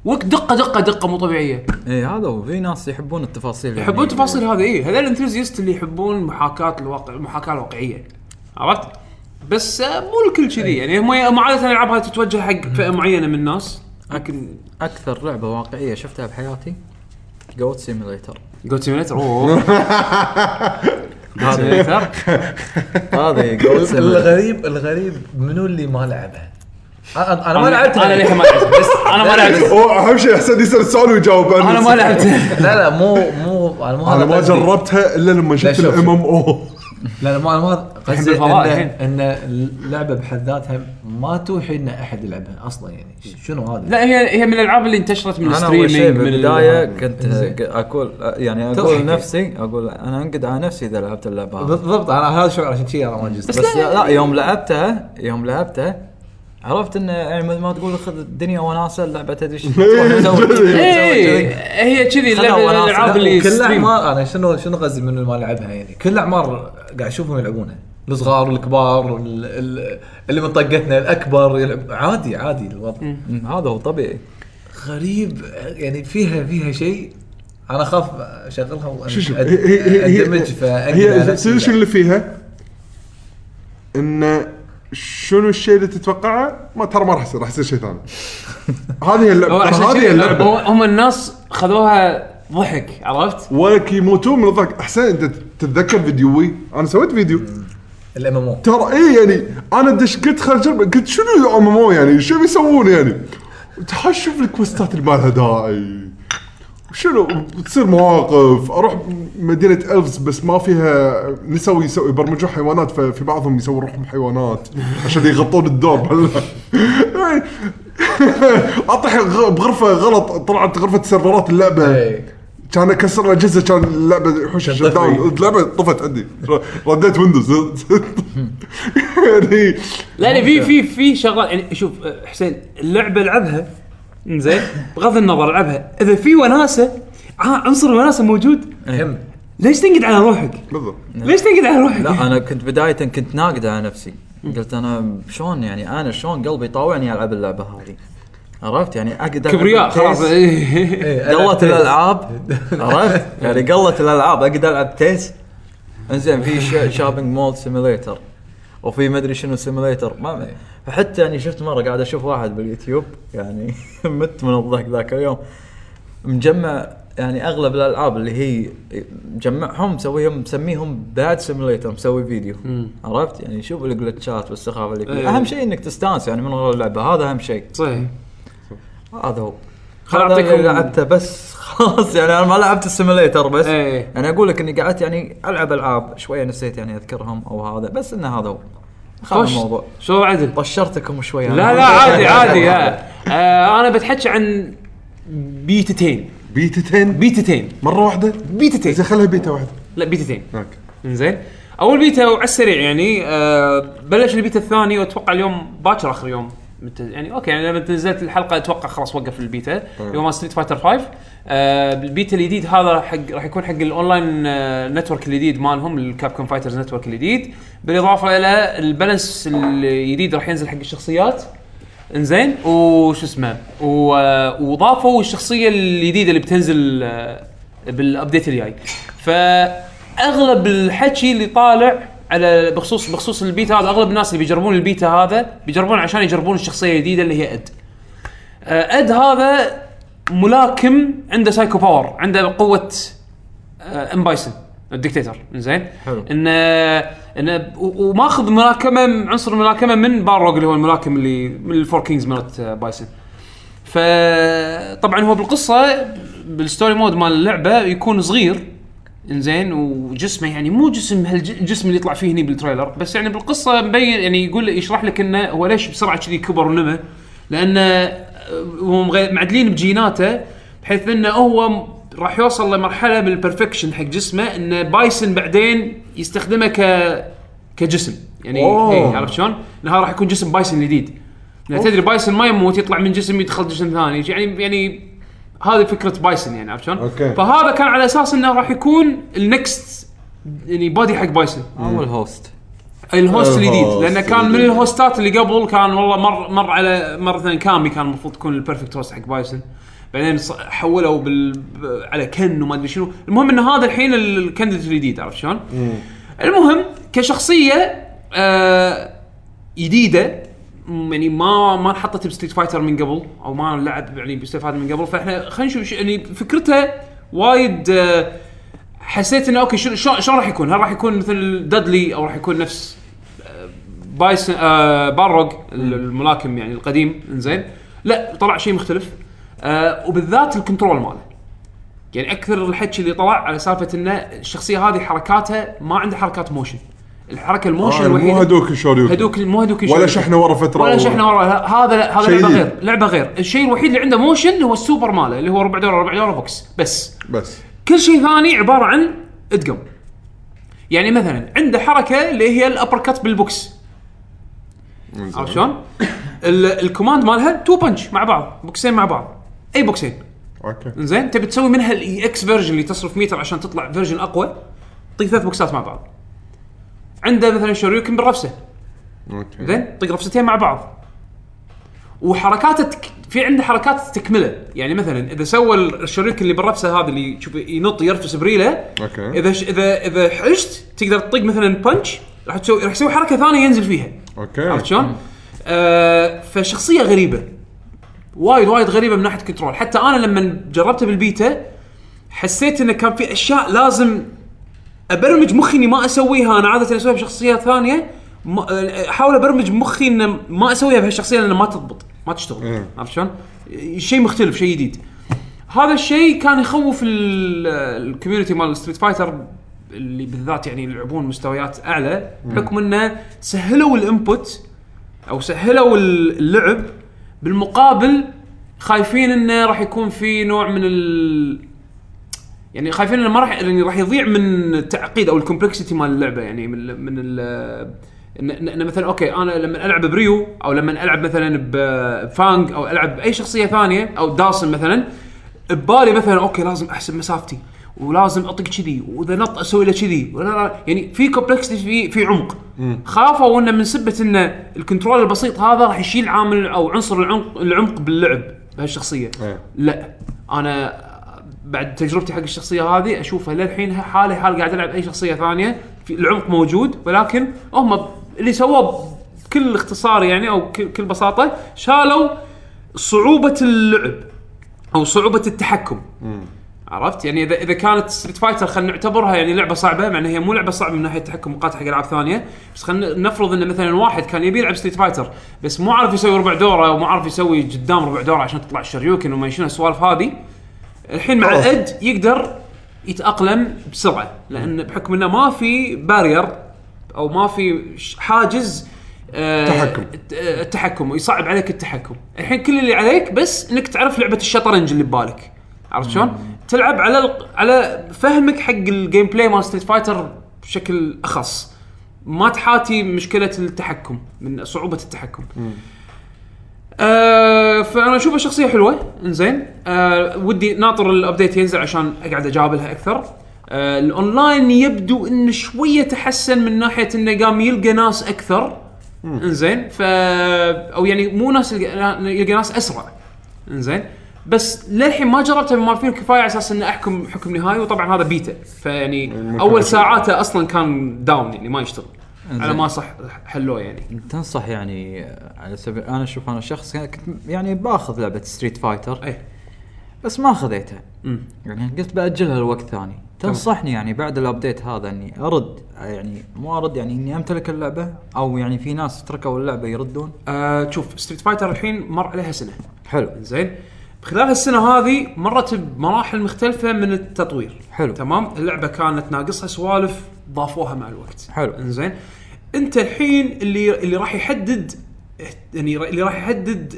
A: وك دقه دقه دقه مو طبيعيه
E: اي إيه، هذا وفي ناس يحبون التفاصيل
A: يحبون
E: يعني.
A: التفاصيل هذه اي هذول الانثوزيست اللي يحبون محاكاه الواقع المحاكاه الواقعيه عرفت بس آه، مو الكل كذي يعني هم عاده العابها تتوجه حق فئه معينه من الناس لكن
E: اكثر لعبه واقعيه شفتها بحياتي جوت سيميليتر
A: جوت سيميليتر اوه
B: إيه؟
A: سيميليتر
E: هذا إيه، جوت سيميليتر
B: الغريب الغريب منو اللي ما لعبها؟ أنا- انا ما يعني.
A: انا
B: لعبتها
A: للحين ما لعبت بس انا ما لعبت
C: اهم شيء احسن يسال السؤال ويجاوب
A: انا ما لعبت
B: لا لا مو مو انا مو هذا
C: انا ما
B: قصدي.
C: جربتها الا لما شفت
B: شوف.
C: الام ام او
B: لا لا مو انا ما قصدي
A: الفضاء
B: إن-
A: الحين.
B: ان اللعبه بحد ذاتها ما توحي ان احد يلعبها اصلا يعني شنو هذا؟
A: لا هي هي من الالعاب اللي انتشرت من
E: انا اول شيء
A: الستريمينج من
E: بالبدايه
A: البدايه
E: كنت
B: زين.
E: اقول يعني
B: تضحك.
E: اقول نفسي اقول انا انقد على نفسي اذا لعبت اللعبه هذه.
B: بالضبط انا هذا شعور عشان كذي انا ما جزت
E: بس لا, لا يوم لعبتها يوم لعبتها عرفت انه يعني مثل ما تقول خذ الدنيا وناسه اللعبه تدري شو تسوي تسوي كذي.
A: إيه، هي كذي
E: خلها
A: اللعبة-
E: وناسة.
A: الالعاب اللي
B: كل
A: ستريم.
B: اعمار انا شنو شنو قصدي من اللي ما لعبها يعني كل اعمار قاعد اشوفهم يلعبونها الصغار والكبار ال- ال- اللي من طقتنا الاكبر يلعب عادي عادي الوضع
E: أمم، هذا هو طبيعي
B: غريب يعني فيها فيها شيء انا اخاف اشغلها
C: شو شو هي هي- هي-
B: واندمج
C: هي هي- شنو اللي فيها؟ انه شنو الشيء اللي تتوقعه؟ ما ترى ما راح يصير راح يصير شيء ثاني. هذه هي
A: هو
C: اللعبه ترى
A: عشان
C: هذه هي
A: كذي
C: اللعبه
A: هو- هم الناس خذوها ضحك عرفت؟
C: ولك يموتون من الضحك احسن انت تتذكر فيديوي انا سويت فيديو
B: الام ام او
C: ترى ايه يعني انا دش قلت خل اجرب قلت شنو يا ام ام أو يعني شو بيسوون يعني؟ تعال شوف الكوستات اللي ما لها داعي شنو تصير مواقف اروح مدينه الفز بس ما فيها نسوي يسوي يبرمجوا حيوانات ففي بعضهم يسوي روحهم حيوانات عشان يغطون الدور بهال- اطيح غ- بغرفه غلط طلعت غرفه سيرفرات
B: إيه.
C: اللعبه كان اكسر الاجهزه كان اللعبه حوش شت داون اللعبه طفت عندي رديت ويندوز يعني
A: لا لا في في في شغلات يعني شوف أه، حسين اللعبه العبها زين بغض النظر العبها اذا في وناسه آه عنصر الوناسه موجود
B: هم
A: ليش تنقد على روحك؟
C: بالضبط
A: ليش تنقد على روحك؟
E: لا انا كنت بدايه كنت ناقد على نفسي قلت انا شلون يعني انا شلون قلبي يطاوعني العب اللعبه هذه عرفت يعني اقدر
A: كبرياء خلاص
E: إيه. قلت الالعاب عرفت يعني قلت الالعاب اقدر العب تيس انزين في ش- شوبينج مول سيميليتر وفي ما ادري شنو سيميليتر ما فحتى يعني شفت مره قاعد اشوف واحد باليوتيوب يعني مت من الضحك ذاك اليوم مجمع يعني اغلب الالعاب اللي هي مجمعهم مسويهم مسميهم باد سيميليتر مسوي فيديو عرفت يعني شوف الجلتشات والسخافه اللي فيه
A: إيه.
E: اهم شيء انك تستانس يعني من غير اللعبه هذا اهم شيء
A: صحيح
E: هذا هو
A: خل
E: هذا
A: أعطيكم-
E: اللي لعبته بس خلاص يعني انا ما لعبت السيميليتر بس
A: إيه.
E: انا اقول لك اني قعدت يعني العب العاب شويه نسيت يعني اذكرهم او هذا بس ان هذا هو خلاص
A: خوش
E: الموضوع طيب.
A: شو عدل؟
E: طشرتكم شويه
A: لا لا عادي عادي ها. آه، انا بتحكي عن بيتتين
C: بيتتين
A: بيتتين
C: مره واحده
A: بيتتين
C: زين خلها بيتا واحده
A: لا بيتتين
C: اوكي
A: زين اول بيتا وعلى السريع يعني آه بلش البيتا الثاني واتوقع اليوم باكر اخر يوم مت- يعني اوكي يعني لما نزلت الحلقه اتوقع خلاص وقف البيتا يوم ستريت فايتر 5 آه البيتا الجديد هذا حق راح يكون حق الاونلاين آه نتورك الجديد مالهم الكابكوم فايترز نتورك الجديد بالاضافه الى البالانس الجديد راح ينزل حق الشخصيات انزين وش اسمه و- آه، وضافوا الشخصيه الجديده اللي بتنزل آه، بالابديت الجاي فاغلب الحكي اللي طالع على بخصوص بخصوص البيتا هذا اغلب الناس اللي بيجربون البيتا هذا بيجربون عشان يجربون الشخصيه الجديده اللي هي اد آه، اد هذا ملاكم عنده سايكو باور عنده قوه آه، ام بايسن الدكتاتور زين
E: حلو.
A: انه انه و- وماخذ ملاكمه من- عنصر الملاكمه من باروك اللي هو الملاكم اللي من الفور كينجز مالت آه، بايسن فطبعا هو بالقصه بالستوري مود مال اللعبه يكون صغير انزين وجسمه يعني مو جسم هالجسم اللي يطلع فيه هني بالتريلر بس يعني بالقصه مبين يعني يقول يشرح لك انه هو ليش بسرعه كذي كبر آه، ونمى لانه هم معدلين بجيناته بحيث انه هو راح يوصل لمرحله من البرفكشن حق جسمه ان بايسن بعدين يستخدمه ك كجسم يعني
C: أوه.
A: إيه عرفت شلون؟ لها راح يكون جسم بايسن جديد لان يعني تدري بايسن ما يموت يطلع من جسم يدخل جسم ثاني يعني يعني هذه فكره بايسن يعني عرفت شلون؟
C: أوكي.
A: فهذا كان على اساس انه راح يكون النكست يعني بادي حق بايسن
E: اول هوست
A: الهوست الجديد
C: الهوست
A: لانه كان من
C: الجديد.
A: الهوستات اللي قبل كان والله مر مر على مره ثانيه كامي كان المفروض تكون البيرفكت هوست حق بايسون بعدين ص- حولوا بال ب- على كن وما ادري شنو المهم ان هذا الحين ال- الكنديديت الجديد عرفت شلون؟ المهم كشخصيه آه، جديده م- يعني ما ما انحطت بستريت فايتر من قبل او ما لعب يعني بستريت فايتر من قبل فاحنا خلينا نشوف ش- يعني فكرتها وايد آه، حسيت انه اوكي شنو شلون شلون راح يكون؟ هل راح يكون مثل دادلي او راح يكون نفس بايسن آه باروك ال- الملاكم يعني القديم انزين لا طلع شيء مختلف آه وبالذات الكنترول ماله يعني اكثر الحكي اللي طلع على سالفه انه الشخصيه هذه حركاتها ما عندها حركات موشن الحركه الموشن
C: آه، مو
A: الوحيده
C: هدوك شوريوكن
A: طيب، هدوك مو هدوك
C: ولا
A: شوريوكن.
C: شحنه ورا فتره
A: ولا شحنه ورا لا، هذا لا هذا
C: شيء
A: لعبه
C: جديد.
A: غير لعبه غير الشيء الوحيد اللي عنده موشن هو السوبر ماله اللي هو ربع دولار ربع دولار بوكس بس
C: بس
A: كل شيء ثاني عباره عن ادقم يعني مثلا عنده حركه اللي هي الابر كات بالبوكس عرفت شلون؟ ال- الكوماند مالها تو بنش مع بعض بوكسين مع بعض اي بوكسين
C: اوكي
A: زين تبي تسوي منها الاي اكس فيرجن اللي تصرف ميتر عشان تطلع فيرجن اقوى طق ثلاث بوكسات مع بعض عنده مثلا شوريوكن بالرفسه
C: اوكي
A: زين طق رفستين مع بعض وحركاته تك... في عنده حركات تكمله يعني مثلا اذا سوى الشريك اللي بالرفسه هذا اللي تشوف ينط يرفس بريله
C: أوكي.
A: اذا ش... اذا اذا حشت تقدر تطق مثلا بنش راح تسوي راح يسوي حركه ثانيه ينزل فيها عرفت
C: اوكي
A: شلون؟ آه فشخصيه غريبه وايد وايد غريبه من ناحيه كنترول حتى انا لما جربتها بالبيتا حسيت انه كان في اشياء لازم ابرمج مخي اني ما اسويها انا عاده اسويها بشخصيات ثانيه ما- آه، احاول ابرمج مخي ان ما اسويها بهالشخصيه لان ما تضبط ما تشتغل
C: إيه.
A: عرفت شلون؟ شيء مختلف شيء جديد هذا الشيء كان يخوف الكوميونتي مال ستريت فايتر اللي بالذات يعني يلعبون مستويات اعلى بحكم انه سهلوا الانبوت او سهلوا اللعب بالمقابل خايفين انه راح يكون في نوع من ال يعني خايفين انه ما راح يعني راح يضيع من التعقيد او الكومبلكسيتي مال اللعبه يعني من ال من ال إن- إن- إن مثلا اوكي انا لما العب بريو او لما العب مثلا ب- بفانج او العب باي شخصيه ثانيه او داسن مثلا ببالي مثلا اوكي لازم احسب مسافتي ولازم اطق كذي واذا نط اسوي له كذي ولا لا يعني في كومبلكسيتي في في عمق خافوا انه من سبه انه الكنترول البسيط هذا راح يشيل عامل او عنصر العمق العمق باللعب بهالشخصيه
C: إيه.
A: لا انا بعد تجربتي حق الشخصيه هذه اشوفها للحين حالي حال قاعد العب اي شخصيه ثانيه في العمق موجود ولكن هم اللي سووه بكل اختصار يعني او ك- كل بساطه شالوا صعوبه اللعب او صعوبه التحكم عرفت يعني اذا اذا كانت ستريت فايتر خلينا نعتبرها يعني لعبه صعبه مع ان هي مو لعبه صعبه من ناحيه تحكم مقاطع حق العاب ثانيه بس خلينا نفرض ان مثلا واحد كان يبي يلعب ستريت فايتر بس مو عارف يسوي ربع دوره وما عارف يسوي قدام ربع دوره عشان تطلع الشريوكن وما شنو السوالف هذه الحين مع
C: خلاص.
A: اد يقدر يتاقلم بسرعه لان بحكم انه ما في بارير او ما في ش- حاجز آه،
C: تحكم.
A: الت- آه، التحكم ويصعب عليك التحكم الحين كل اللي عليك بس انك تعرف لعبه الشطرنج اللي ببالك عرفت شلون تلعب على ال- على فهمك حق الجيم بلاي مال ستريت فايتر بشكل اخص ما تحاتي مشكله التحكم من صعوبه التحكم آه فانا اشوفها شخصيه حلوه انزين آه ودي ناطر الابديت ينزل عشان اقعد اجابلها اكثر آه الاونلاين يبدو انه شويه تحسن من ناحيه انه قام يلقى ناس اكثر انزين ف او يعني مو ناس يلقى, يلقى ناس اسرع انزين بس للحين ما جربتها بما فيه الكفايه على اساس اني احكم حكم نهائي وطبعا هذا بيتا فيعني
C: ممكن
A: اول
C: أشوف.
A: ساعاته اصلا كان داون يعني ما يشتغل على ما صح حلوه يعني
E: تنصح يعني على سبيل انا اشوف انا شخص يعني كنت يعني باخذ لعبه ستريت فايتر
A: ايه.
E: بس ما خذيتها
A: مم.
E: يعني قلت باجلها لوقت ثاني تنصحني يعني بعد الابديت هذا اني ارد يعني مو ارد يعني اني امتلك اللعبه او يعني في ناس تركوا اللعبه يردون
A: آه شوف ستريت فايتر الحين مر عليها سنه
E: حلو
A: زين خلال السنه هذه مرت بمراحل مختلفه من التطوير
E: حلو.
A: تمام اللعبه كانت ناقصها سوالف ضافوها مع الوقت
E: حلو.
A: زين انت الحين اللي اللي راح يحدد يعني اللي راح يحدد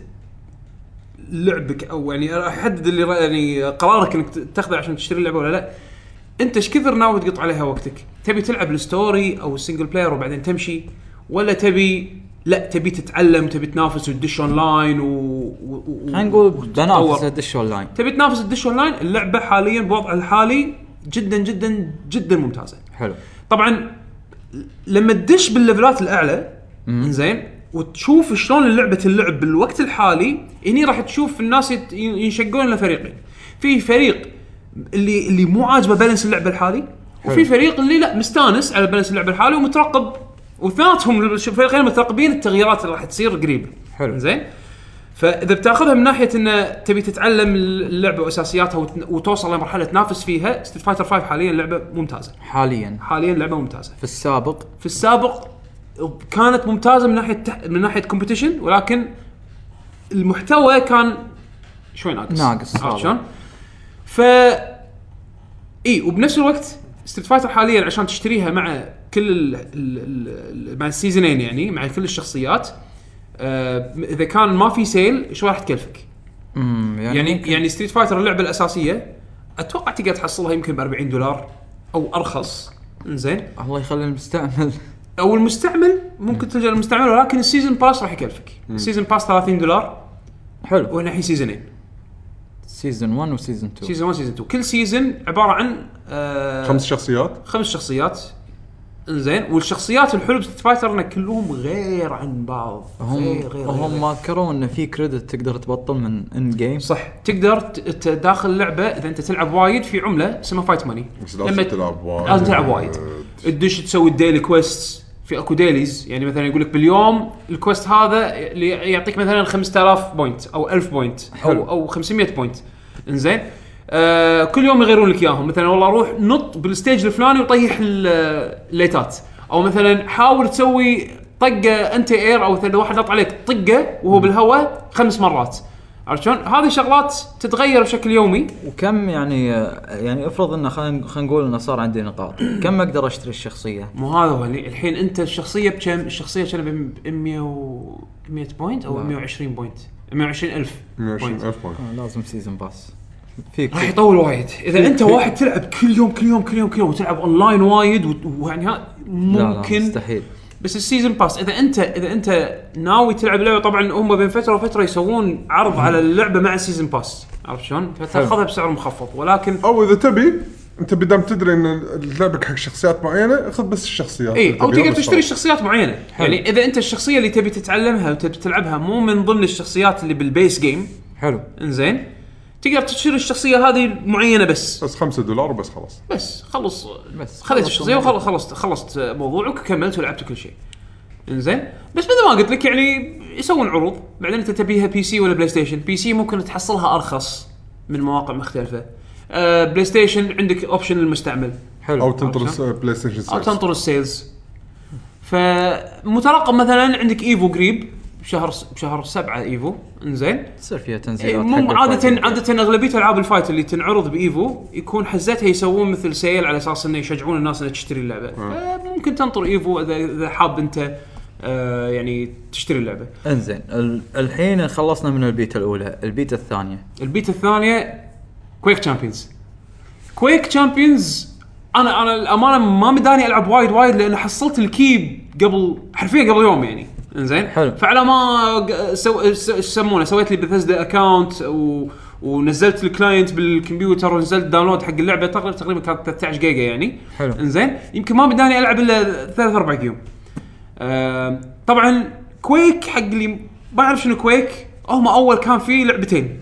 A: لعبك او يعني احدد اللي رأ- يعني قرارك انك ت- تاخذه عشان تشتري اللعبه ولا لا انت ايش كثر ناوي تقط عليها وقتك؟ تبي تلعب الستوري او السنجل بلاير وبعدين تمشي ولا تبي لا تبي تتعلم تبي تنافس وتدش اون لاين و, و... و...
H: خلينا نقول
A: وتتطور.
H: بنافس الدش اون لاين
A: تبي تنافس تدش اون لاين اللعبه حاليا بوضعها الحالي جدا جدا جدا ممتازه
H: حلو
A: طبعا لما تدش بالليفلات الاعلى زين وتشوف شلون لعبه اللعب بالوقت الحالي هني راح تشوف الناس يت- ينشقون لفريقين في فريق اللي اللي مو عاجبه بالانس اللعبه الحالي وفي فريق اللي لا مستانس على بالانس اللعبه الحالي ومترقب وثناتهم الفريقين مترقبين التغييرات اللي راح تصير قريب
H: حلو.
A: زين فاذا بتاخذها من ناحيه انه تبي تتعلم اللعبه واساسياتها وت- وتوصل لمرحله تنافس فيها ستيت فايتر 5 حاليا لعبه ممتازه
H: حاليا
A: حاليا لعبه ممتازه
H: في السابق
A: في السابق كانت ممتازه من ناحيه تح... من ناحيه كومبetition ولكن المحتوى كان شوي ناقص
H: ناقص،
A: عرفت
H: طبعا.
A: شلون؟ ف اي وبنفس الوقت ستريت فايتر حاليا عشان تشتريها مع كل ال... ال... ال... مع السيزونين يعني مع كل الشخصيات آه اذا كان ما في سيل شو راح تكلفك؟
H: امم يعني,
A: يعني
H: يعني
A: يعني ستريت فايتر اللعبه الاساسيه اتوقع تقدر تحصلها يمكن ب 40 دولار او ارخص زين
H: الله يخلي المستعمل
A: او المستعمل ممكن تلجا للمستعمل ولكن السيزون باس راح يكلفك السيزون باس 30 دولار
H: حلو
A: وهنا الحين سيزونين
H: سيزون 1 وسيزون 2
A: سيزون 1 سيزون 2 كل سيزون عباره عن آه
C: خمس شخصيات
A: خمس شخصيات زين والشخصيات الحلو بستيت فايتر ان كلهم غير عن بعض
H: هم
A: غير غير, غير,
H: هم
A: غير.
H: ما ذكروا ان في كريدت تقدر تبطل من اند جيم
A: صح تقدر ت- ت- داخل اللعبه اذا انت تلعب وايد في عمله اسمها فايت ماني
C: بس لازم تلعب وايد
A: لازم تلعب وايد تدش تسوي الديلي كويست في اكو ديليز يعني مثلا يقول لك باليوم الكويست هذا اللي يعطيك مثلا 5000 بوينت او 1000 بوينت
H: حلو.
A: او او 500 بوينت انزين آه كل يوم يغيرون لك اياهم مثلا والله روح نط بالستيج الفلاني وطيح ال- الليتات او مثلا حاول تسوي طقه انت اير او مثلا واحد نط عليك طقه وهو بالهواء خمس مرات عرفت شلون؟ هذه شغلات تتغير بشكل يومي
H: وكم يعني يعني افرض انه خلينا خلينا نقول انه صار عندي نقاط كم اقدر اشتري الشخصيه
A: مو هذا هو اللي- الحين انت الشخصيه بكم الشخصيه كان ب 100 و 100 بوينت او 120 بوينت 120000 بوينت
C: 120 بوينت
H: آه، لازم سيزون باس في
A: راح يطول وايد اذا
H: إيه.
A: انت واحد تلعب كل يوم كل يوم كل يوم كل يوم وتلعب اونلاين وايد وت- ويعني ها
H: لا لا
A: ممكن
H: مستحيل
A: بس السيزون باس اذا انت اذا انت ناوي تلعب لعبه طبعا هم بين فتره وفتره يسوون عرض على اللعبه مع السيزون باس عرفت شلون؟ فتاخذها بسعر مخفض ولكن
C: او اذا تبي انت بدام تدري ان لعبك حق شخصيات معينه خذ بس الشخصيات
A: اي او إيه، تقدر تشتري شخصيات معينه يعني اذا انت الشخصيه اللي تبي تتعلمها وتبي تلعبها مو من ضمن الشخصيات اللي بالبيس جيم
H: حلو
A: انزين تقدر تشتري الشخصيه هذه معينه بس
C: بس 5 دولار وبس خلاص
A: بس خلص
H: بس.
A: خذيت
H: خلص
A: الشخصيه
H: الموضوع.
A: وخلصت خلصت موضوعك وكملت ولعبت كل شيء انزين بس مثل ما قلت لك يعني يسوون عروض بعدين انت تبيها بي سي ولا بلاي ستيشن بي سي ممكن تحصلها ارخص من مواقع مختلفه آه بلاي ستيشن عندك اوبشن المستعمل
C: او
H: حلو
C: تنطر
A: عشان-
C: الس- بلاي ستيشن
A: او
C: 6
A: تنطر السيلز فمترقب مثلا عندك ايفو قريب بشهر بشهر سبعة ايفو انزين
H: تصير فيها
E: أيوة،
A: إيه،
H: تنزيلات
A: مو
H: حق
A: عادة
H: الفايتنج.
A: عادة اغلبية العاب الفايت اللي تنعرض بايفو يكون حزتها يسوون مثل سيل على اساس انه يشجعون الناس انها تشتري اللعبة فممكن تنطر ايفو اذا اذا حاب انت آه يعني تشتري اللعبة
H: انزين ال- الحين خلصنا من البيتا الاولى البيتا الثانيه
A: البيت الثانية كويك تشامبيونز كويك تشامبيونز انا انا الامانة ما مداني العب وايد وايد لان حصلت الكي قبل حرفيا قبل يوم يعني انزين
H: حلو.
A: فعلى ما ق- سو س- إيش يسمونه سويت لي بثزدا اكونت و... ونزلت الكلاينت بالكمبيوتر ونزلت داونلود حق اللعبه تقريبا تقريبا كانت 13 جيجا يعني
H: حلو.
A: انزين يمكن ما بداني العب الا ثلاث اربع يوم آم، طبعا كويك حق اللي ما يعرف شنو كويك هم اول كان في لعبتين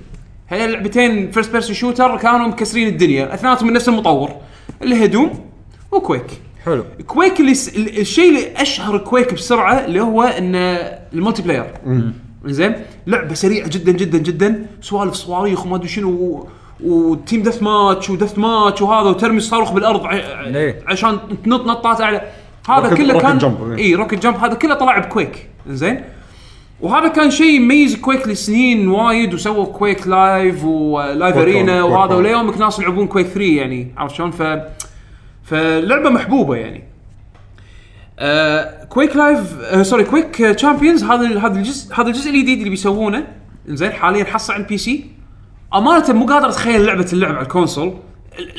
A: هذين اللعبتين فيرست بيرسون شوتر كانوا مكسرين الدنيا اثنيناتهم من نفس المطور اللي هدوم وكويك
H: حلو
A: كويك اللي س... ال- الشيء اللي اشهر كويك بسرعه اللي هو ان الملتي بلاير زين لعبه سريعه جدا جدا جدا سوالف صواريخ وما ادري شنو و- وتيم دث ماتش ودث ماتش وهذا وترمي الصاروخ بالارض ع...
H: ليه؟
A: عشان تنط نطات اعلى هذا
C: روكت-
A: كله
C: روكت
A: كان
H: إيه.
C: جمب.
A: اي روكت جمب هذا كله طلع بكويك زين وهذا كان شيء يميز كويك لسنين وايد وسووا كويك لايف ولايف
C: كويك
A: ارينا
C: كويك
A: وهذا
C: كويك.
A: وليومك ناس يلعبون كويك 3 يعني عرفت شلون ف فلعبه محبوبه يعني آه كويك لايف آه سوري كويك تشامبيونز هذا ال- هذا الجزء هذا الجزء الجديد اللي بيسوونه زين حاليا حصه على البي سي امانه مو قادر اتخيل لعبه اللعب على الكونسول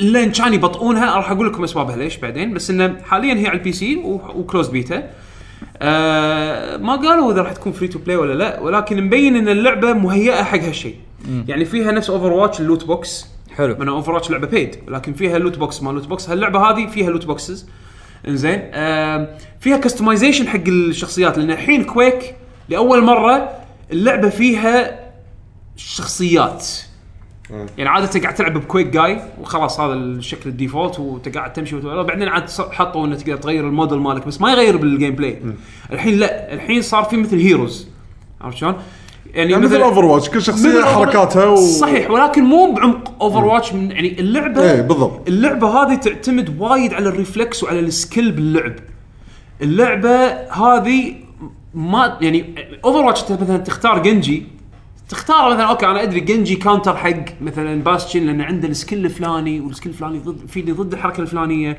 A: لين كان يبطئونها راح اقول لكم اسبابها ليش بعدين بس انه حاليا هي على البي سي و- وكلوز بيتا آه ما قالوا اذا راح تكون فري تو بلاي ولا لا ولكن مبين ان اللعبه مهيئه حق هالشيء يعني فيها نفس اوفر واتش اللوت بوكس
H: حلو.
A: من اوفر واتش لعبه بيد لكن فيها لوت بوكس ما لوت بوكس هاللعبه هذه فيها لوت بوكسز انزين آه فيها كستمايزيشن حق الشخصيات لان الحين كويك لاول مره اللعبه فيها شخصيات يعني عاده قاعد تلعب بكويك جاي وخلاص هذا الشكل الديفولت وانت قاعد تمشي وتو- بعدين عاد ص- حطوا انك تقدر تغير الموديل مالك بس ما يغير بالجيم بلاي الحين لا الحين صار في مثل هيروز عرفت شلون؟ يعني
C: يعني مثل اوفر واتش كل
A: مثل
C: شخصيه
A: Overwatch.
C: حركاتها و...
A: صحيح ولكن مو بعمق اوفر واتش من يعني اللعبه
C: إيه، بالضبط.
A: اللعبه هذه تعتمد وايد على الريفلكس وعلى السكيل باللعب اللعبه هذه ما يعني اوفر واتش مثلا تختار جنجي تختار مثلا اوكي انا ادري جنجي كاونتر حق مثلا باستشن لان عنده السكيل الفلاني والسكيل الفلاني ضد في اللي ضد الحركه الفلانيه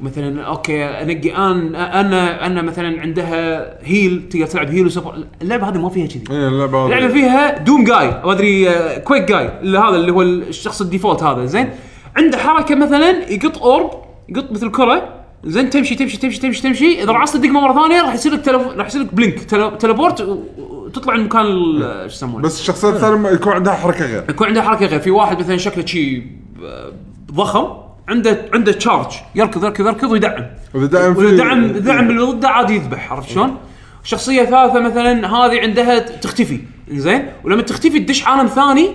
A: ومثلا اوكي انقي ان انا انا مثلا عندها هيل تقدر تلعب هيل وسبر اللعبه هذه ما فيها كذي
C: إيه، اللعبه هذه.
A: اللعبه فيها دوم جاي ما ادري آه، كويك جاي اللي هذا اللي هو الشخص الديفولت هذا زين عنده حركه مثلا يقط اورب يقط مثل كره زين تمشي تمشي تمشي تمشي تمشي اذا رعصت الدقمه مره ثانيه راح يصير لك تلف... راح يصير لك بلينك تل... تلبورت و- وتطلع من مكان ال- آه، شو يسمونه
C: بس الشخصيه الثانيه ما يكون عندها حركه غير
A: يكون عنده حركه غير في واحد مثلا شكله شي آه، ضخم عنده عنده تشارج يركض يركض يركض ويدعم
C: واذا دعم
A: واذا
C: في-
A: دعم دعم اللي ضده عادي يذبح عرفت شلون؟ شخصية ثالثة مثلا هذه عندها تختفي زين ولما تختفي تدش عالم ثاني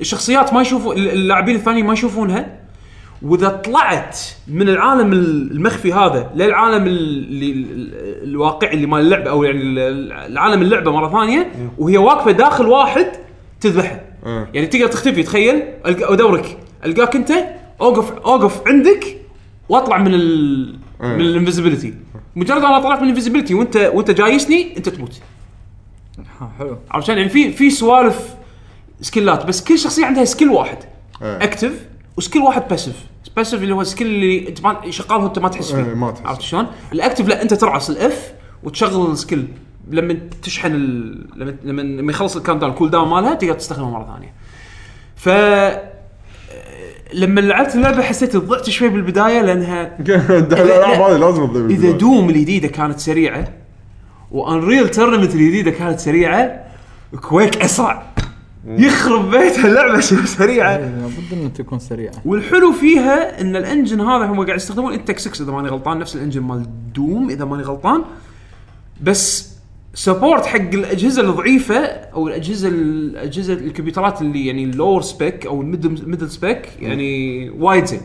A: الشخصيات ما يشوفوا اللاعبين الثانيين ما يشوفونها واذا طلعت من العالم المخفي هذا للعالم اللي ال- الواقعي اللي مال اللعبه او يعني ال- العالم اللعبه مره ثانيه وهي واقفه داخل واحد تذبحه
C: إيه.
A: يعني تقدر تختفي تخيل ألقى- ادورك القاك انت اوقف اوقف عندك واطلع من ال
C: إيه.
A: من الانفيزيبيلتي مجرد انا طلعت من الانفيزيبيلتي وانت وانت جايسني انت تموت
H: حلو
A: عرفت شلون؟ يعني في في سوالف سكيلات بس كل شخصيه عندها سكيل واحد
C: إيه.
A: اكتف وسكيل واحد باسيف باسيف اللي هو السكيل اللي انت ما شغاله وانت ما تحس فيه
C: إيه، ما تحس.
A: عرفت شلون؟ الاكتف لا انت ترعص الاف وتشغل السكيل لما تشحن ال... لما لما لما يخلص الكاونت داون الكول داون مالها تقدر تستخدمه مره ثانيه. ف لما لعبت اللعبه حسيت ضعت شوي بالبدايه لانها
C: ده الالعاب هذه لازم تضيف
A: اذا دوم الجديده كانت سريعه وانريل تورنمنت الجديده كانت سريعه كويك اسرع يخرب بيتها اللعبه شنو
E: إيه.
A: سريعه
H: لابد انها تكون سريعه
A: والحلو فيها ان الانجن هذا هم قاعد يستخدمون انتك 6 اذا ماني غلطان نفس الانجن مال دوم اذا ماني غلطان بس سبورت حق الاجهزه الضعيفه او الاجهزه الاجهزه الكمبيوترات اللي يعني اللور سبيك او الميدل سبيك يعني وايد زين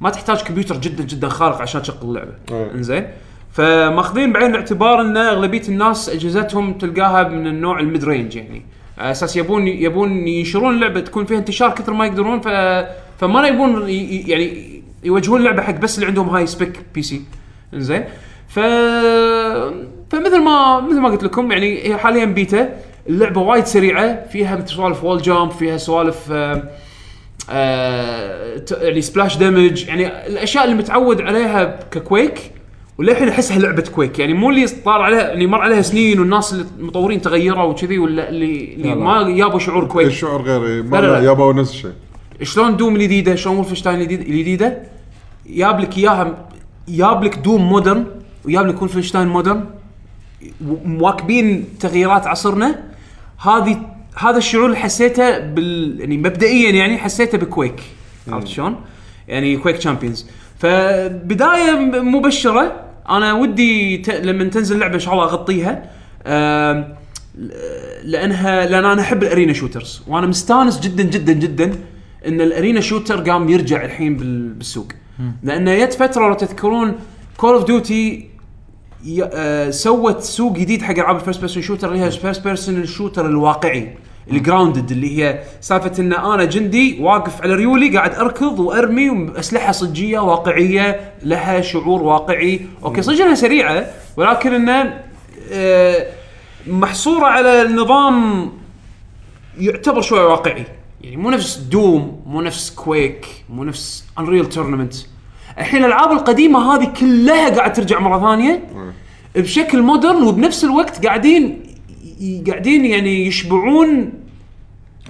A: ما تحتاج كمبيوتر جدا جدا خارق عشان تشغل اللعبه
C: أي.
A: انزين فماخذين بعين الاعتبار ان اغلبيه الناس اجهزتهم تلقاها من النوع الميد رينج يعني على اساس يبون يبون ينشرون اللعبه تكون فيها انتشار كثر ما يقدرون ف فما يبون ي- ي- يعني يوجهون اللعبه حق بس اللي عندهم هاي سبيك بي سي انزين ف فمثل ما مثل ما قلت لكم يعني هي حاليا بيتا اللعبه وايد سريعه فيها مثل سوالف وول جامب فيها سوالف آه آه، ت- يعني سبلاش دامج يعني الاشياء اللي متعود عليها ككويك وللحين احسها لعبه كويك يعني مو اللي طار عليها اللي مر عليها سنين والناس اللي مطورين تغيروا وكذي ولا اللي, اللي ما يابوا شعور كويك
C: الشعور غير
A: لا، لا.
C: ما يابا نفس الشيء
A: شلون دوم الجديده شلون ولفنشتاين الجديد- الجديده ياب لك اياها ياب لك دوم مودرن وياب لك ولفنشتاين مودرن و- مواكبين تغييرات عصرنا هذه هذا الشعور اللي حسيته بال يعني مبدئيا يعني حسيته بكويك عرفت شلون؟ يعني كويك تشامبيونز فبدايه م- مبشره انا ودي ت... لما تنزل لعبه ان شاء الله اغطيها آم، لانها لان انا احب الارينا شوترز وانا مستانس جدا جدا جدا ان الارينا شوتر قام يرجع الحين بال- بالسوق لان جت فتره لو تذكرون كول اوف ديوتي ي- آه، سوت سوق جديد حق العاب الفيرست بيرسون شوتر اللي هي الفيرست بيرسون الشوتر الواقعي الجراوندد اللي هي سالفه ان انا جندي واقف على ريولي قاعد اركض وارمي واسلحه صجيه واقعيه لها شعور واقعي اوكي صدق انها سريعه ولكن انه آه، محصوره على نظام يعتبر شوي واقعي يعني مو نفس دوم مو نفس كويك مو نفس انريل تورنمنت الحين الالعاب القديمه هذه كلها قاعد ترجع مره ثانيه بشكل مودرن وبنفس الوقت قاعدين ي- قاعدين يعني يشبعون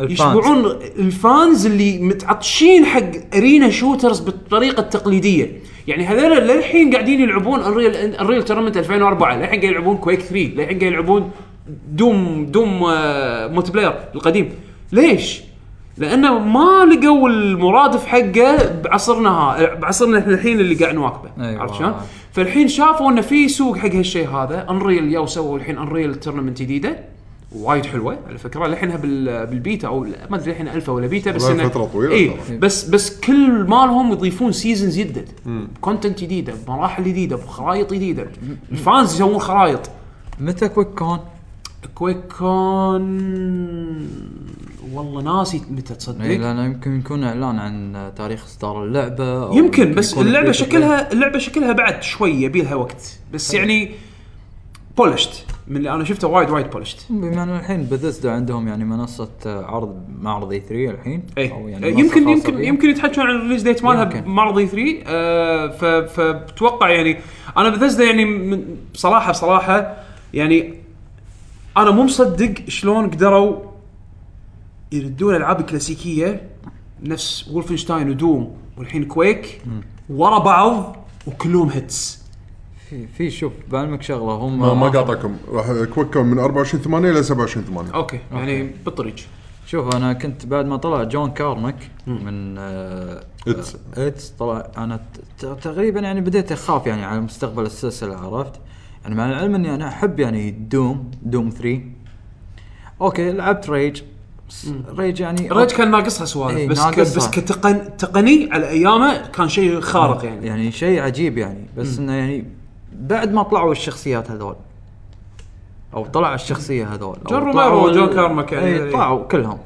A: يشبعون الفانز اللي متعطشين حق ارينا شوترز بالطريقه التقليديه يعني هذول للحين قاعدين يلعبون انريل انريل تورنمنت 2004 للحين قاعد يلعبون كويك 3 للحين قاعد يلعبون دوم دوم آه، ملتي بلاير القديم ليش؟ لانه ما لقوا المرادف حقه بعصرنا ها بعصرنا احنا الحين اللي قاعد نواكبه
E: أيوة.
A: عرفت شلون؟ فالحين شافوا انه في سوق حق هالشيء هذا انريل يو سووا الحين انريل تورنمنت جديده وايد حلوه على فكره للحينها بال- بالبيتا او ما ادري الحين الفا ولا بيتا بس
C: والله فترة طويلة
A: اي
C: ترى.
A: بس بس كل مالهم يضيفون سيزونز جدد كونتنت جديده بمراحل جديده بخرايط جديده الفانز يسوون خرايط
E: متى كويك كون؟
A: كويك كون والله ناسي متى
C: إيه.
E: اي
A: تصدق
E: لانه إيه، يمكن يكون اعلان عن تاريخ اصدار اللعبه أو
A: يمكن بس
E: يكون
A: اللعبه
E: البيتا
A: شكلها اللعبه شكلها بعد شوي يبي لها وقت بس يعني بولشت من اللي انا شفته وايد وايد بولشت
E: بما ان الحين بثزدا عندهم يعني منصه آه، عرض معرض اي 3 الحين
A: اي
E: يعني منصة
A: إيه. يعني يمكن
E: خاصة
A: يمكن
E: فيها.
A: يمكن يتحكون عن الريليز ديت مالها
E: يمكن.
A: بمعرض اي 3 آه، ف- فبتوقع يعني انا بثزدا يعني من- بصراحه بصراحه يعني انا مو مصدق شلون قدروا يردون العاب كلاسيكيه نفس وولفنشتاين ودوم والحين كويك ورا بعض وكلهم هيتس
E: في في شوف بعلمك شغله هم
C: ما
A: آه.
C: ما قاطعكم راح كويك كون من 24 8 ل 27 8
A: اوكي يعني بالطريق
E: شوف انا كنت بعد ما طلع جون كارمك من آه،
C: إتس.
E: آه، اتس طلع انا ت- ت- تقريبا يعني بديت اخاف يعني على مستقبل السلسله عرفت؟ يعني مع العلم اني انا احب يعني دوم دوم 3 اوكي لعبت ريج بس ريج يعني
A: الريج كان ناقصها سوالف
E: إيه،
A: بس ك-
E: ناقصها.
A: بس كتقن تقني على ايامه كان شيء خارق يعني
E: يعني شيء عجيب يعني بس انه يعني بعد ما طلعوا الشخصيات هذول او طلع الشخصيه هذول أو
A: جون
E: طلعوا
A: روميرو وجون
E: ال-
A: كارماك يعني.
E: إيه، طلعوا كلهم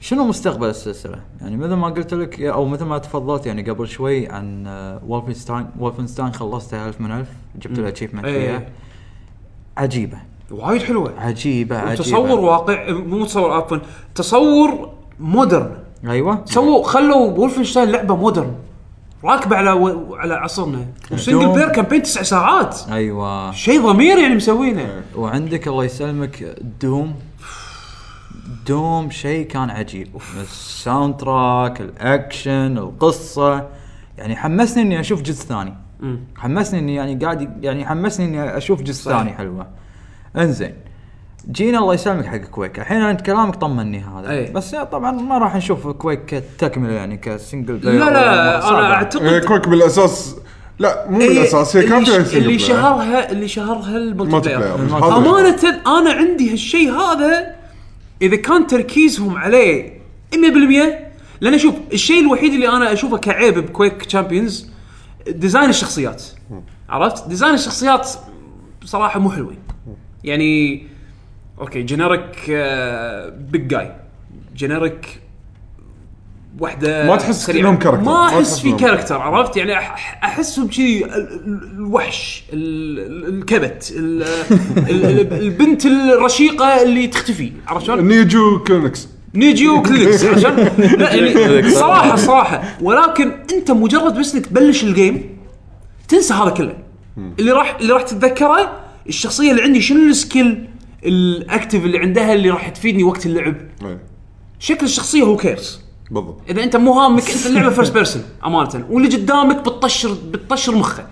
E: شنو مستقبل السلسله؟ يعني مثل ما قلت لك او مثل ما تفضلت يعني قبل شوي عن آه، وولفنستاين، وولفنستاين خلصتها 1000 من 1000 جبت الاتشيفمنت
A: إيه.
E: فيها عجيبه
A: وايد حلوه
E: عجيبه عجيبه
A: تصور واقع مو تصور عفوا تصور مودرن
E: ايوه
A: سووا خلوا وولفنشتاين لعبه مودرن راكبه على و... على عصرنا وسنجل
E: دوم.
A: بلاير كامبين تسع ساعات
E: ايوه
A: شيء ضمير يعني
E: إيه.
A: مسوينه
E: وعندك الله يسلمك دوم دوم شيء كان عجيب الساوند تراك الاكشن القصه يعني حمسني اني اشوف جزء ثاني
A: مم.
E: حمسني اني يعني قاعد يعني حمسني اني اشوف جزء ثاني حلوه انزين جينا الله يسلمك حق كويك الحين انت كلامك طمني هذا
A: أي.
E: بس طبعا ما راح نشوف كويك كتكمله يعني كسنجل
A: لا
E: بلاير ولا-
A: لا
E: صعبة.
A: انا اعتقد
C: إيه، كويك بالاساس لا مو بالاساس هي كان
A: آه، إيه، اللي,
C: فيها
A: ش...
C: سنجل
A: اللي
C: بلاير.
A: شهرها اللي شهرها الملتي
C: ملتي بلاير.
A: بلاير
C: هذا-
A: امانه انا عندي هالشيء هذا اذا كان تركيزهم عليه 100% لان شوف الشيء الوحيد اللي انا اشوفه كعيب بكويك تشامبيونز ديزاين الشخصيات عرفت ديزاين الشخصيات بصراحه مو حلوين يعني آه، اوكي جينيريك بيج جاي جينيريك وحده
C: ما تحس
A: سريعة.
C: لهم كاركتر.
A: ما
C: ما
A: احس
C: تحس
A: في
C: لهم
A: كاركتر عرفت يعني أح- أح- احسهم كذي ال- ال- الوحش ال- ال- الكبت ال- ال- ال- البنت الرشيقه اللي تختفي عرفت شلون؟
C: نيجو كلينكس
A: نيجيو كليكس عشان لا يعني صراحه صراحه ولكن انت مجرد بس انك تبلش الجيم تنسى هذا كله اللي راح اللي راح تتذكره الشخصيه اللي عندي شنو السكيل الاكتف اللي عندها اللي راح تفيدني وقت اللعب
C: إيه،
A: شكل الشخصيه هو كيرس
C: بالضبط
A: اذا انت مو هامك انت اللعبه فيرست بيرسون امانه واللي قدامك بتطشر بتطشر مخه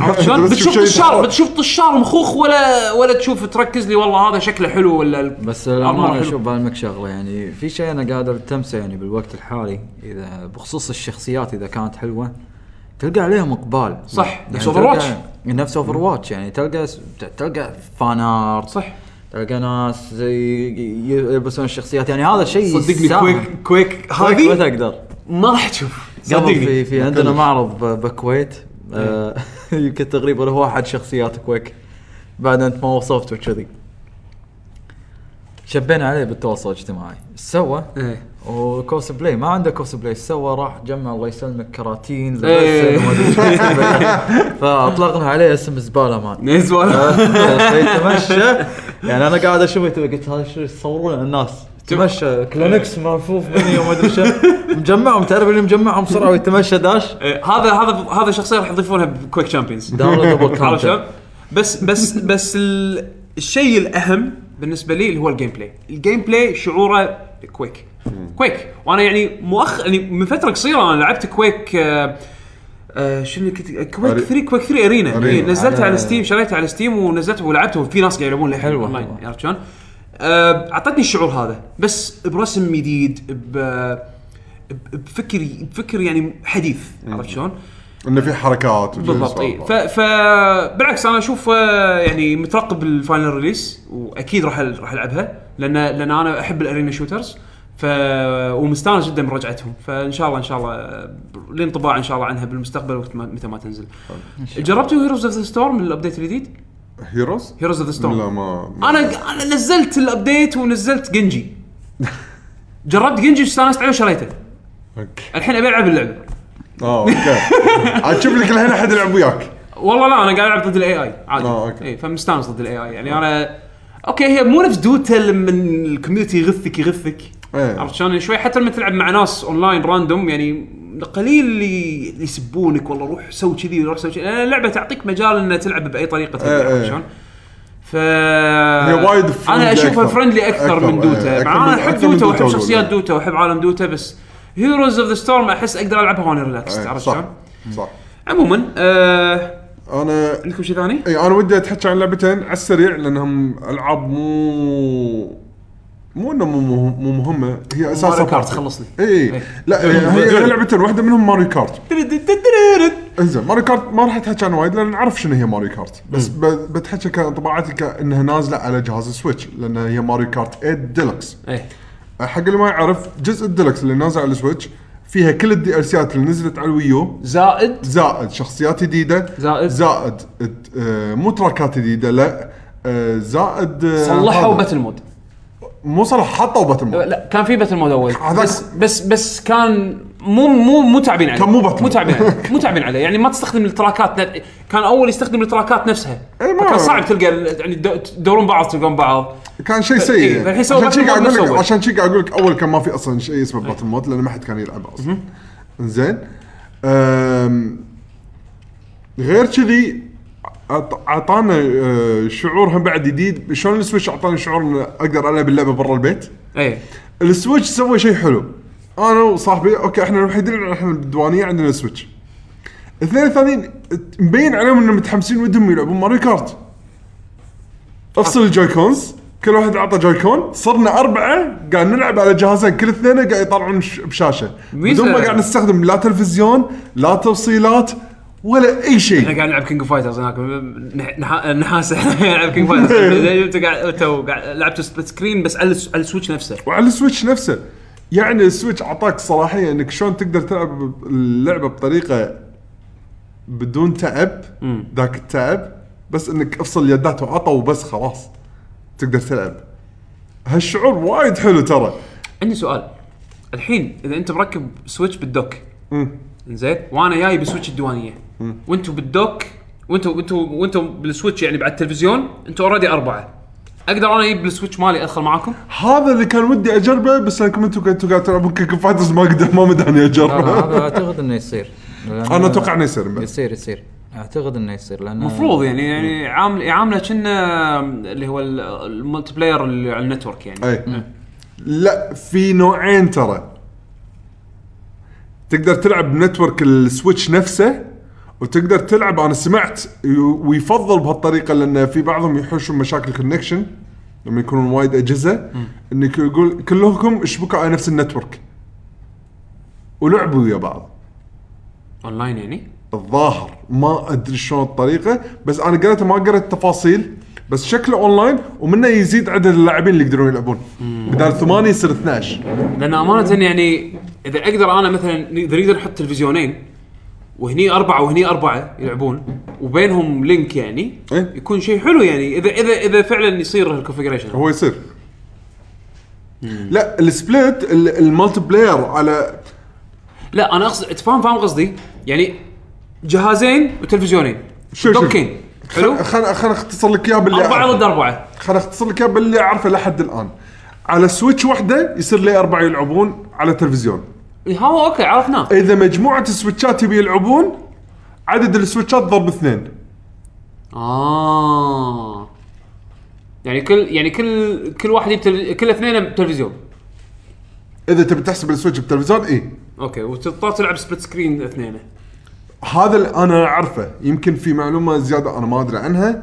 A: عرفت شلون؟
C: بس
A: بتشوف
C: شيء
A: طشار
C: يتحرك.
A: بتشوف طشار مخوخ ولا ولا تشوف تركز لي والله هذا شكله حلو ولا ال-
E: بس
A: الأرمار
E: الامانه
A: حلو.
E: شوف بعلمك شغله يعني في شيء انا قادر التمسه يعني بالوقت الحالي اذا بخصوص الشخصيات اذا كانت حلوه تلقى عليهم اقبال
A: صح،
E: يعني
A: نفس
E: تلقى-
A: Overwatch.
E: نفس اوفر واتش يعني تلقى س- تلقى فان ارت
A: صح.
E: تلقى ناس ي- ي- يلبسون الشخصيات يعني هذا شيء
A: صدقني
E: يستاهل.
A: كويك كويك
E: كويك ما
A: هذه
E: تقدر
A: ما راح تشوف
E: قبل
A: صدقني إيه.
E: في في عندنا معرض ب- بالكويت آه، يمكن تقريبا هو احد شخصيات كويك بعد انت ما وصفته كذي شبينا عليه بالتواصل الاجتماعي ايش سوى؟
A: إيه.
E: وكوس بلاي ما عنده كوس بلاي ايش سوى راح جمع الله يسلمك كراتين لبس
A: إيه.
E: ومدري إيش. فاطلقنا عليه اسم زباله مان
A: نيز ولا-
E: يتمشى يعني انا قاعد اشوف يتو- قلت هذا شو يصورون الناس يتمشى كلينكس معفوف مني وما ادري شو مجمعهم تعرف اللي مجمعهم بسرعه ويتمشى داش
A: إيه، هذا هذا هذا شخصيه راح يضيفونها بكويك تشامبيونز
E: داونلودبل
A: عرفت شلون؟
E: كونتنت
A: بس بس بس ال- الشيء الاهم بالنسبه لي اللي هو الجيم بلاي، الجيم بلاي شعوره كويك كويك وانا يعني مؤخر يعني من فتره قصيره انا لعبت كويك آه، آه، شنو كنت كويك
C: أري-
A: 3 كويك 3 ارينا
C: أرينا.
A: إيه، نزلتها على
H: على-
A: ستيم شريتها على ستيم ونزلتها ولعبتها وفي ناس قاعد يلعبون لها
H: حلوة،
A: أونلاين،
H: حلوة.
A: عرفت شلون؟ آه، اعطتني الشعور هذا بس برسم جديد ب- ب- بفكر بفكر يعني حديث عرفت شلون؟
C: انه في حركات وجزء
A: بالضبط إيه. ف...
C: سوالف.
A: ف بالعكس انا اشوف آه، يعني مترقب الفاينل ريليس واكيد راح ال- راح العبها لان لان انا احب الارينا شوترز ف ومستانس جدا من رجعتهم فان شاء الله ان شاء الله آه، الانطباع ان شاء الله عنها بالمستقبل وقت ما متى ما تنزل جربتوا هيروز اوف ذا ستورم الابديت الجديد
C: هيروز؟
A: هيروز اوف ذا ستورم
C: آه. لا ما ما-
A: انا انا نزلت الابديت ونزلت جنجي جربت جنجي استانست عليه وشريته
C: اوكي
A: الحين ابي العب اللعبه
C: اه اوكي عاد شوف لك الحين احد يلعب وياك
A: والله لا انا قاعد العب ضد الاي اي عادي
C: آه، أوكي.
A: اي فمستانس ضد الاي اي يعني انا اوكي هي مو نفس دوتا لما الكوميونتي يغثك يغثك
C: إيه.
A: عرفت شلون يعني شوي حتى لما تلعب مع ناس اونلاين راندوم يعني قليل اللي اللي يسبونك والله روح سوي كذي روح سوي كذي لأن اللعبه تعطيك مجال ان تلعب باي طريقه تبي
C: إيه،
A: عرفت
C: إيه.
A: شلون؟ ف
C: وايد friendly
A: انا اشوفها
C: أكثر.
A: فرندلي اكثر,
C: أكثر،
A: من
C: إيه،
A: دوتا
C: أكثر
A: مع انا
C: من-
A: احب
C: أكثر من
A: دوتا
C: دوتا
A: واحب
C: والأولى.
A: شخصيات دوتا واحب عالم دوتا بس هيروز اوف ذا ستورم احس اقدر العبها وانا ريلاكس
C: إيه،
A: عرفت
C: صح
A: شلون؟
C: صح
A: عموما آه
C: انا
A: عندكم شيء ثاني؟
C: اي انا إيه، ودي اتحكى عن لعبتين على السريع لانهم العاب مو مو انه مو مو- مو مهمه هي اساسا
A: ماريو كارت إيه.
C: party.
A: خلصني.
C: اي إي. إيه. لا هي- هي هي لعبتين واحده منهم ماريو كارت انزين ماريو كارت ما راح اتحكى عنها وايد لان نعرف شنو هي ماريو كارت بس ب- بتحكى كانطباعاتي كانها نازله على جهاز السويتش لان هي ماريو كارت 8 ديلكس
A: ايه
C: حق اللي ما يعرف جزء الديلكس اللي نازل على السويتش فيها كل الدي ال سيات اللي نزلت على الويو
A: زائد
C: زائد شخصيات جديده
A: زائد.
C: زائد آه، مو تراكات جديده لا آه، زائد آه،
A: صلحوا
C: هذا.
A: باتل مود
C: مو صلح حطوا باتل
A: لا كان في باتل مود اول
C: هذاك-
A: بس بس بس كان مو مو مو تعبين عليه
C: كان مو باتل
A: مو
C: مود.
A: تعبين عليه مو تعبين عليه يعني ما تستخدم التراكات ن- كان اول يستخدم التراكات نفسها
C: إيه، ما-
A: كان صعب تلقى ال- يعني تدو- تدورون بعض تلقون بعض
C: كان شيء
A: إيه،
C: سيء
A: فالحين سووا
C: عشان شي
A: باتل
C: قاعد
A: مود إيه.
C: اقول لك
A: نفسه
C: عشان شي قاعد اقول لك اول كان ما في اصلا شيء اسمه باتل مود لان ما حد كان يلعب اصلا زين أم، غير كذي أعط- اعطانا أه، شعور هم بعد جديد شلون السويتش اعطاني شعور ان اقدر العب اللعبه برا البيت
A: ايه
C: السويتش سوى شيء حلو انا وصاحبي اوكي احنا الوحيدين اللي احنا بالديوانيه عندنا سويتش الاثنين الثانيين مبين عليهم انهم متحمسين ودهم يلعبون ماريو كارت افصل الجويكونز كل واحد اعطى جويكون صرنا اربعه قاعد نلعب على جهازين كل اثنين قاعد يطلعون ش- بشاشه
A: ميزة.
C: بدون ما قاعد نستخدم لا تلفزيون لا توصيلات ولا اي
A: احنا
C: شيء
A: قاعد نلعب كينج فايترز هناك نح- نح- نحاسه نلعب كينج فايترز انتوا قاعد تو قاعد لعبتوا سبليت سكرين بس على الس- على السويتش نفسه
C: وعلى السويتش نفسه يعني السويتش اعطاك صلاحيه انك شلون تقدر تلعب اللعبه بطريقه بدون تعب ذاك التعب بس انك افصل يدات وعطا وبس خلاص تقدر تلعب هالشعور وايد حلو ترى
A: عندي سؤال الحين اذا انت مركب سويتش بالدوك
C: مم.
A: زين وانا جاي بسويتش الديوانيه وانتم بالدوك وانتم وانتم وانتم بالسويتش يعني بعد التلفزيون انتم اوريدي اربعه اقدر انا اجيب السويتش مالي ادخل معاكم؟
C: هذا اللي كان ودي اجربه بس لانكم انتم كنتوا قاعد تلعبون كيك فايترز ما قدر ما مداني
H: لا، لا،
E: آه.
C: اجربه
H: هذا اعتقد انه يصير لأن-
C: انا اتوقع انه يصير بس
H: يصير يصير اعتقد انه يصير لان
A: المفروض يعني يعني عامل يعامله كنا اللي هو ال- الملتي بلاير اللي على النتورك يعني
C: اي لا في نوعين ترى تقدر تلعب بنتورك السويتش نفسه وتقدر تلعب انا سمعت ي- ويفضل بهالطريقه لان في بعضهم يحوشون مشاكل كونكشن لما يكونون وايد اجهزه انك يقول كلكم اشبكوا على نفس النتورك ولعبوا ويا بعض
A: اونلاين يعني
C: الظاهر ما ادري شلون الطريقه بس انا قريت ما قريت التفاصيل بس شكله اونلاين ومنه يزيد عدد اللاعبين اللي يقدرون يلعبون بدال ثمانيه يصير 12
A: لان امانه يعني اذا اقدر انا مثلا اذا نقدر نحط تلفزيونين وهني اربعه وهني اربعه يلعبون وبينهم لينك يعني
C: إيه.
A: يكون شيء حلو يعني اذا اذا اذا فعلا يصير الكونفجريشن
C: هو يصير لا السبليت ال- المالتي بلاير على
A: لا انا اقصد تفهم فاهم قصدي؟ يعني جهازين وتلفزيونين
C: شو- شو؟
A: دوكين حلو؟
C: خل خل اختصر لك اياه باللي
A: اربعه ضد
C: أعرفه.
A: اربعه
C: خل اختصر لك اياه باللي اعرفه لحد الان على سويتش واحده يصير لي اربعه يلعبون على تلفزيون
A: هو اوكي عرفناه
C: اذا مجموعه السويتشات يبي يلعبون عدد السويتشات ضرب اثنين
A: آه. اه يعني كل يعني كل كل واحد يبتل... كل اثنين بتلفزيون
C: اذا تبي تحسب السويتش بتلفزيون إيه. اي
A: اوكي وتضطر تلعب سبليت سكرين اثنين
C: هذا اللي انا اعرفه يمكن في معلومه زياده انا ما ادري عنها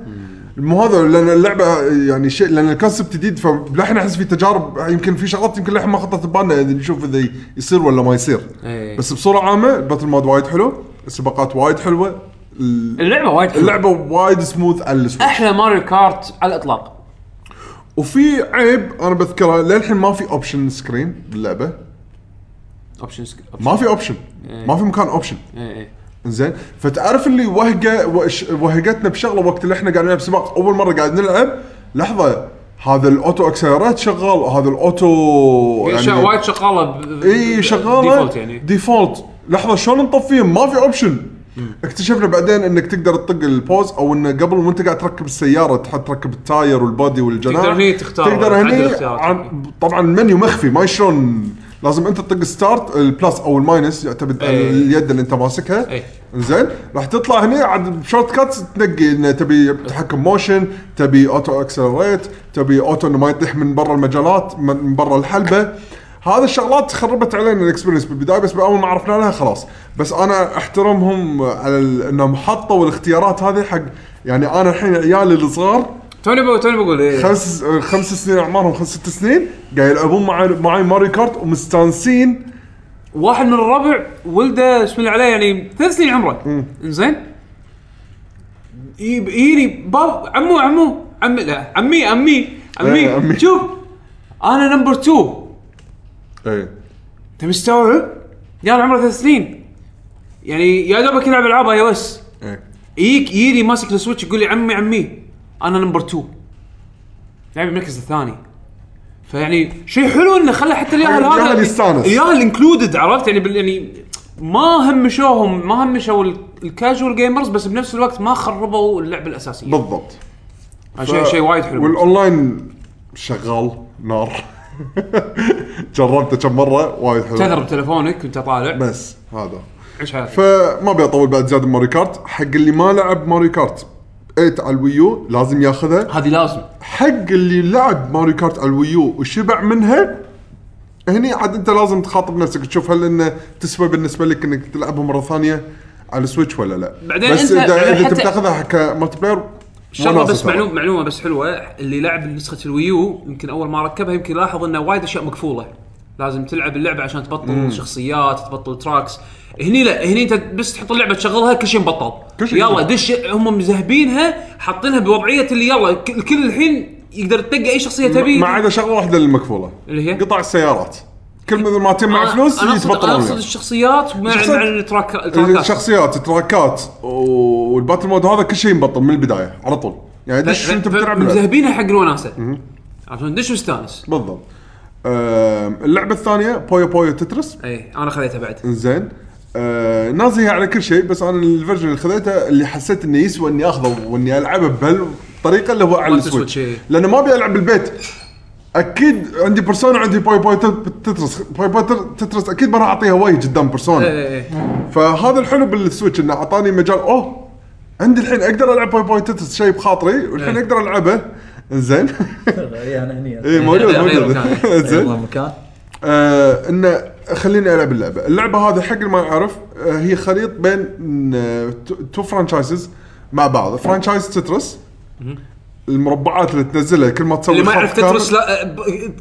C: مو هذا لان اللعبه يعني شيء لان الكونسبت جديد فلحين احس في تجارب يمكن في شغلات يمكن لحين ما خطت ببالنا إذا نشوف اذا يصير ولا ما يصير
A: إيه.
C: بس بصوره عامه الباتل مود وايد حلو السباقات وايد حلوه ال-
A: اللعبه وايد حلوة.
C: اللعبه وايد سموث على السويتش
A: احلى ماريو كارت على الاطلاق
C: وفي عيب انا بذكره للحين ما في اوبشن سكرين باللعبه
A: اوبشن
C: ما في اوبشن ما في مكان اوبشن
A: اي
C: زين فتعرف اللي وهقه وش- وهقتنا بشغله وقت اللي احنا قاعد نلعب سباق اول مره قاعد نلعب لحظه هذا الاوتو اكسلرات شغال هذا يعني الاوتو
A: في اشياء إيه، وايد شغاله ب-
C: اي
A: ب-
C: شغاله
A: ديفولت يعني
C: ديفولت لحظه شلون نطفيه ما في اوبشن اكتشفنا بعدين انك تقدر تطق البوز او انه قبل وانت قاعد تركب السياره تحط تركب التاير والبادي والجناح
A: تقدر هني تختار،
C: تقدر
A: تعدل
C: هني
A: اختياراتك.
C: عن طبعا المنيو مخفي ما شلون لازم انت تطق ستارت البلس او الماينس يعتمد على
A: إيه.
C: اليد اللي انت ماسكها
A: إيه.
C: زين راح تطلع هني عاد بشورت كات تنقي ان تبي تحكم موشن تبي اوتو اكسلريت تبي اوتو انه ما يطيح من برا المجالات من برا الحلبه هذه الشغلات خربت علينا الاكسبيرينس بالبدايه بس اول ما عرفنا لها خلاص بس انا احترمهم على ال- انهم حطوا الاختيارات هذه حق يعني انا الحين عيالي الصغار
A: توني بقول توني بقول إيه.
C: خمس خمس سنين اعمارهم خمس ست سنين قاعد يلعبون معي معي ماري كارت ومستانسين
A: واحد من الربع ولده بسم الله عليه يعني ثلاث سنين عمره زين يجيني باب عمو عمو عمي لا عمي عمي
C: إيه، عمي.
A: عمي شوف انا نمبر 2
C: ايه
A: انت مستوعب؟ يا عمره ثلاث سنين يعني يا دوبك يلعب العاب اي او اس
C: ايه
A: يجيك يجيني ماسك السويتش يقول لي عمي عمي انا نمبر 2 لعب المركز الثاني فيعني شيء حلو انه خلى حتى الياهل
C: الياهل
A: هذا
C: يستانس.
A: الياهل انكلودد عرفت يعني بال- يعني ما همشوهم ما همشوا ال- الكاجوال جيمرز بس بنفس الوقت ما خربوا اللعبه الاساسيه
C: بالضبط
A: هذا شيء شيء وايد حلو
C: والاونلاين شغال نار جربته كم مره وايد حلو
A: تذر بتلفونك وانت طالع
C: بس هذا
A: عيش حياتك
C: فما ابي اطول بعد زياده ماري كارت حق اللي ما لعب ماري كارت 8 على الويو لازم ياخذها
A: هذه لازم
C: حق اللي لعب ماري كارت على الويو وشبع منها هني عاد انت لازم تخاطب نفسك تشوف هل انه تسوى بالنسبه لك انك تلعبها مره ثانيه على السويتش ولا لا
A: بعدين انت-
C: بس اذا
A: يعني
C: اذا
A: حتى-
C: تبي تاخذها كمالتي بلاير
A: شغله
C: وناسة
A: بس
C: طبعاً.
A: معلومه معلومه بس حلوه اللي لعب نسخه الويو يمكن اول ما ركبها يمكن لاحظ انه وايد اشياء مقفوله لازم تلعب اللعبه عشان تبطل شخصيات تبطل تراكس هني لا هني انت بس تحط اللعبه تشغلها كل شيء مبطل
C: كل شيء
A: يلا
C: مبطل.
A: دش هم مزهبينها حاطينها بوضعيه اللي يلا ك- الكل الحين يقدر تطق اي شخصيه تبي
C: ما عدا شغله واحده اللي مكفوله
A: إيه. اللي هي؟
C: قطع السيارات كل ما ما تجمع
A: أنا-
C: فلوس
A: انا اقصد أنا
C: يتبطلون
A: اقصد
C: وياك.
A: الشخصيات مع
C: الشخصيات-
A: مع التراك التراكات
C: الشخصيات التراكات والباتل مود هذا كل شيء مبطل من البدايه على طول يعني دش انت بتلعب اللعبة.
A: مزهبينها حق الوناسه عشان دش مستانس
C: بالضبط آم، اللعبه الثانيه بويو بويو تترس
A: اي انا إيه، خذيتها بعد
C: زين آه نازيه على كل شيء بس انا الفيرجن اللي خذيته اللي حسيت انه يسوى اني اخذه واني العبه بهالطريقه اللي هو على
A: مالت السويتش،
C: السويتش
A: إيه.
C: لانه ما ابي العب بالبيت اكيد عندي بيرسونا عندي باي باي تترس باي باي تترس اكيد ما راح اعطيها واي قدام بيرسونا
A: إيه، إيه، إيه.
C: فهذا الحلو بالسويتش انه اعطاني مجال اوه عندي الحين اقدر العب باي باي تترس شيء بخاطري
A: إيه.
C: والحين اقدر العبه زين
E: انا هني
C: اي إيه، موجود
A: غير
C: موجود
A: مكان.
C: زين
E: يلا مكان
C: آه انه خليني العب اللعبه، اللعبه هذه حق اللي ما يعرف آه هي خليط بين آه، تو- تو فرانشايزز مع بعض، فرانشايز تترس المربعات اللي تنزلها كل ما تسوي
A: اللي ما
C: خط
A: يعرف
C: كامل،
A: تترس لا ب-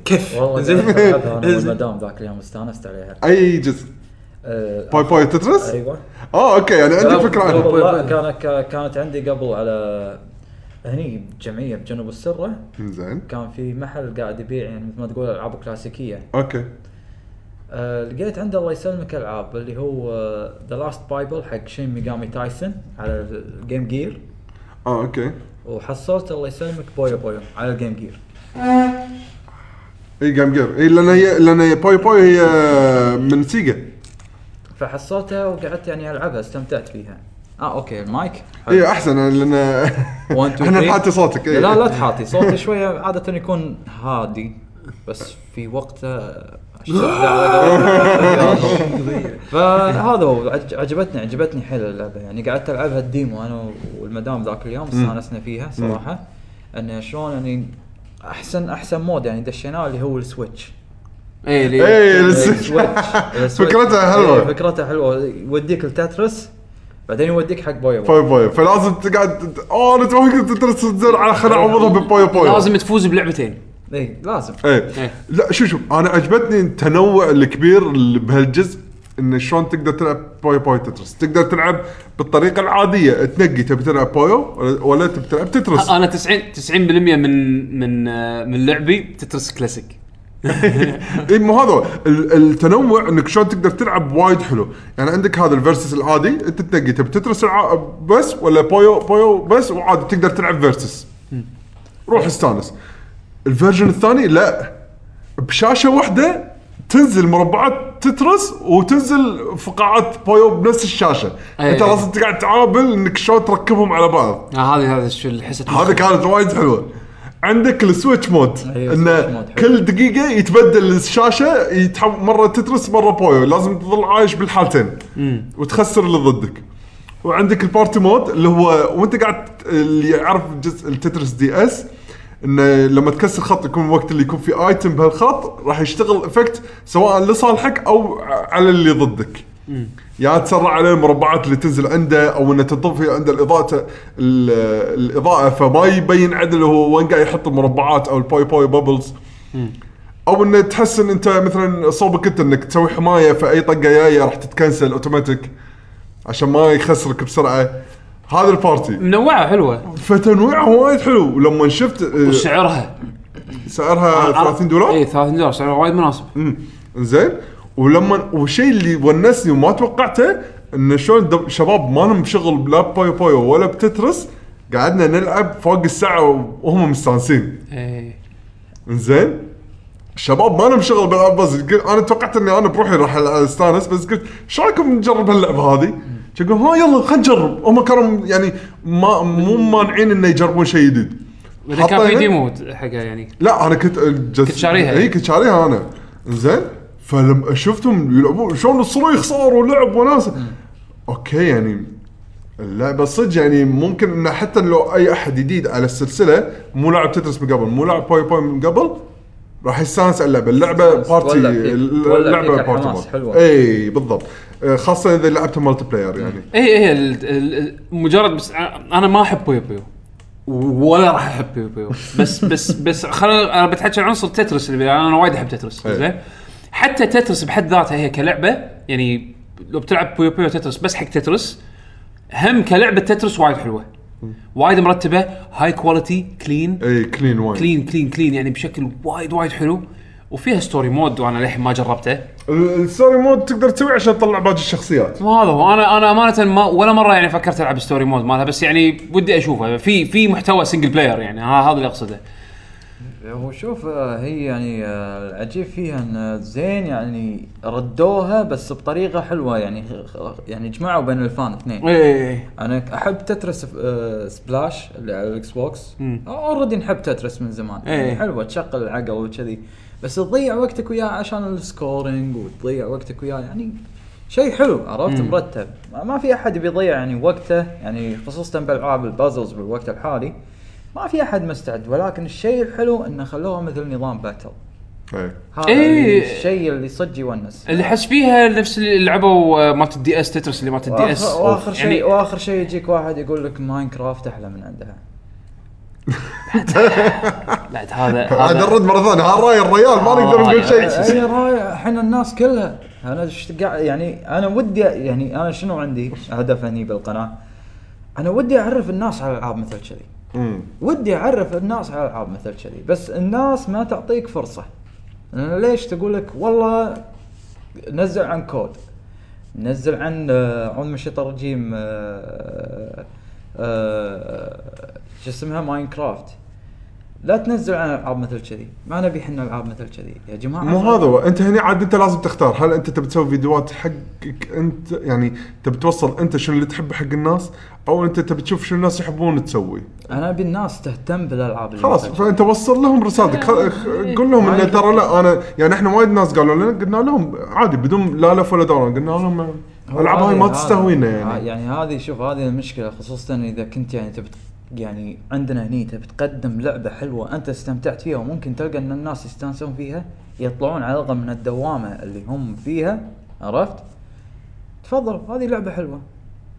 A: كيف
H: والله
A: زين
H: ألعبها انا والمدام ذاك اليوم استانست عليها
C: اي جزء
A: أه،
H: آه،
C: باي باي تترس؟
E: أيوة.
A: أيوة.
H: ايوه
C: اه اوكي يعني عندي فكره
H: قبل-
A: طيب،
C: عنها
H: لا، كان- كان- كانت عندي قبل على هني بجمعيه بجنوب السره
C: زين
H: كان في محل قاعد يبيع يعني مثل ما تقول العاب كلاسيكيه
C: اوكي
H: آه لقيت عنده الله يسلمك العاب اللي هو ذا لاست بايبل حق شين ميجامي تايسون على الجيم جير
C: اه اوكي
H: وحصلت الله يسلمك بويو بويو على الجيم جير
C: اي إيه، جام جير اي لان هي لان هي باي باي هي من سيجا
H: فحصلتها وقعدت يعني العبها استمتعت فيها اه اوكي المايك
C: اي احسن لان
H: أيوة. One, two,
C: احنا
H: three.
C: نحاتي صوتك إيه. إي.
H: لا لا تحاطي صوتي شويه عاده يكون هادي بس في آه، وقته فهذا هو عج- عجبتني عجبتني حيل اللعبه يعني قعدت العبها الديمو انا والمدام ذاك اليوم استانسنا فيها صراحه انه شلون يعني احسن احسن مود يعني دشيناه اللي هو السويتش
A: اي لي
C: اي لسه
E: السويتش.
C: إيه، فكرتها حلوة.
E: إيه، فكرتها حلوه يوديك التترس بعدين يوديك حق بويا بويا.
C: باي باي فلازم تقعد اوه انا توك تدرس تنزل على خليني
H: إيه.
C: اعوضها ببوي بوي
A: لازم تفوز بلعبتين
E: اي لازم
C: ايه
A: إيه.
C: لا شوف شوف انا عجبتني التنوع الكبير اللي بهالجزء انه شلون تقدر تلعب بوي بوي تترس تقدر تلعب بالطريقه العاديه تنقي تبي تلعب بويو ولا- ولا تبي تلعب تترس
A: انا 90 90% من من آه، من لعبي تترس كلاسيك
C: اي إيه، مو هذا هو. ال- التنوع انك شلون تقدر تلعب وايد حلو يعني عندك هذا الفيرسس العادي انت تنقي تبي تترس الع... بس ولا بويو بويو بس وعادي تقدر تلعب فيرسس روح استانس الفيرجن الثاني لا بشاشه واحده تنزل مربعات تترس وتنزل فقاعات بويو بنفس الشاشه
A: أي.
C: انت لازم تقعد تعابل انك شلون تركبهم على بعض
A: آه، هذه هذا شو الحسة
C: هذا كانت وايد حلوه عندك السويتش مود
E: أيوة، سويتش
C: انه
E: مود، حلو.
C: كل دقيقه يتبدل الشاشه يتحول مره تترس مره بويو لازم تظل عايش بالحالتين وتخسر اللي ضدك وعندك البارتي مود اللي هو وانت قاعد اللي يعرف جزء التترس دي اس انه لما تكسر خط يكون الوقت اللي يكون فيه ايتم بهالخط راح يشتغل افكت سواء لصالحك او على اللي ضدك يا تسرع عليه المربعات اللي تنزل عنده او انه تنطفي عنده الاضاءه ال- الاضاءه فما يبين عدل هو وين قاعد يحط المربعات او البوي بوي بابلز او انه تحسن انت مثلا صوبك انت انك تسوي حمايه فاي طقه جايه راح تتكنسل اوتوماتيك عشان ما يخسرك بسرعه هذا البارتي
A: منوعه حلوه
C: فتنويعها وايد حلو ولما شفت آه،
A: وسعرها
C: سعرها 30 دولار
A: اي 30 إيه، دولار سعرها وايد مناسب
C: امم زين ولما والشيء اللي ونسني وما توقعته ان شلون دب- شباب ما لهم شغل لا بايو بايو ولا بتترس قعدنا نلعب فوق الساعه وهم مستانسين
A: اي
C: زين شباب ما لهم شغل بالالعاب بس قلت- انا توقعت اني انا بروحي راح استانس بس قلت شو رايكم نجرب هاللعبه هذه؟ يقول ها يلا خلينا نجرب هم كانوا يعني ما مو مانعين انه يجربون شيء جديد
A: اذا كان في
C: حطينا-
A: ديمو حقها يعني
C: لا انا كنت جس...
A: كنت شاريها.
E: يعني.
C: اي كنت شاريها انا زين فلما شفتهم يلعبون شلون الصريخ صار ولعب وناس اوكي يعني اللعبه صدق يعني ممكن انه حتى لو اي احد جديد على السلسله مو لاعب تترس من قبل مو لاعب باي باي من قبل راح يستانس على اللعبه اللعبه بارتي
E: تولع فيك- تولع
C: اللعبه
E: فيك
C: بارتي
E: الحماس،
C: مود.
E: حلوة.
C: اي بالضبط آه، خاصه اذا لعبت مالتي بلاير يعني
A: اي اي إيه، ال- ال- ال- مجرد بس انا ما احب بويو بويو ولا راح احب بويو بويو بس بس بس خلينا انا بتحكي عن عنصر تترس اللي بالعالم. انا وايد احب تترس
C: إيه.
A: زين حتى تترس بحد ذاتها هي كلعبه يعني لو بتلعب بويو بويو تترس بس حق تترس هم كلعبه تترس وايد حلوه وايد مرتبه هاي كواليتي كلين
F: إيه.
C: اي كلين وايد
A: كلين كلين كلين يعني بشكل وايد وايد حلو وفيها ستوري مود وانا للحين ما جربته
C: ال- الستوري مود تقدر تسوي عشان تطلع باقي الشخصيات
A: ما هذا هو انا انا امانه ما ولا مره يعني فكرت العب ستوري مود مالها بس يعني ودي اشوفها في في محتوى سنجل بلاير يعني ها هذا اللي اقصده
E: وشوف آه، هي يعني آه، العجيب فيها ان زين يعني ردوها بس بطريقه حلوه يعني خ- يعني جمعوا بين الفان اثنين إيه.
A: اي
E: انا احب تترس آه، سبلاش اللي على الاكس بوكس
A: مم.
E: اوريدي نحب تترس من زمان
A: إيه.
E: يعني حلوه تشغل العقل وكذي بس تضيع وقتك وياه عشان السكورينج وتضيع وقتك وياه يعني شيء حلو عرفت
A: مم.
E: مرتب ما- ما في احد بيضيع يعني وقته يعني خصوصا بالعاب البازلز بالوقت الحالي ما في احد مستعد ولكن الشيء الحلو انه خلوها مثل نظام باتل
C: إيه.
E: هذا
A: إيه.
E: الشيء اللي صدق يونس
A: اللي حس فيها نفس اللي لعبوا آه، مالت الدي اس تترس اللي مالت الدي اس
E: واخر, وآخر شيء يعني واخر شيء يجيك واحد يقول لك ماينكرافت احلى من عندها
A: بعد هذا
C: عاد
A: هذا
C: نرد مره ثانيه ها الراي الريال ما نقدر نقول شيء
E: اي رايح احنا الناس كلها انا ايش قاعد يعني انا ودي يعني انا شنو عندي هدف هني بالقناه انا ودي اعرف الناس على العاب مثل كذي
C: مم.
E: ودي اعرف الناس على العاب مثل كذي بس الناس ما تعطيك فرصه لأن ليش تقول لك والله نزل عن كود نزل عن آه، اعوذ من الشيطان الرجيم آه، آه، شو اسمها ماينكرافت لا تنزل عن العاب مثل كذي ما نبي احنا العاب مثل كذي يا جماعه
C: مو هذا هو انت هنا عاد انت لازم تختار هل انت تبي تسوي فيديوهات حقك انت يعني تبي توصل انت شنو اللي تحبه حق الناس او انت تبي تشوف شنو الناس يحبون تسوي
E: انا ابي الناس تهتم بالالعاب اللي
C: خلاص
E: مثل
C: فانت وصل لهم رسالتك خل- خ- قول لهم انه ترى لا انا يعني احنا وايد ناس قالوا لنا قلنا لهم عادي بدون لا لف ولا دوران قلنا لهم
E: هو
C: العاب هاي
E: هذه-
C: ما
E: هذا-
C: تستهوينا
E: ه-
C: يعني
E: يعني هذه شوف هذه المشكله خصوصا اذا كنت يعني تبي يعني عندنا هني تبي تقدم لعبه حلوه انت استمتعت فيها وممكن تلقى ان الناس يستانسون فيها يطلعون على الاقل من الدوامه اللي هم فيها عرفت؟ تفضل هذه لعبه حلوه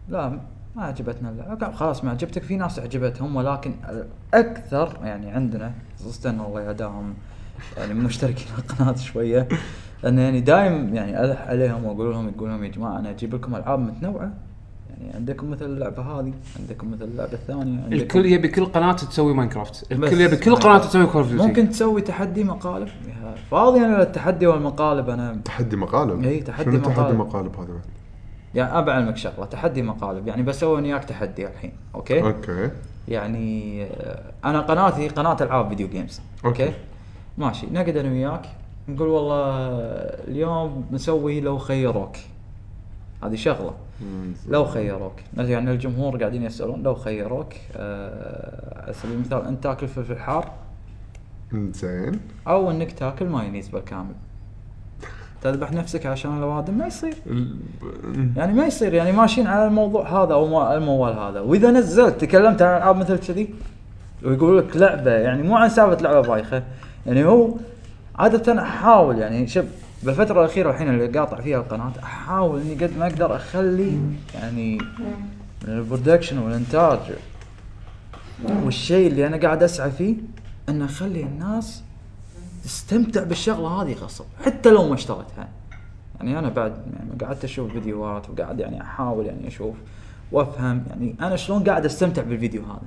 E: لا ما عجبتنا اللعبه خلاص ما عجبتك في ناس عجبتهم ولكن الاكثر يعني عندنا خصوصا الله يداهم يعني مشتركين القناه شويه لان يعني دايم يعني الح عليهم واقول لهم يقول لهم يا جماعه انا اجيب لكم العاب متنوعه يعني عندكم مثل اللعبه هذه عندكم مثل اللعبه الثانيه عندكم
A: الكل يبي كل قناه تسوي ماينكرافت
E: بس.
A: الكل يبي كل قناه تسوي كول اوف ديوتي
E: ممكن تسوي تحدي مقالب يا فاضي انا للتحدي والمقالب انا
C: تحدي مقالب
E: إي، تحدي
C: شنو تحدي
E: مقالب.
C: مقالب هذا بعد؟
E: يعني ابى اعلمك شغله تحدي مقالب يعني بسوي أنا وياك تحدي الحين اوكي
C: اوكي
E: يعني آه، انا قناتي قناه العاب فيديو جيمز اوكي
C: أوكي.
E: ماشي نقعد انا وياك نقول والله اليوم نسوي لو خيروك هذه شغله لو خيروك يعني الجمهور قاعدين يسالون لو خيروك آه، على سبيل المثال انت تاكل فلفل حار
C: زين
E: او انك تاكل مايونيز بالكامل تذبح نفسك عشان الاوادم ما يصير يعني ما يصير يعني ماشيين على الموضوع هذا او ما- الموال هذا واذا نزلت تكلمت عن العاب مثل كذي ويقول لك لعبه يعني مو عن سالفه لعبه بايخه يعني هو عاده احاول يعني شوف بالفتره الاخيره الحين اللي قاطع فيها القناه احاول اني قد ما اقدر اخلي يعني من البرودكشن والانتاج والشيء اللي انا قاعد اسعى فيه ان اخلي الناس تستمتع بالشغله هذه غصب حتى لو ما اشتريتها يعني انا بعد يعني قعدت اشوف فيديوهات وقاعد يعني احاول يعني اشوف وافهم يعني انا شلون قاعد استمتع بالفيديو هذا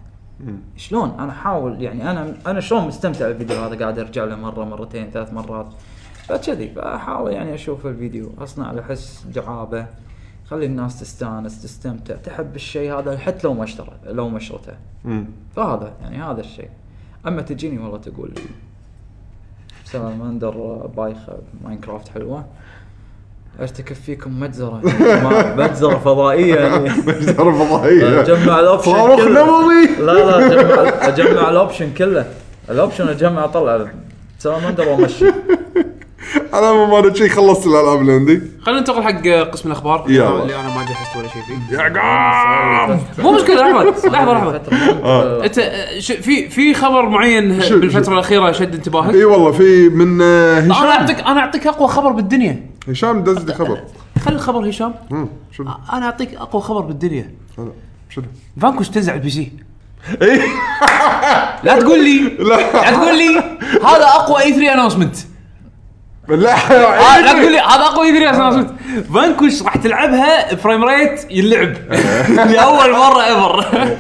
E: شلون انا احاول يعني انا انا شلون مستمتع بالفيديو هذا قاعد ارجع له مره مرتين ثلاث مرات فكذي فاحاول يعني اشوف الفيديو اصنع له حس دعابه خلي الناس تستانس تستمتع تحب الشيء هذا حتى لو ما اشترى لو ما شرته فهذا يعني هذا الشيء اما تجيني والله تقول لي سلامندر بايخه ماينكرافت حلوه ارتكب فيكم مجزره ما- مجزره فضائيه يعني
C: مجزرة فضائية
E: اجمع الاوبشن
C: صاروخ
E: كله.
C: نووي
E: لا لا اجمع اجمع الاوبشن كله الاوبشن اجمع اطلع سلامندر وامشي
C: على العموم انا شي خلصت الالعاب اللي عندي
A: خلينا ننتقل حق قسم الاخبار
C: يلا.
A: اللي انا ما جهزت ولا شيء فيه
C: يعقوب
A: مو مشكله لحظه لحظه لحظه
E: لحظه
A: انت آه، ش- في في خبر معين
C: شو-
A: بالفتره
C: شو؟
A: الاخيره شد انتباهك
C: اي والله في من آه،
A: انا
C: هشام
A: اعطيك انا اعطيك اقوى خبر بالدنيا
C: هشام دز لي خبر
A: خلي الخبر هشام
C: مم، شنو
A: انا اعطيك اقوى خبر بالدنيا
C: هذا؟ شنو
A: فانكوش تنزع البي سي
C: اي
A: لا تقول لي
C: إيه. لا
A: لا تقول لي هذا اقوى اي 3 اناونسمنت
C: لا آه،
A: لا تقول
C: إيه.
A: لي هذا اقوى اي 3 اناونسمنت فانكوش راح تلعبها فريم ريت يلعب لاول مره ايفر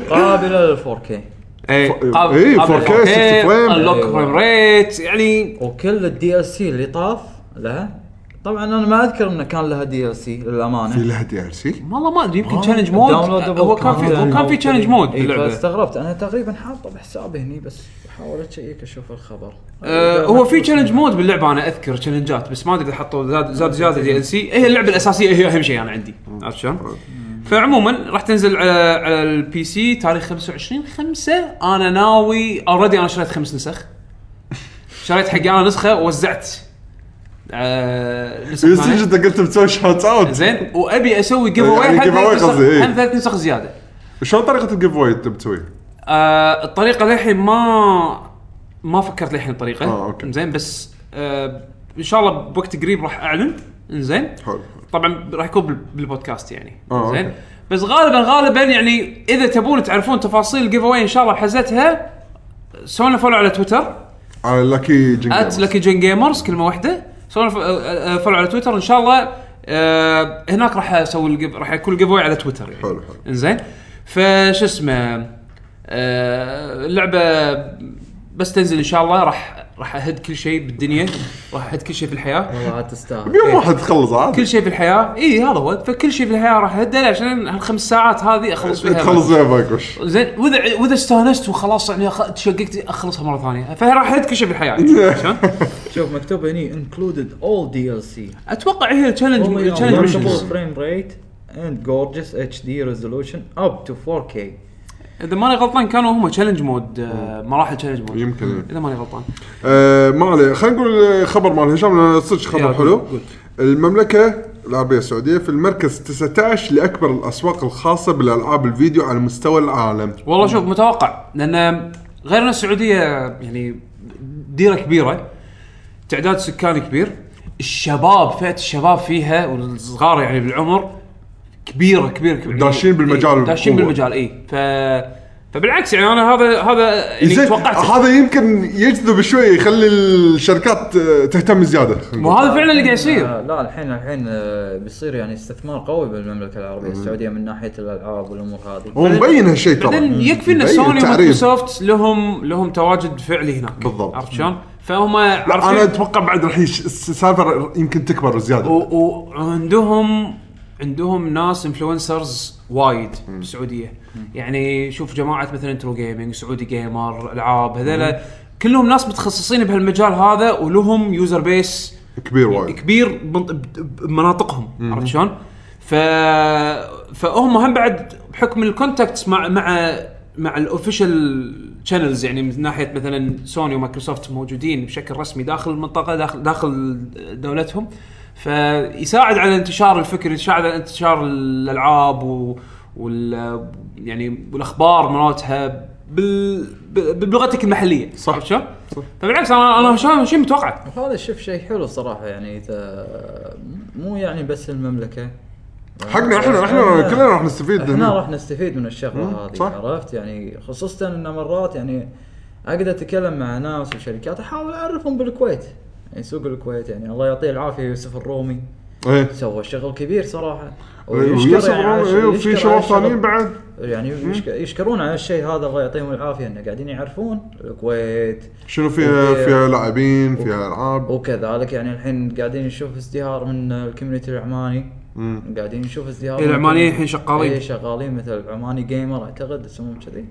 E: قابله لل 4K
A: اي
C: ف- إيه، 4K 60 فريم.
A: انلوك فريم ريت يعني
E: وكل الدي ال سي اللي طاف لها طبعا انا ما اذكر انه كان لها دي ال سي
C: في
E: للامانه
C: لها دي ار سي
A: والله ما ادري يمكن
E: آه،
A: تشالنج مود
E: downloadable
A: هو كان في هو كان في تشالنج مود
E: اي
A: باللعبه
E: إيه، فاستغربت انا تقريبا حاطه بحسابي هني بس بحاول اشيك اشوف الخبر
A: آه، هو في تشالنج مود باللعبه انا اذكر تشالنجات بس ما ادري اذا حطوا زاد زاد زياده دي ال سي هي اللعبه الاساسيه هي اهم شيء انا عندي عرفت شلون؟ فعموما راح تنزل على على البي سي تاريخ 25 5 انا ناوي اوريدي انا شريت خمس نسخ شريت حقي انا نسخه ووزعت آه، نسخ
C: يصير
A: ثانية.
C: انت قلت بتسوي شوت اوت
A: زين وابي اسوي جيف
C: يعني
A: اواي
C: give away قصدي، إيه.
A: هم ثلاث نسخ زياده
C: شلون طريقه الجيف واي انت بتسويها؟
A: آه الطريقه للحين ما ما فكرت للحين الطريقه
C: آه، أوكي.
A: زين بس آه ان شاء الله بوقت قريب راح اعلن زين
C: حلو
A: طبعا راح يكون بال- بالبودكاست يعني
C: آه،
A: زين
C: أوكي.
A: بس غالبا غالبا يعني اذا تبون تعرفون تفاصيل الجيف اواي ان شاء الله حزتها سوينا فولو على تويتر
C: على لاكي جينجر
A: ات لكي جين جيمرز كلمه واحده سوينا ف- آه، آه، فولو على تويتر ان شاء الله آه، هناك راح اسوي الجيف- راح يكون الجيف اواي على تويتر يعني
C: حلو، حلو.
A: انزين فش اسمه آه، اللعبه بس تنزل ان شاء الله راح راح اهد كل شيء بالدنيا راح اهد كل شيء في الحياه
C: آه.
E: والله عاد تستاهل
C: بيوم واحد تخلص عادي
A: كل شيء في الحياه اي هذا هو فكل شيء في الحياه راح اهده عشان هالخمس ساعات هذه اخلص فيها
C: تخلص فيها باكوش
A: زين واذا واذا استانست وخلاص يعني أخ- تشققت اخلصها مره ثانيه فراح اهد كل شيء في الحياه يعني. شلون؟
E: شوف مكتوب هني included all DLC
A: اتوقع هي التشالنج التشالنج
E: Remarkable
A: ميشنز
E: frame rate and gorgeous HD resolution up to 4K
A: اذا ماني غلطان كانوا هم تشالنج مود آه، مراحل تشالنج مود
C: يمكن. إيه.
A: اذا ماني غلطان
C: E, آه، ما عليه خلينا نقول خبر مال هشام لان صدق خبر
A: يلا،
C: حلو
A: قول، قول.
C: المملكه العربيه السعوديه في المركز 19 لاكبر الاسواق الخاصه بالالعاب الفيديو على مستوى العالم
A: والله شوف متوقع لان غير ان السعوديه يعني ديره كبيره تعداد سكان كبير الشباب فئه الشباب فيها والصغار يعني بالعمر كبيره كبيره كبيره
C: داشين بالمجال
A: إيه داشين
C: بقوة.
A: بالمجال اي ف فبالعكس يعني انا هذا هذا يعني
C: زين
A: اللي توقعته
C: هذا يمكن يجذب شوي يخلي الشركات آه، تهتم زياده خلينا
A: مو
C: نقول.
A: هذا فعلا اللي قاعد
E: آه،
A: يصير
E: لا الحين الحين آه، بيصير يعني استثمار قوي بالمملكه العربيه السعوديه من ناحيه الالعاب والامور هذه
C: هو مبين هالشيء ترى
A: بعدين يكفي ان
C: مبين
A: سوني
C: تعريب.
A: ومايكروسوفت لهم لهم تواجد فعلي هناك
C: بالضبط.
A: عرفت شلون؟ فهم
C: لا
A: عارفين
C: انا اتوقع بعد راح يش- السالفه يمكن تكبر زياده
A: و- و- وعندهم عندهم ناس انفلونسرز وايد بالسعوديه يعني شوف جماعه مثلا انترو جيمنج سعودي جيمر العاب هذول كلهم ناس متخصصين بهالمجال هذا ولهم يوزر بيس
C: كبير وايد
A: كبير بمنط- ب- بمناطقهم عرفت شلون؟ ف فهم هم بعد بحكم الكونتاكتس مع مع مع الاوفيشال شانلز يعني من ناحيه مثلا سوني ومايكروسوفت موجودين بشكل رسمي داخل المنطقه داخل داخل دولتهم فيساعد على انتشار الفكر يساعد على انتشار الالعاب و وال يعني والاخبار مالتها بال ب- بلغتك المحليه صح عرفت شلون؟ فبالعكس انا انا شلون شيء متوقع
E: هذا شوف شيء حلو صراحه يعني اذا مو يعني بس المملكه
C: حقنا احنا احنا كلنا راح نستفيد
E: احنا
C: منه.
E: راح نستفيد من
C: مم،
E: الشغله هذه
C: صح.
E: عرفت يعني خصوصا ان مرات يعني اقدر اتكلم مع ناس وشركات احاول اعرفهم بالكويت يعني سوق الكويت يعني الله يعطيه العافيه يوسف الرومي
C: ايه
E: سوى شغل كبير صراحه
C: آه، ويوسف
E: على
C: رومي،
E: الشيء-
C: إيه،
E: يشكر
C: وفي شباب
E: على الشغل.
C: ثانيين بعد
E: يعني يشك- يشكرون على الشيء هذا الله يعطيهم العافيه انه قاعدين يعرفون الكويت
C: شنو فيها
E: وفيها-
C: فيها لاعبين فيها العاب
E: وكذلك يعني الحين قاعدين نشوف ازدهار من الكوميونتي العماني
C: مم.
E: قاعدين نشوف ازدهار
A: إيه،
E: من-
A: العمانيين الحين شغالين.
E: إيه، شغالين مثل العماني جيمر اعتقد اسمهم كذي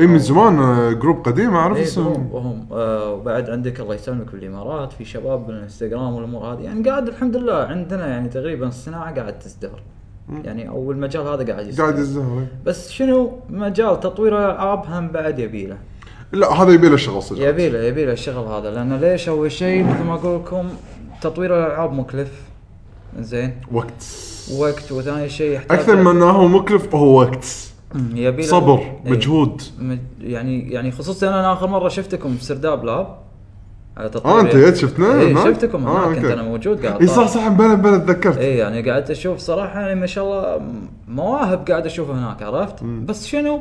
C: اي من زمان آه، جروب قديم اعرف
E: إيه،
C: اسمه
E: هم- وهم آه، وبعد عندك الله يسلمك بالامارات في شباب بالانستغرام والامور هذه يعني قاعد الحمد لله عندنا يعني تقريبا الصناعه قاعد تزدهر يعني او المجال هذا قاعد يزدهر
C: قاعد يزهر إيه.
E: بس شنو مجال تطوير الالعاب هم بعد يبي له
C: لا هذا يبي له شغل صدق
E: يبي له يبي له الشغل هذا لان ليش اول شيء مثل ما اقول لكم تطوير الالعاب مكلف زين
C: وقت
E: وقت وثاني شيء يحتاج
C: اكثر من انه هو مكلف هو وقت
E: يبي له-
C: صبر
E: إيه.
C: مجهود
E: مج- يعني يعني خصوصا انا اخر مره شفتكم بسرداب لاب على تطوير
C: اه انت جيت شفنا
E: اي
C: هناك؟
E: إيه. شفتكم
C: آه،
E: هناك كنت
C: أوكي.
E: انا موجود قاعد
C: اي صح صح بلا بلا تذكرت
E: اي يعني قاعد اشوف صراحه يعني ما شاء الله مواهب قاعد اشوفها هناك عرفت بس شنو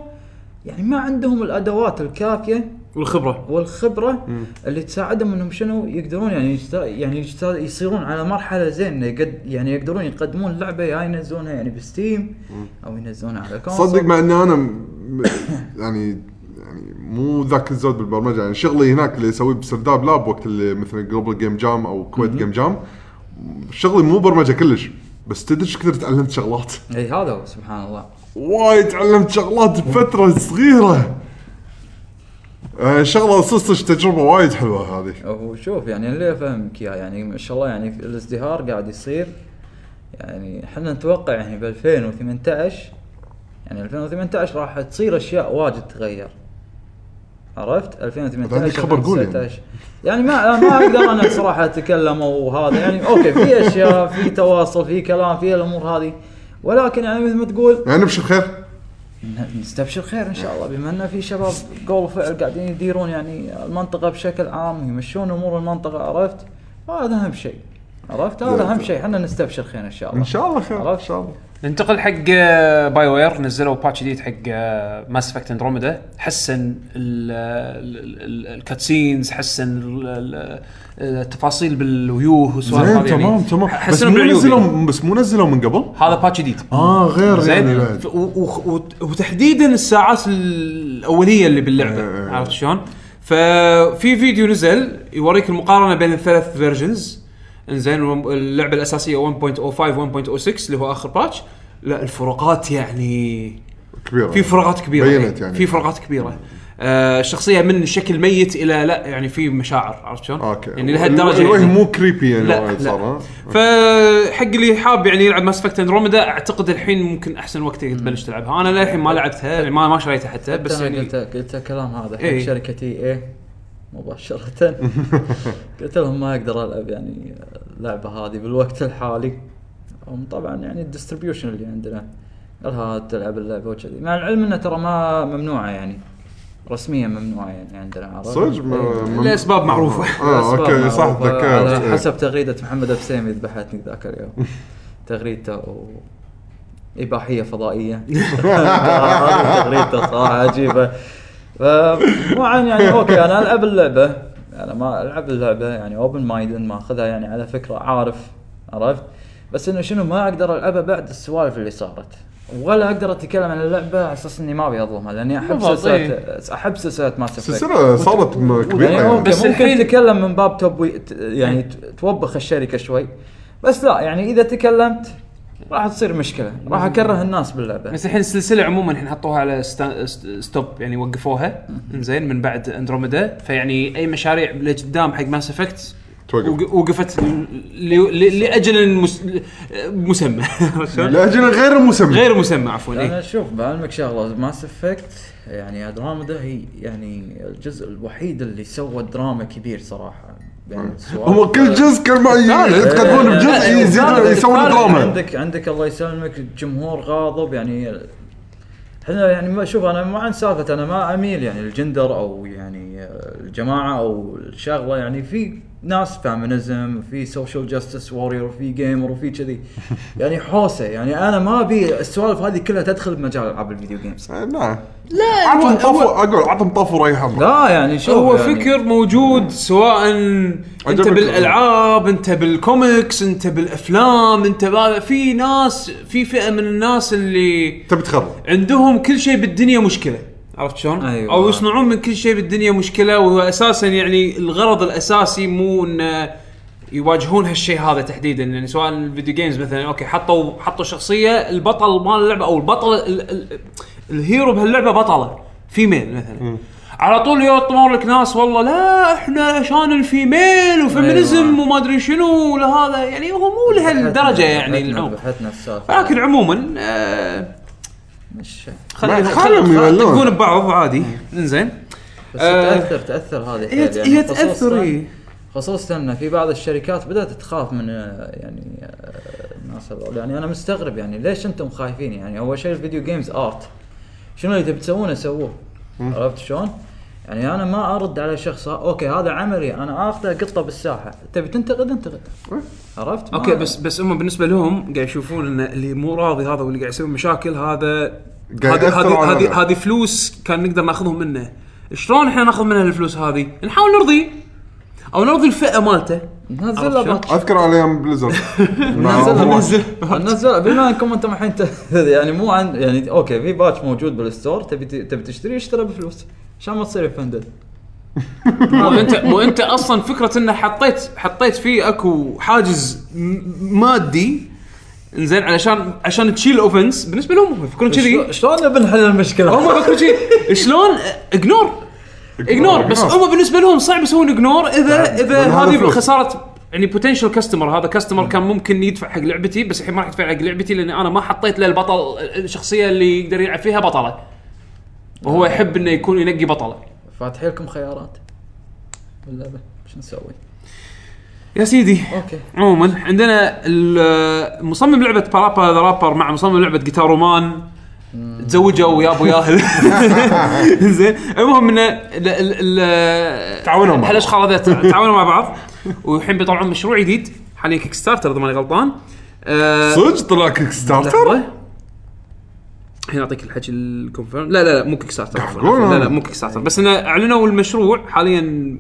E: يعني ما عندهم الادوات الكافيه
A: والخبره
E: والخبره اللي تساعدهم انهم شنو يقدرون يعني يجت- يعني يجت- يصيرون على مرحله زين إنه يقد يعني يقدرون يقدمون لعبه يا ينزلونها يعني بستيم او ينزلونها على الكونسول
C: صدق مع ان انا م- يعني يعني مو ذاك الزود بالبرمجه يعني شغلي هناك اللي اسويه بسرداب لاب وقت اللي مثلا جلوبال جيم جام او كويت جيم جام شغلي مو برمجه كلش بس تدري ايش كثر تعلمت شغلات
E: اي هذا هو سبحان الله
C: وايد تعلمت شغلات بفتره صغيره آه، شغله صدق تجربه وايد حلوه هذه
E: هو شوف يعني اللي افهمك اياه يعني ما شاء الله يعني في الازدهار قاعد يصير يعني احنا نتوقع يعني ب 2018 يعني 2018 راح تصير اشياء واجد تغير عرفت 2018
C: عندك خبر قول يعني.
E: 2019. يعني ما ما اقدر انا بصراحه اتكلم وهذا يعني اوكي في اشياء في تواصل في كلام في الامور هذه ولكن يعني مثل ما تقول
C: يعني ابشر خير
E: ن- نستبشر خير ان شاء الله بما ان في شباب قول فعل قاعدين يديرون يعني المنطقه بشكل عام ويمشون امور المنطقه عرفت؟ هذا اهم شيء عرفت؟ هذا اهم شيء احنا نستبشر خير ان شاء الله
C: ان شاء الله خير ان
E: عرفت؟
C: شاء الله
A: ننتقل حق باي وير نزلوا باتش جديد حق آه، ماس افكت اندروميدا حسن الكاتسينز حسن ال- ال- التفاصيل بالويوه والسوالف
C: زين
A: هذه يعني
C: تمام تمام بس
A: حسنوا
C: مو
A: بالعيوب يعني.
C: نزلوا بس مو نزلوا من قبل
A: هذا باتش جديد
C: اه غير يعني
A: زين
C: بعد
A: و- و- وت- وتحديدا الساعات الاوليه اللي
C: إيه.
A: باللعبه عرفت شلون؟ ففي فيديو نزل يوريك المقارنه بين الثلاث فيرجنز انزين الم- اللعبه الاساسيه 1.05 1.06 اللي هو اخر باتش لا الفروقات يعني
C: كبيره
A: في فروقات كبيره
C: بينت يعني.
A: في فروقات كبيره آه الشخصيه من شكل ميت الى لا يعني في مشاعر عرفت شلون؟
C: اوكي
A: يعني لهالدرجه
C: آه، الوجه
A: يعني.
C: مو كريبي يعني
A: لا،
C: وايد
A: لا.
C: صار ها؟
A: فحق اللي حاب يعني يلعب ماس افكت اندروميدا اعتقد الحين ممكن احسن وقت تبلش تلعبها انا للحين ما لعبتها يعني ما ما شريتها حتى
E: بس
A: بس
E: انا
A: يعني
E: قلت قلت الكلام هذا حق
A: إيه.
E: شركه اي اي مباشره قلت لهم ما اقدر العب يعني اللعبه هذه بالوقت الحالي هم طبعا يعني الديستربيوشن اللي عندنا قال ها تلعب اللعبه وكذي مع العلم انه ترى ما ممنوعه يعني رسميا ممنوعه يعني عندنا إيه. عرب
C: صدق ما- ما-
A: لأسباب معروفة.
C: اه اوكي صح
E: على
C: تذكرت إيه.
E: حسب تغريده محمد ابسيمي ذبحتني ذاك اليوم تغريدته و... اباحيه فضائيه تغريدته صراحه عجيبه طبعا يعني اوكي انا العب اللعبه انا ما العب اللعبه يعني اوبن مايند ما اخذها يعني على فكره عارف عرفت بس انه شنو ما اقدر العبها بعد السوالف اللي صارت ولا اقدر اتكلم عن اللعبه على اساس اني ما ابي اظلمها لاني احب
A: بالضبط،
E: سلسله احب سلسله ما
C: السلسله صارت م- كبيره
E: يعني
C: يعني.
E: ممكن
A: بس
E: بس
A: الحين-
E: ممكن تتكلم من باب تبوي ت- يعني ت- توبخ الشركه شوي بس لا يعني اذا تكلمت راح تصير مشكله راح اكره الناس باللعبه
A: بس الحين السلسله عموما الحين حطوها على ستا- ست- ستوب يعني وقفوها انزين من بعد اندروميدا فيعني اي مشاريع لقدام حق ماس افكت
C: توقف.
A: وقفت ل- ل- لاجل مس- مسمى عرفت شلون؟
C: لاجل غير مسمى
A: غير مسمى عفوا
E: انا
A: إيه.
E: شوف بعلمك شغله ماس افكت يعني دراما هي يعني الجزء الوحيد اللي سوى دراما كبير صراحه يعني سواء-
C: هم كل جزء كان معي يتقدمون
E: إيه،
C: بجزء
E: إيه،
C: يزيدون
E: الثالث-
C: يسوون
E: الثالث
C: دراما
E: عندك عندك الله يسلمك جمهور غاضب يعني احنا يعني ما شوف انا ما عن سالفه انا ما اميل يعني الجندر او يعني آه، الجماعه او الشغله يعني في ناس فامينيزم في سوشيال جاستس وورير في جيمر وفي كذي يعني حوسه يعني انا ما ابي السوالف هذه كلها تدخل بمجال العاب الفيديو جيمز
C: نعم لا عطهم طفو اقول عطهم طفو ريح حمراء
E: لا يعني شوف
A: هو
E: يعني
A: فكر موجود سواء انت
C: أجربك.
A: بالالعاب انت بالكوميكس انت بالافلام انت بهذا في ناس في فئه من الناس اللي
C: تبي تخرب
A: عندهم كل شيء بالدنيا مشكله عرفت شلون؟
E: أيوة.
A: او يصنعون من كل شيء بالدنيا مشكله وهو اساسا يعني الغرض الاساسي مو انه يواجهون هالشيء هذا تحديدا يعني سواء الفيديو جيمز مثلا اوكي حطوا حطوا شخصيه البطل مال اللعبه او البطل ال ال الهيرو بهاللعبه بطله فيميل مثلا على طول يطمر لك ناس والله لا احنا عشان الفيميل وفيمينيزم
E: أيوة.
A: وما ادري شنو لهذا يعني هو مو لهالدرجه يعني
E: بحثنا-
A: العموم
E: بحثنا السالفه
A: لكن عموما آه
E: مش
A: خليهم
C: ما يتخانقوا
A: خليهم
C: يولون.
A: يكون ببعض عادي انزين
E: بس
A: آه،
E: تاثر تاثر هذه
A: هي
E: حيل يعني
A: هي إيه. تاثر
E: خصوصاً-
A: إي.
E: خصوصا ان في بعض الشركات بدات تخاف من آه، يعني آه، الناس هذول يعني انا مستغرب يعني ليش انتم خايفين يعني اول شيء الفيديو جيمز ارت شنو اللي تبي تسوونه سووه عرفت شلون؟ يعني انا ما ارد على شخص اوكي هذا عملي انا اخذه قطه بالساحه تبي تنتقد انتقد عرفت؟ ما-
A: اوكي بس بس هم بالنسبه لهم قاعد يشوفون ان اللي مو راضي هذا واللي قاعد يسوي مشاكل هذا
C: قاعد
A: هذه
C: يأثر
A: هذه
C: على
A: هذه
C: الوضع.
A: هذه فلوس كان نقدر ناخذهم منه شلون احنا ناخذ منها الفلوس هذه؟ نحاول نرضيه او نرضي الفئه مالته
E: نزل له
A: عرفت
E: بط-
C: اذكر على ايام بليزرد
E: نزل
C: مع-
E: نزل نزل بما انكم انتم الحين ت- يعني مو عن يعني اوكي في باتش موجود بالستور تبي ت- تبي تشتري اشتري بفلوس عشان ما تصير اوفندد
A: مو انت مو انت اصلا فكره انه حطيت حطيت فيه اكو حاجز م- مادي انزين علشان عشان تشيل اوفنس بالنسبه لهم هم يفكرون كذي
E: شلون بنحل المشكله؟
A: هم فكروا شيء شلون اجنور اجنور بس هم بالنسبه لهم صعب يسوون اجنور اذا اذا
C: لأن هذا
A: هذه
C: فلوس.
A: خساره يعني بوتنشال كاستمر هذا كاستمر كان ممكن يدفع حق لعبتي بس الحين ما راح يدفع حق لعبتي لان انا ما حطيت له البطل الشخصيه اللي يقدر يلعب فيها بطله وهو يحب انه يكون ينقي بطله
E: فاتحين لكم خيارات باللعبه شو نسوي؟
A: يا سيدي
E: اوكي
A: عموما عندنا ال- مصمم لعبه بارابا ذا رابر مع مصمم لعبه جيتار رومان تزوجوا ويا ابو ياهل زين المهم انه ال- ال- ال-
C: تعاونوا مع
A: هالاشخاص هذا تع- تعاونوا مع بعض والحين بيطلعون مشروع جديد حاليا كيك ستارتر اذا ماني غلطان آه،
C: صدق طلع كيك ستارتر
A: لحظة. الحين اعطيك الحكي الكونفيرم لا لا لا مو كيك ستارتر عفواً، عفواً. لا لا مو كيك ستارتر بس انه اعلنوا المشروع حاليا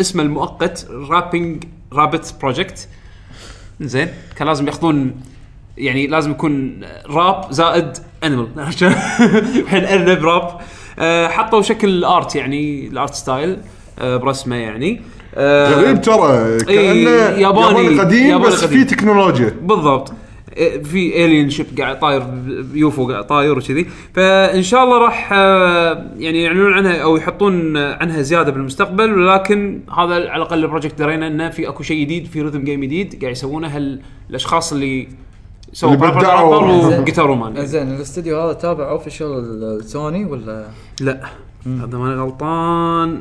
A: اسمه المؤقت رابينج رابت بروجكت زين كان لازم ياخذون يعني لازم يكون راب زائد انيمال الحين ارنب راب آه، حطوا شكل ارت يعني الارت ستايل آه، برسمه يعني آه،
C: غريب ترى كانه
A: إي، ياباني-
C: ياباني قديم
A: ياباني
C: بس
A: قديم.
C: فيه تكنولوجيا
A: بالضبط إيه، في الين شيب قاعد طاير يوفو قاعد طاير وكذي فان شاء الله راح آه، يعني يعلنون عنها او يحطون آه، عنها زياده بالمستقبل ولكن هذا على الاقل البروجكت درينا انه في اكو شيء جديد في ريذم جيم جديد قاعد يسوونه هال- الاشخاص اللي سووا
C: اللي
A: بابا
C: بدعوا.
A: رابر وجيتار رومان
E: زين الاستوديو هذا تابع اوفيشال سوني ولا
A: لا هذا ماني غلطان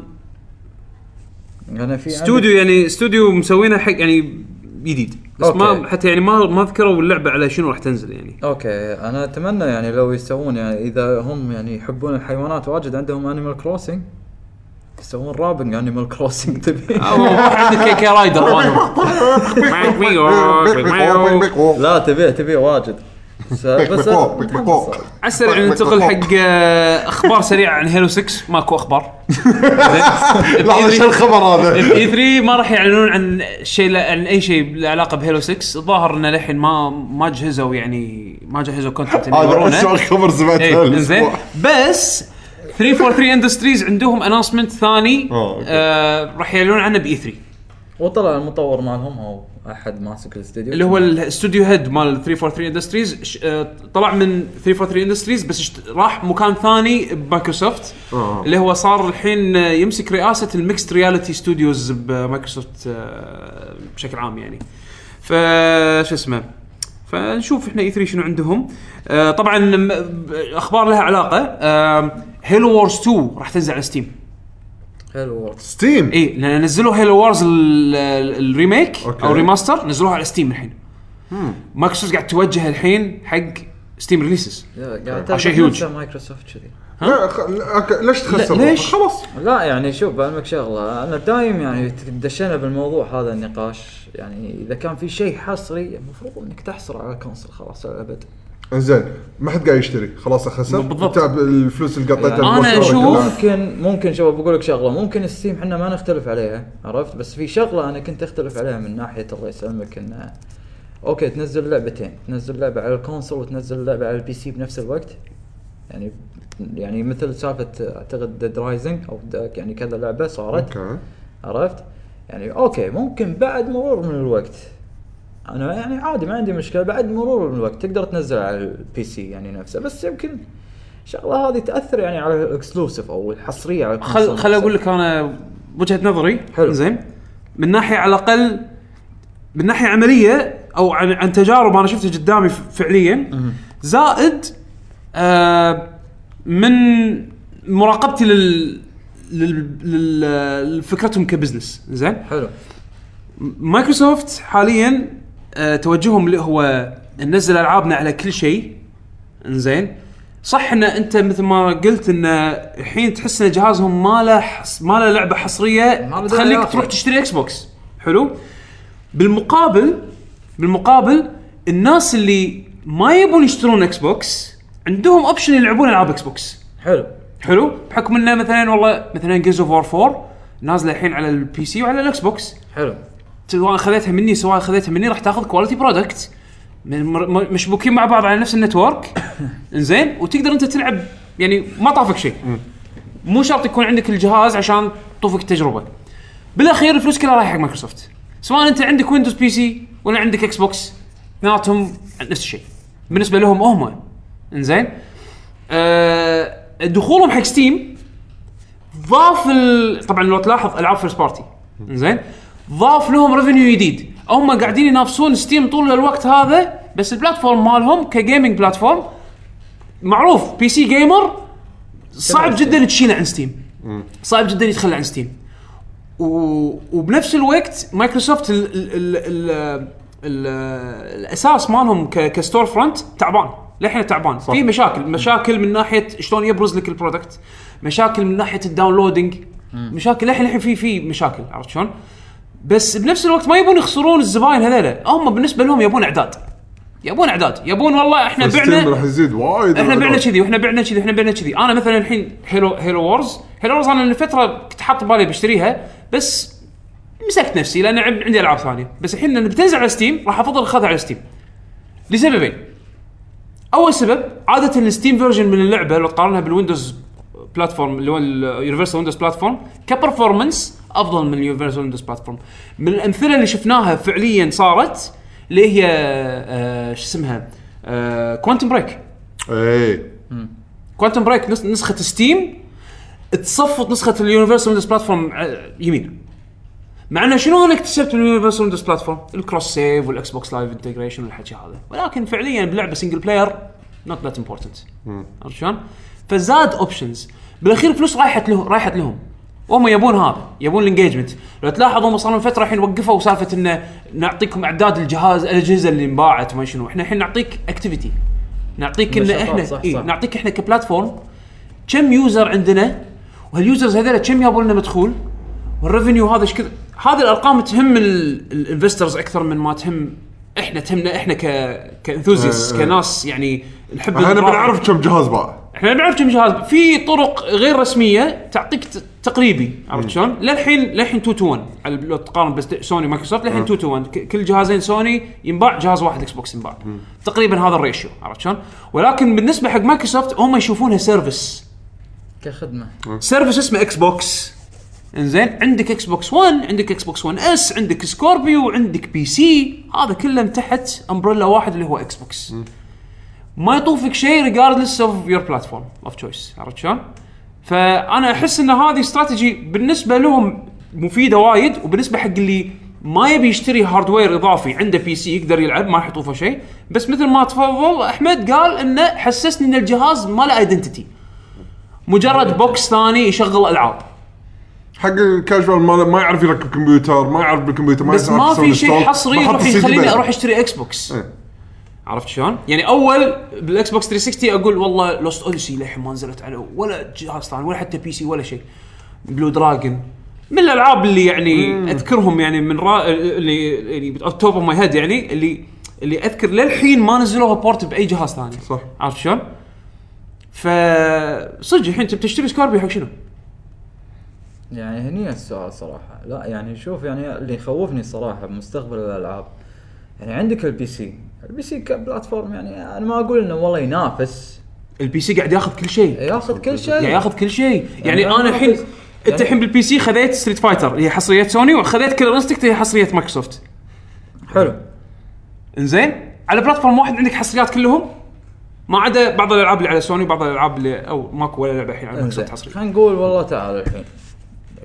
E: انا في عندي-
A: استوديو يعني استوديو مسوينه حق يعني
I: جديد
A: بس ما
E: أوكي.
A: حتى يعني ما ما ذكروا اللعبه على شنو راح تنزل يعني
E: اوكي انا اتمنى يعني لو يسوون يعني اذا هم يعني يحبون الحيوانات واجد عندهم انيمال كروسنج يسوون رابنج انيمال كروسنج تبي
A: آه،
I: أو عندك كي كي رايدر وانا
E: لا تبيه تبيه واجد بس بس
C: بيك بيك بيك.
A: على السريع ننتقل حق آه، اخبار سريعه عن هيلو 6 ماكو اخبار إيه،
C: لحظه شو الخبر هذا؟
A: اي 3 إيه، ما راح يعلنون عن شيء لا- عن اي شيء له علاقه بهيلو 6 الظاهر انه للحين ما ما جهزوا يعني ما جهزوا كونتنت إنه
C: هذا
A: يورونا.
C: شو الخبر سمعته
A: ايه زين
C: هالأسبوع.
A: بس 343 اندستريز عندهم اناونسمنت ثاني
C: آه، أوكي.
A: آه راح يعلنون عنه باي 3
E: وطلع المطور مالهم او احد ماسك الاستديو
A: اللي هو الاستوديو هيد مال 343 اندستريز آه، طلع من 343 اندستريز بس اشت- راح مكان ثاني بمايكروسوفت
C: آه.
A: اللي هو صار الحين آه، يمسك رئاسه الميكست رياليتي ستوديوز بمايكروسوفت آه، بشكل عام يعني ف شو اسمه فنشوف احنا اي 3 شنو عندهم آه، طبعا م- ب- اخبار لها آه، علاقه هيلو وورز 2 راح تنزل على ستيم
E: حلو وورد
C: ستيم
A: اي لان إيه، نزلوا هيلو وارز ال- ال- الريميك
C: أوكي.
A: او ريماستر نزلوها على ستيم الحين مايكروسوفت قاعد توجه الحين حق ستيم ريليسز
C: آه،
E: قاعد
A: شيء
E: أتابع
A: huge.
E: نفسه مايكروسوفت كذي
C: لا، خ- لا، أوكي، ليش تخسر
A: لا، ليش؟
C: خلاص
E: لا يعني شوف بعلمك شغله انا دايم يعني دشينا بالموضوع هذا النقاش يعني اذا كان في شيء حصري المفروض انك تحصر على كونسل خلاص على الابد
C: انزين ما حد قاعد يشتري خلاص اخسر
A: بالضبط.
C: تعب الفلوس اللي قطيتها
A: أنا
C: بالمشروع
A: أشوف-
C: كلها.
E: ممكن ممكن شباب بقول لك شغله ممكن السيم احنا ما نختلف عليها عرفت بس في شغله انا كنت اختلف عليها من ناحيه الله يسلمك انه اوكي تنزل لعبتين تنزل لعبه على الكونسول وتنزل لعبه على البي سي بنفس الوقت يعني يعني مثل سالفه اعتقد ديد رايزنج او دا- يعني كذا لعبه صارت
C: اوكي
E: عرفت؟ يعني اوكي ممكن بعد مرور من الوقت انا يعني عادي ما عندي مشكله بعد مرور من الوقت تقدر تنزل على البي سي يعني نفسه بس يمكن الشغله هذه تاثر يعني على الاكسلوسيف او الحصريه على
A: خل خل اقول لك انا وجهه نظري
E: حلو.
A: زين من ناحيه على الاقل من ناحيه عمليه او عن عن تجارب انا شفتها قدامي ف- فعليا زائد آه من مراقبتي لل لل- لل- لفكرتهم كبزنس زين
E: حلو
A: مايكروسوفت حاليا آه، توجههم اللي هو ننزل العابنا على كل شيء انزين صح ان انت مثل ما قلت ان الحين تحس ان جهازهم ما له حص... ما له لعبه حصريه
E: ما له داعي
A: تخليك
E: أصلاً.
A: تروح تشتري اكس بوكس حلو بالمقابل بالمقابل الناس اللي ما يبون يشترون اكس بوكس عندهم اوبشن يلعبون العاب اكس بوكس
E: حلو
A: حلو بحكم انه مثلا والله مثلا جيز اوف 4 نازله الحين على البي سي وعلى الاكس بوكس
E: حلو
A: سواء خذيتها مني سواء خذيتها مني راح تاخذ كواليتي برودكت مشبوكين مع بعض على نفس النتورك انزين وتقدر انت تلعب يعني ما طافك شيء مو شرط يكون عندك الجهاز عشان تطوفك التجربه بالاخير الفلوس كلها رايحه حق مايكروسوفت سواء انت عندك ويندوز بي سي ولا عندك اكس بوكس اثنيناتهم نفس الشيء بالنسبه لهم هم انزين آه دخولهم حق ستيم ضاف ال... طبعا لو تلاحظ العاب فيرست بارتي زين ضاف لهم ريفينيو جديد هم قاعدين ينافسون ستيم طول الوقت هذا بس البلاتفورم مالهم كجيمنج بلاتفورم معروف بي سي جيمر صعب جدا تشيله عن ستيم صعب جدا يتخلى عن ستيم و... وبنفس الوقت مايكروسوفت ال... ال... ال... ال... ال... الاساس مالهم ك... كستور فرونت تعبان للحين تعبان في مشاكل مشاكل من ناحيه شلون يبرز لك البرودكت مشاكل من ناحيه الداونلودنج مشاكل للحين للحين في في مشاكل عرفت شلون؟ بس بنفس الوقت ما يبون يخسرون الزباين هذول هم بالنسبه لهم يبون اعداد يبون اعداد يبون والله احنا بعنا
C: ستيم راح يزيد وايد إيه.
A: احنا بعنا
C: الأعداد.
A: كذي واحنا بعنا كذي احنا بعنا كذي انا مثلا الحين هيلو هيلو وورز هيلو وورز انا لفتره كنت حاط بالي بشتريها بس مسكت نفسي لان عب- عندي العاب ثانيه بس الحين لما بتنزل على ستيم راح افضل اخذها على ستيم لسببين اول سبب عاده الستيم فيرجن من اللعبه لو تقارنها بالويندوز بلاتفورم اللي هو اليونيفرسال ويندوز بلاتفورم كبرفورمنس افضل من اليونيفرسال ويندوز بلاتفورم من الامثله اللي شفناها فعليا صارت اللي هي آه، شو اسمها آه، كوانتم بريك
C: ايه
A: كوانتم بريك نس- نسخه ستيم تصفط نسخه اليونيفرسال ويندوز بلاتفورم آه، يمين مع انه شنو انا اكتسبت من اليونيفرسال ويندوز بلاتفورم؟ الكروس سيف والاكس بوكس لايف انتجريشن والحكي هذا ولكن فعليا بلعبه سنجل بلاير نوت ذات امبورتنت عرفت شلون؟ فزاد اوبشنز بالاخير فلوس رايحت له رايحت لهم وهم يبون هذا يبون الانجيجمنت لو تلاحظ هم صار لهم فتره الحين وقفوا سالفه انه نعطيكم اعداد الجهاز الاجهزه اللي انباعت ما شنو احنا الحين نعطيك اكتيفيتي نعطيك ان
E: نشاطات،
A: احنا
E: صح،
A: إيه
E: صح.
A: نعطيك احنا كبلاتفورم كم يوزر عندنا وهاليوزرز هذول كم يابوا لنا مدخول والريفنيو هذا ايش كذا هذه الارقام تهم الانفسترز اكثر من ما تهم احنا تهمنا احنا ك كانثوزيس
C: إيه، إيه.
A: كناس يعني نحب
C: احنا
A: البضاعة.
C: بنعرف كم جهاز باع
A: احنا نعرف كم جهاز في طرق غير رسميه تعطيك ت- تقريبي
C: إيه.
A: عرفت شلون؟ للحين للحين 2 تو 1 على- لو تقارن بس سوني مايكروسوفت للحين
C: إيه.
A: 2 تو 1 ك- كل جهازين سوني ينباع جهاز واحد اكس بوكس ينباع
C: إيه.
A: تقريبا هذا الريشيو عرفت شلون؟ ولكن بالنسبه حق مايكروسوفت هم يشوفونها سيرفيس
E: كخدمه
A: سيرفيس اسمه اكس بوكس انزين عندك اكس بوكس 1 عندك اكس بوكس 1 اس عندك سكوربيو عندك بي سي هذا كله تحت امبريلا واحد اللي هو اكس بوكس ما يطوفك شيء ريجاردلس اوف يور بلاتفورم اوف تشويس عرفت شلون؟ فانا احس ان هذه استراتيجي بالنسبه لهم مفيده وايد وبالنسبه حق اللي ما يبي يشتري هاردوير اضافي عنده بي سي يقدر يلعب ما راح يطوفه شيء بس مثل ما تفضل احمد قال انه حسسني ان الجهاز ما له ايدنتيتي مجرد بوكس ثاني يشغل العاب
C: حق الكاجوال ما ما يعرف يركب كمبيوتر ما يعرف بالكمبيوتر ما
A: بس
C: يعرف
A: ما
C: يسوي
A: في شيء
C: install،
A: حصري
C: ما حط
A: يروح
C: السي دي
A: يخليني
C: بعد.
A: اروح اشتري اكس بوكس
C: إيه.
A: عرفت شلون؟ يعني اول بالاكس بوكس 360 اقول والله لوست اوليسي للحين ما نزلت على ولا جهاز ثاني ولا حتى بي سي ولا شيء بلو دراجون من الالعاب اللي يعني اذكرهم يعني من را... اللي يعني توب اوف ماي هيد يعني اللي اللي اذكر للحين ما نزلوها بورت باي جهاز ثاني
C: صح.
A: عرفت شلون؟ ف صدق الحين انت بتشتري سكوربيو حق شنو؟
E: يعني هني السؤال صراحه لا يعني شوف يعني اللي يخوفني الصراحه بمستقبل الالعاب يعني عندك البي سي البي سي كبلاتفورم يعني انا ما اقول انه والله ينافس
A: البي سي قاعد ياخذ كل شيء
E: ياخذ كل شيء
A: يعني ياخذ كل شيء يعني
E: يعني
A: انا
E: أنا
A: الحين
E: أحس-
A: انت
E: يعني-
A: الحين بالبي سي خذيت ستريت فايتر هي حصريه سوني وخذيت كلر انستكت هي حصريه مايكروسوفت
E: حلو
A: انزين على بلاتفورم واحد عندك حصريات كلهم ما عدا بعض الالعاب اللي على سوني وبعض الالعاب اللي او ماكو ولا لعبه الحين على
E: انزين
A: مايكروسوفت حصريه
E: إيه، خلينا نقول والله تعال الحين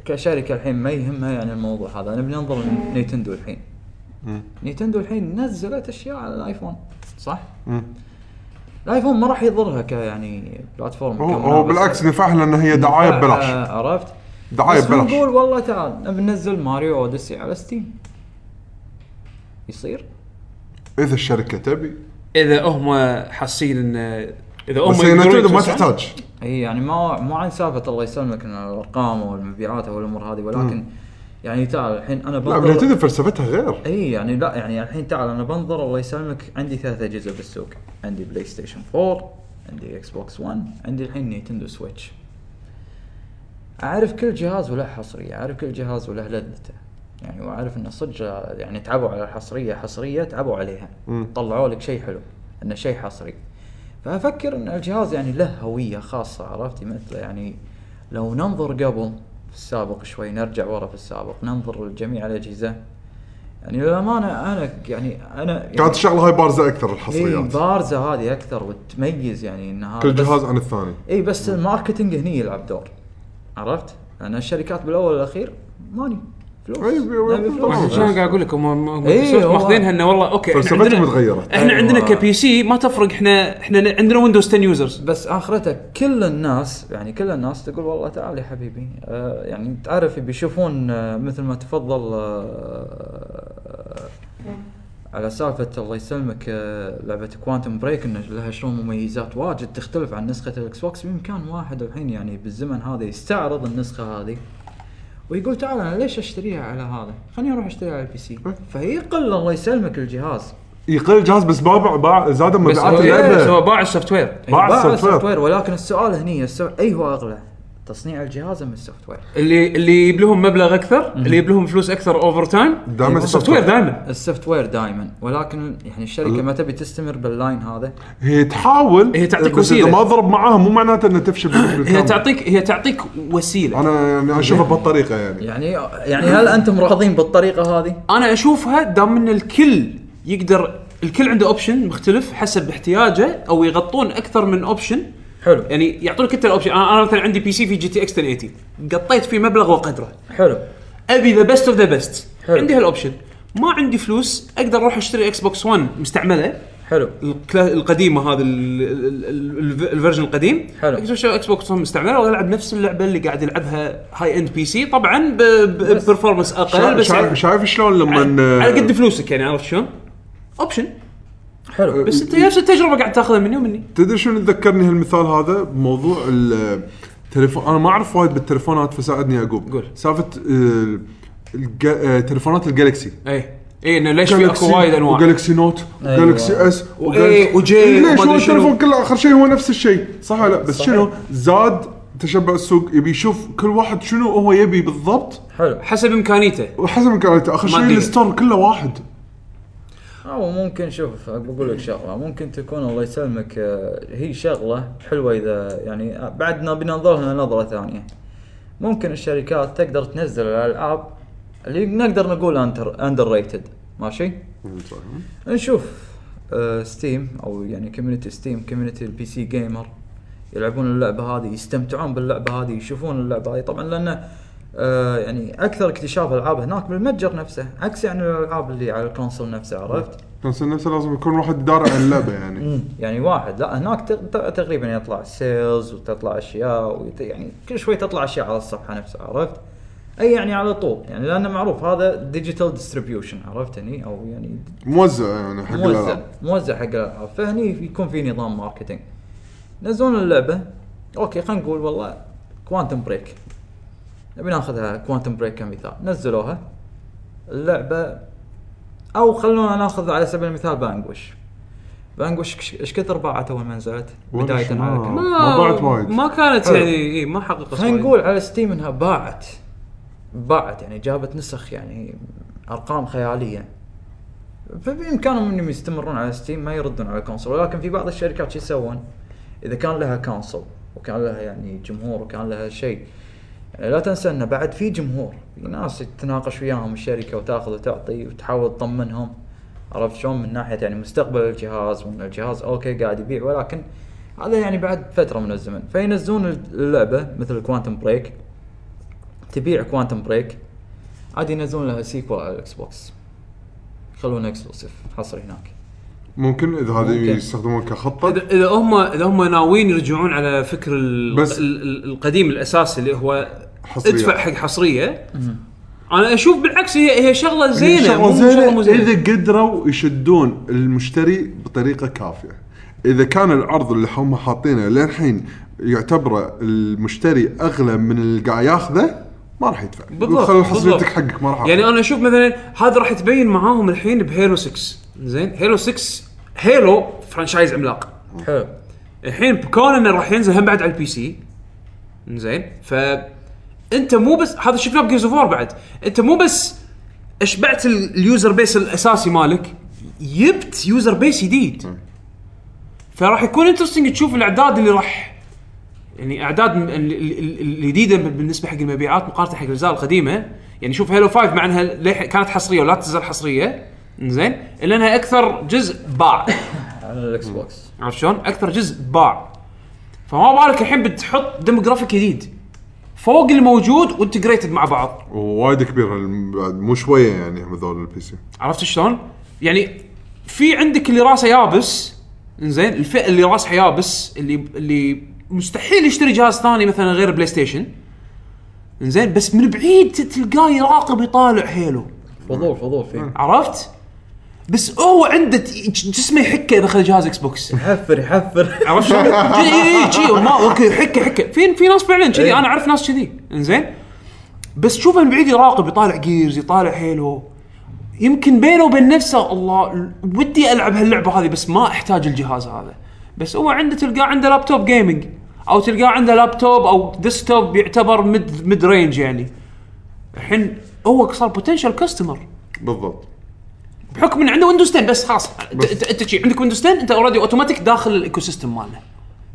E: كشركه الحين ما يهمها يعني الموضوع هذا نبي ننظر لنيتندو الحين نيتندو الحين نزلت اشياء على الايفون صح؟ الايفون ما راح يضرها ك يعني بلاتفورم
C: هو
E: كمنافس.
C: هو بالعكس نفعها لان هي دعايه ببلاش
E: آه، عرفت؟
C: دعايه
E: بس خلينا نقول
C: ببلاش
E: والله تعال نبي ننزل ماريو اوديسي على ستيم يصير؟
C: اذا الشركه تبي
A: اذا هم حاسين ان اذا هم
C: بس هي
A: يقدرون
C: نتندو ما
A: يتوسعون.
C: تحتاج
E: اي يعني ما مو عن سالفه الله يسلمك ان الارقام او المبيعات او الامور هذه ولكن يعني تعال الحين انا
C: لا
E: بنظر
C: نتندو فلسفتها غير
E: اي يعني لا يعني الحين تعال انا بنظر الله يسلمك عندي ثلاث اجهزه بالسوق عندي بلاي ستيشن 4 عندي اكس بوكس 1 عندي الحين نينتندو سويتش اعرف كل جهاز وله حصريه اعرف كل جهاز وله لذته يعني واعرف انه صدق يعني تعبوا على الحصريه حصريه تعبوا عليها
C: مم.
E: طلعوا لك شيء حلو انه شيء حصري فافكر ان الجهاز يعني له هويه خاصه عرفت مثل يعني لو ننظر قبل في السابق شوي نرجع ورا في السابق ننظر لجميع الاجهزه يعني للامانه انا يعني انا يعني
C: كانت الشغله هاي بارزه اكثر
E: إيه
C: الحصريات
E: بارزه هذه اكثر وتميز يعني انها
C: كل
E: بس-
C: جهاز عن الثاني
E: اي إيه، بس الماركتنج هني يلعب دور عرفت؟ لان الشركات بالاول والاخير ماني فلوس
C: إي، بي-
E: نبي
C: طبعاً.
A: عشان
E: فلوس
A: قاعد اقول لك هم- هم هم
E: إيه،
A: ماخذينها
E: هو-
A: انه والله اوكي إحنا
C: فلسفتهم
A: عندنا-
C: تغيرت.
A: احنا عندنا
E: أيوة.
A: كبي سي ما تفرق احنا احنا عندنا ويندوز 10 يوزرز
E: بس اخرته كل الناس يعني كل الناس تقول والله تعال يا حبيبي آه يعني تعرف بيشوفون آه مثل ما تفضل آه على سالفه الله يسلمك آه لعبه كوانتم بريك انه لها شلون مميزات واجد تختلف عن نسخه الاكس بوكس بامكان واحد الحين يعني بالزمن هذا يستعرض النسخه هذه ويقول تعال انا ليش اشتريها على هذا؟ خليني اروح اشتريها على البي سي فيقل الله يسلمك الجهاز
C: يقل الجهاز بس باع باع زاد مبيعات
A: بس هو
C: اللعبه
A: باع السوفت وير
C: باع
E: باع
C: السوفت وير.
E: السوفت وير ولكن السؤال هني السو... اي هو اغلى؟ تصنيع الجهاز ام السوفت وير؟
A: اللي اللي يجيب لهم مبلغ اكثر اللي يجيب لهم فلوس اكثر اوفر تايم
C: دائما
A: السوفت وير دائما
E: السوفت وير دائما ولكن يعني الشركه ما تبي تستمر باللاين هذا
C: هي تحاول
A: هي تعطيك
C: بس
A: وسيلة.
C: اذا ما ضرب معاها مو معناته انه تفشل بالكامل.
A: هي تعطيك هي تعطيك وسيله
C: انا يعني
A: إيه.
C: اشوفها بهالطريقه يعني
E: يعني يعني هل انتم راضين بالطريقه هذه؟
A: انا اشوفها دام ان الكل يقدر الكل عنده اوبشن مختلف حسب احتياجه او يغطون اكثر من اوبشن
E: حلو
A: يعني يعطونك انت الاوبشن انا أنا مثلا عندي بي سي في جي تي اكس 1080 قطيت فيه مبلغ وقدره
E: حلو
A: ابي ذا بيست اوف ذا بيست
E: حلو.
A: عندي هالاوبشن ما عندي فلوس اقدر اروح اشتري اكس بوكس 1 مستعمله
E: حلو
A: الكلا- القديمه هذا ال- ال- ال- الفيرجن القديم
E: حلو.
A: اكس بوكس هم مستعمله والعب نفس اللعبه اللي قاعد يلعبها هاي اند بي سي طبعا ب- ب- ببرفورمانس اقل طيب، بس
C: شايف
A: على
C: شايف شلون لما
A: على قد فلوسك يعني عرفت شلون؟ اوبشن
C: آه،
E: حلو
A: بس انت نفس التجربه قاعد تاخذها مني ومني
C: تدري شنو تذكرني هالمثال هذا بموضوع التليفون انا ما اعرف وايد بالتلفونات فساعدني يعقوب
A: قول.
C: سالفه آه، الج- آه، تليفونات الجالكسي
E: إيه.
A: اي اي انه ليش في اكو وايد انواع
C: وجالكسي نوت
E: أيوة.
C: وجالكسي اس
A: وإيه، وجي، وما
C: ليش هو
A: أدري شنو.
C: التليفون كله اخر شيء هو نفس الشيء صح ولا لا بس شنو زاد تشبع السوق يبي يشوف كل واحد شنو هو يبي بالضبط
E: حلو
A: حسب امكانيته
C: وحسب امكانيته اخر شيء
A: مادية.
C: الستور كله واحد
E: او ممكن شوف بقول لك شغله ممكن تكون الله يسلمك آه، هي شغله حلوه اذا يعني آه، بعدنا بننظر لها نظره ثانيه ممكن الشركات تقدر تنزل الالعاب اللي نقدر نقول اندر اندر ريتد ماشي نشوف آه، ستيم او يعني كوميونتي ستيم كوميونتي البي سي جيمر يلعبون اللعبه هذه يستمتعون باللعبه هذه يشوفون اللعبه هذه طبعا لان آه، يعني اكثر اكتشاف العاب هناك بالمتجر نفسه عكس يعني الالعاب اللي على الكونسول نفسه عرفت؟
C: نفس نفسه لازم يكون واحد دارع عن اللعبه يعني
E: يعني واحد لا هناك تق- تق- تقريبا يطلع سيلز وتطلع اشياء ويت- يعني كل شوي تطلع اشياء على الصفحه نفسها عرفت؟ اي يعني على طول يعني لانه معروف هذا ديجيتال ديستريبيوشن عرفت هني او يعني
C: موزع يعني حق
E: موزع
C: الالعاب
E: موزع حق الالعاب فهني يكون في نظام ماركتينج نزلون اللعبه اوكي خلينا نقول والله كوانتم بريك نبي ناخذها كوانتم بريك كمثال نزلوها اللعبه او خلونا ناخذ على سبيل المثال بانجوش بانجوش كش- ايش كثر باعت اول ما نزلت
C: ولا
E: بدايه
C: شيء،
E: على
C: ما-
E: كل-
C: ما باعت وايد.
A: ما كانت
E: حلو.
A: يعني اي ما حققت
E: خلينا
A: وايد.
E: نقول على ستيم انها باعت باعت يعني جابت نسخ يعني ارقام خياليه فبامكانهم انهم يستمرون على ستيم ما يردون على كونسول ولكن في بعض الشركات شو يسوون؟ اذا كان لها كونسول وكان لها يعني جمهور وكان لها شيء يعني لا تنسى انه بعد في جمهور في ناس تتناقش وياهم الشركه وتاخذ وتعطي وتحاول تطمنهم عرفت شلون من ناحيه يعني مستقبل الجهاز وان الجهاز اوكي قاعد يبيع ولكن هذا يعني بعد فتره من الزمن فينزلون اللعبه مثل كوانتم بريك تبيع كوانتم بريك عاد ينزلون لها سيكوال على الاكس بوكس يخلونه اكسكلوسيف حصري هناك
C: ممكن اذا هذا
E: ممكن.
C: يستخدمون كخطه
A: اذا إذا هم اذا هم ناويين يرجعون على فكر ال-
C: بس-
A: ال- ال- القديم الاساسي اللي هو
C: حصرية.
A: ادفع حق حصريه انا اشوف بالعكس هي هي شغله زينه
C: يعني شغلة
A: مو شغله مو
C: زينه
A: زينه
C: اذا قدروا يشدون المشتري بطريقه كافيه اذا كان العرض اللي هم حاطينه للحين يعتبره المشتري اغلى من اللي قاعد ياخذه ما راح يدفع
A: بالضبط،
C: خلوا حصريتك
A: بالضبط.
C: حقك ما راح أخذ.
A: يعني انا اشوف مثلا هذا راح تبين معاهم الحين بهيلو 6 زين هيلو 6 هيلو فرانشايز عملاق
E: حلو
A: الحين بكون انه راح ينزل هم بعد على البي سي زين ف انت مو بس هذا شفناه بجيز اوف بعد انت مو بس اشبعت ال- اليوزر بيس الاساسي مالك جبت يوزر بيس جديد فراح يكون انترستنج تشوف الاعداد اللي راح يعني اعداد م- ال- ال- ال- الجديده بالنسبه حق المبيعات مقارنه حق الاجزاء القديمه يعني شوف هيلو 5 مع انها للحين كانت حصريه ولا تزال حصريه زين الا انها اكثر جزء باع
E: على الاكس بوكس
A: عرفت شلون؟ اكثر جزء باع فما بالك الحين بتحط ديموغرافيك جديد فوق الموجود وانتجريتد مع بعض
C: وايد كبير هال- بعد مو شويه يعني هم هذول البي سي
A: عرفت شلون؟ يعني في عندك اللي راسه يابس زين الفئه اللي راسها يابس اللي اللي مستحيل يشتري جهاز ثاني مثلا غير بلاي ستيشن زين بس من بعيد تلقاه يراقب يطالع هيلو
E: فضول فضول
A: آه.
E: فيه
A: عرفت؟ بس هو عنده ت- جسمه يحكه اذا اخذ جهاز اكس بوكس
E: يحفر يحفر
A: عرفت شلون؟ اي اي شي ما اوكي حكه حكه في في ناس فعلا كذي
E: إيه.
A: انا اعرف ناس كذي انزين بس تشوفه من بعيد يراقب يطالع جيرز يطالع هيلو يمكن بينه وبين نفسه الله ال- ودي العب هاللعبه هذه بس ما احتاج الجهاز هذا بس هو عنده تلقاه عنده لابتوب جيمنج او تلقاه عنده لابتوب او ديسكتوب يعتبر مد مد رينج يعني الحين هو صار بوتنشال كاستمر
C: بالضبط
A: بحكم ان عنده ويندوز 10 بس خلاص انت انت- انت شي عندك ويندوز 10 انت اوريدي اوتوماتيك داخل الايكو سيستم ماله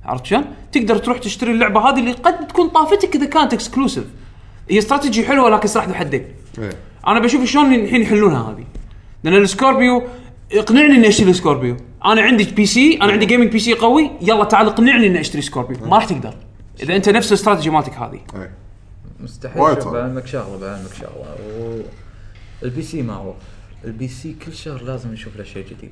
A: عرفت شلون؟ تقدر تروح تشتري اللعبه هذه اللي قد تكون طافتك اذا كانت اكسكلوسيف هي استراتيجي حلوه لكن سلاح ذو حدين
C: ايه
A: انا بشوف شلون الحين يحلونها هذه لان السكوربيو اقنعني اني اشتري السكوربيو انا عندي بي سي انا عندي جيمنج بي سي قوي يلا تعال اقنعني اني اشتري سكوربيو ما راح تقدر اذا انت نفس الاستراتيجي مالتك هذه
C: ايه
E: مستحيل
C: وايد
E: شوف
C: صعب.
E: بعلمك شغله بعلمك شغله و... البي سي معروف البي سي كل شهر لازم نشوف له شيء جديد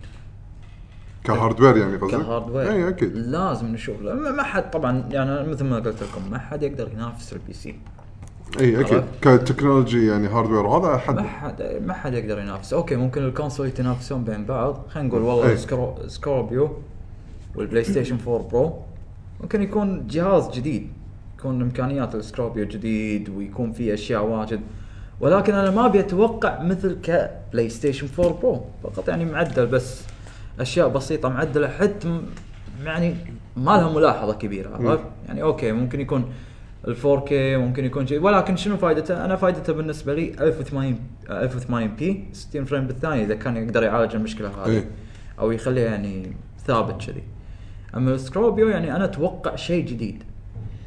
C: كهاردوير يعني قصدك؟
E: كهاردوير
C: اي اكيد
E: لازم نشوف لا، ما ما حد طبعا يعني مثل ما قلت لكم ما حد يقدر ينافس البي سي
C: اي اكيد إيه، كتكنولوجي يعني هاردوير هذا
E: ما
C: حد
E: حد ما حد يقدر ينافس اوكي ممكن الكونسول يتنافسون بين بعض خلينا نقول والله
C: إيه.
E: سكرو... سكوربيو والبلاي ستيشن 4 برو ممكن يكون جهاز جديد يكون امكانيات السكوربيو جديد ويكون فيه اشياء واجد ولكن انا ما ابي اتوقع مثل كبلاي ستيشن 4 برو فقط يعني معدل بس اشياء بسيطه معدله حتى م- يعني ما لها ملاحظه كبيره
C: إيه.
E: عرفت؟ يعني اوكي ممكن يكون ال 4K ممكن يكون شيء ولكن شنو فائدته؟ انا فائدته بالنسبه لي 1080 1080 بي 60 فريم بالثانيه اذا كان يقدر يعالج المشكله هذه
C: إيه.
E: او يخليها يعني ثابت كذي. اما السكروبيو يعني انا اتوقع شيء جديد.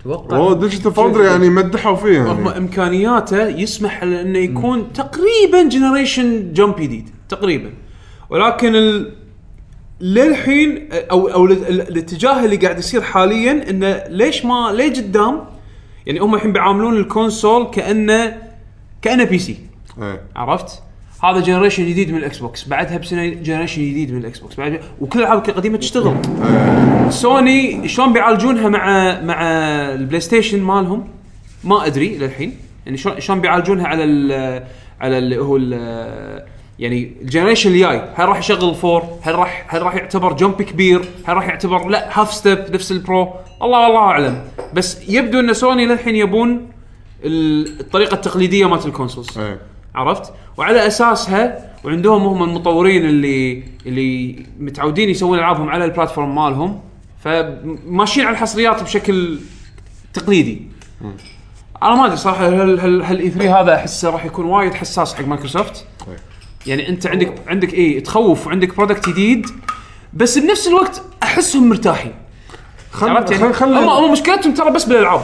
E: اتوقع
C: اوه ديجيتال فاوندري يعني مدحوا فيه
A: هم
C: يعني
A: امكانياته يسمح له انه يكون تقريبا جنريشن جمب جديد تقريبا ولكن ال... للحين او او ال- ال- الاتجاه اللي قاعد يصير حاليا انه ليش ما ليه قدام يعني هم الحين بيعاملون الكونسول كانه كانه بي سي
C: إيه.
A: عرفت؟ هذا جنريشن جديد من الاكس بوكس، بعدها بسنه جنريشن جديد من الاكس بوكس، بعد وكل الالعاب القديمه تشتغل. سوني شلون بيعالجونها مع مع البلاي ستيشن مالهم؟ ما ادري للحين، يعني شلون شلون بيعالجونها على ال على اللي هو ال يعني الجنريشن الجاي هل راح يشغل فور؟ هل راح هل راح يعتبر جمب كبير؟ هل راح يعتبر لا هاف ستيب نفس البرو؟ الله والله اعلم، بس يبدو ان سوني للحين يبون ال- الطريقه التقليديه مالت الكونسولز.
C: إيه.
A: عرفت؟ وعلى اساسها وعندهم هم المطورين اللي اللي متعودين يسوون العابهم على البلاتفورم مالهم فماشيين على الحصريات بشكل تقليدي. انا ما ادري صراحه هل هل هل اي 3 هذا احسه راح يكون وايد حساس حق مايكروسوفت؟
C: إيه.
A: يعني انت عندك عندك اي تخوف وعندك برودكت جديد بس بنفس الوقت احسهم مرتاحين. عرفت يعني؟
C: خل- خل-
A: هم هم مشكلتهم ترى بس بالالعاب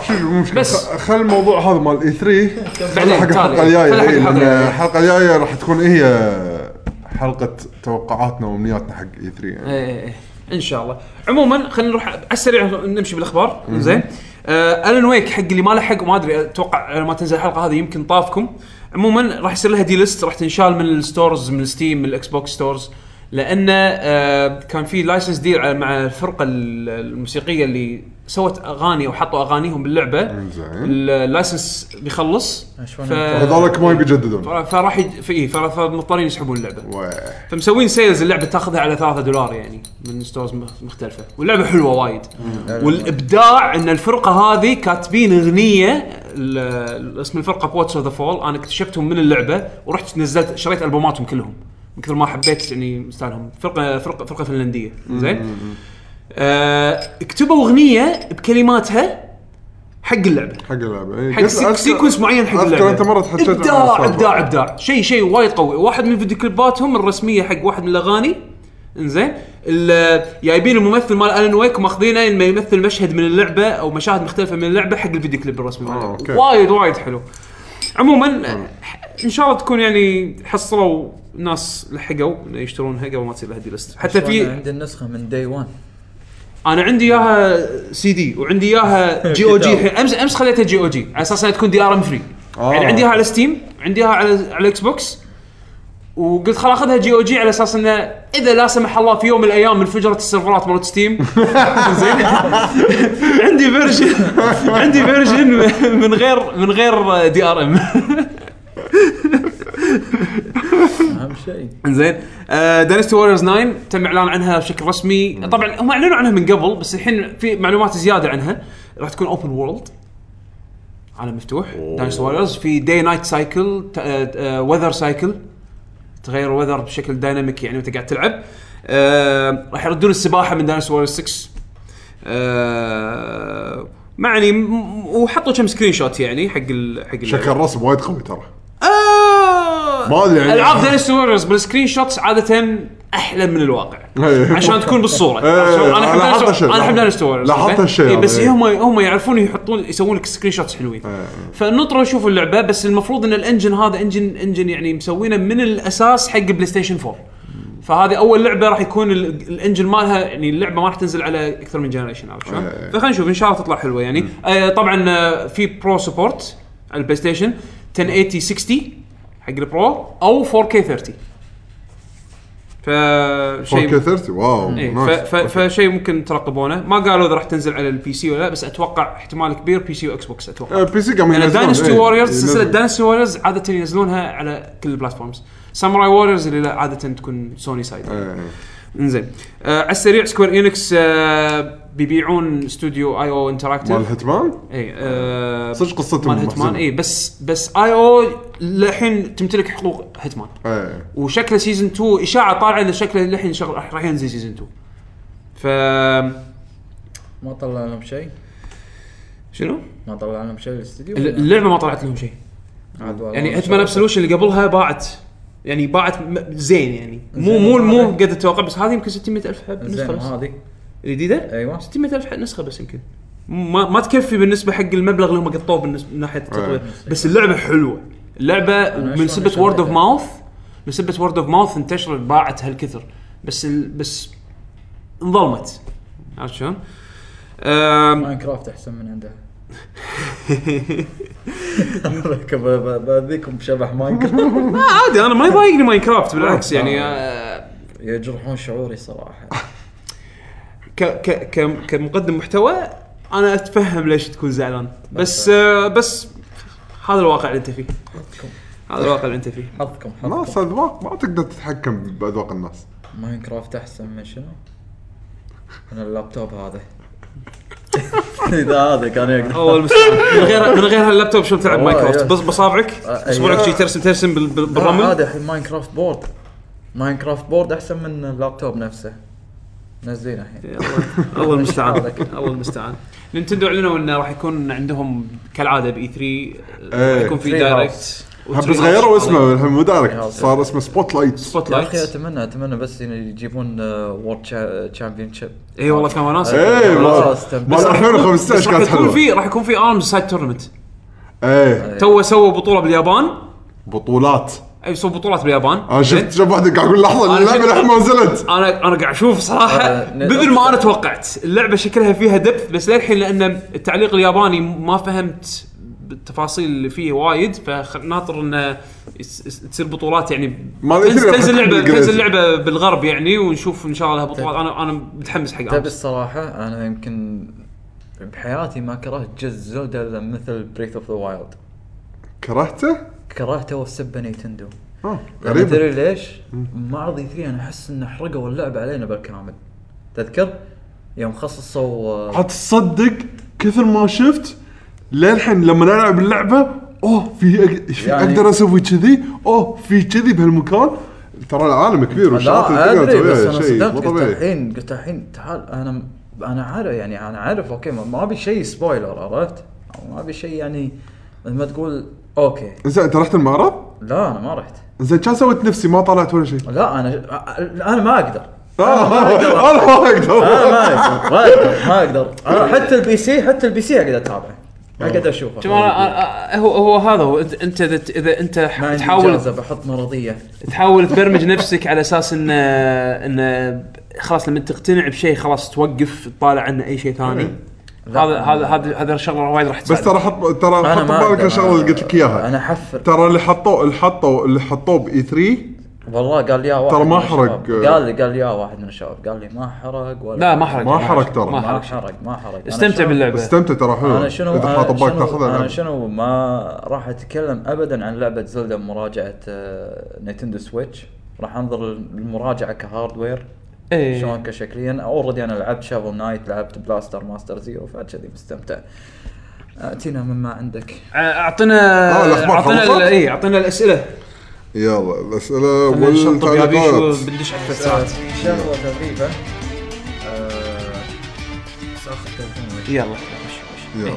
A: بس
C: خ- خل الموضوع هذا مال E اي 3
A: بعدين،
C: خلنا حق الحلقه
A: تالي.
C: الجايه
A: خلنا حق
C: إيه،
A: الحلقة
C: لان
A: الجاية.
C: الحلقه الجايه راح تكون إيه، هي حلقه توقعاتنا وامنياتنا حق اي 3 يعني
A: إيه إيه إيه. ان شاء الله عموما خلينا نروح على السريع نمشي بالاخبار زين آه الن ويك حق اللي ما لحق ما ادري اتوقع لما تنزل الحلقه هذه يمكن طافكم عموما راح يصير لها دي ليست راح تنشال من الستورز من الستيم من الاكس بوكس ستورز لان آه كان في لايسنس ديل على- مع الفرقه ال- الموسيقيه اللي سوت اغاني وحطوا اغانيهم باللعبه
C: زين
A: اللايسنس بيخلص
E: شلون
A: ف-
C: هذولك ما يبيجددون
A: فراح يج- فإيه، فراح- فمضطرين يسحبون اللعبه
C: واه.
A: فمسوين سيلز اللعبه تاخذها على 3 دولار يعني من ستورز مخ- مختلفه واللعبه حلوه وايد والابداع ان الفرقه هذه كاتبين اغنيه ال- ال- اسم الفرقه بوتس اوف ذا فول انا اكتشفتهم من اللعبه ورحت نزلت شريت البوماتهم كلهم من كثر ما حبيت يعني مستانهم فرقه فرقه فرقه فنلنديه زين آه، اكتبوا اغنيه بكلماتها حق اللعبه
C: حق اللعبه إيه،
A: حق
C: قلت-
A: سيك
C: أذكر-
A: سيكونس معين حق
C: اذكر
A: اللعبه
C: انت مره تحكيت عن
A: ابداع
C: السالفة.
A: ابداع ابداع شيء شيء وايد قوي واحد من الفيديو كليباتهم الرسميه حق واحد من الاغاني انزين ال- جايبين الممثل مال الن ويك وماخذينه انه يمثل مشهد من اللعبه او مشاهد مختلفه من اللعبه حق الفيديو كليب الرسمي
C: آه،
A: ماله
C: أوكي. آه.
A: وايد وايد حلو عموما ان شاء الله تكون يعني حصلوا ناس لحقوا انه يشترونها قبل ما تصير لها دي ليست حتى
E: في
A: في
E: عندي النسخه من دي 1
A: انا عندي اياها سي دي وعندي اياها جي او جي امس امس خليتها جي او جي على اساس انها تكون دي ار ام فري
C: آه.
A: يعني عندي اياها على ستيم عندي اياها على على الاكس بوكس وقلت خل اخذها جي او جي على اساس انه اذا لا سمح الله في يوم من الايام انفجرت السيرفرات مرات ستيم زين عندي فيرجن عندي فيرجن من غير من غير دي ار ام
E: اهم شيء
A: زين آه، دانستي ووريرز 9 تم اعلان عنها بشكل رسمي طبعا هم اعلنوا عنها من قبل بس الحين في معلومات زياده عنها راح تكون اوبن وورلد عالم مفتوح دانستي ووريرز في داي نايت سايكل وذر سايكل آه، تغير الوذر بشكل دايناميك يعني وانت قاعد تلعب آه، راح يردون السباحه من دانستي ووريرز 6 آه، ما يعني م- وحطوا كم سكرين شوت يعني حق ال حق ال-
C: شكل الرسم وايد قوي ترى
A: آه
C: ما أدري يعني.
A: العاب دانس ووريرز بالسكرين شوتس عاده احلى من الواقع
C: إيه.
A: عشان تكون بالصوره
C: إيه،
A: انا
C: أنا
A: احب
C: لاحظت
A: Dynasty-
C: هالشيء.
A: انا احب دانس ووريرز
C: لاحظت هالشيء هذا،
A: بس
C: إيه.
A: هم هم يعرفون يحطون يسوون لك سكرين شوتس حلوين
C: أيوه.
A: فنطروا نشوف اللعبه بس المفروض ان الانجن هذا انجن انجن يعني مسوينه من الاساس حق بلاي ستيشن 4 فهذه اول لعبه راح يكون ال- الانجن مالها يعني اللعبه ما راح تنزل على اكثر من جنريشن عرفت شلون؟
C: إيه.
A: فخلينا نشوف ان شاء الله تطلع حلوه يعني آه طبعا آه، في برو سبورت على البلاي ستيشن 1080 60 حق البرو او 4K 30 فشيء
C: 4K 30 واو
A: إيه، ف-
C: نايس.
A: ف- فشيء ممكن ترقبونه ما قالوا اذا راح تنزل على البي سي ولا لا بس اتوقع احتمال كبير بي سي واكس بوكس اتوقع
C: آه، بي سي قام
A: لان
C: ينزلون،
A: داينستي
C: إيه،
A: ووريرز
C: ينزل.
A: سلسله داينستي ووريرز عاده ينزلونها على كل البلاتفورمز ساموراي ووريرز اللي لا، عاده تكون سوني سايد
C: إيه، إيه.
A: انزين آه على السريع سكوير انكس آه بيبيعون استوديو اي او
C: مال
A: انتراكتيف
C: الهيتمان
A: اي آه
C: صدق قصتهم
A: مال إيه. هيتمان
C: محزنة.
A: اي بس بس اي او للحين تمتلك حقوق هيتمان
C: إيه.
A: وشكله سيزون 2 اشاعه طالعه ان شكله للحين شغل راح راح ينزل سيزون 2 ف
E: ما طلع لهم شيء
A: شنو؟
E: ما طلع لهم شيء الاستديو
A: الل- اللعبه ما طلعت لهم شيء
E: عاد والله
A: يعني
E: ما
A: هيتمان
E: شاء الله.
A: ابسولوشن اللي قبلها باعت يعني باعت م- زين يعني مو
E: زين.
A: مو مو قد التوقع بس هذه يمكن 600 الف حب
E: زين
A: نسخه بس
E: هذه
A: الجديده
E: ايوه
A: 600 الف نسخه بس يمكن ما ما تكفي بالنسبه حق المبلغ اللي هم قطوه بالنسبه من ناحيه التطوير بس اللعبه حلوه اللعبه
E: أيوة. أنا
A: من
E: شلون
A: سبه
E: شريتها؟
A: وورد اوف ماوث من سبه وورد اوف ماوث انتشرت باعت هالكثر بس ال... بس انظلمت عرفت شلون؟ أم،
E: ماينكرافت احسن من عنده بذيكم بشبح ماينكرافت
A: ما عادي انا ما يضايقني ماينكرافت بالعكس يعني آه،
E: يجرحون شعوري صراحه
A: ك ك ك- كمقدم محتوى انا اتفهم ليش تكون زعلان بس آه، بس هذا الواقع اللي انت فيه هذا الواقع اللي انت فيه
E: حظكم
C: ناس
F: نعم.
E: حظكم
C: اذواق ما تقدر تتحكم باذواق الناس
E: ماينكرافت احسن من شنو؟ من اللابتوب هذا اذا هذا كان يقدر
A: اول مستعمل من غير من غير هاللابتوب شلون تلعب
E: والله
A: ماينكرافت
E: يس.
A: بس بصابعك
E: أيوه.
A: اصبعك شي ترسم ترسم بال- بال-
E: لا،
A: بالرمل
E: هذا الحين ماينكرافت بورد ماينكرافت بورد احسن من اللابتوب نفسه نزلينه الحين
A: يلا، الله المستعان الله المستعان نينتندو اعلنوا انه راح يكون عندهم كالعاده باي 3 آه، راح
C: إيه.
A: يكون في
E: Three
A: دايركت
C: بس غيروا اسمه الحين مو دايركت
E: يلا.
C: صار اسمه سبوت لايت
A: سبوت
E: يا اخي
A: لايت
E: اتمنى اتمنى بس يجيبون آه، وورد تشامبيون شيب
A: اي والله كان وناسه
C: ايه
E: والله
C: ما-
E: استمتعت.
C: مال
E: بس راح
C: 2015
A: بس راح
C: كانت
A: يكون
C: حلوه
A: في راح يكون في ارمز سايد تورنمنت
E: إيه.
C: ايه
A: تو سووا بطوله باليابان
C: بطولات
A: اي سووا بطولات باليابان
C: انا آه، شفت شوف واحد قاعد يقول لحظه
A: إيه. أنا
C: اللعبه
A: شفت-
C: للحين ما نزلت
A: انا انا قاعد اشوف صراحه
E: آه، ن-
A: مثل ما انا توقعت اللعبه شكلها فيها دبث بس للحين لان التعليق الياباني ما فهمت التفاصيل اللي فيه وايد فناطر انه يس- يس- تصير بطولات يعني
C: ما أدري
A: تنزل
C: راح
A: تنزل
C: تكون
A: لعبه
C: بالإنجليزي.
A: تنزل لعبه بالغرب يعني ونشوف ان شاء الله بطولات انا انا متحمس حق
E: تبي
A: أمس.
E: الصراحة أنا يمكن بحياتي ما كرهت جزء زلدة إلا مثل بريث اوف ذا وايلد
C: كرهته؟
E: كرهته وسبه نينتندو
C: آه،
E: يعني تدري
C: غريب
E: ليش؟ معرض اي 3 أنا أحس إن حرقوا اللعبة علينا بالكامل تذكر؟ يوم خصصوا آه،
C: حتى تصدق كثر ما شفت للحين لما نلعب اللعبه اوه في أق- في
E: يعني-
C: اقدر اسوي كذي اوه في كذي بهالمكان ترى العالم كبير والشغلات اللي
E: لا
C: تقدر
E: ادري بس
C: تسويها
E: انا
C: شيء
E: صدقت
C: مو
E: قلت
C: طبيعي
E: الحين قلت الحين تعال انا انا عارف يعني انا عارف اوكي ما ما ابي شيء سبويلر عرفت؟ أو ما ابي شيء يعني مثل ما تقول اوكي
C: زين انت رحت المعرض؟
E: لا انا ما رحت
C: زين كان سويت نفسي ما طلعت ولا شيء
E: لا انا انا ما اقدر
C: آه، انا ما
E: انا
C: اقدر
E: ما اقدر آه، ما اقدر ما اقدر انا آه، حتى البي سي حتى البي سي اقدر اتابعه اقدر
A: شوف
E: اشوفه
A: أنا- أنا- أنا- هو هو هذا هو انت إنت اذا اذا انت
E: ما عندي
A: تحاول
E: اجازه بحط مرضيه
A: تحاول تبرمج نفسك على اساس ان ان خلاص لما تقتنع بشيء خلاص توقف تطالع عنه اي شيء ثاني
E: لا،
A: هذا
E: أنا-
A: هذا هذا هذا الشغله وايد راح
C: بس
A: تساعدك
C: ترى حط ترى
E: انا
C: حط
E: ما
C: ببالك
E: أقدر.
C: الشغله اللي قلت لك اياها
E: انا احفر
C: ترى اللي حطوه اللي حطوه اللي حطوه باي 3
E: والله قال لي يا واحد
C: ترى ما
E: من الشباب.
C: حرق. آه.
E: قال لي قال لي يا واحد من الشباب قال لي ما حرق ولا
A: لا ما حرق
C: ما حرق ترى.
A: ما
E: ما
A: حرق شيء.
E: حرق ما حرق أنا
A: استمتع
E: شنو-
A: باللعبه
C: استمتع ترى حلو
E: انا شنو
C: اذا حاط
E: انا
C: ببالك
E: شنو,
C: تاخذها نعم.
E: أنا
C: العب.
E: شنو ما راح اتكلم ابدا عن لعبه زلدا مراجعه آه، نينتندو سويتش راح انظر للمراجعه كهاردوير
A: إيه.
E: شلون كشكليا اوريدي انا لعبت شافو نايت لعبت بلاستر ماستر زيرو فكذي مستمتع آه، اتينا مما عندك
A: اعطنا
C: آه، الأخبار
A: اعطنا
C: خلصت؟ طيب،
A: ال- اي اعطنا الاسئله
C: يلا الاسئله
A: خلينا نشطب يا بي شو
C: والتعليقات
A: بندش على
E: آه،
A: الفترات
E: شغله خفيفه آه، بس آخذ تلفون.
A: يلا
C: يلا.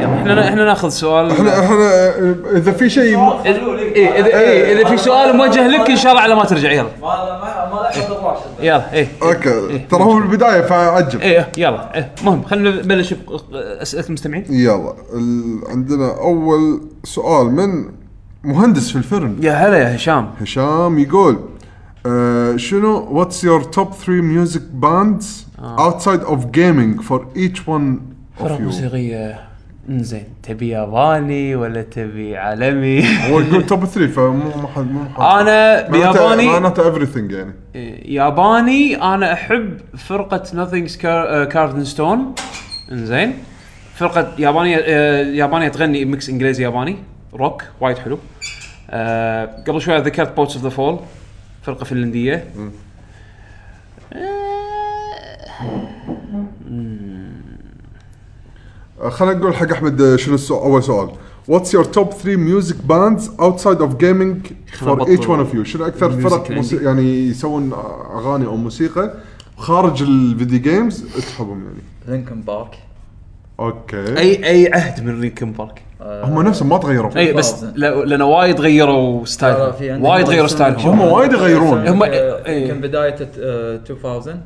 A: يلا احنا احنا ناخذ سؤال
C: احنا احنا آه، اذا في شيء م-
A: اي اذا إيه، اذا في سؤال موجه لك ان شاء الله على ما ترجع يلا يلا إيه. اي
E: إيه.
C: اوكي ترى هو البدايه فعجب
A: اي يلا إيه، مهم خلينا نبلش باسئله المستمعين
C: يلا ال- عندنا اول سؤال من مهندس في الفرن
A: يا هلا يا هشام
C: هشام يقول آه، شنو واتس يور توب 3 ميوزك
A: Ah.
C: باندز اوتسايد اوف جيمنج فور ايتش ون
A: فرق
C: اوف يو
A: موسيقيه انزين تبي ياباني ولا تبي عالمي؟
C: هو يقول توب 3 فمو ما حد مو حد
A: أنا بياباني- إيه،
C: معناته ايفري ثينج يعني
A: ياباني انا احب فرقه nothing's كارفد ان ستون انزين فرقه يابانيه آه، يابانيه تغني ميكس انجليزي ياباني روك وايد حلو آه، قبل شوي ذكرت بوتس اوف ذا فول فرقه فنلنديه
C: آه، خلينا نقول حق احمد آه، شنو السؤال اول سؤال What's your top 3 music bands outside of gaming for
E: خلنا
C: each
E: نبطل
C: one of you؟ شنو اكثر
E: الميوزك
C: فرق
E: اللي
C: موسي...
E: عندي.
C: يعني يسوون اغاني او موسيقى خارج الفيديو جيمز تحبهم يعني؟
E: لينكن بارك
C: اوكي
A: اي اي عهد من لينكن بارك
E: آه،
C: هم نفسهم ما تغيروا
A: اي إيه، بس لا- لان وايد غيروا
E: لا، لا، في
A: ستايلهم
E: عندك
A: وايد غيروا
E: شنو-
C: هم
A: ستايلهم
C: وايد يغيرون
A: هم- إيه.
E: كان بدايه آه، 2000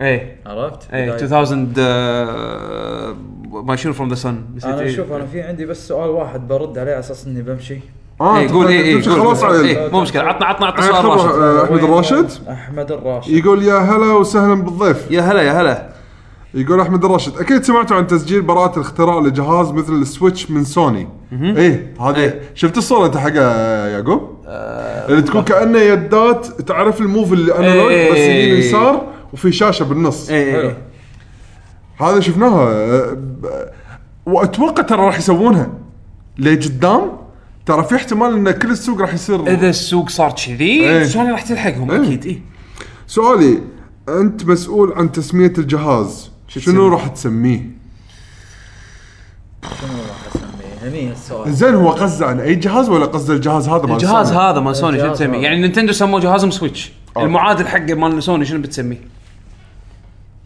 A: اي
E: عرفت؟
A: اي
E: بداية-
A: 2000 آه، ما شنو فروم ذا سن
E: انا شوف انا في عندي بس سؤال واحد برد عليه على اساس اني بمشي
C: اه
A: اي إيه، قول اي اي
C: تمشي خلاص على ال-
A: اي مو مشكله عطنا عطنا عطنا
C: على
A: سؤال
C: خبر،
A: راشد
C: آه، احمد الراشد
E: احمد الراشد
C: يقول يا هلا وسهلا بالضيف
A: يا هلا يا هلا
C: يقول احمد الراشد اكيد سمعتوا عن تسجيل براءه الاختراع لجهاز مثل السويتش من سوني ايه هذه
A: إيه.
C: شفت الصوره انت حق يعقوب اللي تكون كانه يدات تعرف الموف اللي انالوج بس
A: آه، إيه.
C: يمين يسار وفي شاشه بالنص
A: اي
E: حلو.
A: اي
C: هذا شفناها آه، ب- واتوقع ترى راح يسوونها لقدام ترى في احتمال ان كل السوق راح
A: اذا
C: يصير
A: السوق صار
C: إيه.
A: كذي سوني راح تلحقهم
C: إيه.
A: اكيد اي
C: سؤالي انت مسؤول عن تسميه الجهاز شنو راح تسميه؟
E: شنو راح اسميه؟ هني السؤال
C: زين هو قصده عن اي جهاز ولا قصده الجهاز هذا مال
A: الجهاز
C: سوني؟
A: هذا مال سوني شنو
E: الجهاز
A: تسميه؟
E: هذا.
A: يعني نينتندو سموه جهازهم سويتش المعادل حقه مال سوني شنو بتسميه؟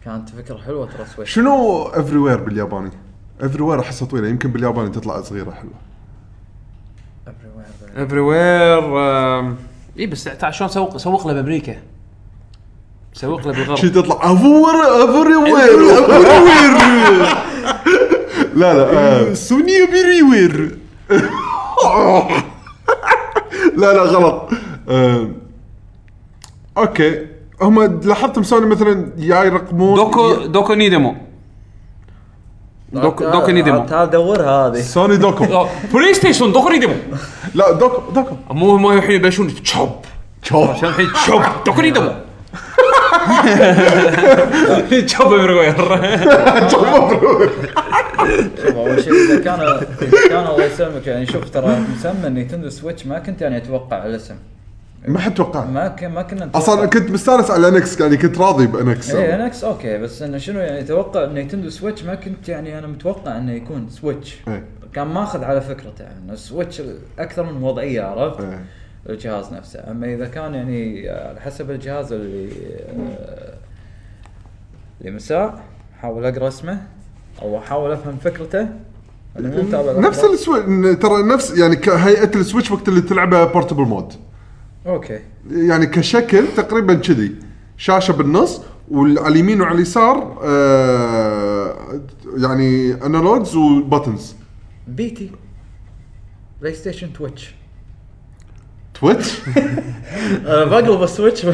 E: كانت فكره حلوه ترى سويت
C: شنو افري وير بالياباني؟ افري وير احسها طويله يمكن بالياباني تطلع صغيره حلوه
A: افري وير اي إيه، بس تع- شلون سوق سوق له بامريكا سوق له
C: شي
A: بالغرب
C: تطلع افور افري وير افري وير لا آه. لا سوني افري وير لا لا غلط آه، اوكي هم لاحظتم سوني مثلا يا يرقمون
A: دوكو دوكو ني ديمو دوكو دوكو ني ديمو
E: آه، تعال دور هذه
C: سوني دوكو
A: أو- بلاي ستيشن دوكو ني ديمو
C: لا دوكو دوكو
A: مو مو الحين يبلشون تشوب
C: شوف
A: عشان الحين تشوب دوكو ني ديمو تشوب افري وير
E: شوف اول شيء اذا كان إذا كان الله يسلمك يعني شوف ترى مسمى نينتندو سويتش ما كنت يعني اتوقع الاسم
C: ما حد توقع
E: ما ك... ما كنا نتوقع.
C: اصلا كنت مستانس على انكس يعني كنت راضي بانكس
E: ايه انا اكس اوكي بس انه شنو يعني اتوقع نينتندو سويتش ما كنت يعني انا متوقع انه يكون سويتش
C: إيه.
E: كان ماخذ على فكرته يعني انه سويتش اكثر من وضعيه عرفت؟
C: إيه.
E: الجهاز نفسه اما اذا كان يعني على حسب الجهاز اللي آه، اللي مساء احاول اقرا اسمه او احاول افهم فكرته أنا مو متابع الأخبار.
C: نفس السويتش ترى نفس يعني كهيئه السويتش وقت اللي تلعبه بورتبل مود
E: اوكي
C: يعني كشكل تقريبا كذي شاشه بالنص وعلى اليمين وعلى اليسار آه يعني انالوجز وبتنز
E: بيتي بلاي ستيشن تويتش
C: تويتش
E: أنا آه، بقلب السويتش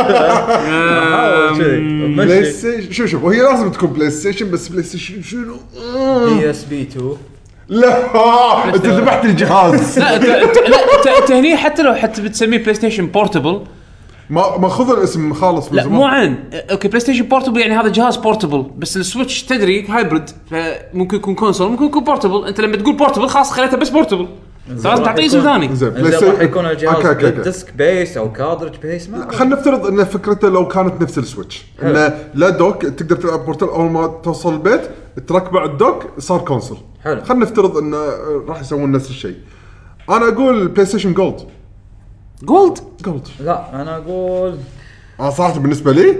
E: أحاول شيء.
C: بلاي
E: بمشي.
C: ستيشن شوف شوف وهي لازم تكون بلاي ستيشن بس بلاي ستيشن شنو؟ آه.
E: بي اس بي 2
C: لا آه، انت ذبحت الجهاز
A: لا انت أنت- لا أنت- انت هني حتى لو حتى بتسميه بلاي ستيشن بورتبل
C: ما ما خذ الاسم خالص من
A: لا
C: زمان.
A: مو عن اوكي بلاي ستيشن بورتبل يعني هذا جهاز بورتبل بس السويتش تدري هايبرد فممكن يكون كونسول ممكن يكون بورتبل انت لما تقول بورتبل خلاص خليته بس بورتبل لازم
E: راح
A: تعطيه اسم
E: يكون-
A: ثاني
C: زين بلاي
E: راح
C: ستيشن
E: يكون الجهاز
C: أوكي، أوكي، أوكي.
E: ديسك بيس او كادرج بيس ما أدري.
C: خلينا نفترض ان فكرته لو كانت نفس السويتش انه لا دوك تقدر تلعب بورتال اول ما توصل البيت تركبه على الدوك صار كونسل
E: حلو.
C: خلينا نفترض انه راح يسوون نفس الشيء انا اقول بلاي ستيشن جولد
A: جولد
C: جولد
E: لا انا اقول
C: انا صراحه بالنسبه لي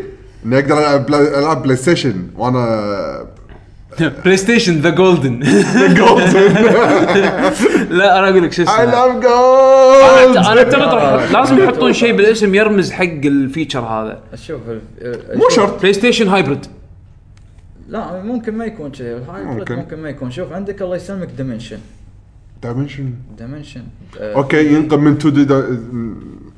C: اني اقدر العب بلا... العب بلاي ستيشن وانا
A: بلاي ستيشن ذا جولدن
C: جولد
A: لا انا اقول لك شو اسمه
C: العب جولد
A: انا اعتقد راح- لازم يحطون شيء بالاسم يرمز حق الفيتشر هذا
E: شوف ال- ال-
C: مو شرط
A: بلاي ستيشن هايبرد
E: لا ممكن ما يكون شيء الهاي
C: ممكن.
E: ممكن. ممكن ما يكون شوف عندك الله يسلمك ديمنشن
C: دايمنشن
E: ديمنشن آه
C: اوكي ينقل من 2 دي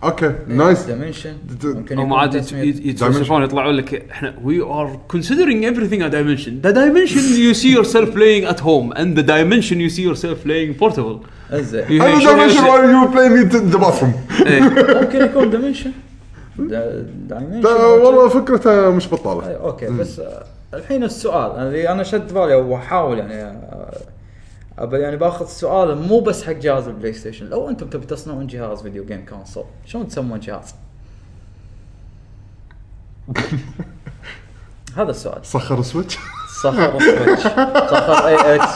C: اوكي نايس
E: دايمنشن
C: د- د-
E: ممكن
A: هم
E: يكون
A: عاد
E: تسمية.
A: يتفلسفون يطلعون لك احنا وي ار كونسيدرينج ايفري ثينج دايمنشن ذا دايمنشن يو سي يور سيلف بلاينج ات هوم اند ذا دايمنشن يو سي يور سيلف بلاينج بورتبل
E: انزين
C: هذا دايمنشن وايل يو بلاينج ذا باثروم
E: ممكن يكون دايمنشن دا- دايمنشن
C: أه، والله فكرته مش بطاله
E: أي- اوكي بس آه، الحين السؤال انا اللي انا شد بالي واحاول يعني آه، ابى يعني باخذ السؤال مو بس حق جهاز البلاي ستيشن لو انتم تبي تصنعون جهاز فيديو جيم كونسول شلون تسمون جهاز؟ هذا السؤال
C: سخر سويتش
E: صخر سويتش صخر اي اكس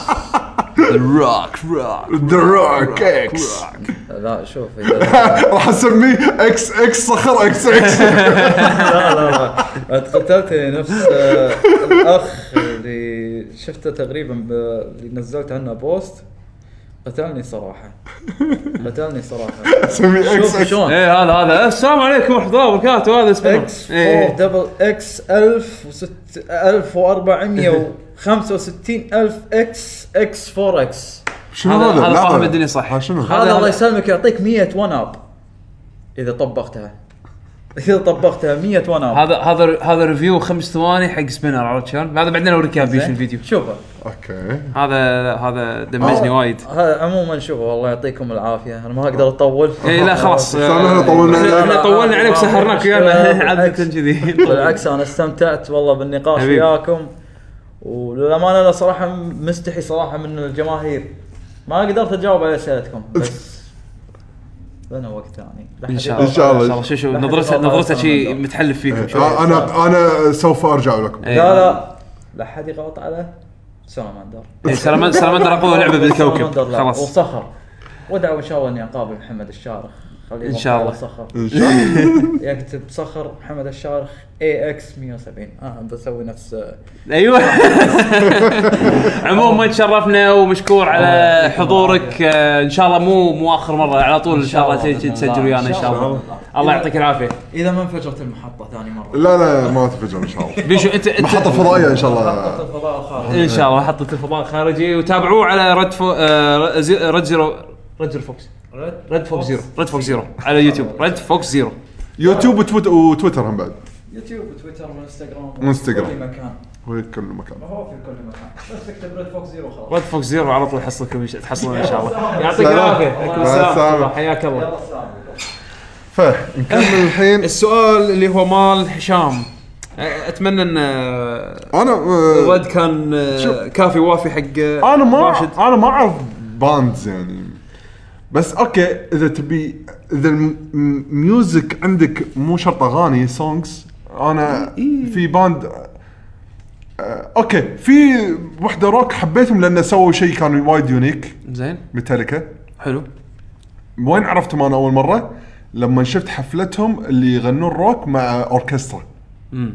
B: الروك روك
C: ذا روك اكس
E: لا شوف إذا-
C: راح اسميه اكس اكس صخر اكس اكس
E: لا لا لا انت قتلتني نفس آه، الاخ اللي شفته تقريبا ب- اللي نزلت عنه بوست قتلني صراحه قتلني صراحه
C: اسميه اكس
E: شوف
C: اكس
E: شلون
A: ايه هذا هذا السلام عليكم ورحمه الله وبركاته هذا اسمه
E: اكس 4 دبل اكس 1465 الف اكس اكس 4 اكس
C: شنو
A: هذا-
C: هذا؟
A: هذا
C: لحظة.
A: فاهم الدنيا صح.
C: ها شنو؟
E: هذا الله يسلمك يعطيك 100 ون اب اذا طبقتها اذا طبقتها 100 ون اب
A: هذا هذا هذا ريفيو خمس ثواني حق سبينر عرفت شلون؟ هذا بعدين اوريك اياه بيش الفيديو
E: شوفه
C: اوكي
A: هذا لا، هذا دمجني
E: آه،
A: وايد
E: هذا عموما شوفوا الله يعطيكم العافيه انا ما اقدر اطول
A: اي إيه، لا خلاص
C: بس احنا طولنا
A: احنا طولنا عليك سهرناك ويانا عاده
E: بالعكس.
A: كذي
E: بالعكس انا استمتعت والله بالنقاش
A: حبيبي.
E: وياكم وللامانه انا صراحه مستحي صراحه من الجماهير ما قدرت اجاوب على اسئلتكم بس لنا وقت ثاني لا حد
A: ان شاء الله
C: إن شاء الله.
A: ان شاء الله شو شو
E: لا حد
A: نظرته
E: يطلع
A: نظرته شيء
E: السلام.
A: متحلف فيكم شوي.
C: آه، انا انا سوف ارجع لكم
A: إيه.
E: لا لا لا حد يغلط على سلاماندر
A: إيه، سلامندر سلامندر اقوى لعبه بالكوكب
E: سلامندر لا،
A: خلاص
E: وصخر وادعوا ان شاء الله اني اقابل محمد الشارخ خليه
A: إن شاء
E: يضغط على
A: الله.
E: صخر
C: ان شاء الله
E: يكتب صخر محمد الشارخ اي اكس 170 اه بسوي نفس
A: ايوه عموما تشرفنا ومشكور على حضورك آه، ان شاء الله مو مو اخر مره على طول ان شاء الله تجي
E: آه،
A: تسجل ويانا ان شاء الله الله يعطيك العافيه
E: اذا ما انفجرت المحطه ثاني مره
C: لا لا ما تفجر ان شاء الله
A: بيشو انت انت
C: محطه فضائيه ان شاء الله
E: محطة الفضاء الخارجي
A: ان شاء الله حطت الفضاء الخارجي وتابعوه على رد فو آه، زي- رد زيرو رد زيرو فوكس رد فوكس زيرو رد فوكس زيرو على يوتيوب رد فوكس زيرو
C: يوتيوب وتويت- وتويتر هم بعد
E: يوتيوب وتويتر وانستغرام
C: وإنستغرام.
E: كل مكان
C: وكل مكان
E: هو في كل مكان بس اكتب ريد فوكس زيرو خلاص
A: رد فوكس زيرو على طول حصلكم تحصلون ان شاء الله يعطيك
C: سلام.
A: العافيه عليكم السلام
C: السلامة.
A: الله، حياك الله
C: فنكمل الحين
A: السؤال اللي هو مال هشام أ- اتمنى ان آه،
C: انا آه،
A: الرد كان آه، كافي وافي حق آه،
C: انا ما
A: راشد.
C: انا ما اعرف باندز يعني بس اوكي اذا تبي اذا الميوزك عندك مو شرط اغاني سونجز انا
A: إيه.
C: في باند آه، اوكي في وحده روك حبيتهم لان سووا شيء كان وايد يونيك
A: زين
C: ميتاليكا
A: حلو
C: وين عرفتهم انا اول مره؟ لما شفت حفلتهم اللي يغنون روك مع اوركسترا
A: امم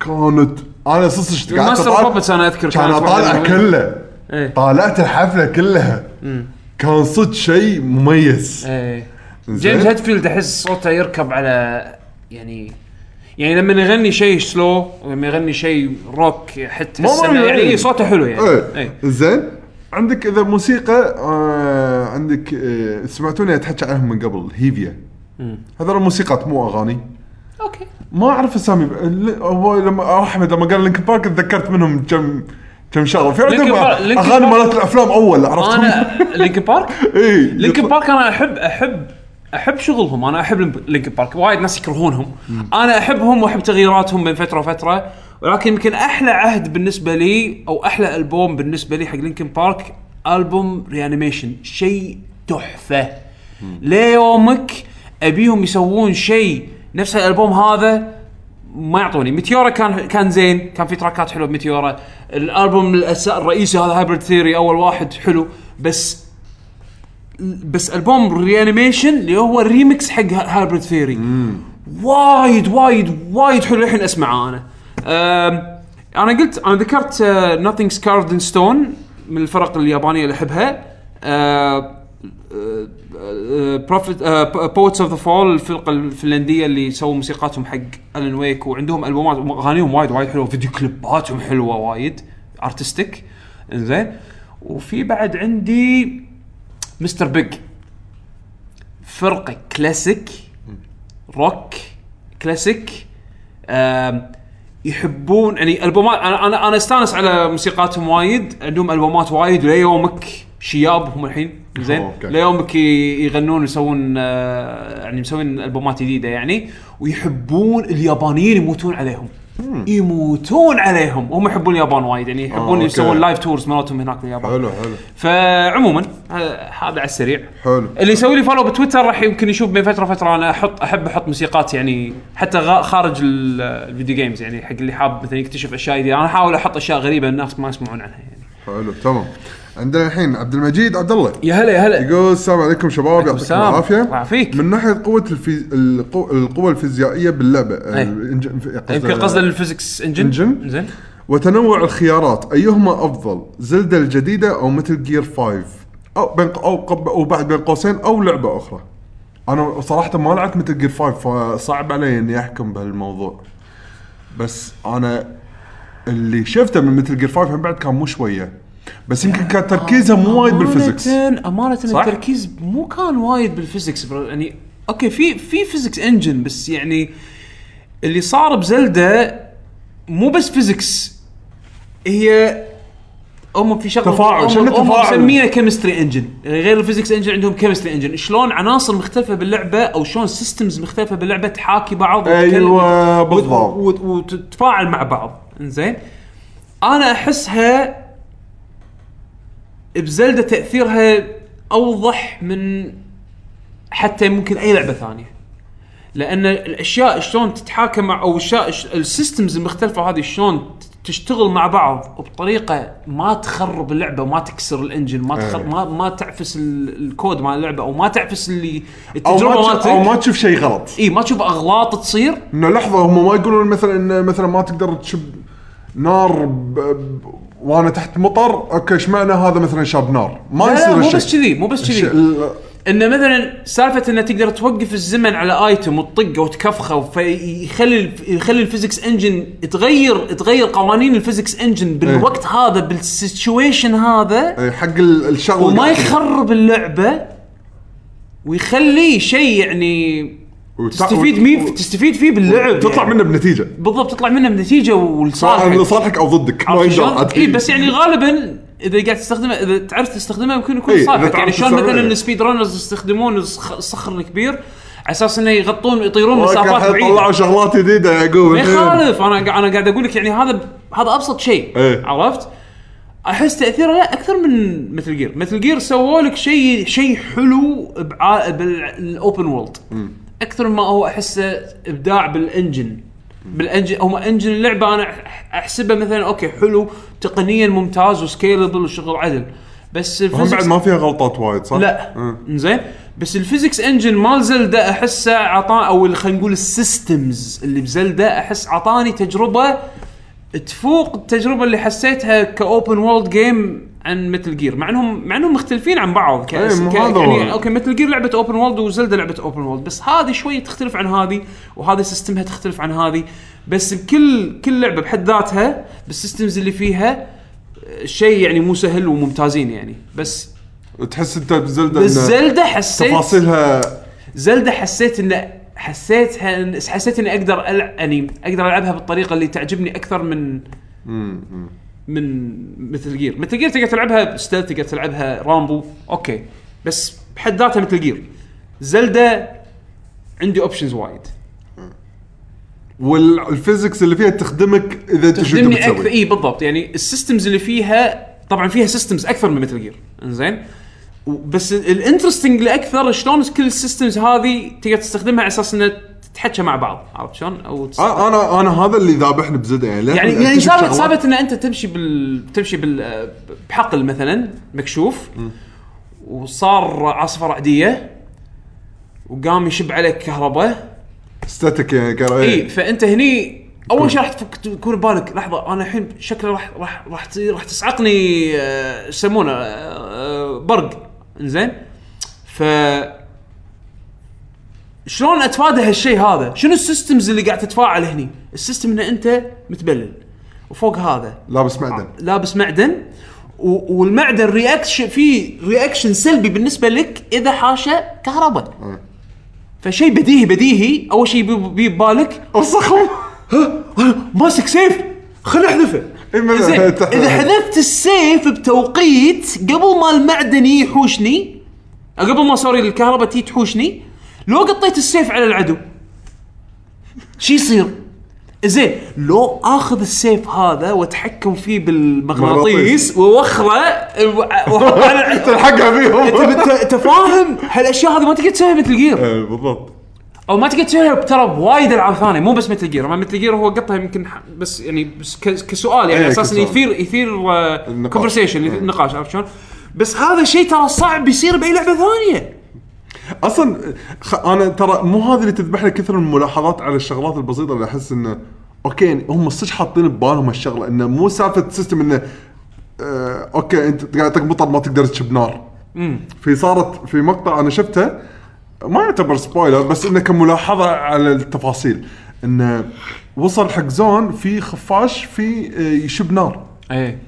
C: كانت انا صدق قاعد
A: ماستر
C: أطالع-
A: بابتس انا اذكر
C: كان
A: كانت
C: اطالع
A: واحدة-
C: كله
A: ايه
C: طالعت الحفله كلها كان صدق شيء مميز
A: ايه
C: زين؟
A: جيمس هاتفيلد احس صوته يركب على يعني يعني لما يغني شيء سلو لما يغني شيء روك حتى
C: ما- ما-
A: يعني إيه، صوته حلو يعني
C: ايه
A: ايه
C: زين عندك اذا موسيقى آه عندك آه سمعتوني اتحكى عنهم من قبل هيفيا هذول موسيقات مو اغاني
A: اوكي
C: ما اعرف اسامي ب- ل- هو لما احمد لما قال لينك بارك تذكرت منهم كم كم شغله في عندهم
A: لينكن بارك- لينكن
C: اغاني
A: بارك-
C: مالت الافلام اول عرفتهم إيه.
A: انا لينك بارك
C: اي
A: لينك بارك انا احب احب احب شغلهم انا احب لينك بارك وايد ناس يكرهونهم انا احبهم واحب تغييراتهم بين فتره وفتره ولكن يمكن احلى عهد بالنسبه لي او احلى البوم بالنسبه لي حق لينكن بارك البوم ريانيميشن شيء تحفه ليومك ابيهم يسوون شيء نفس الالبوم هذا ما يعطوني ميتيورا كان كان زين كان في تراكات حلوه بميتيورا الالبوم الأس- الرئيسي هذا هايبرد ثيري اول واحد حلو بس بس البوم ريانيميشن اللي هو الريمكس حق هايبرد ثيري وايد وايد وايد حلو الحين اسمعه انا أم، انا قلت انا ذكرت آه، نوثينج سكارد ان ستون من الفرق اليابانيه اللي آه، احبها بروفيت بوتس اوف ذا فول الفرقه الفنلنديه اللي سووا موسيقاتهم حق الن ويك وعندهم البومات واغانيهم وايد وايد حلوه فيديو كليباتهم حلوه وايد ارتستيك انزين وفي بعد عندي مستر بيج فرقه كلاسيك روك كلاسيك آم، يحبون يعني البومات انا انا انا استانس على موسيقاتهم وايد عندهم البومات وايد وليومك شياب هم الحين زين
C: أوكي.
A: ليومك ي- يغنون ويسوون آه، يعني مسوين البومات جديده يعني ويحبون اليابانيين يموتون عليهم يموتون عليهم هم يحبون اليابان وايد يعني يحبون
C: آه، أوكي.
A: يسوون لايف تورز مالتهم هناك باليابان
C: حلو حلو
A: فعموما ه- هذا على السريع
C: حلو
A: اللي يسوي لي فولو بتويتر راح يمكن يشوف بين فتره فتره انا احط احب احط موسيقات يعني حتى غا- خارج ال- الفيديو جيمز يعني حق اللي حاب مثلا يكتشف اشياء جديده انا احاول احط اشياء غريبه الناس ما يسمعون عنها يعني
C: حلو تمام عندنا الحين عبد المجيد عبد الله
A: يا هلا يا هلا
C: يقول السلام عليكم شباب يعطيكم
A: السلام.
C: العافيه
A: الله يعافيك.
C: من ناحيه قوه الفي... القو... القوه الفيزيائيه باللعبه الإنج- قصد-
A: يمكن قصد الفيزكس انجن
C: إنجن؟
A: زين
C: وتنوع الخيارات ايهما افضل زلدة الجديده او متل جير 5 او بين او قب... او بعد بين قوسين او لعبه اخرى انا صراحه ما لعبت متل جير 5 فصعب علي اني احكم بهالموضوع بس انا اللي شفته من متل جير 5 هم بعد كان مو شويه بس يمكن كان تركيزها مو
A: آه،
C: وايد بالفيزكس
A: امانه امانه
C: صح؟
A: التركيز مو كان وايد بالفيزكس برو يعني اوكي في في فيزكس انجن بس يعني اللي صار بزلدة مو بس فيزكس هي هم في شغله
C: تفاعل،
A: هم-
C: شنو
A: هم
C: تفاعل؟
A: مسمينها كيمستري انجن غير الفيزكس انجن عندهم كيمستري انجن شلون عناصر مختلفه باللعبه او شلون سيستمز مختلفه باللعبه تحاكي بعض وتتكلم-
C: أيوة،
A: وت-
C: بالضبط.
A: وت- وتتفاعل مع بعض انزين انا احسها بزلدة تاثيرها اوضح من حتى ممكن اي لعبه ثانيه لان الاشياء شلون تتحاكم مع او الاشياء السيستمز المختلفه هذه شلون تشتغل مع بعض بطريقه ما تخرب اللعبه ما تكسر الانجن ما
C: إيه.
A: تخرب ما, ما تعفس ال- الكود مال اللعبه او ما تعفس اللي
C: او
A: التجربه
C: ما
A: مالتك
C: تشوف- او ما تشوف شيء غلط
A: اي ما تشوف اغلاط تصير
C: انه لحظه هم ما يقولون مثلا إن مثلا ما تقدر تشب نار ب... ب... وانا تحت مطر اوكي ايش معنى هذا مثلا شاب نار ما
A: لا
C: يصير
A: لا مو
C: هالشيء.
A: بس كذي مو بس
C: الشيء-
A: كذي
C: ال-
A: انه مثلا سالفه انه تقدر توقف الزمن على ايتم وتطقه وتكفخه فيخلي يخلي الفيزكس انجن تغير تغير قوانين الفيزكس انجن بالوقت هذا بالسيتويشن هذا
C: إيه، حق ال- الشغله
A: وما
C: قاعد-
A: يخرب اللعبه ويخليه شيء يعني
C: وت-
A: تستفيد
C: وت-
A: ميه تستفيد فيه باللعب
C: تطلع
A: يعني.
C: منه بنتيجه
A: بالضبط تطلع منه بنتيجه
C: سواء
A: ولصالحك
C: لصالحك او ضدك ما
A: عرفت
C: يقدر
A: شلون؟
C: عاد.
A: اي بس يعني غالبا اذا قاعد تستخدمه اذا تعرف تستخدمه يمكن يكون
C: إي، إيه، إذا
A: صالحك يعني
C: تعرف
A: شلون
C: تستخدمه،
A: مثلا
C: إي.
A: السبيد رانرز يستخدمون الصخ- الصخر الكبير على اساس انه يغطون يطيرون
C: أوكي،
A: مسافات
C: الحين طلعوا
A: بعيده
C: شغلات جديده يا يعقوب
A: ما يخالف انا قا- انا قاعد اقول لك يعني هذا هذا ابسط شيء
C: إي.
A: عرفت؟ احس تاثيره لا اكثر من مثل جير، مثل جير سووا لك شيء شيء حلو بع- بالاوبن وورلد اكثر ما هو احسه ابداع بالانجن بالانجن هم انجن اللعبه انا أح- احسبه مثلا اوكي حلو تقنيا ممتاز وسكيلبل وشغل عدل بس
C: هم بعد
A: الفيزيكس
C: ما فيها غلطات وايد صح؟
A: لا
C: أه.
A: زين بس الفيزكس انجن مال زلدا احسه عطاه او ال- خلينا نقول السيستمز اللي بزلدا احس عطاني تجربه تفوق التجربه اللي حسيتها كاوبن وورلد جيم عن متل جير مع انهم مع انهم مختلفين عن بعض ك...
C: إيه، مو
A: ك...
C: هذا
A: يعني
C: هو.
A: اوكي متل جير لعبه اوبن وورلد وزلدا لعبه اوبن وورلد بس هذه شوي تختلف عن هذه وهذه سيستمها تختلف عن هذه بس بكل كل لعبه بحد ذاتها بالسيستمز اللي فيها آه، شيء يعني مو سهل وممتازين يعني بس
C: تحس انت بزلده إن
A: بس زلدة حسيت
C: تفاصيلها
A: زلدة حسيت ان حسيتها إن- حسيت اني اقدر العب يعني اقدر العبها بالطريقه اللي تعجبني اكثر من من مثل جير مثل جير تقدر تلعبها ستيل تقدر تلعبها رامبو اوكي بس بحد ذاتها مثل جير زلدة عندي اوبشنز وايد
C: والفيزكس اللي فيها تخدمك اذا انت شو تبي
A: تخدمني اكثر
C: تسوي
A: اي بالضبط يعني السيستمز اللي فيها طبعا فيها سيستمز اكثر من متل جير انزين و- بس ال- الانترستنج الاكثر شلون كل السيستمز هذه تقدر تستخدمها على اساس انها تتحكى مع بعض عرفت شلون؟ او تست...
C: آه، انا انا هذا اللي ذابحني بزده يعني للحين
A: يعني
C: أكتشف
A: يعني صارت
C: شغلات.
A: صارت ان انت تمشي بال تمشي بال آه، بحقل مثلا مكشوف وصار عاصفه رعديه وقام يشب عليك كهرباء
C: ستاتيك يعني كان
A: اي فانت إيه، هني اول شيء راح تفك تكون ببالك لحظه انا الحين شكله راح راح راح تصير- راح تسعقني آه، إيش يسمونه آه، آه، برق انزين ف شلون اتفادى هالشيء هذا؟ شنو السيستمز اللي قاعد تتفاعل هني؟ السيستم ان انت متبلل وفوق هذا
C: لابس معدن
A: لابس آه، معدن و- والمعدن رياكشن فيه رياكشن سلبي بالنسبه لك اذا حاشه كهرباء فشيء بديهي بديهي اول شيء يبي- يبي ببالك
C: وصخم
A: ها أنا ماسك سيف خليني احذفه
C: إي من-
A: زين اذا حذفت السيف بتوقيت قبل ما المعدني يحوشني قبل ما سوري الكهرباء تي تحوشني لو قطيت السيف على العدو شو يصير؟ زين لو اخذ السيف هذا واتحكم فيه بالمغناطيس
C: مغناطيس.
A: واوخره وأ- وأحط على العدو.
C: تلحقها فيهم
A: انت أنت فاهم هالاشياء هذه ما تقدر تسويها مثل جير
C: إيه، بالضبط
A: او ما تقدر تسويها ترى بوايد العاب ثانيه مو بس مثل جير ما مثل جير هو قطها يمكن ح- بس يعني بس ك- كسؤال يعني
C: إيه،
A: اساسا
C: كسؤال.
A: يثير يثير
C: النقاش.
A: كونفرسيشن
C: إيه.
A: نقاش عرفت شلون؟ بس هذا الشيء ترى صعب يصير باي لعبه ثانيه
C: اصلا خ... انا ترى مو هذا اللي تذبح لي كثر من الملاحظات على الشغلات البسيطه اللي احس انه اوكي هم صدق حاطين ببالهم هالشغله انه مو سالفه سيستم انه آه اوكي انت قاعد تقبطها ما تقدر تشب نار في صارت في مقطع انا شفته ما يعتبر سبويلر بس انه كملاحظه على التفاصيل انه وصل حق زون في خفاش في آه، يشب نار
A: ايه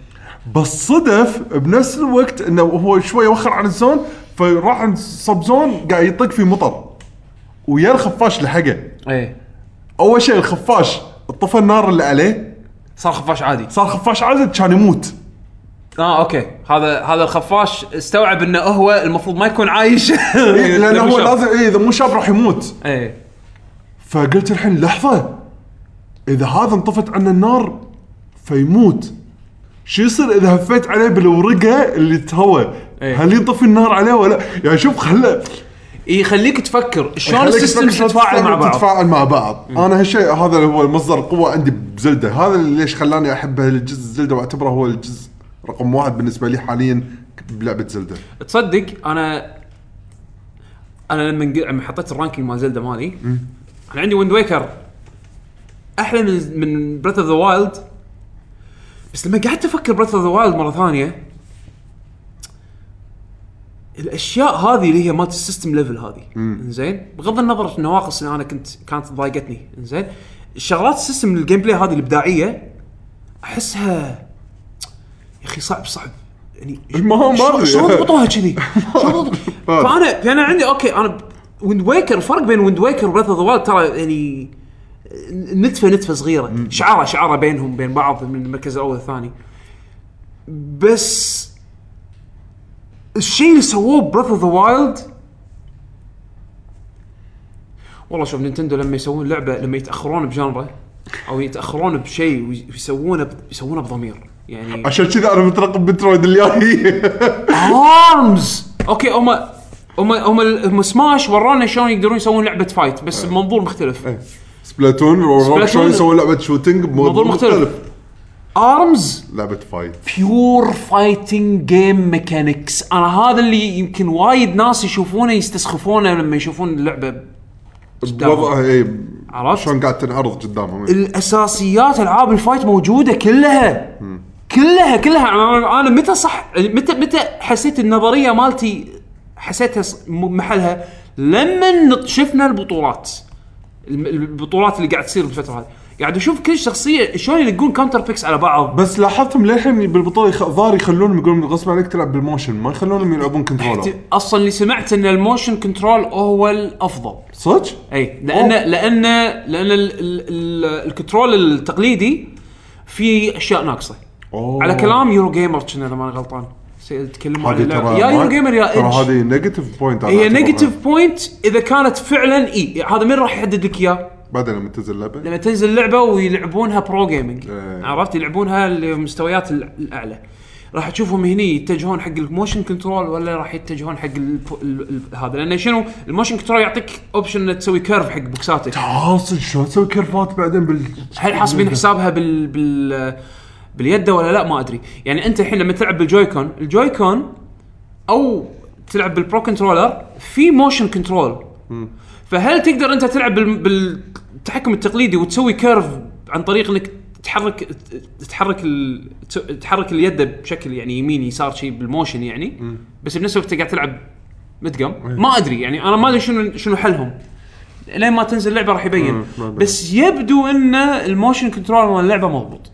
C: بس صدف بنفس الوقت انه هو شوي وخر عن الزون فراح عند صب زون قاعد يطق في مطر ويا الخفاش لحقه
A: ايه
C: اول شيء الخفاش طفى النار اللي عليه
A: صار خفاش عادي
C: صار خفاش عادي كان يموت
A: اه اوكي هذا هذا الخفاش استوعب انه هو المفروض ما يكون عايش
C: إيه، لان
A: لأنه
C: هو
A: شاب.
C: لازم إيه، اذا مو شاب راح يموت
A: ايه
C: فقلت الحين لحظه اذا هذا انطفت عنه النار فيموت شو يصير اذا هفيت عليه بالورقه اللي تهوى
A: إيه.
C: هل يطفي النار عليه ولا يعني شوف خله
A: يخليك تفكر شلون
C: يخليك
A: السيستمز
C: تفكر
A: تتفاعل مع
C: شلون
A: بعض
C: تتفاعل مع بعض انا هالشيء هذا اللي هو مصدر القوه عندي بزلده هذا اللي ليش خلاني احب الجزء زلده واعتبره هو الجزء رقم واحد بالنسبه لي حاليا بلعبه زلده
A: تصدق انا انا لما نق- لما حطيت الرانكينج مال زلدا مالي انا عندي ويند ويكر احلى من من بريث اوف ذا وايلد بس لما قعدت افكر بريث اوف ذا وايلد مره ثانيه الاشياء هذه اللي هي مالت السيستم ليفل هذه زين بغض النظر النواقص اللي انا كنت كانت ضايقتني زين الشغلات السيستم الجيم بلاي هذه الابداعيه احسها يا اخي صعب صعب يعني
C: ما- ما
A: شلون-
C: أدري.
A: شلون ضبطوها كذي؟ شلون ضبط-
C: أدري.
A: فانا فانا عندي اوكي انا ب- ويند ويكر الفرق بين ويند ويكر وبريث اوف ذا وايلد ترى يعني نتفه نتفه صغيره شعاره شعاره بينهم بين بعض من المركز الاول والثاني بس الشيء اللي سووه بريث اوف ذا وايلد والله شوف نينتندو لما يسوون لعبه لما يتاخرون بجانرا او يتاخرون بشيء وي- ويسوونه ب- يسوونه بضمير يعني
C: عشان كذا انا مترقب مترويد الجاي
A: ارمز اوكي هم هم هم هم سماش ورونا شلون يقدرون يسوون لعبه فايت بس بمنظور مختلف
C: إيه. سبلاتون وروك شلون
A: سبلاتون-
C: يسوون لعبه شوتنج بمنظور
A: منظور مختلف ارمز
C: لعبه فايت
A: بيور فايتنج جيم ميكانكس انا هذا اللي يمكن وايد ناس يشوفونه يستسخفونه لما يشوفون اللعبه قدامهم.
C: وضعها اي
A: عرفت؟
C: إيه. شلون قاعد تنعرض قدامهم إيه.
A: الاساسيات العاب الفايت موجوده كلها كلها كلها انا أنا متى صح متى متى حسيت النظريه مالتي حسيتها ص- م- محلها لما نط- شفنا البطولات الم- البطولات اللي قاعد تصير بالفتره هذه قاعد اشوف كل شخصيه شلون يلقون كاونتر بيكس على بعض
C: بس لاحظتهم للحين بالبطوله يخ- ظاهر يخلونهم يقولون غصب عليك تلعب بالموشن ما يخلونهم يلعبون كنترولر
A: اصلا اللي سمعت ان الموشن كنترول هو الافضل
C: صدق؟
A: اي لان
C: أوه.
A: لان لان ال- ال- ال- الكنترول التقليدي في اشياء ناقصه
C: أوه.
A: على كلام يورو جيمر كنا اذا ماني غلطان سي- تكلموا عن
C: هذه
A: اللعبة.
C: ترى
A: يا
C: ما-
A: يورو جيمر يا
C: ترى
A: ايدج
C: هذه نيجاتيف بوينت
A: هي نيجاتيف بوينت اذا كانت فعلا اي هذا مين راح يحدد لك اياه؟
C: بعدين لما تنزل اللعبه
A: لما تنزل اللعبه ويلعبونها برو جيمنج
C: إيه.
A: عرفت يلعبونها المستويات الأع- الاعلى راح تشوفهم هني يتجهون حق الموشن كنترول ولا راح يتجهون حق ال- ال- ال- هذا لان شنو الموشن كنترول يعطيك اوبشن انك تسوي كيرف حق بوكساتك
C: اه صدق شلون تسوي كيرفات بعدين بال
A: هل حاسبين حسابها بال بال باليد ولا لا ما ادري يعني انت الحين لما تلعب بالجويكون الجويكون او تلعب بالبرو كنترولر في موشن كنترول فهل تقدر انت تلعب بال- بالتحكم التقليدي وتسوي كيرف عن طريق انك تحرك تحرك ال... تس- تحرك اليد بشكل يعني يمين يسار شيء بالموشن يعني بس بنفس الوقت قاعد تلعب مدقم
C: إيه.
A: ما ادري يعني انا ما ادري شنو شنو حلهم لين ما تنزل اللعبه راح يبين
C: ما أدري.
A: بس يبدو ان الموشن كنترول مال اللعبه مضبوط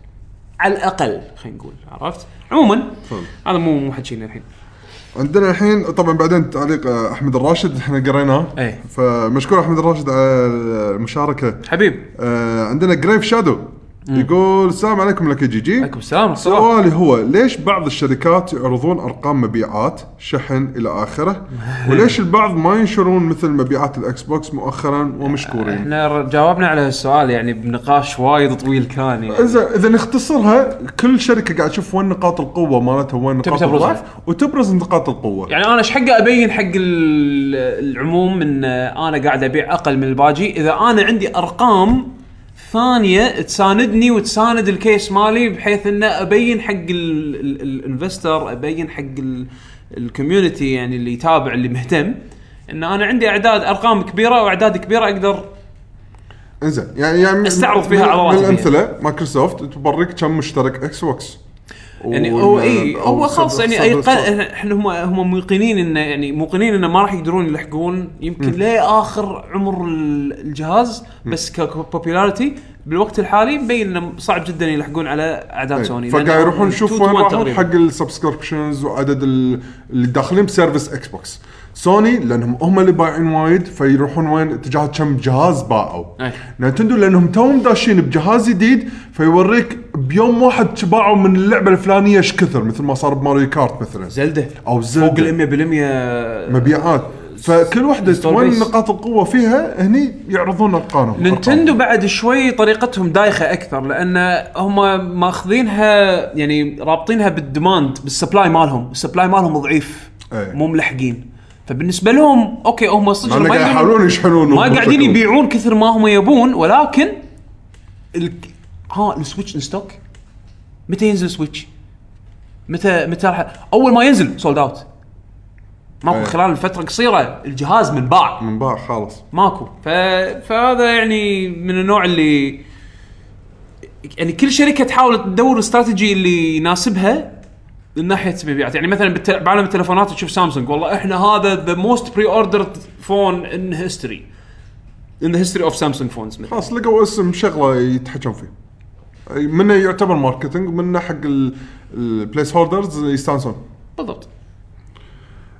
A: على الاقل خلينا نقول عرفت عموما هذا مو مو حكينا الحين
C: عندنا الحين طبعا بعدين تعليق آه، احمد الراشد احنا قريناه
A: إيه.
C: فمشكور احمد الراشد على المشاركه
A: حبيب
C: آه عندنا جريف شادو يقول السلام عليكم لك يا جي جي
A: عليكم السلام ورحمه الله
C: سؤالي هو ليش بعض الشركات يعرضون ارقام مبيعات شحن الى اخره وليش البعض ما ينشرون مثل مبيعات الاكس بوكس مؤخرا ومشكورين
A: احنا ر- جاوبنا على هالسؤال يعني بنقاش وايد طويل كان يعني
C: اذا اذا نختصرها كل شركه قاعد تشوف وين نقاط القوه مالتها وين
A: تبي
C: نقاط
A: تبرزها.
C: الضعف وتبرز نقاط القوه
A: يعني انا ايش حق ابين حق ال- العموم ان آه، انا قاعد ابيع اقل من الباجي اذا انا عندي ارقام ثانيه تساندني وتساند الكيس مالي بحيث ان ابين حق الانفستر ابين حق الكوميونتي يعني اللي يتابع اللي مهتم ان انا عندي اعداد ارقام كبيره واعداد كبيره اقدر
C: انزين يعني يعني
A: استعرض فيها على يعني.
C: من
A: راتب
C: الامثله مايكروسوفت تبرك كم مشترك اكس بوكس
A: يعني
C: وال-
A: هو اي
C: أو
A: هو خلاص
C: سب-
A: يعني
C: سب-
A: اي
C: سب-
A: قل... احنا هم هم موقنين انه يعني موقنين انه ما راح يقدرون يلحقون يمكن لاخر عمر ال- الجهاز بس كبوبيلاريتي بالوقت الحالي مبين انه صعب جدا يلحقون على اعداد
C: إيه.
A: سوني
C: فقاعد يروحون يشوف وين راحوا
A: حق
C: حق السبسكربشنز وعدد ال- اللي داخلين بسيرفس اكس بوكس سوني لانهم هم اللي بايعين وايد فيروحون وين اتجاه كم جهاز باعوا
A: أي.
C: نينتندو لانهم توهم داشين بجهاز جديد فيوريك بيوم واحد باعوا من اللعبه الفلانيه ايش كثر مثل ما صار بماريو كارت مثلا
A: زلده
C: او زلدة.
A: فوق ال 100%
C: مبيعات فكل
A: install
C: وحده وين
A: base.
C: نقاط القوه فيها هني يعرضون ارقامهم
A: نينتندو بعد شوي طريقتهم دايخه اكثر لان هم ماخذينها يعني رابطينها بالديماند بالسبلاي مالهم، السبلاي مالهم ضعيف
C: إيه.
A: مو ملحقين فبالنسبه لهم اوكي هم صدق
C: مع إنه
A: ما
C: قاعد
A: يقدرون-
C: يحاولون يشحنون
A: ما قاعدين
C: بشكل-
A: يبيعون كثر ما هم يبون ولكن ال... ها السويتش انستوك متى ينزل سويتش؟ متى متى راح اول ما ينزل سولد اوت ماكو
C: إيه.
A: خلال فتره قصيره الجهاز منباع
C: من باع خالص
A: ماكو ف... فهذا يعني من النوع اللي يعني كل شركه تحاول تدور الاستراتيجي اللي يناسبها من ناحيه مبيعات يعني مثلا بالت- بعالم التلفونات تشوف سامسونج والله احنا هذا ذا موست بري اوردرد فون ان هيستوري ان ذا هيستوري اوف سامسونج فونز مثلا
C: خلاص لقوا اسم شغله يتحكم فيه أي منه يعتبر ماركتنج منه حق البليس هولدرز يستانسون
A: بالضبط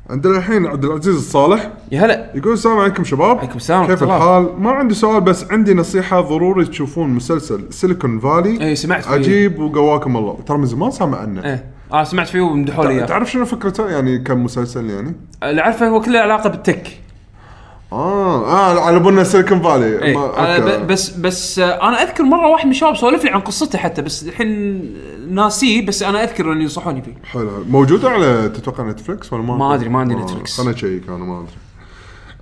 C: عندنا الحين عبد العزيز الصالح
A: يا هلا
C: يقول السلام عليكم شباب
A: عليكم السلام
C: كيف
A: ورحمة الله.
C: الحال؟ ما عندي سؤال بس عندي نصيحه ضروري تشوفون مسلسل سيليكون فالي
A: إيه، سمعت فيه.
C: عجيب وقواكم الله ترى من زمان سامع عنه
A: ايه انا سمعت فيه ومدحوا لي إياه.
C: تعرف شنو فكرته يعني كم مسلسل يعني؟
A: اللي عارفه هو كله علاقه بالتك
C: اه اه على بالنا سيليكون فالي
A: ايه
C: ما-
A: أنا
C: أوكي.
A: ب- بس بس آه، انا اذكر مره واحد من الشباب سولف لي عن قصته حتى بس الحين ناسيه بس انا اذكر انه ينصحوني فيه
C: حلو حلو. موجودة على تتوقع نتفلكس ولا ما؟ آه،
A: ما أدري، ما عندي نتفلكس.
C: خلنا نشيك انا ما ادري.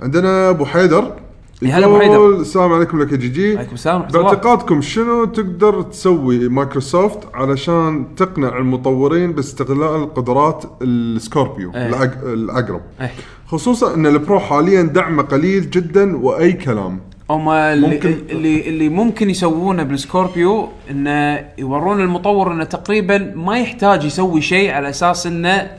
C: عندنا ابو حيدر
A: يا إيه، هلا أبو حيدر.
C: يقول السلام عليكم لك يا جي جي
A: عليكم السلام ورحمة الله.
C: باعتقادكم شنو تقدر تسوي مايكروسوفت علشان تقنع المطورين باستغلال قدرات السكوربيو
A: إيه.
C: العق- العقرب
A: إيه.
C: خصوصا ان البرو حاليا دعمه قليل جدا واي كلام
A: هم اللي
C: ممكن-
A: اللي اللي ممكن يسوونه بالسكوربيو انه يورون المطور انه تقريبا ما يحتاج يسوي شيء على اساس انه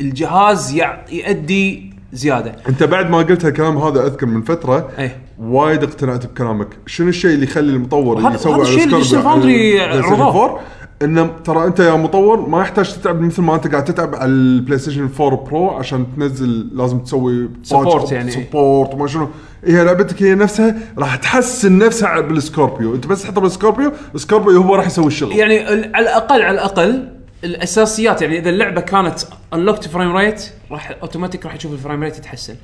A: الجهاز يع- يؤدي زياده.
C: انت بعد ما قلت هالكلام هذا اذكر من فتره
A: ايه
C: وايد اقتنعت بكلامك شنو الشيء اللي يخلي المطور
A: وهذا-
C: اللي يسوي
A: وهذا
C: على آه،
A: الشيء اللي
C: السكرب
A: Digital Foundry
C: على
A: عرضوه.
C: الفور، انه ترى انت يا مطور ما يحتاج تتعب مثل ما انت قاعد تتعب على البلاي ستيشن 4 برو عشان تنزل لازم تسوي
A: Support يعني.
C: سبورت وما شنو هي لعبتك هي نفسها راح تحسن نفسها على- بالسكوربيو انت بس تحطها بالسكوربيو السكوربيو هو راح يسوي الشغل
A: يعني ال- على الاقل على الاقل الاساسيات يعني اذا اللعبه كانت انلوكت فريم ريت راح اوتوماتيك راح تشوف الفريم ريت يتحسن.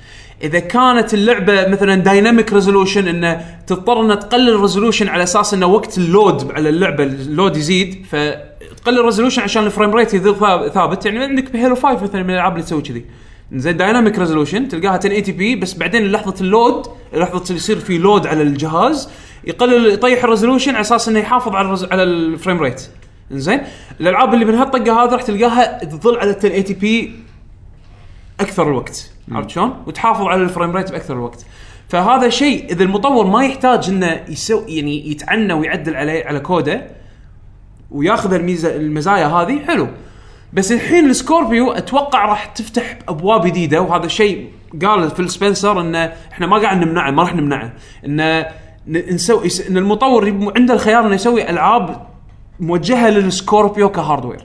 A: اذا كانت اللعبه مثلا دايناميك ريزولوشن انه تضطر انها تقلل الريزولوشن على اساس انه وقت اللود على اللعبه اللود يزيد فتقلل الريزولوشن عشان الفريم ريت يظل ثاب- ثابت يعني عندك بهيلو 5 مثلا من الالعاب اللي تسوي كذي. زين دايناميك ريزولوشن تلقاها 1080 بي بس بعدين لحظه اللود لحظه اللي يصير في لود على الجهاز يقلل يطيح الريزولوشن على اساس انه يحافظ على الرز... على الفريم ريت زين الالعاب اللي من هالطقه هذا راح تلقاها تظل على 1080 بي اكثر الوقت عرفت شلون؟ وتحافظ على الفريم ريت باكثر الوقت فهذا شيء اذا المطور ما يحتاج انه يسوي يعني يتعنى ويعدل عليه على كوده وياخذ الميزه المزايا هذه حلو بس الحين السكوربيو اتوقع راح تفتح ابواب جديده وهذا الشيء قال فيل سبنسر انه احنا ما قاعد نمنعه ما راح نمنعه انه ن- نسوي يس- ان المطور يب- عنده الخيار انه يسوي العاب موجهه للسكوربيو كهاردوير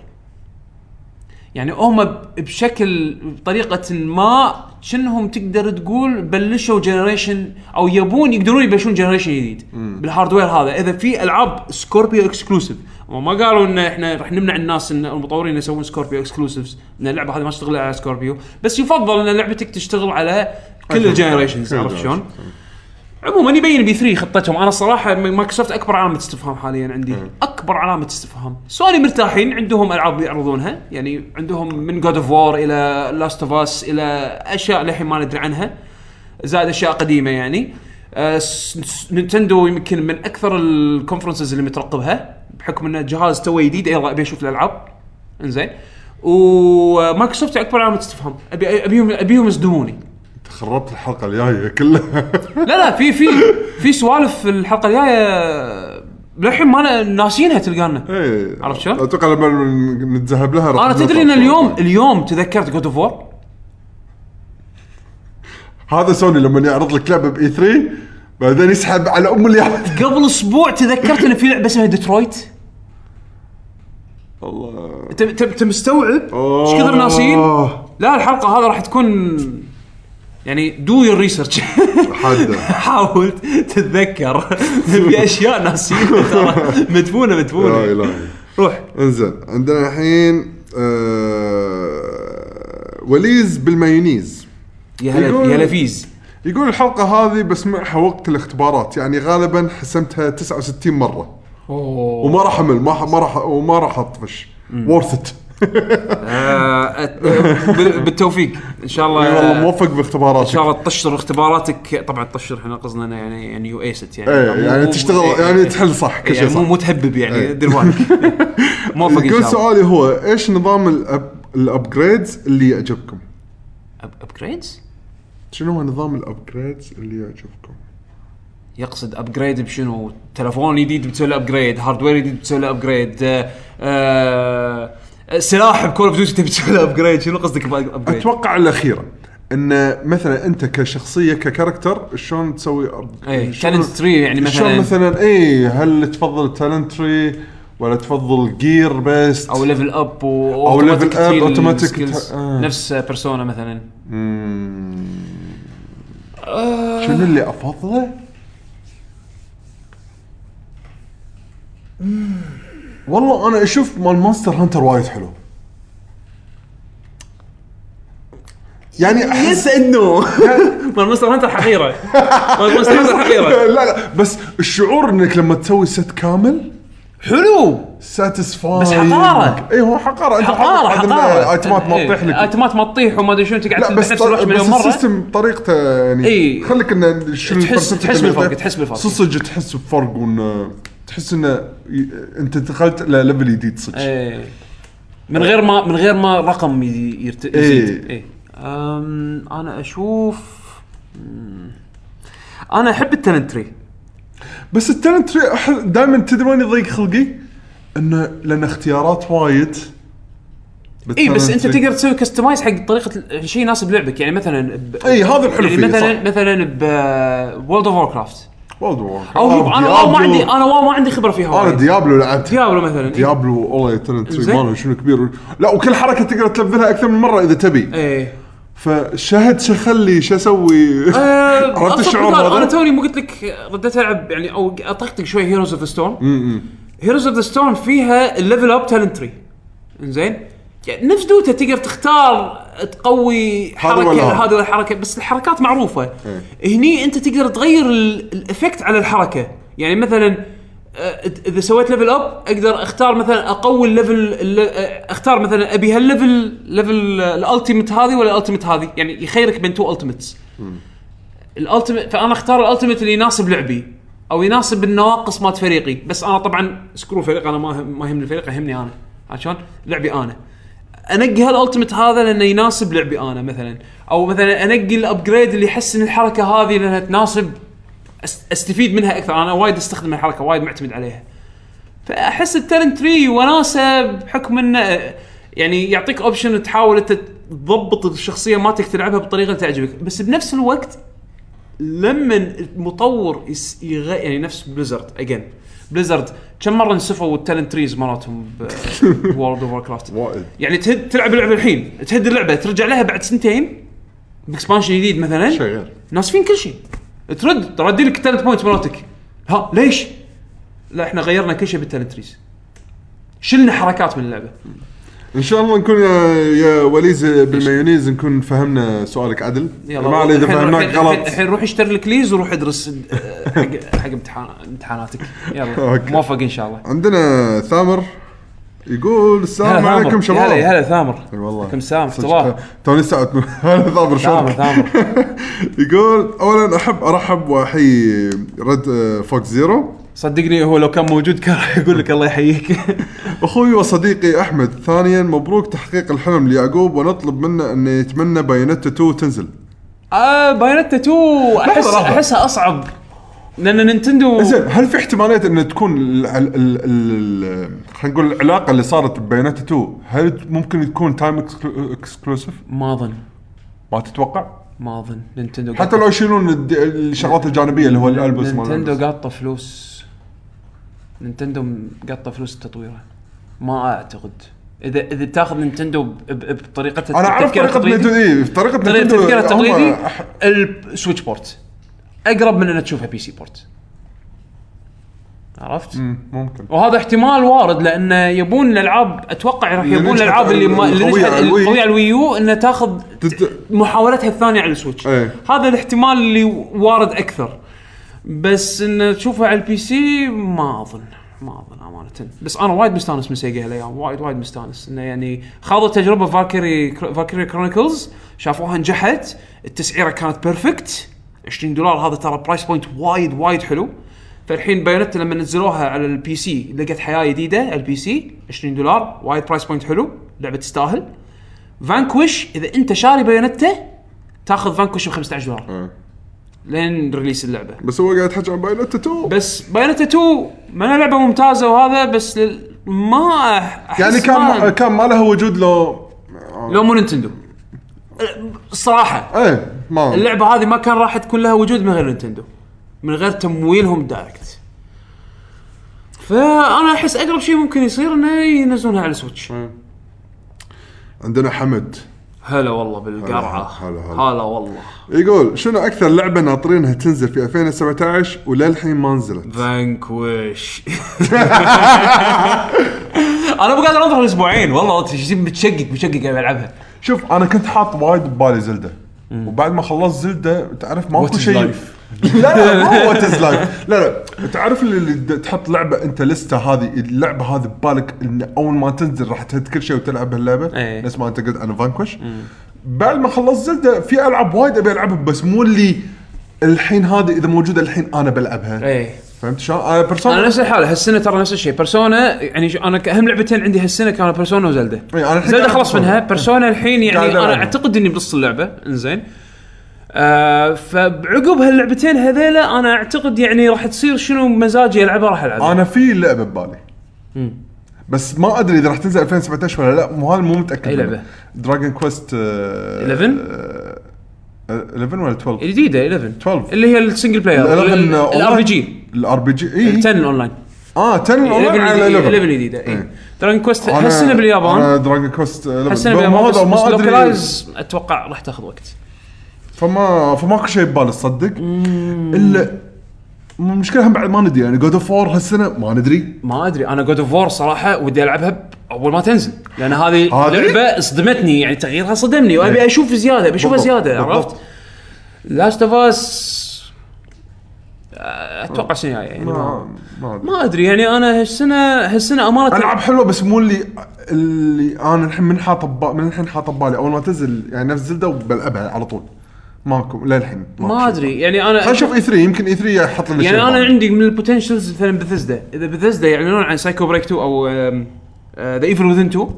A: يعني هم ب- بشكل بطريقه ما شنهم تقدر تقول بلشوا جنريشن او يبون يقدرون يبلشون جنريشن جديد بالهاردوير هذا اذا في العاب سكوربيو اكسكلوسيف هم ما قالوا ان احنا راح نمنع الناس ان المطورين يسوون سكوربيو اكسكلوسيفز ان اللعبه هذه ما تشتغل على سكوربيو بس يفضل ان لعبتك تشتغل على كل الجنريشنز عرفت شلون؟ عموما يبين بي 3 خطتهم انا الصراحه م- مايكروسوفت اكبر علامه استفهام حاليا عندي اكبر علامه استفهام سوني مرتاحين عندهم العاب يعرضونها يعني عندهم من جود اوف وور الى لاست اوف اس الى اشياء للحين ما ندري عنها زائد اشياء قديمه يعني آه، س- س- نينتندو يمكن من اكثر الكونفرنسز اللي مترقبها بحكم انه جهاز تو جديد يلا ابي اشوف الالعاب انزين ومايكروسوفت اكبر علامه استفهام ابي ابيهم ابيهم يصدموني
C: خربت الحلقه الجايه كلها
A: لا لا في في في سوالف في الحلقه الجايه للحين ما أنا- ناسينها تلقانا
C: إيه.
A: عرفت شلون؟
C: اتوقع لما نتذهب لها راح
A: انا تدري ان
C: نوصل.
A: اليوم اليوم تذكرت جود اوف وور
C: هذا سوني لما يعرض لك لعبه باي 3 بعدين يسحب على ام اليد
A: قبل اسبوع تذكرت ان في لعبه اسمها ديترويت
C: الله
A: انت انت أنت مستوعب ايش كثر ناسين
C: آه،
A: لا الحلقه هذا راح تكون يعني دو يور ريسيرش
C: حاده
A: حاول تتذكر في اشياء ناسينها ترى مدفونه
C: لا
A: مدفونه
C: اله
A: روح
C: انزين عندنا الحين آه، وليز بالمايونيز
A: يا هلا يا هلا فيز
C: يقول الحلقه هذه بس معها وقت الاختبارات يعني غالبا حسمتها 69 مره وما راح امل ما ما راح وما راح اطفش وورث ات
A: آه، أت- بال- بالتوفيق ان شاء الله
C: والله موفق
A: ان آه، شاء
C: باختباراتك
A: الله تطشر اختباراتك طبعا تطشر احنا قصدنا إنه يعني يعني يو ايست يعني
C: ايه يعني تشتغل يعني تحل صح كل
A: إيه،
C: شيء
A: يعني مو
C: صح
A: مو تهبب
C: إيه.
A: يعني دير بالك موفق ان شاء
C: يقول
A: الله
C: سؤالي هو ايش نظام الأب... الابجريدز اللي يعجبكم؟
A: ابجريدز
C: شنو هو نظام الابجريدز اللي يعجبكم؟
A: يقصد ابجريد بشنو؟ تلفون جديد بتسوي له ابجريد، هاردوير جديد بتسوي له ابجريد، آه، آه، سلاح بكول اوف ديوتي تبي تسوي له ابجريد، شنو قصدك بابجريد؟
C: اتوقع الاخيره ان مثلا انت كشخصيه ككاركتر شلون تسوي أب-
A: اي
C: شلون-
A: تالنت تري يعني
C: شلون
A: مثلا
C: مثلا اي هل تفضل تالنت تري ولا تفضل جير بيست
A: او ليفل اب و
C: أو level
A: automatic
C: up،
A: تشيل
C: automatic
A: skills.
C: ت- آه.
A: نفس بيرسونا مثلا آه.
C: شنو اللي افضله؟ والله انا اشوف مال مونستر هانتر وايد حلو يعني احس
A: انه مال مونستر هانتر حقيره مال مونستر هانتر
C: لا
A: حقيره
C: لا بس الشعور انك لما تسوي ست كامل
A: حلو
C: ساتسفاي
A: بس حقارة.
C: اي إيه، هو حقاره انت
A: حقاره
C: حاط- حاط إن
A: حقاره
C: ايتمات ما تطيح
A: إيه،
C: لك
A: ايتمات ما تطيح وما ادري شنو تقعد
C: لا بس طيب،
A: تذبح نفس الوحش
C: بس
A: مليون مره
C: السيستم طريقته يعني
A: إي.
C: خليك انه شو
A: تحس-
C: الفرصة
A: تحس
C: اللي
A: بالفرق،
C: طلعت.
A: تحس بالفرق.
C: صدق تحس بفرق وانه تحس انه ي- انت دخلت لليفل جديد صدق
A: إيه. من غير ما من غير ما رقم ي- يرت... يزيد
C: إيه.
A: إيه. أم، انا اشوف أمم، انا احب التننتري
C: بس التالنت دائما تدري وين يضيق خلقي؟ انه لان اختيارات وايد
A: اي إيه، بس انت
C: بالتالنت
A: تقدر تسوي كستمايز حق طريقه ال- شيء يناسب لعبك يعني مثلا ب...
C: اي إيه، هذا الحلو
A: يعني
C: فيه
A: مثلا
C: مثلا
A: مثلا ب وورلد اوف وور كرافت او شوف
C: او
A: انا والله ما عندي انا والله ما عندي خبره فيها
C: انا
A: وايد.
C: ديابلو لعبت
A: ديابلو مثلا إيه.
C: ديابلو والله التالنت
A: زين.
C: ماله شنو كبير لا وكل حركه تقدر تلفلها اكثر من مره اذا تبي
A: ايه
C: فشهد شو اخلي شو اسوي؟ عرفت
A: أصلاً
C: الشعور
A: بالنار، انا
C: هذا؟
A: توني مو قلت لك رديت العب يعني او اطقطق شوي هيروز اوف ذا ستون هيروز اوف ذا ستون فيها الليفل اب تالنت تري انزين يعني نفس دوتا تقدر تختار تقوي
C: ولا إيه.
A: حركه
C: هذا.
A: هذا الحركه بس الحركات معروفه هني انت تقدر تغير ال- الافكت على الحركه يعني مثلا آه، إذ- اذا سويت ليفل اب اقدر اختار مثلا اقوي الليفل ال- آه، اختار مثلا ابي هالليفل ليفل الالتيميت آه، هذه ولا الالتيميت هذه يعني يخيرك بين تو التيميتس الالتيميت فانا اختار الالتيميت اللي يناسب لعبي او يناسب النواقص مالت فريقي بس انا طبعا سكرو فريق انا ما ما يهمني الفريق يهمني انا عرفت شلون؟ لعبي انا انقي هالالتيميت هذا لانه يناسب لعبي انا مثلا او مثلا انقي الابجريد اللي يحس ان الحركه هذه لانها تناسب أس- استفيد منها اكثر انا وايد استخدم الحركه وايد معتمد عليها فاحس التالنت تري وناسه بحكم انه يعني يعطيك اوبشن تحاول انت تضبط الشخصيه مالتك تلعبها بطريقه تعجبك بس بنفس الوقت لما المطور يس يغ... يعني نفس بليزرد اجين بليزرد كم مره نسفوا التالنت تريز مالتهم بورد اوف كرافت
C: وايد
A: يعني تهد تلعب اللعبه الحين تهد اللعبه ترجع لها بعد سنتين باكسبانشن جديد مثلا
C: شيء غير
A: ناسفين كل شيء ترد ترى ادي لك التالنت بوينت مالتك ها ليش؟ لا احنا غيرنا كل شيء بالتالنت تريز شلنا حركات من اللعبه
C: ان شاء الله نكون يا, يا وليز بالمايونيز نكون فهمنا سؤالك عدل ما علي اذا
A: الحين روح-
C: فهمناك
A: الحين-
C: غلط
A: الحين روح اشتري لك ليز وروح ادرس آه، حق حق امتحان امتحاناتك يلا
C: أوكي.
A: موفق ان شاء الله
C: عندنا ثامر يقول السلام
A: ثامر.
C: عليكم
A: يا هلا يا
C: شباب
A: هلا ثامر
C: اي والله
A: كم سام
C: صدق.
A: اختبار
C: توني ساعة هلا
A: ثامر
C: ثامر شلونك؟
A: ثامر
C: يقول اولا احب ارحب واحيي ريد آه، فوكس زيرو
A: صدقني هو لو كان موجود كان راح يقول لك الله يحييك
C: اخوي وصديقي احمد ثانيا مبروك تحقيق الحلم ليعقوب ونطلب منه انه يتمنى بايونتا 2 تنزل
A: آه بايونتا 2 احس
C: لحظة.
A: احسها اصعب لان نينتندو
C: زين هل في احتماليه ان تكون ال- ال- ال- ال- خلينا نقول العلاقه اللي صارت ببايونتا 2 هل ممكن تكون تايم اكسكلوسيف؟
A: ما اظن
C: ما تتوقع؟
A: ما اظن نينتندو
C: حتى لو يشيلون الد- الشغلات الجانبيه اللي هو الالبس مال
A: نينتندو
C: الألبس.
A: قاطه فلوس نينتندو قاطه فلوس تطويره ما اعتقد اذا اذا تاخذ نينتندو ب- ب- بطريقه
C: انا اعرف
A: التفكير
C: طريقه
A: التقليدي-
C: نينتندو اي طريقه
A: طريقه
C: نينتندو
A: التفكير
C: إيه، هم
A: التقليدي
C: أح-
A: السويتش بورت اقرب من انك تشوفها بي سي بورت عرفت؟
C: مم، ممكن
A: وهذا احتمال وارد لان يبون الالعاب اتوقع راح
C: اللي
A: يبون
C: نجحت
A: الالعاب اللي ما- اللي
C: القوية
A: نجحت-
C: على الوي.
A: القويه على الويو انها تاخذ
C: تت-
A: محاولتها الثانيه على السويتش
C: ايه.
A: هذا الاحتمال اللي وارد اكثر بس ان تشوفها على البي سي ما اظن ما اظن امانه بس انا وايد مستانس من سيجا هالايام وايد وايد مستانس انه يعني خاضوا تجربه فالكيري فالكيري كرونيكلز شافوها نجحت التسعيره كانت بيرفكت 20 دولار هذا ترى برايس بوينت وايد وايد حلو فالحين بايونتا لما نزلوها على البي سي لقت حياه جديده على البي سي 20 دولار وايد برايس بوينت حلو لعبه تستاهل فانكوش اذا انت شاري بايونتا تاخذ فانكوش ب 15 دولار
C: إيه.
A: لين ريليس اللعبه
C: بس هو قاعد يحكي عن بايونتا 2
A: بس بايونتا 2 ما لعبه ممتازه وهذا بس لل... ما أحس
C: يعني كان
A: ما...
C: كان ما لها وجود لو
A: لو مو نينتندو الصراحه
C: ايه ما
A: اللعبه هذه ما كان راح تكون لها وجود من غير نينتندو من غير تمويلهم دايركت فانا احس اقرب شيء ممكن يصير انه ينزلونها على السويتش
C: آه. عندنا حمد
A: هلا والله بالقرعه
C: هلا- هلا.
A: هلا والله
C: يقول شنو اكثر لعبه ناطرينها تنزل في 2017 وللحين ما نزلت؟
A: فانكوش انا مو قادر انظر اسبوعين والله بتشقق بتشقق قاعد العبها
C: شوف انا كنت حاط وايد ببالي زلده وبعد ما خلصت زلده تعرف ماكو
F: is
C: شيء لا لا مو وات از لايف لا لا تعرف اللي- اللي د- تحط لعبه انت لسته هذه اللعبه هذه ببالك ان اول ما تنزل راح تهد كل شيء وتلعب هاللعبه
A: إيه.
C: نفس ما انت قلت انا فانكوش بعد ما خلصت زلده في العاب وايد ابي العبها بس مو اللي الحين هذه اذا موجوده الحين انا بلعبها
A: ايه
C: فهمت شلون؟ انا
A: انا
C: بيرسونا
A: نفس الحاله هالسنه ترى نفس الشيء بيرسونا يعني ش- انا ك- اهم لعبتين عندي هالسنه كانوا بيرسونا وزلدا
C: إيه، أنا الحين
A: زلدا
C: قاعد
A: خلص
C: ألعب
A: منها
C: بيرسونا.
A: بيرسونا الحين يعني
C: قاعد
A: انا
C: ألعبها.
A: اعتقد اني بنص اللعبه انزين آه فبعقب هاللعبتين هذيلا انا اعتقد يعني راح تصير شنو مزاجي العبها راح العبها
C: انا في لعبه ببالي بس ما ادري اذا راح تنزل 2017 ولا لا مو هذا مو متاكد
A: أي لعبة؟
C: دراجون كويست
A: 11
C: 11 آه، ولا آه، 12
A: الجديدة 11
C: 12.
A: اللي هي السنجل بلاير الار بي جي
C: الار بي جي اي
A: 10 اونلاين
C: اه 10 اونلاين على
A: 11
C: 11
A: جديده اي
C: إيه.
A: دراجون كويست
C: أنا-
A: هالسنه باليابان
C: انا دراجون كويست 11
A: هالسنه
C: ما-
A: باليابان
C: ما
A: بس,
C: أدري-
A: بس
C: ما ادري
A: لوكلايز اتوقع راح تاخذ وقت
C: فما فماكو شيء ببالي تصدق الا المشكله هم بعد ما ندري يعني جود اوف وور هالسنه ما ندري
A: ما ادري انا جود اوف وور صراحه ودي العبها ب- اول ما تنزل لان هذه
C: هذه؟ إيه.
A: لعبه صدمتني يعني تغييرها صدمني وابي اشوف زياده ابي اشوفها
C: بالضبط،
A: زياده
C: بالضبط.
A: عرفت؟ لاست اوف اس اتوقع السنه الجايه يعني ما,
C: ما ما ادري
A: ما ادري يعني انا هالسنه هالسنه امانه
C: العاب حلوه بس مو اللي اللي انا الحين من حاطه ببا- من الحين حاطه ببالي اول ما تنزل يعني نفس زلده وبلعبها على طول ماكو للحين
A: ما ادري يعني انا
C: خلينا نشوف اي 3 يمكن اي 3 يحط لنا
A: يعني
C: شيء
A: انا
C: ببالي.
A: عندي من البوتنشلز مثلا بثزدا اذا بثزدا يعلنون يعني عن سايكو بريك 2 او ذا ايفل وذن 2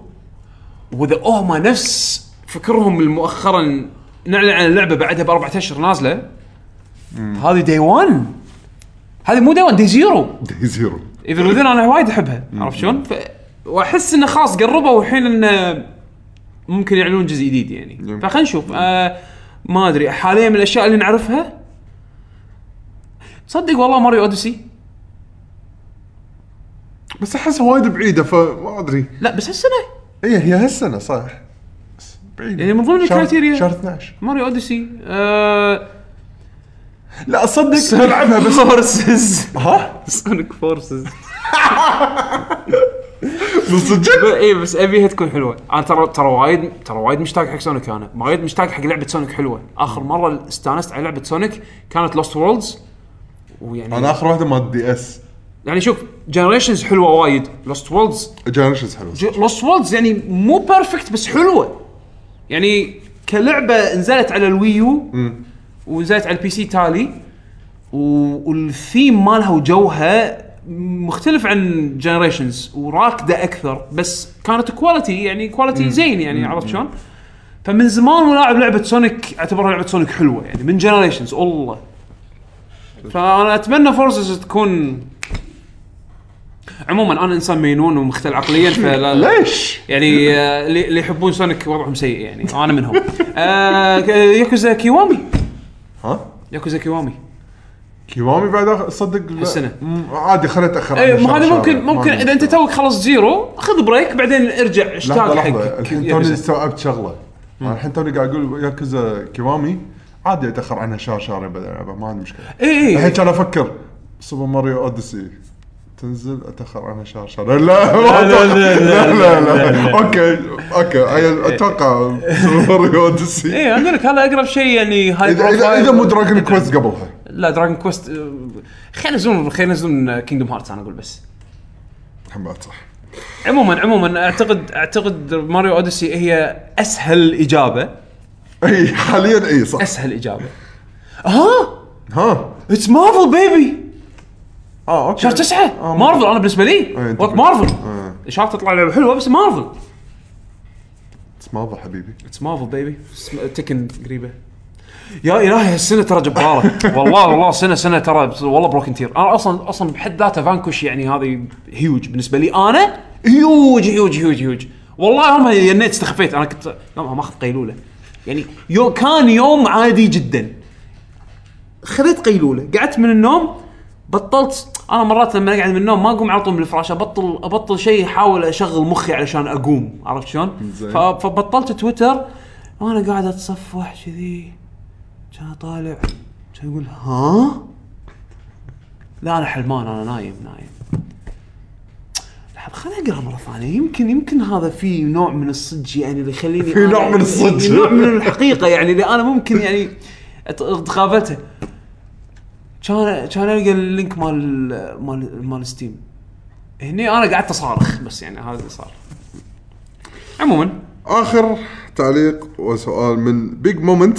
A: واذا اوهما نفس فكرهم المؤخرا نعلن عن اللعبه بعدها باربع اشهر نازله هذه دي 1 هذه مو دي 1 دي زيرو
C: دي زيرو
A: ايفل وذن انا وايد احبها عرفت شلون؟ ف... واحس انه خلاص قربوا والحين انه ممكن يعلنون جزء جديد يعني فخلينا نشوف آه ما ادري حاليا من الاشياء اللي نعرفها صدق والله ماريو اوديسي
C: بس احسها وايد بعيده فما ادري
A: لا بس هالسنه
C: هي إيه، هي هالسنه صح بس بعيده
A: يعني من ضمن
C: شهر-
A: الكرايتيريا.
C: شهر 12
A: ماريو اوديسي آه
C: لا اصدق بلعبها بس
A: فورسز
C: ها
A: سونيك فورسز
C: من صدق
A: اي إيه، بس ابيها تكون حلوه انا ترى ترى وايد ترى وايد مشتاق حق سونيك انا وايد مشتاق حق لعبه سونيك حلوه اخر مره استانست على لعبه سونيك كانت لوست وورلدز ويعني
C: انا اخر واحده مال دي اس
A: يعني شوف جنريشنز حلوه وايد لوست وورلدز
C: جنريشنز حلوه
A: لوست وولدز يعني مو بيرفكت بس حلوه يعني كلعبه نزلت على الويو ونزلت على البي سي تالي و- والثيم مالها وجوها مختلف عن جنريشنز وراكده اكثر بس كانت كواليتي يعني كواليتي زين يعني عرفت شلون؟ فمن زمان ولاعب لعبه سونيك اعتبرها لعبه سونيك حلوه يعني من جنريشنز والله فانا اتمنى فورسز تكون عموما انا انسان مينون ومختل عقليا فلا
C: ليش؟
A: يعني آه، اللي اللي يحبون سونيك وضعهم سيء يعني انا منهم آه، ك- ياكوزا كيوامي
C: ها؟
A: ياكوزا كيوامي
C: كيوامي بعد آخر- صدق لا.
A: السنة.
C: مم، عادي خليت اخر
A: إيه،
C: عن
A: ما هذا
C: شهر-
A: ممكن
C: شهر. ما
A: ممكن
C: عندي
A: اذا انت
C: مشكلة.
A: توك خلص جيرو خذ بريك بعدين ارجع اشتاق
C: لحظه
A: حق
C: لحظه الحين توني
A: ياكوزا.
C: استوعبت شغله انا الحين توني قاعد اقول ياكوزا كيوامي عادي اتاخر عنها شهر شهرين بعدين العبها ما عندي مشكله
A: اي
C: الحين
A: اي
C: كان افكر سوبر ماريو اوديسي تنزل اتاخر عنها شهر شهرين لا
A: لا، لا، لا،
C: لا لا اوكي اوكي أي- اتوقع سوبر ماريو اوديسي
A: اي اقول إيه، لك هذا اقرب شيء يعني هاي
C: اذا اذا
A: بروفايل.
C: إذا مو دراجون كويست قبلها
A: لا دراجون كويست آه، خلينا نزون خلينا نزون كينجدوم هارتس انا اقول بس
C: الحين بعد صح
A: عموما عموما اعتقد اعتقد ماريو اوديسي هي اسهل اجابه
C: اي حاليا اي صح
A: اسهل اجابه ها
C: ها
A: اتس مارفل بيبي
C: اه اوكي
A: شهر تسعة
C: آه،
A: مارفل انا بالنسبه لي
C: إيه، أنت
A: وقت
C: بال-
A: مارفل
C: إيه.
A: شهر تطلع لعبه حلوه بس مارفل
C: تماضى حبيبي
A: اتس مارفل بيبي تكن قريبه uh, يا الهي هالسنه ترى جباره والله والله سنه سنه ترى والله بروكن تير انا اصلا اصلا بحد ذاته فانكوش يعني هذه هيوج بالنسبه لي انا هيوج هيوج هيوج هيوج والله يومها ينيت استخفيت انا كنت يومها ماخذ قيلوله يعني يو كان يوم عادي جدا خذيت قيلوله قعدت من النوم بطلت انا مرات لما اقعد من النوم ما اقوم على طول من الفراشه ابطل ابطل شيء احاول اشغل مخي علشان اقوم عرفت شلون؟
C: زين.
A: ف- فبطلت تويتر وانا قاعد اتصفح كذي كان اطالع كان اقول ها؟ لا انا حلمان انا نايم نايم لحظة خليني اقرا مرة ثانية يمكن يمكن هذا في نوع من الصدق يعني اللي يخليني
C: في
A: أنا-
C: نوع من الصدق.
A: في نوع من الحقيقة يعني اللي انا ممكن يعني أت- اتقابلته كان كان القى اللينك مال مال مال ستيم هني انا قعدت اصارخ بس يعني هذا اللي صار عموما
C: اخر تعليق وسؤال من بيج مومنت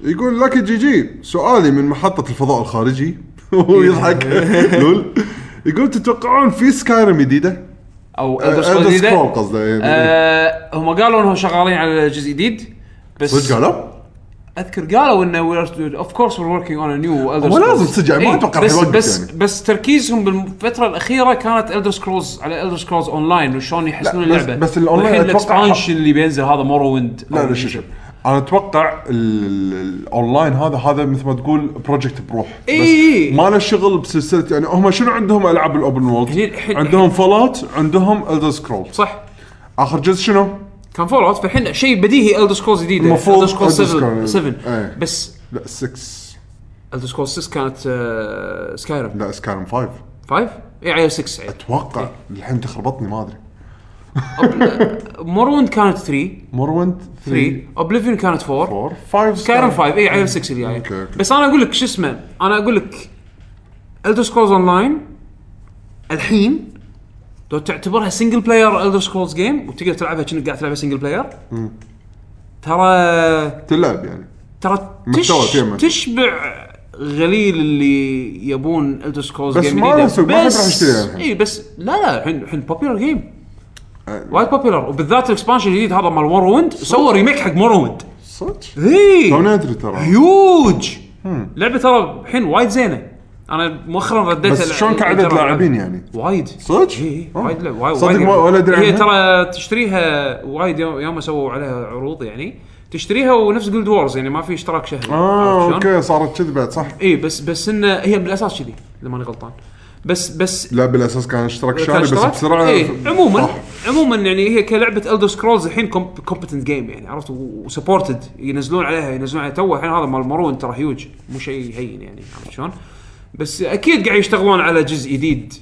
C: يقول لك جي جي سؤالي من محطة الفضاء الخارجي
A: إيه.
C: ويضحك لول يقول تتوقعون في سكايرم جديدة؟
A: او
C: آه،
A: Elder Scrolls
C: Elder
A: جديدة.
C: Scroll قصده، إيه.
A: آه، هم قالوا انهم شغالين على جزء جديد بس
C: صدق قالوا؟
A: اذكر قالوا انه اوف كورس وير وركينج اون نيو الدر
C: هو لازم صدق، يعني ما أتوقع راح
A: إيه، بس
C: يوقف
A: بس,
C: يعني.
A: بس تركيزهم بالفتره الاخيره كانت الدر سكرولز على الدر سكرولز اون لاين وشلون يحسنون
C: لا، بس-
A: اللعبه
C: بس الأونلاين أتوقع-
A: الاكسبانشن اللي بينزل هذا مورويند
C: لا لا شوف شوف انا اتوقع ال- ال- الاونلاين هذا هذا مثل ما تقول بروجكت بروح بس
A: إي.
C: ما له شغل بسلسله يعني هم شنو عندهم العاب الاوبن
A: هني-
C: وورلد
A: الحين-
C: عندهم فالات عندهم الدر سكرول
A: صح
C: اخر جزء شنو؟
A: كان فول اوت فالحين شيء بديهي الدر سكرولز جديده
C: المفروض
A: الدر سكرولز
C: Elder Scrolls.
A: 7 7
C: إيه.
A: بس
C: لا 6
A: الدر سكرولز 6 كانت آه، سكايرم
C: لا سكايرم 5
A: 5 اي إيه، على 6 عيد
C: اتوقع الحين تخربطني ما ادري
A: مورويند كانت 3
C: مروند 3
A: 3 اوبليفيون كانت 4
C: 4 5
A: سكايرم 5 اي على 6 الجاي
C: أوكي، أوكي.
A: بس انا اقول لك شو اسمه انا اقول لك الدر سكرولز اون لاين الحين لو تعتبرها سنجل بلاير الدر سكرولز جيم وتقدر تلعبها كأنك قاعد تلعبها سنجل بلاير ترى
C: تلعب يعني
A: ترى
C: محتوى
A: تش...
C: فيها محتوى.
A: تشبع غليل اللي يبون الدر سكرولز
C: بس
A: جيم
C: ما له سوق، ما حد راح يشتريها الحين.
A: اي بس لا لا الحين الحين بوبيلر جيم
C: أه.
A: وايد بوبيلر وبالذات الاكسبانشن الجديد هذا مال وورويند سوى ريميك حق وورويند
C: صدق
A: اي
C: توني ادري ترى
A: هيوج
C: Hmm.
A: لعبه ترى الحين وايد زينه انا مؤخرا رديت
C: بس
A: ال-
C: شلون كعدد
A: الجرعة.
C: لاعبين يعني؟
A: وايد
C: صدق؟
A: إي إي،
C: آه.
A: وايد لا- وايد
C: صدق
A: وايد
C: ما- ولا أدري
A: هي
C: عنها؟
A: ترى تشتريها وايد يوم, يوم سووا عليها عروض يعني تشتريها ونفس جولد وورز يعني ما في اشتراك شهري
C: اه
A: عرفت شلون؟
C: اوكي صارت كذي بعد صح؟
A: اي بس بس انه هي بالاساس كذي اذا ماني غلطان بس بس
C: لا بالاساس كان اشتراك شهري
A: كان
C: بس
A: اشتراك؟
C: بسرعه
A: ايه عموما
C: صح.
A: عموما يعني هي كلعبه الدر سكرولز الحين كومبتنت جيم يعني عرفت وسبورتد ينزلون عليها ينزلون عليها تو الحين هذا مال مارون ترى هيوج مو شيء هين يعني عرفت شلون؟ بس اكيد قاعد يشتغلون على جزء جديد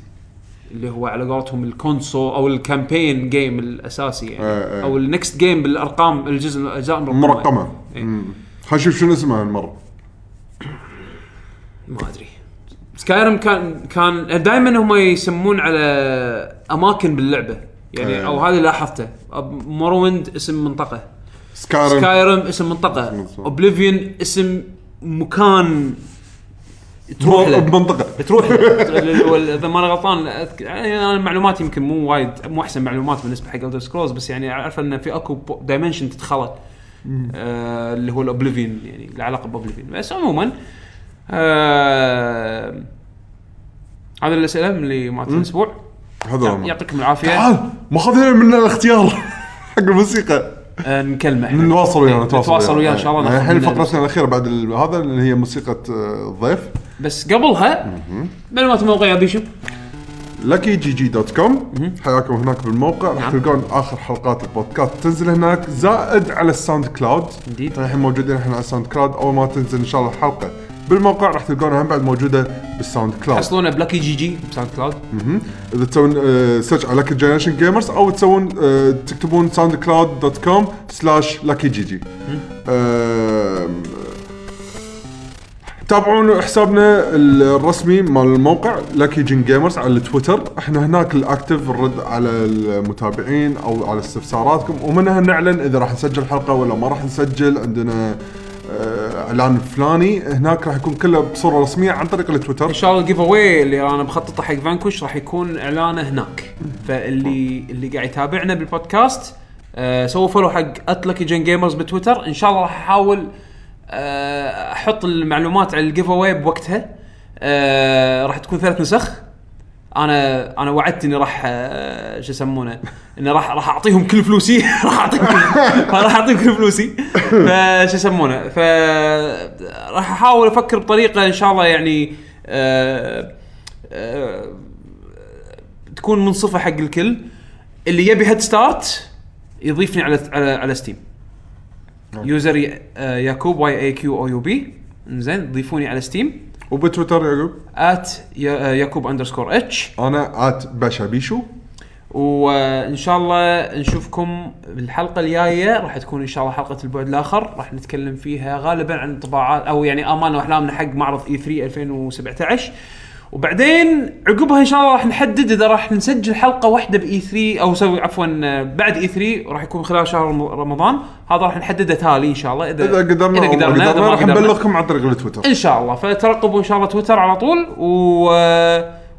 A: اللي هو على قولتهم الكونسول او الكامبين جيم الاساسي يعني
C: ايه، ايه.
A: او النكست جيم بالارقام الجزء الاجزاء المرقمه
C: مرقمه
A: إيه.
C: مم. خلينا نشوف شنو اسمها هالمره
A: ما ادري سكايرم كان كان دائما هم يسمون على اماكن باللعبه يعني
C: إيه.
A: او هذه لاحظته مروند اسم منطقه
C: سكايرم
A: سكايرم اسم منطقه
C: بالضبط.
A: اوبليفيون اسم مكان تروح
C: مو-
A: له
C: بمنطقه
A: تروح له اللي هو- اذا ما انا غلطان أذك... يعني انا معلوماتي يمكن مو وايد مو احسن معلومات بالنسبه حق الدر سكرولز بس يعني اعرف ان في اكو دايمنشن تتخلط آه اللي هو الاوبليفين يعني العلاقه باوبليفين بس عموما آه هذا الاسئله من اللي معطينا الاسبوع
C: هذا الأمر.
A: يعطيكم العافيه
C: تعال ما اخذنا مننا الاختيار حق الموسيقى
A: آه نكلمه إحنا.
C: نواصل ويانا نتواصل
A: إيه، نتواصل وياه ان شاء الله
C: إيه.
A: ناخذ
C: الحين
A: منه
C: فقرتنا الاخيره بعد ال- هذا اللي هي موسيقى آه، الضيف
A: بس قبلها معلومات الموقع يا بيشو
C: لكي جي جي دوت كوم حياكم هناك بالموقع
A: نعم.
C: راح تلقون اخر حلقات البودكاست تنزل هناك زائد على الساوند كلاود
A: Indeed.
C: الحين موجودين احنا على الساوند كلاود اول ما تنزل ان شاء الله الحلقه بالموقع راح تلقونها هم بعد موجوده بالساوند كلاود
A: تحصلونه بلاكي جي جي بساوند كلاود
C: مهم. اذا تسوون آه، سيرش على لكي جنريشن جيمرز او تسوون آه، تكتبون ساوند كلاود دوت كوم سلاش لكي جي جي تابعون حسابنا الرسمي مال الموقع لاكي جين جيمرز على التويتر احنا هناك الاكتف الرد على المتابعين او على استفساراتكم ومنها نعلن اذا راح نسجل حلقه ولا ما راح نسجل عندنا آه، اعلان فلاني هناك راح يكون كله بصوره رسميه عن طريق التويتر
A: ان شاء الله الجيف اواي اللي انا مخططه حق فانكوش راح يكون اعلانه هناك فاللي اللي قاعد يتابعنا بالبودكاست آه سووا فولو حق اتلكي جن جيمرز بتويتر ان شاء الله راح احاول آه احط المعلومات على الجيف اواي بوقتها آه راح تكون ثلاث نسخ انا انا وعدت اني راح آه، شو يسمونه اني راح راح اعطيهم كل فلوسي راح اعطيهم كل- راح اعطيهم كل فلوسي فشو يسمونه ف راح احاول افكر بطريقه ان شاء الله يعني آه، آه، تكون منصفه حق الكل اللي يبي هيد ستارت يضيفني على على, على ستيم يوزر آه، يعقوب واي اي كيو او يو بي زين ضيفوني على ستيم
C: وبتويتر يعقوب
A: ات يعقوب اندرسكور اتش
C: انا ات باشا بيشو
A: وان شاء الله نشوفكم بالحلقه الجايه راح تكون ان شاء الله حلقه البعد الاخر راح نتكلم فيها غالبا عن انطباعات او يعني امالنا واحلامنا حق معرض E اي 3 2017 وبعدين عقبها ان شاء الله راح نحدد اذا راح نسجل حلقه واحده باي 3 او سوي عفوا بعد اي 3 وراح يكون خلال شهر رم- رمضان هذا راح نحدده تالي ان شاء الله اذا
C: اذا قدرنا
A: اذا
C: أو ما
A: قدرنا, إذا ما
C: راح
A: قدرنا.
C: نبلغكم عن طريق التويتر
A: ان شاء الله فترقبوا ان شاء الله تويتر على طول و...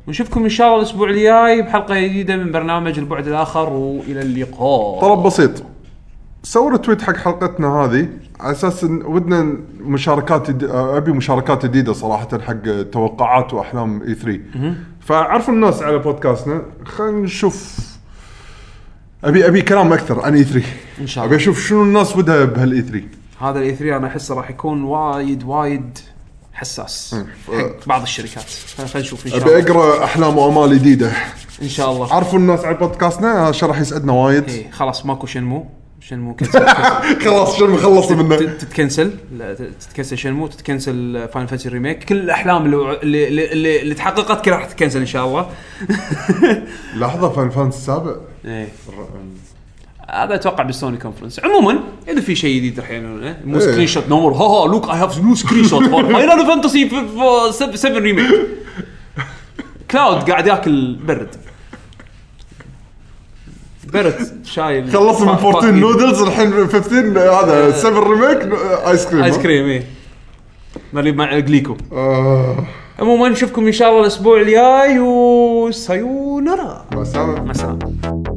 A: ونشوفكم ان شاء الله الاسبوع الجاي بحلقه جديده من برنامج البعد الاخر والى اللقاء
C: طلب بسيط سووا تويت حق حلقتنا هذه على اساس إن ودنا مشاركات يد... ابي مشاركات جديده صراحه حق توقعات واحلام اي 3 فعرفوا الناس على بودكاستنا خلينا نشوف ابي ابي كلام اكثر عن اي 3
A: ان شاء
C: ابي
A: الله
C: اشوف شنو الناس ودها بهالاي 3
A: هذا E الاي 3 انا احسه راح يكون وايد وايد حساس حق بعض الشركات فنشوف ان شاء
C: ابي
A: الله
C: اقرا احلام وامال جديده
A: ان شاء الله
C: عرفوا الناس على بودكاستنا هذا راح يسعدنا وايد
A: إيه، خلاص ماكو شنمو شنمو كنسل
C: خلاص شنو مخلصه منه
A: تت- تتكنسل لا، ت- تتكنسل شنمو تتكنسل فاين فانتسي ريميك كل الاحلام اللي اللي, اللي, اللي تحققت كلها راح تتكنسل ان شاء الله
C: لحظه فان فانس السابع
A: ايه هذا اتوقع بالسوني كونفرنس عموما اذا في شيء جديد راح يعلنونه مو
C: إيه.
A: سكرين شوت نو ها ها لوك اي هاف نيو سكرين شوت فور فاينل فانتسي 7 ريميك كلاود قاعد ياكل برد برد شايل
C: خلصنا من 14 نودلز الحين 15 هذا آه، 7 ريميك ايس كريم
A: ايس كريم اي نريد مع جليكو
C: آه،
A: عموما نشوفكم ان شاء الله الاسبوع الجاي وسايونارا
C: مع السلامه
A: مع السلامه